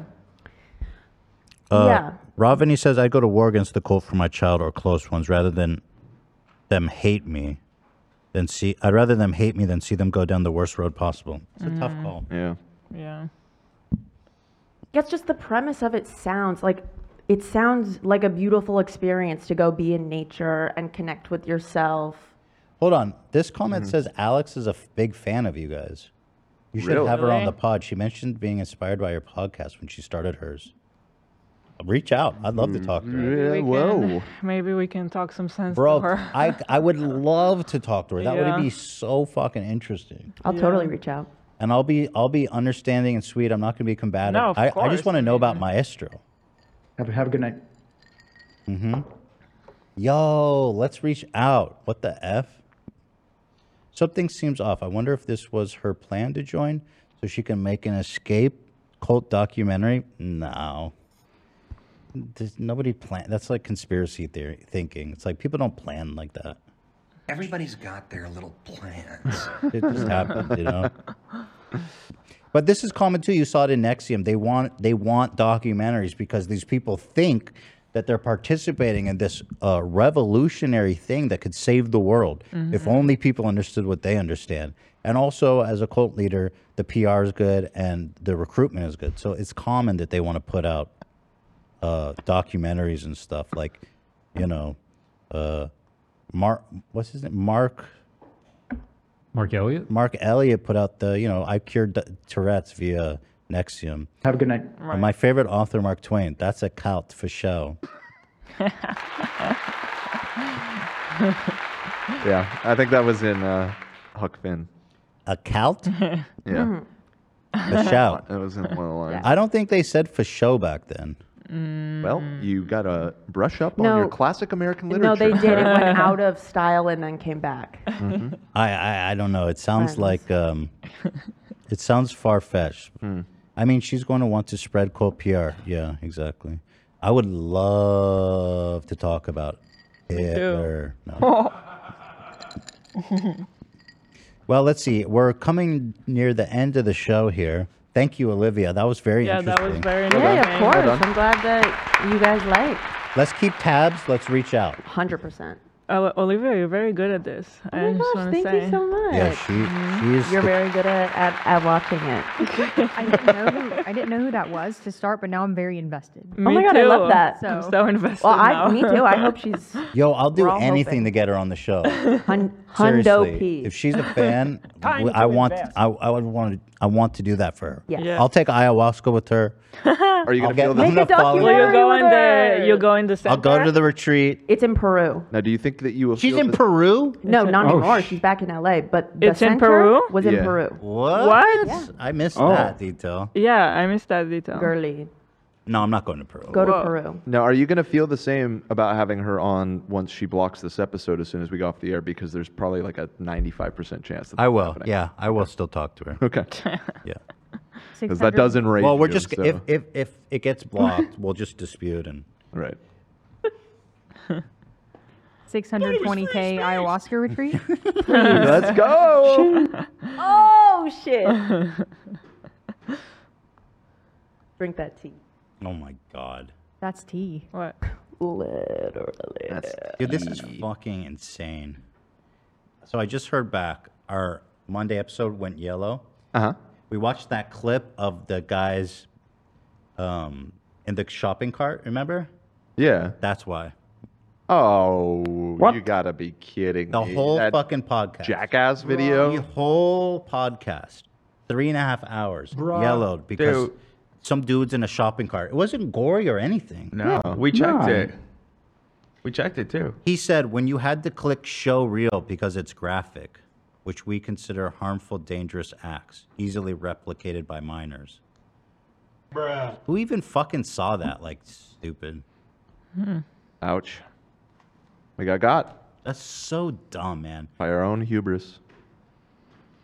Speaker 2: Uh,
Speaker 1: Yeah.
Speaker 2: Ravani says, I'd go to war against the cult for my child or close ones rather than them hate me than see, I'd rather them hate me than see them go down the worst road possible. It's a tough
Speaker 4: Mm.
Speaker 2: call.
Speaker 1: Yeah.
Speaker 3: Yeah.
Speaker 4: That's just the premise of it sounds like it sounds like a beautiful experience to go be in nature and connect with yourself.
Speaker 2: Hold on. This comment says, Alex is a f- big fan of you guys. You should
Speaker 4: Really?
Speaker 2: have her on
Speaker 4: Really?
Speaker 2: the pod. She mentioned being inspired by your podcast when she started hers. Reach out. I'd love to talk to her.
Speaker 3: Maybe we can- [LAUGHS] Maybe we can talk some sense
Speaker 2: [LAUGHS] Bro,
Speaker 3: to her.
Speaker 2: I, I would love to talk to her. That
Speaker 3: Yeah.
Speaker 2: would be so fucking interesting.
Speaker 4: I'll totally reach out.
Speaker 2: and I'll be I'll be understanding and sweet. I'm not going to be combative.
Speaker 11: No, of
Speaker 2: I, I
Speaker 11: course.
Speaker 2: just want to know about Maestro.
Speaker 11: Have, have a good night.
Speaker 2: Mm-hmm. Yo, let's reach out. What the F? Something seems off. I wonder if this was her plan to join so she can make an escape cult documentary. No. There's nobody plan. That's like conspiracy theory thinking. It's like people don't plan like that.
Speaker 26: Everybody's got their little plans.
Speaker 2: It just happened, you
Speaker 14: [LAUGHS]
Speaker 2: know. But this is common too. You saw it in Nexium. They want they want documentaries because these people think that they're participating in this uh, revolutionary thing that could save the world if
Speaker 27: Mhm.
Speaker 2: only people understood what they understand. And also, as a cult leader, the PR is good and the recruitment is good. So it's common that they want to put out uh, documentaries and stuff like, you know, uh, Mark. What's his name? Mark.
Speaker 30: Mark Elliott.
Speaker 2: Mark Elliott put out the, you know, I cured D- Tourette's via Nexium.
Speaker 11: Have a good night.
Speaker 2: And my favorite author, Mark Twain. That's a cult for show.
Speaker 1: yeah, I think that was in uh, Huck Finn.
Speaker 2: A
Speaker 1: [LAUGHS]
Speaker 2: cult?
Speaker 1: yeah.
Speaker 3: Mm-hmm.
Speaker 2: For show.
Speaker 1: [LAUGHS] That was in one of the lines.
Speaker 2: I don't think they said for show back then.
Speaker 1: Well, you gotta brush up
Speaker 4: No.
Speaker 1: on your classic American literature.
Speaker 4: No, they
Speaker 1: [LAUGHS]
Speaker 4: did. It went out of style and then came back.
Speaker 1: Mm-hmm.
Speaker 2: I, I I don't know. It sounds
Speaker 4: Friends.
Speaker 2: like um, it sounds far fetched.
Speaker 4: Hmm.
Speaker 2: I mean, she's going to want to spread cult PR. Yeah, exactly. I would love to talk about Hitler. No. well, let's see. We're coming near the end of the show here. Thank you, Olivia. That was very
Speaker 4: Yeah,
Speaker 2: interesting.
Speaker 4: that was very Well done. Yeah, of course. I'm glad that you guys like.
Speaker 2: Let's keep tabs. Let's reach out.
Speaker 4: Hundred percent.
Speaker 3: Oh, Olivia, you're very good at this. Oh I just
Speaker 4: Gosh,
Speaker 3: wanna
Speaker 4: thank
Speaker 3: say.
Speaker 4: you so much.
Speaker 2: Yeah, she, she's
Speaker 4: You're
Speaker 2: the-
Speaker 4: very good at, at, at watching it.
Speaker 28: I didn't know who I didn't know who that was to start, but now I'm very invested.
Speaker 4: oh my god, I love that. Well, I, me too. I hope she's
Speaker 2: Yo, I'll do
Speaker 4: We're all
Speaker 2: anything
Speaker 4: hoping.
Speaker 2: to get her on the show.
Speaker 4: hun-
Speaker 2: Seriously,
Speaker 4: hundo P.
Speaker 2: If
Speaker 4: [LAUGHS]
Speaker 2: she's a
Speaker 3: [LAUGHS]
Speaker 2: fan,
Speaker 4: Time
Speaker 2: w- I
Speaker 4: to
Speaker 2: want
Speaker 4: invest.
Speaker 2: I, I would want to I want to do that for her.
Speaker 3: Yes. Yeah.
Speaker 2: I'll take ayahuasca with her.
Speaker 1: Are you
Speaker 2: gonna feel
Speaker 1: the- Make a
Speaker 3: Well, you'll go in the you'll go in the
Speaker 2: I'll
Speaker 3: center.
Speaker 2: go to the retreat.
Speaker 4: It's in Peru.
Speaker 1: Now, do you think that you will?
Speaker 2: She's
Speaker 1: feel
Speaker 2: in
Speaker 1: the-
Speaker 2: Peru.
Speaker 4: No, not
Speaker 1: Oh,
Speaker 4: anymore. She's back in LA, but the
Speaker 3: It's in
Speaker 4: center
Speaker 3: Peru?
Speaker 4: Was in
Speaker 1: Yeah.
Speaker 4: Peru.
Speaker 2: What?
Speaker 3: What?
Speaker 2: I missed
Speaker 1: Oh.
Speaker 2: that detail.
Speaker 3: Yeah, I missed that detail.
Speaker 4: Girly.
Speaker 2: No, I'm not going to Peru.
Speaker 4: Go to Peru.
Speaker 1: Now, are you gonna feel the same about having her on once she blocks this episode as soon as we go off the air? Because there's probably like a 95% chance that
Speaker 2: I
Speaker 1: that's
Speaker 2: will.
Speaker 1: happening.
Speaker 2: Yeah, I will still talk to her.
Speaker 1: Okay.
Speaker 2: yeah.
Speaker 1: 'Cause that does enrage
Speaker 2: Well, we're
Speaker 1: you,
Speaker 2: just
Speaker 1: so-
Speaker 2: if, if if it gets blocked, we'll just dispute and
Speaker 1: right.
Speaker 28: 620k ayahuasca retreat.
Speaker 1: Let's go.
Speaker 4: Oh shit. [LAUGHS] Drink that tea.
Speaker 2: Oh my god.
Speaker 28: That's tea.
Speaker 3: What?
Speaker 4: Literally.
Speaker 2: Dude, this is fucking insane. So I just heard back our Monday episode went yellow.
Speaker 1: Uh huh.
Speaker 2: We watched that clip of the guys um, in the shopping cart. Remember?
Speaker 1: Yeah.
Speaker 2: That's why.
Speaker 1: Oh, you gotta be kidding
Speaker 2: The
Speaker 1: me.
Speaker 2: whole
Speaker 1: That
Speaker 2: fucking
Speaker 1: [LAUGHS]
Speaker 2: podcast.
Speaker 1: jackass video.
Speaker 2: The whole podcast. Three and a half hours.
Speaker 1: Bruh.
Speaker 2: Yellowed because
Speaker 5: Dude.
Speaker 2: some dude's in a shopping cart. It wasn't gory or anything.
Speaker 5: No, we checked it. We checked it too.
Speaker 2: He said when you had to click show real because it's graphic, which we consider harmful, dangerous acts, easily replicated by minors.
Speaker 30: Bruh.
Speaker 2: Who even fucking saw that? Like, stupid.
Speaker 1: Ouch. We got got
Speaker 2: That's so dumb, man.
Speaker 1: by our own hubris.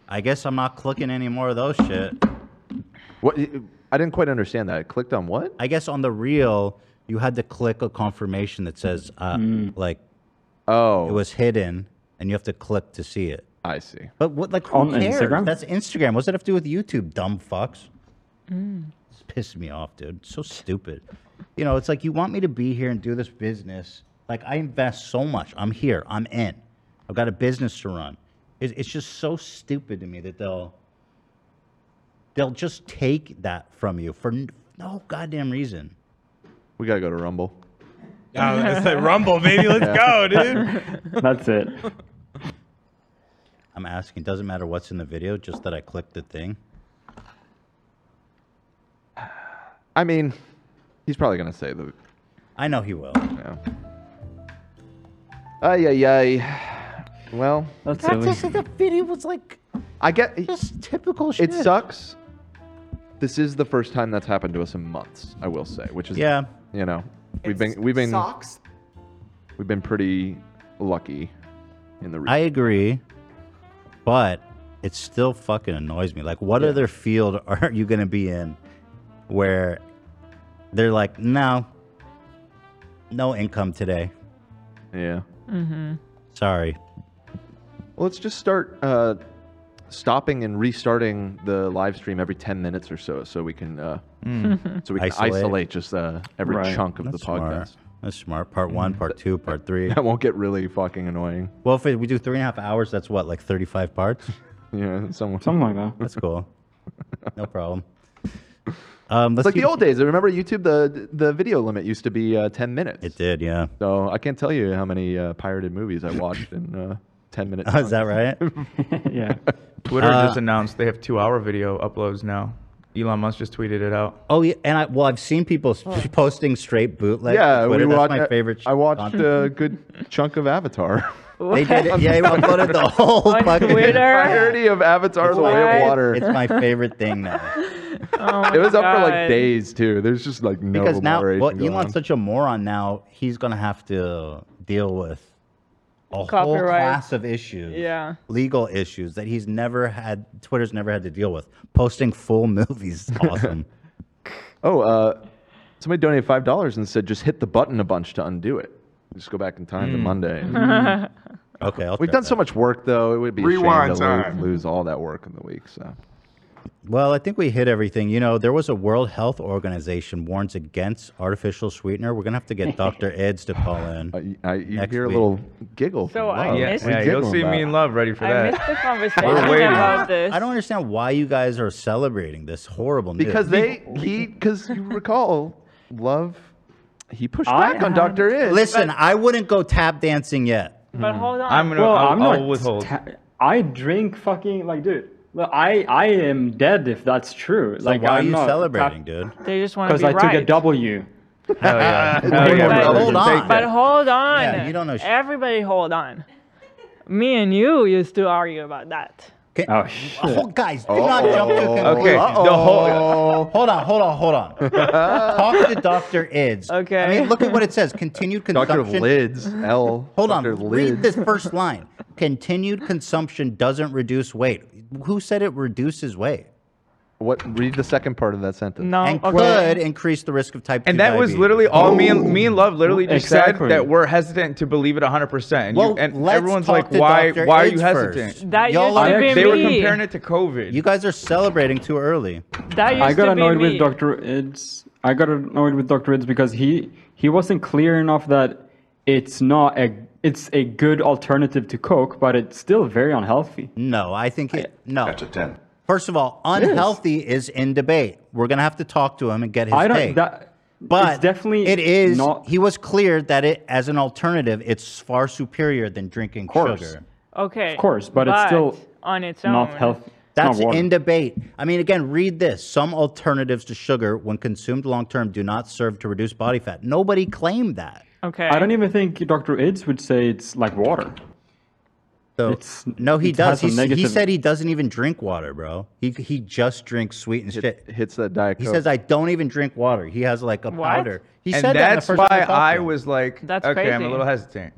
Speaker 2: I guess I'm not clicking any more of those shit.
Speaker 1: What? I didn't quite understand that. I clicked on what?
Speaker 2: I guess on the reel, you had to click a confirmation that says, uh,
Speaker 11: Hmm.
Speaker 2: like,
Speaker 1: oh,
Speaker 2: it was hidden, and you have to click to see it.
Speaker 1: I see.
Speaker 2: But what, like, who
Speaker 11: On
Speaker 2: cares?
Speaker 11: Instagram?
Speaker 2: That's Instagram. What's that have to do with YouTube, dumb fucks?
Speaker 3: Mm.
Speaker 4: [LAUGHS]
Speaker 2: It's pissed me off, dude. So stupid. You know, it's like you want me to be here and do this business. Like I invest so much. I'm here. I'm in. I've got a business to run. It, it's just so stupid to me that they'll they'll just take that from you for n- no goddamn reason.
Speaker 1: We gotta go to
Speaker 14: [LAUGHS]
Speaker 1: Rumble.
Speaker 14: I was gonna say, Oh, Rumble, baby, let's
Speaker 1: [LAUGHS]
Speaker 14: go, dude.
Speaker 11: That's it.
Speaker 2: I'm asking. Doesn't matter what's in the video. Just that I clicked the thing.
Speaker 1: I mean, he's probably gonna say the.
Speaker 2: I know he will.
Speaker 1: Yeah. Ay ay ay. Well,
Speaker 2: That's just that the video was like
Speaker 1: I get
Speaker 2: just typical
Speaker 1: It sucks. This is the first time that's happened to us in months, I will say, which is
Speaker 2: Yeah.
Speaker 1: You know, we've been we've been
Speaker 18: Socks?
Speaker 1: we've been pretty lucky in the
Speaker 2: I agree, but it still fucking annoys me. Like, what other field [LAUGHS] are you gonna be in where they're like, no, no income today?
Speaker 1: Yeah.
Speaker 3: Mm-hmm.
Speaker 2: Sorry.
Speaker 1: Well, let's just start uh, stopping and restarting the live stream every 10 minutes or so, so we can uh,
Speaker 2: Mm.
Speaker 1: so we can isolate, just uh, every
Speaker 2: Right.
Speaker 1: chunk of
Speaker 2: That's
Speaker 1: the
Speaker 2: smart.
Speaker 1: podcast.
Speaker 2: That's smart. Part one, part two, part three.
Speaker 1: Mm-hmm. That won't get really fucking annoying.
Speaker 2: Well, if we do three and a half hours, that's what, like 35 parts?
Speaker 1: [LAUGHS] Yeah, something,
Speaker 2: something like that.
Speaker 1: [LAUGHS]
Speaker 2: That's cool. No problem. Um,
Speaker 1: It's
Speaker 2: let's
Speaker 1: like
Speaker 2: keep-
Speaker 1: the old days. I remember YouTube. the The video limit used to be uh, ten minutes. It
Speaker 2: did, yeah.
Speaker 1: So I can't tell you how many uh, pirated movies I watched in uh, ten minutes.
Speaker 2: Oh, [LAUGHS]
Speaker 1: [LAUGHS]
Speaker 2: is that right?
Speaker 5: yeah. Twitter
Speaker 2: Uh,
Speaker 5: just announced they have two-hour video uploads now. Elon Musk just tweeted it out.
Speaker 2: Oh yeah, and I well, I've seen people s posting straight bootleg.
Speaker 1: yeah,
Speaker 2: on Twitter.
Speaker 1: we
Speaker 2: That's
Speaker 1: watched.
Speaker 2: my favorite.
Speaker 1: I watched
Speaker 2: content.
Speaker 1: a good chunk of Avatar.
Speaker 2: [LAUGHS] They did it. Yeah, they uploaded
Speaker 1: [LAUGHS]
Speaker 2: the whole
Speaker 1: On
Speaker 2: fucking
Speaker 1: Twitter? Entirety of Avatar: The Way of Water.
Speaker 2: It's my favorite thing now.
Speaker 3: Oh
Speaker 1: it was up for like days too. There's just like no
Speaker 2: because now,
Speaker 1: moderation
Speaker 2: well,
Speaker 1: going
Speaker 2: Elon's
Speaker 1: on.
Speaker 2: such a moron now. He's gonna have to deal with a whole
Speaker 3: Copyright.
Speaker 2: class of issues,
Speaker 3: Yeah.
Speaker 2: legal issues that he's never had. Twitter's never had to deal with. Posting full [LAUGHS] movies, is awesome.
Speaker 1: [LAUGHS] Oh, uh, somebody donated five dollars and said just hit the button a bunch to undo it. Just go back in time to
Speaker 2: Mm.
Speaker 1: Monday. [LAUGHS]
Speaker 2: Mm. okay, I'll
Speaker 1: We've
Speaker 2: try
Speaker 1: done
Speaker 2: that.
Speaker 1: so much work though. It would be a shame
Speaker 2: Rewind
Speaker 1: to lo-
Speaker 2: time.
Speaker 1: lose all that work in the week. So.
Speaker 2: Well, I think we hit everything. You know, there was a World Health Organization warns against artificial sweetener. We're gonna have to get Dr. Eds to call in.
Speaker 1: I, you
Speaker 2: hear
Speaker 1: a little giggle.
Speaker 3: So I missed-
Speaker 2: We
Speaker 5: yeah,
Speaker 2: giggle
Speaker 5: you'll see
Speaker 2: about
Speaker 5: me
Speaker 2: it.
Speaker 5: in love ready for
Speaker 3: I
Speaker 5: that.
Speaker 3: missed the conversation
Speaker 2: waiting.
Speaker 3: about this.
Speaker 2: I don't understand why you guys are celebrating this horrible news.
Speaker 1: Because they he because you recall love he pushed
Speaker 2: I
Speaker 1: back on
Speaker 2: had-
Speaker 1: Doctor Is.
Speaker 2: Listen, I wouldn't go tap dancing yet.
Speaker 3: But hold on.
Speaker 5: Well,
Speaker 2: I'll-
Speaker 5: I'm
Speaker 2: I'll
Speaker 5: not
Speaker 2: withhold.
Speaker 15: ta- I drink fucking like, dude. Look, I I am dead if that's true.
Speaker 2: So
Speaker 15: like,
Speaker 2: why are
Speaker 15: I'm
Speaker 2: you
Speaker 15: not
Speaker 2: celebrating, dude?
Speaker 3: They just want to
Speaker 15: Because
Speaker 3: be
Speaker 15: I
Speaker 3: right.
Speaker 15: took a W.
Speaker 3: [LAUGHS] but,
Speaker 2: hold on.
Speaker 3: But hold on.
Speaker 2: Yeah, you don't know shit.
Speaker 3: Everybody hold on. Me and you used to argue about that.
Speaker 15: Oh,
Speaker 2: Oh, guys, do not jump
Speaker 1: Oh.
Speaker 2: to
Speaker 3: Uh-oh.
Speaker 2: conclusions.
Speaker 3: Okay, the
Speaker 1: whole-
Speaker 2: Hold on, hold on, hold on. Talk to Dr. Ids.
Speaker 3: Okay.
Speaker 2: I mean, look at what it says. Continued
Speaker 1: Dr.
Speaker 2: consumption.
Speaker 1: Lids L.
Speaker 2: Hold on.
Speaker 1: Dr.
Speaker 2: Read
Speaker 1: Lids.
Speaker 2: this first line. Continued consumption doesn't reduce weight. Who said it reduces weight?
Speaker 1: What? Read the second part of that sentence.
Speaker 3: No.
Speaker 2: And
Speaker 3: okay.
Speaker 2: could increase the risk of type 2
Speaker 5: And that was
Speaker 2: diabetes.
Speaker 5: literally all me and me and Love literally just
Speaker 2: Exactly.
Speaker 5: said that we're hesitant to believe it 100. percent
Speaker 2: Well,
Speaker 5: you, and
Speaker 2: let's
Speaker 5: everyone's
Speaker 2: talk
Speaker 5: like,
Speaker 2: to
Speaker 5: why?
Speaker 2: Dr.
Speaker 5: Why are
Speaker 2: Ids
Speaker 5: you
Speaker 2: first.
Speaker 5: hesitant?
Speaker 3: That
Speaker 2: Y'all
Speaker 3: used
Speaker 2: are-
Speaker 3: to be
Speaker 5: They were
Speaker 3: me.
Speaker 5: comparing it to COVID.
Speaker 2: You guys are celebrating too early.
Speaker 3: That used
Speaker 15: I got
Speaker 3: to be
Speaker 15: annoyed
Speaker 3: me.
Speaker 15: with Dr. Ids. I got annoyed with Dr. Ids because he he wasn't clear enough that it's not a it's a good alternative to Coke, but it's still very unhealthy.
Speaker 2: No, I think it. No. That's
Speaker 26: a 10.
Speaker 2: First of all,
Speaker 15: It is.
Speaker 2: unhealthy is in debate. We're gonna have to talk to him and get his
Speaker 15: I don't-
Speaker 2: take.
Speaker 15: that-
Speaker 2: but
Speaker 15: it's definitely
Speaker 2: it is.
Speaker 15: not-
Speaker 2: he was clear that it as an alternative, it's far superior than drinking
Speaker 15: course.
Speaker 2: sugar.
Speaker 3: Okay.
Speaker 15: Of course, but it's still
Speaker 3: on its own.
Speaker 15: Not healthy.
Speaker 2: That's
Speaker 15: not water.
Speaker 2: in debate. I mean, again, read this. Some alternatives to sugar, when consumed long term, do not serve to reduce body fat. Nobody claimed that.
Speaker 3: Okay.
Speaker 15: I don't e- even think Dr. Ids would say it's like water.
Speaker 2: So,
Speaker 15: It's-
Speaker 2: no, he
Speaker 15: it
Speaker 2: does.
Speaker 15: has a
Speaker 2: He, he
Speaker 15: negative-
Speaker 2: said he doesn't even drink water, bro. He he just drinks sweet and shit.
Speaker 1: Hits that diet.
Speaker 2: He
Speaker 1: Coke.
Speaker 2: says I don't even drink water. He has like a
Speaker 3: What?
Speaker 2: powder. He
Speaker 5: and
Speaker 2: said that in the
Speaker 5: that's
Speaker 2: first time
Speaker 5: why
Speaker 2: talked to
Speaker 5: I
Speaker 2: him.
Speaker 5: was like,
Speaker 3: That's
Speaker 5: okay, I'm a
Speaker 3: crazy.
Speaker 5: little hesitant.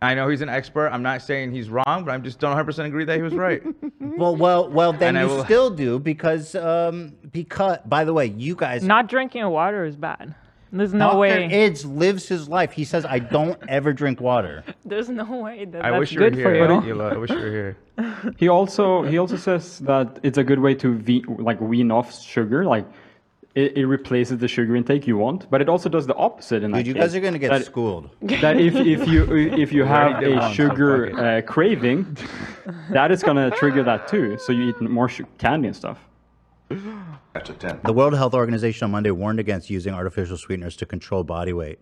Speaker 5: I know he's an expert. I'm not saying he's wrong, but I'm just don't 100 percent agree that he was right.
Speaker 2: [LAUGHS] Well, well, well. Then
Speaker 5: And I
Speaker 2: you
Speaker 5: will-
Speaker 2: still do because, um, because. By the way, you guys.
Speaker 3: Not drinking water is bad. There's no
Speaker 2: Dr.
Speaker 3: way.
Speaker 2: Ids lives his life. He says, "I don't ever drink water."
Speaker 3: There's no way that
Speaker 5: I
Speaker 3: that's
Speaker 5: wish you were
Speaker 3: good
Speaker 5: here,
Speaker 3: for you.
Speaker 5: Yula. I wish you were
Speaker 3: [LAUGHS]
Speaker 5: here.
Speaker 15: He also he also says that it's a good way to ve- like wean off sugar, like it, it replaces the sugar intake you want, but it also does the opposite. In
Speaker 2: Dude,
Speaker 15: that
Speaker 2: you
Speaker 15: case,
Speaker 2: guys are gonna get
Speaker 15: that-
Speaker 2: schooled.
Speaker 15: That if, if you if
Speaker 2: [LAUGHS]
Speaker 15: you
Speaker 2: We're
Speaker 15: have
Speaker 2: already down,
Speaker 15: a
Speaker 2: so
Speaker 15: sugar
Speaker 2: fuck
Speaker 15: uh, craving, that is gonna trigger that too. So you eat more su- candy and stuff.
Speaker 26: That's a 10.
Speaker 2: The World Health Organization on Monday warned against using artificial sweeteners to control body weight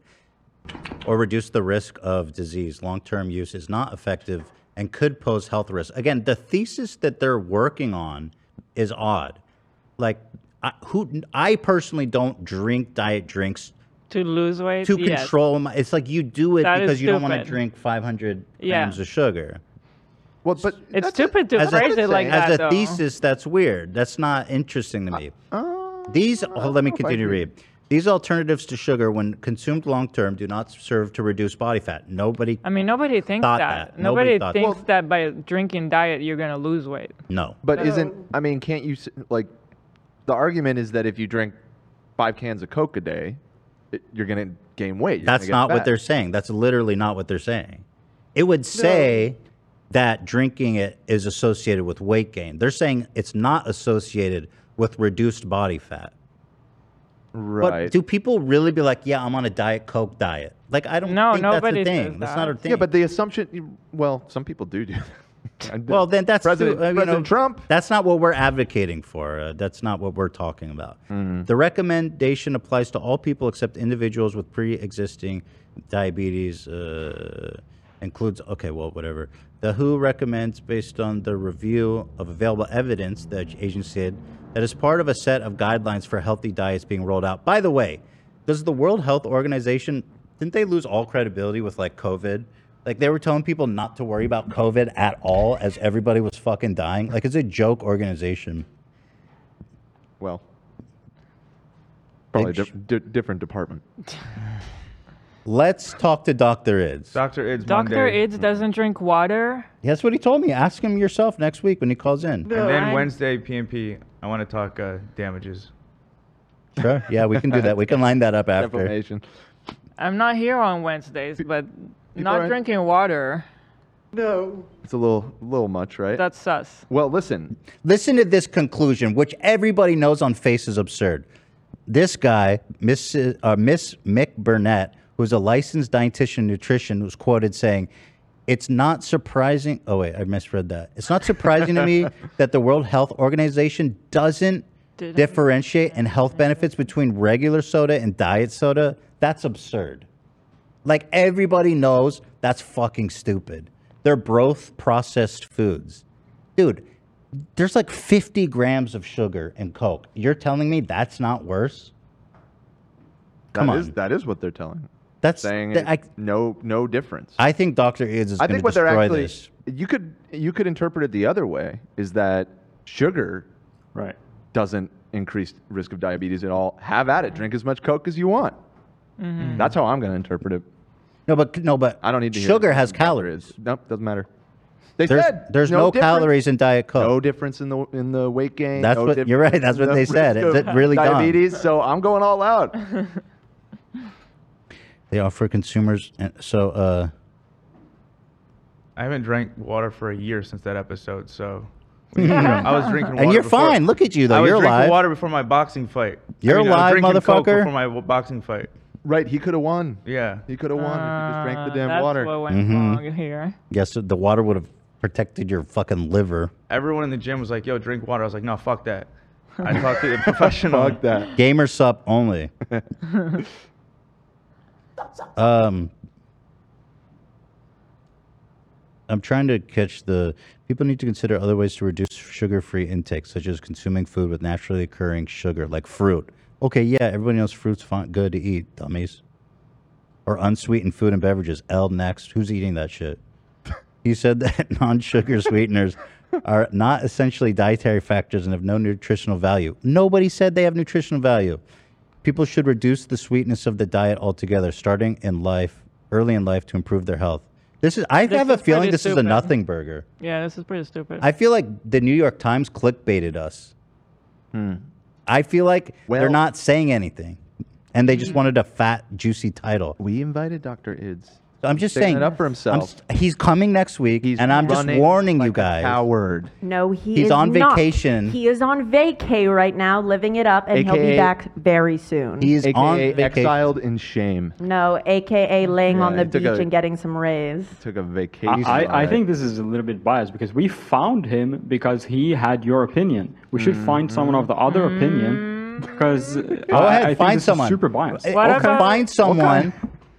Speaker 2: or reduce the risk of disease. Long term use is not effective and could pose health risks. Again, the thesis that they're working on is odd. Like, I, who I personally don't drink diet drinks
Speaker 3: To lose weight.
Speaker 2: to
Speaker 3: yes.
Speaker 2: control my. It's like you do it
Speaker 3: That is
Speaker 2: because you don't want to
Speaker 3: stupid.
Speaker 2: drink 500
Speaker 3: Yeah.
Speaker 2: grams of sugar.
Speaker 1: Well, but
Speaker 3: it's stupid to phrase it like
Speaker 2: as
Speaker 3: that,
Speaker 2: a
Speaker 3: though.
Speaker 2: thesis, that's weird. That's not interesting to me. These,
Speaker 1: [LAUGHS]
Speaker 2: oh, let me continue to read. These alternatives to sugar, when consumed long term, do not serve to reduce body fat. Nobody,
Speaker 3: I mean, nobody thinks
Speaker 2: uh, Thought
Speaker 3: that.
Speaker 2: that.
Speaker 3: Nobody,
Speaker 2: Nobody thought that.
Speaker 3: thinks that by drinking diet you're gonna lose weight.
Speaker 2: Mm. no.
Speaker 1: But
Speaker 3: No.
Speaker 1: isn't I mean, can't you s- like the argument is that if you drink five cans of Coke a day, it, you're gonna gain weight. You're gonna
Speaker 2: That's
Speaker 1: get
Speaker 2: not
Speaker 1: fat.
Speaker 2: what they're saying. That's literally not what they're saying. It would say that drinking it is associated with weight gain. They're saying it's not associated with reduced body fat.
Speaker 1: Right.
Speaker 2: But do people really be like, yeah, I'm on a diet Coke diet? Like, I don't
Speaker 1: No,
Speaker 2: think that's
Speaker 1: nobody
Speaker 2: a thing.
Speaker 1: says
Speaker 2: That's not a
Speaker 1: that.
Speaker 2: thing.
Speaker 1: Yeah, but the assumption. Well, some people do do. [LAUGHS] that.
Speaker 2: well, then that's
Speaker 1: President,
Speaker 2: too- uh, you know,
Speaker 1: President Trump.
Speaker 2: That's not what we're advocating for. Uh, that's not what we're talking about.
Speaker 1: Mm-hmm.
Speaker 2: The recommendation applies to all people except individuals with pre-existing diabetes. Uh, includes okay, well, whatever. The WHO recommends, based on the review of available evidence, the ag- agency said that is part of a set of guidelines for healthy diets being rolled out. By the way, does the World Health Organization didn't they lose all credibility with like COVID? Like they were telling people not to worry about COVID at all as everybody was fucking dying. Like it's a joke organization.
Speaker 1: Well, probably di- di- different department.
Speaker 2: Let's talk to Dr. Ids.
Speaker 5: Dr. Ids
Speaker 3: Doctor Ids
Speaker 2: Mm-hmm.
Speaker 3: doesn't drink water.
Speaker 2: That's what he told me. Ask him yourself next week when he calls in.
Speaker 5: and then
Speaker 3: I-
Speaker 5: Wednesday PMP, I want to talk uh, damages.
Speaker 2: Sure. Yeah, we can do that. We can
Speaker 1: [LAUGHS]
Speaker 2: line that up after.
Speaker 1: Defamation.
Speaker 3: I'm not here on Wednesdays, but not
Speaker 1: are-
Speaker 3: drinking water. No.
Speaker 1: It's a little, little much, right?
Speaker 3: That's sus.
Speaker 1: Well, listen.
Speaker 2: Listen to this conclusion, which everybody knows on face is absurd. This guy, Miss, uh, Miss Mick Burnett, who's a licensed dietitian nutrition, was quoted saying, "It's not surprising." Oh wait, I misread that. It's not surprising to me that the World Health Organization doesn't
Speaker 3: Did I-
Speaker 2: differentiate in health benefits between regular soda and diet soda. That's absurd. Like everybody knows that's fucking stupid. They're both processed foods. Dude, there's like 50 grams of sugar in Coke. You're telling me that's not worse? Come
Speaker 1: That
Speaker 2: on.
Speaker 1: is- that is what they're telling.
Speaker 2: That's
Speaker 1: saying
Speaker 2: that-
Speaker 1: it's no, no difference.
Speaker 2: I think Dr. Ids is
Speaker 1: I
Speaker 2: going to
Speaker 1: think what they're
Speaker 2: destroy
Speaker 1: actually
Speaker 2: this.
Speaker 1: you could you could interpret it the other way is that sugar
Speaker 2: right
Speaker 1: doesn't increase risk of diabetes at all. Have at it. Drink as much Coke as you want.
Speaker 3: Mm. Mm-hmm.
Speaker 2: Mm.
Speaker 1: That's how I'm going to interpret it.
Speaker 2: No, but no, but
Speaker 1: I don't need to.
Speaker 2: sugar
Speaker 1: has calories. Nope, doesn't matter. They
Speaker 2: There's-
Speaker 1: said
Speaker 2: there's no
Speaker 1: difference-
Speaker 2: calories in Diet Coke.
Speaker 1: No difference in the in the weight gain.
Speaker 2: That's
Speaker 1: no
Speaker 2: what- you're
Speaker 1: difference
Speaker 2: right, that's
Speaker 1: in
Speaker 2: what
Speaker 1: the
Speaker 2: they said.
Speaker 1: risk
Speaker 2: It's
Speaker 1: of
Speaker 2: really dumb.
Speaker 1: diabetes. So I'm going all out.
Speaker 2: They offer consumers. and So, uh,
Speaker 5: I haven't drank water for a year since that
Speaker 2: [LAUGHS]
Speaker 5: episode, so I
Speaker 2: I
Speaker 5: was drinking water.
Speaker 2: And you're
Speaker 5: before-
Speaker 2: fine. Look at you, though.
Speaker 5: I was
Speaker 2: You're
Speaker 5: drinking
Speaker 2: alive.
Speaker 5: water before my boxing fight. I
Speaker 2: You're
Speaker 5: mean, I was
Speaker 2: alive,
Speaker 5: drinking Coke
Speaker 2: motherfucker.
Speaker 5: Before my w- boxing fight.
Speaker 1: Right, he could have won.
Speaker 5: Yeah.
Speaker 1: He could have won if he just drank the
Speaker 3: Uh,
Speaker 1: damn
Speaker 3: that's
Speaker 1: water.
Speaker 3: what went
Speaker 2: Mhm.
Speaker 3: wrong [LAUGHS] here.
Speaker 2: yes, the water would have protected your fucking liver.
Speaker 5: Everyone in the gym was like, "Yo, drink water." I was like, "No, fuck that." I talked to
Speaker 2: [LAUGHS]
Speaker 5: the professional.
Speaker 2: Fuck Gamer sup only. Um, I'm trying to catch the people need to consider other ways to reduce sugar-free intake, such as consuming food with naturally occurring sugar, like fruit. Okay, yeah, everybody knows fruit's fun, good to eat, dummies. Or unsweetened food and beverages. L next, who's eating that shit? [LAUGHS] You said that [LAUGHS] non-sugar sweeteners are not essentially dietary factors and have no nutritional value. Nobody said they have nutritional value. People should reduce the sweetness of the diet altogether, starting in life, early in life, to improve their health. This is. I
Speaker 3: This
Speaker 2: have a
Speaker 3: is
Speaker 2: feeling
Speaker 3: pretty
Speaker 2: this is a
Speaker 3: stupid.
Speaker 2: nothing burger.
Speaker 3: Yeah, this is pretty stupid.
Speaker 2: I feel like the New York Times clickbaited us.
Speaker 1: Hmm.
Speaker 2: I feel like they're not saying anything, and they
Speaker 3: Mm.
Speaker 2: just wanted a fat, juicy title.
Speaker 1: We invited Dr. Ids.
Speaker 2: I'm just
Speaker 1: Sticking
Speaker 2: saying
Speaker 1: it up for
Speaker 2: I'm
Speaker 1: himself.
Speaker 2: st- he's coming next week, and I'm just
Speaker 1: running
Speaker 2: warning you guys.
Speaker 1: coward.
Speaker 4: No, he
Speaker 2: He's
Speaker 4: is
Speaker 2: on
Speaker 4: not.
Speaker 2: vacation.
Speaker 4: He is on vacay right now, living it up, and he'll be
Speaker 1: AKA
Speaker 4: back very soon.
Speaker 2: [LAUGHS] He's
Speaker 1: AKA
Speaker 2: on vacation.
Speaker 1: exiled in shame.
Speaker 4: No, aka laying
Speaker 1: Yeah,
Speaker 4: on the
Speaker 1: he took
Speaker 4: beach
Speaker 1: a-
Speaker 4: and getting some rays.
Speaker 1: Took a vacation.
Speaker 15: I, I, I
Speaker 1: right?
Speaker 15: think this is a little bit biased because we found him because he had your opinion. We should find someone of the other opinion because uh,
Speaker 2: Go
Speaker 15: I, I
Speaker 2: ahead,
Speaker 15: think
Speaker 2: find
Speaker 15: this is
Speaker 2: someone.
Speaker 15: super biased.
Speaker 2: Eh, okay, Find someone.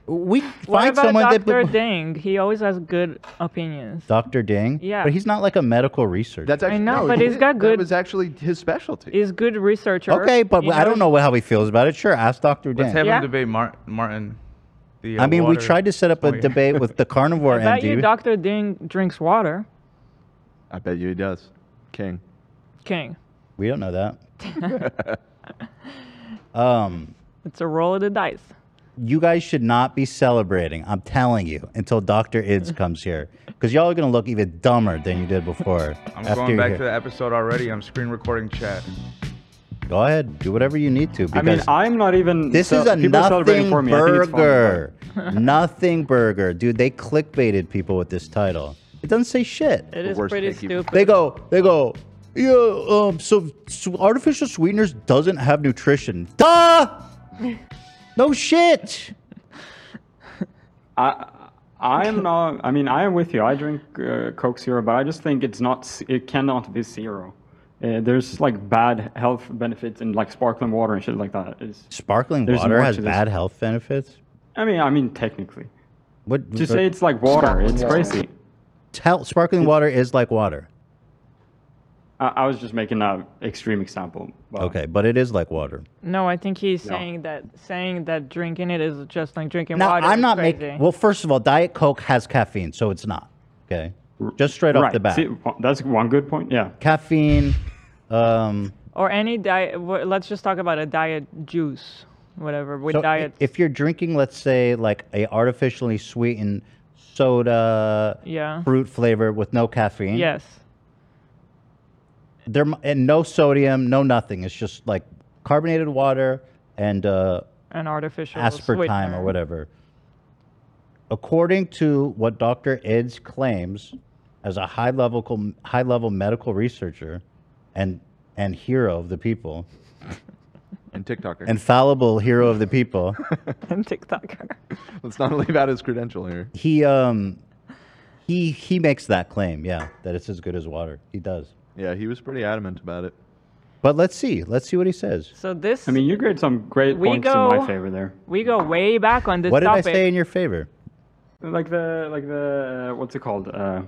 Speaker 2: We
Speaker 3: what
Speaker 2: find
Speaker 3: about
Speaker 2: someone that.
Speaker 3: Dr. Ding? He always has good opinions.
Speaker 2: Dr. Ding?
Speaker 3: Yeah.
Speaker 2: But he's not like a medical researcher.
Speaker 1: That's actually,
Speaker 3: I know,
Speaker 1: no,
Speaker 3: but
Speaker 1: he
Speaker 3: he's
Speaker 1: did-
Speaker 3: got
Speaker 1: That
Speaker 3: good-
Speaker 1: was actually his specialty.
Speaker 3: He's good researcher.
Speaker 2: Okay, but
Speaker 3: He
Speaker 2: I don't
Speaker 3: knows-
Speaker 2: know how he feels about it. Sure, ask Dr. Ding.
Speaker 5: Let's have him debate Mar- Martin. The, uh,
Speaker 2: I mean, we
Speaker 5: water.
Speaker 2: tried to set up a
Speaker 5: yeah.
Speaker 2: debate with the carnivore
Speaker 3: I bet you
Speaker 2: MD.
Speaker 3: Dr. Ding drinks water.
Speaker 1: I bet you he does. King.
Speaker 3: King.
Speaker 2: We don't know that.
Speaker 1: [LAUGHS]
Speaker 2: Um,
Speaker 3: it's a roll of the dice.
Speaker 2: you guys should not be celebrating. I'm telling you until
Speaker 3: [LAUGHS]
Speaker 2: Doctor Ids comes here, because y'all are gonna look even dumber than you did before.
Speaker 5: I'm
Speaker 2: after
Speaker 5: going
Speaker 2: you're
Speaker 5: back
Speaker 2: here.
Speaker 5: to the episode already. I'm screen recording chat.
Speaker 2: Go ahead, do whatever you need to.
Speaker 15: I mean,
Speaker 2: because
Speaker 15: I'm not even.
Speaker 2: This
Speaker 15: Mm, so-
Speaker 2: is a
Speaker 15: people are
Speaker 2: nothing
Speaker 15: celebrating for me. I think it's fine,
Speaker 2: burger. nothing burger, dude. They clickbaited people with this title. It doesn't say shit.
Speaker 3: It is pretty stupid.
Speaker 2: They go, they go. Yeah, um, so, so artificial sweeteners doesn't have nutrition. Duh! No shit.
Speaker 15: I I'm not. I mean, I am with you. I drink uh, Coke Zero, but I just think it's not. s- It cannot be zero. Uh, there's like bad health benefits in like sparkling water and shit like that. It's,
Speaker 2: Sparkling
Speaker 15: There's
Speaker 2: water
Speaker 15: more
Speaker 2: has
Speaker 15: to this.
Speaker 2: bad health benefits.
Speaker 15: I mean, I mean technically.
Speaker 2: What
Speaker 15: To say it's like water, it's crazy.
Speaker 2: Tell, sparkling water is like water.
Speaker 15: I, I was just making an extreme example. But
Speaker 2: Okay, but it is like water.
Speaker 3: No, I think he's
Speaker 15: No.
Speaker 3: saying that saying that drinking it is just like drinking
Speaker 2: Now
Speaker 3: water.
Speaker 2: I'm
Speaker 3: is
Speaker 2: not
Speaker 3: crazy.
Speaker 2: making. Well, first of all, Diet Coke has caffeine, so it's not. Okay, just straight off
Speaker 15: right.
Speaker 2: the bat.
Speaker 15: See, that's one good point. Yeah.
Speaker 2: Caffeine. Um,
Speaker 3: or any diet. wh- Let's just talk about a diet juice, whatever. [LAUGHS] With
Speaker 2: so
Speaker 3: diet,
Speaker 2: If you're drinking, let's say, like a artificially sweetened soda,
Speaker 3: Yeah.
Speaker 2: fruit flavor with no caffeine.
Speaker 3: yes.
Speaker 2: There m- and no sodium, no nothing. It's just like carbonated water and uh,
Speaker 3: An artificial
Speaker 2: aspartame
Speaker 3: sweetener.
Speaker 2: or whatever. According to what Dr. Ids claims as a high level com- high level medical researcher and and hero of the people,
Speaker 1: And TikToker.
Speaker 2: infallible hero of the people,
Speaker 3: [LAUGHS] and TikToker.
Speaker 1: [LAUGHS] Let's not leave out his credential here.
Speaker 2: he um he he makes that claim, yeah, that it's as good as water. He does.
Speaker 1: Yeah, he was pretty adamant about it.
Speaker 2: But let's see. Let's see what he says.
Speaker 3: So this
Speaker 15: I mean, you grade some great
Speaker 3: we
Speaker 15: points
Speaker 3: go
Speaker 15: in my favor there.
Speaker 3: We go way back on this
Speaker 2: What did I
Speaker 3: topic.
Speaker 2: say in your favor?
Speaker 15: Like the like the what's it called? Uh,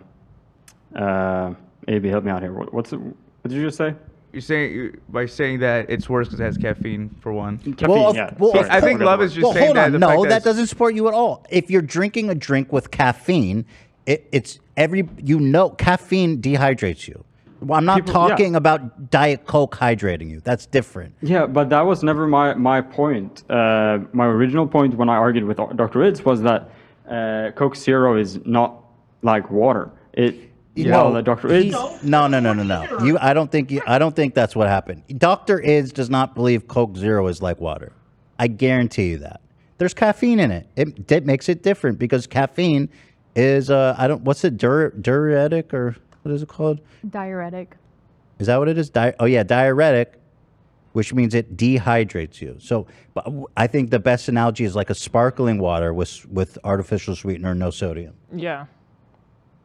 Speaker 15: uh, AB, help me out here. What, what's it, what did you just say?
Speaker 5: You're saying you- by saying that it's worse because it has caffeine for one.
Speaker 2: Well, of- well, of
Speaker 5: I think
Speaker 2: course-
Speaker 5: love is just
Speaker 2: well,
Speaker 5: saying
Speaker 2: hold
Speaker 5: that.
Speaker 2: on.
Speaker 5: the fact
Speaker 2: no,
Speaker 5: that
Speaker 2: that
Speaker 5: it's-
Speaker 2: doesn't support you at all. If you're drinking a drink with caffeine, it, it's every you know caffeine dehydrates you. Well, I'm not
Speaker 15: People- yeah.
Speaker 2: talking about diet coke hydrating you. That's different.
Speaker 15: Yeah, but that was never my my point. Uh, my original point when I argued with Dr. Itz was that uh, Coke Zero is not like water. It well,
Speaker 2: No,
Speaker 15: uh, Dr.
Speaker 2: he-
Speaker 15: Itz.
Speaker 2: No, no, no, no, no. You, I don't think you, I don't think that's what happened. Doctor Ids does not believe Coke Zero is like water. I guarantee you that. There's caffeine in it. It, it makes it different because caffeine is uh, I don't what's it diur, diuretic or what is it called?
Speaker 28: Diuretic.
Speaker 2: Is that what it is? Di- oh yeah, diuretic, which means it dehydrates you. So, but w- I think the best analogy is like a sparkling water with with artificial sweetener, no sodium.
Speaker 3: Yeah.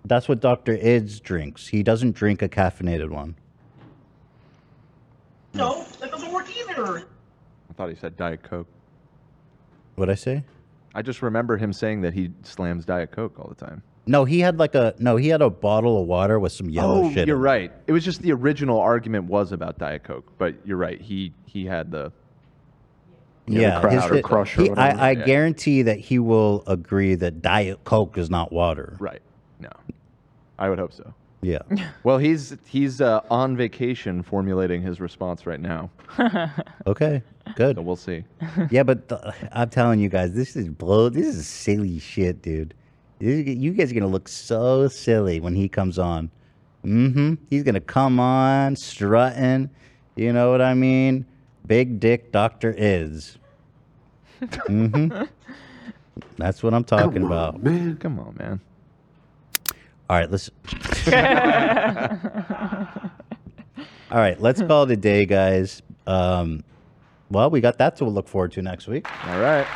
Speaker 2: That's what Doctor Ids drinks. He doesn't drink a caffeinated one.
Speaker 16: No, that doesn't work either.
Speaker 1: I thought he said Diet Coke.
Speaker 2: What I say?
Speaker 1: I just remember him saying that he slams Diet Coke all the time.
Speaker 2: No, he had like a no. He had a bottle of water with some yellow
Speaker 1: oh,
Speaker 2: shit.
Speaker 1: you're
Speaker 2: in it.
Speaker 1: right. It was just the original argument was about Diet Coke, but you're right. He he had the
Speaker 2: Yeah,
Speaker 1: the
Speaker 2: his-
Speaker 1: powder
Speaker 2: it-
Speaker 1: crush or
Speaker 2: he-
Speaker 1: whatever.
Speaker 2: I, I
Speaker 1: Yeah.
Speaker 2: guarantee that he will agree that Diet Coke is not water.
Speaker 1: Right. No. I would hope so.
Speaker 2: Yeah.
Speaker 1: [LAUGHS] Well, he's he's uh, on vacation formulating his response
Speaker 3: [LAUGHS]
Speaker 1: right now.
Speaker 2: Okay. Good.
Speaker 1: So we'll see.
Speaker 2: [LAUGHS] yeah, but the, I'm telling you guys, this is blow. This is silly shit, dude. This is- You guys are gonna look so silly when he comes on. Mm-hmm. He's gonna come on strutting. You know what I mean? Big dick doctor is. Mm-hmm. That's what I'm talking about.
Speaker 1: man. Come on, man.
Speaker 2: All right, let's. [LAUGHS] All right, let's call it a day, guys. Um, well, we got that to look forward to next week.
Speaker 1: All right.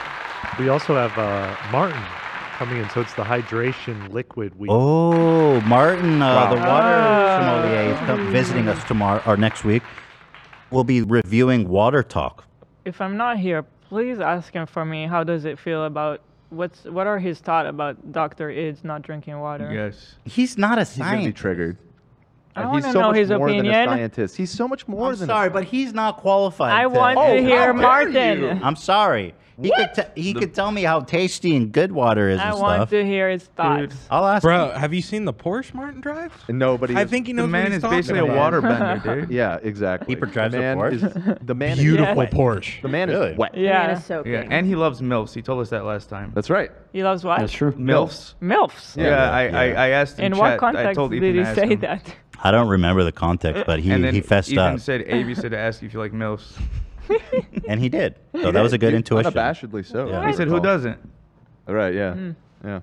Speaker 10: We also have uh, Martin coming in, so it's the hydration liquid week.
Speaker 2: Oh, Martin, uh,
Speaker 10: Wow.
Speaker 2: the water sommelier, is come- visiting us tomorrow or next week. We'll be reviewing Water Talk.
Speaker 3: If I'm not here, please ask him for me. How does it feel about what's what are his thoughts about Doctor Ids not drinking water?
Speaker 5: Yes.
Speaker 2: He's not a
Speaker 1: He's gonna be
Speaker 2: scientist.
Speaker 1: triggered.
Speaker 3: I
Speaker 1: And
Speaker 3: wanna
Speaker 1: he's so
Speaker 3: know
Speaker 1: much
Speaker 3: his
Speaker 1: more than a
Speaker 3: opinion.
Speaker 1: scientist. He's so much more
Speaker 2: I'm
Speaker 1: than.
Speaker 2: sorry, but he's not qualified. Oh,
Speaker 3: I
Speaker 2: to-
Speaker 3: want to hear Martin.
Speaker 2: I'm sorry. He could t- he could tell me how tasty and good water is
Speaker 3: I
Speaker 2: and
Speaker 3: want
Speaker 2: stuff.
Speaker 3: to hear his thoughts.
Speaker 2: I'll ask.
Speaker 14: Bro, have you seen the Porsche Martin drive?
Speaker 1: Nobody.
Speaker 14: I think he knows what he's talking about. [LAUGHS]
Speaker 1: Yeah, exactly.
Speaker 2: He drives
Speaker 1: the
Speaker 2: a
Speaker 1: man
Speaker 2: Porsche?
Speaker 1: Is, the man is
Speaker 14: Beautiful
Speaker 1: wet.
Speaker 14: Porsche.
Speaker 1: The man
Speaker 2: Really?
Speaker 1: is wet.
Speaker 3: Yeah. Man is soaking.
Speaker 5: Yeah, and he loves milfs. He told us that last time.
Speaker 1: That's right.
Speaker 3: He loves what?
Speaker 5: Milfs.
Speaker 3: MILFs.
Speaker 5: Yeah, I, I, I asked.
Speaker 3: In
Speaker 5: in
Speaker 3: what
Speaker 5: chat- I
Speaker 3: context
Speaker 5: told Ethan
Speaker 3: did he
Speaker 5: to ask
Speaker 3: say
Speaker 5: him.
Speaker 3: that?
Speaker 2: I don't remember the context, but he
Speaker 5: and then
Speaker 2: he fessed
Speaker 5: Ethan
Speaker 2: up,
Speaker 5: said Abe said to ask you if you like milfs.
Speaker 2: [LAUGHS] and he
Speaker 5: [LAUGHS]
Speaker 2: did. So that [LAUGHS] was a good
Speaker 1: You-
Speaker 2: intuition.
Speaker 1: Unabashedly so.
Speaker 2: Yeah.
Speaker 5: He said, "Who doesn't?"
Speaker 1: All right. Yeah.
Speaker 3: Mm.
Speaker 1: Yeah.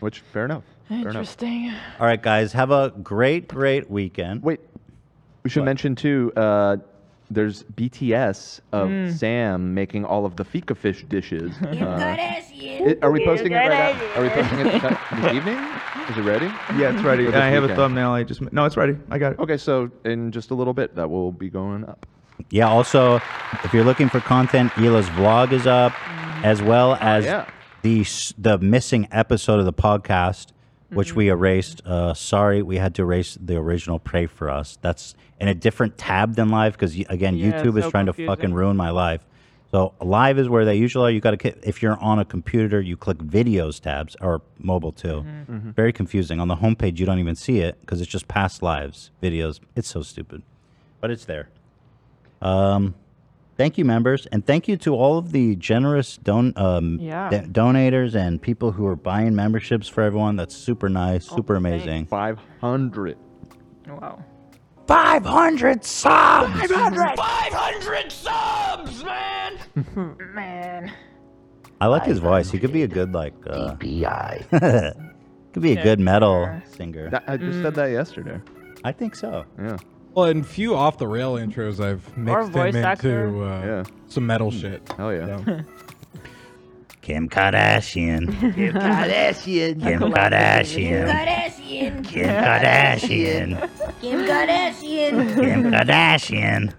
Speaker 1: Which fair enough. Fair enough.
Speaker 3: Interesting.
Speaker 2: All right, guys, have a great, great weekend.
Speaker 1: Wait, We should mention too. Uh, there's BTS of
Speaker 23: Hmm.
Speaker 2: Mm.
Speaker 1: Sam making all of the fika fish dishes. You
Speaker 23: good as you.
Speaker 1: It, are we
Speaker 23: You
Speaker 1: posting it
Speaker 23: good
Speaker 1: right
Speaker 23: as
Speaker 1: now? Are we posting it this
Speaker 23: [LAUGHS]
Speaker 1: this evening? Is it ready?
Speaker 5: Yeah, it's ready.
Speaker 1: For
Speaker 5: And I
Speaker 1: this
Speaker 5: have a
Speaker 1: weekend?
Speaker 5: thumbnail. I just no, it's ready. I got it.
Speaker 1: Okay, so in just a little bit, that will be going up.
Speaker 2: Yeah. Also, if you're looking for content, Hila's vlog is up,
Speaker 27: Mm-hmm.
Speaker 2: as
Speaker 27: Oh,
Speaker 2: well as
Speaker 1: yeah.
Speaker 2: the s- the missing episode of the podcast,
Speaker 27: Mm-hmm.
Speaker 2: which we erased. Uh, sorry, we had to erase the original. Pray for us. That's in a different tab than live because again,
Speaker 27: Yeah,
Speaker 2: YouTube is
Speaker 27: so
Speaker 2: trying to
Speaker 27: confusing.
Speaker 2: fucking ruin my life. So live is where they usually are. You got to if you're on a computer, you click videos tabs or mobile too.
Speaker 27: Mhm.
Speaker 2: Very confusing. On the homepage, you don't even see it because it's just past lives videos. It's so stupid, but it's there. Um, thank you, members, and thank you to all of the generous don um,
Speaker 3: Yeah.
Speaker 2: do- donators and people who are buying memberships for everyone. That's super nice, super amazing.
Speaker 1: Five hundred.
Speaker 3: Wow.
Speaker 2: 500 subs!
Speaker 23: 500!
Speaker 16: 500 subs,
Speaker 3: [LAUGHS]
Speaker 16: man! man.
Speaker 2: I like his voice. He could be a good like. Uh, [LAUGHS] could be a good metal singer.
Speaker 1: That- I
Speaker 23: Hmm.
Speaker 1: just said that yesterday.
Speaker 2: I think so.
Speaker 1: Yeah.
Speaker 14: Well, and few off the rail intros I've mixed
Speaker 3: voice
Speaker 14: him
Speaker 3: actor.
Speaker 14: into uh, some metal shit.
Speaker 1: Oh yeah. [LAUGHS]
Speaker 2: Kim Kardashian.
Speaker 23: Kim Kardashian.
Speaker 2: Kim
Speaker 23: [LAUGHS]
Speaker 2: Kardashian.
Speaker 23: Kardashian.
Speaker 2: Kim Kardashian.
Speaker 23: Kim Kardashian.
Speaker 2: Kim Kardashian.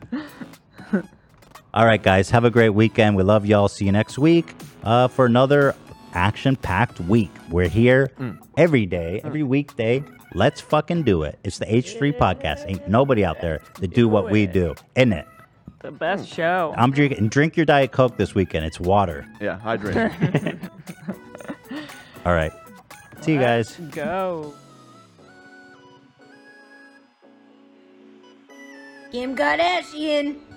Speaker 2: All right, guys, have a great weekend. We love y'all. See you next week uh, for another action packed week. We're here
Speaker 1: Mm.
Speaker 2: every day, every weekday. Let's fucking do it. It's the H3 podcast. Ain't nobody out there that do what we do, isn't it?
Speaker 3: The best show. [LAUGHS]
Speaker 2: I'm drinking. Drink your Diet Coke this weekend. It's water.
Speaker 1: Oh. Yeah, hydrate.
Speaker 2: [LAUGHS]
Speaker 1: [LAUGHS]
Speaker 2: All right. See you guys.
Speaker 3: Go.
Speaker 23: Kim Kardashian.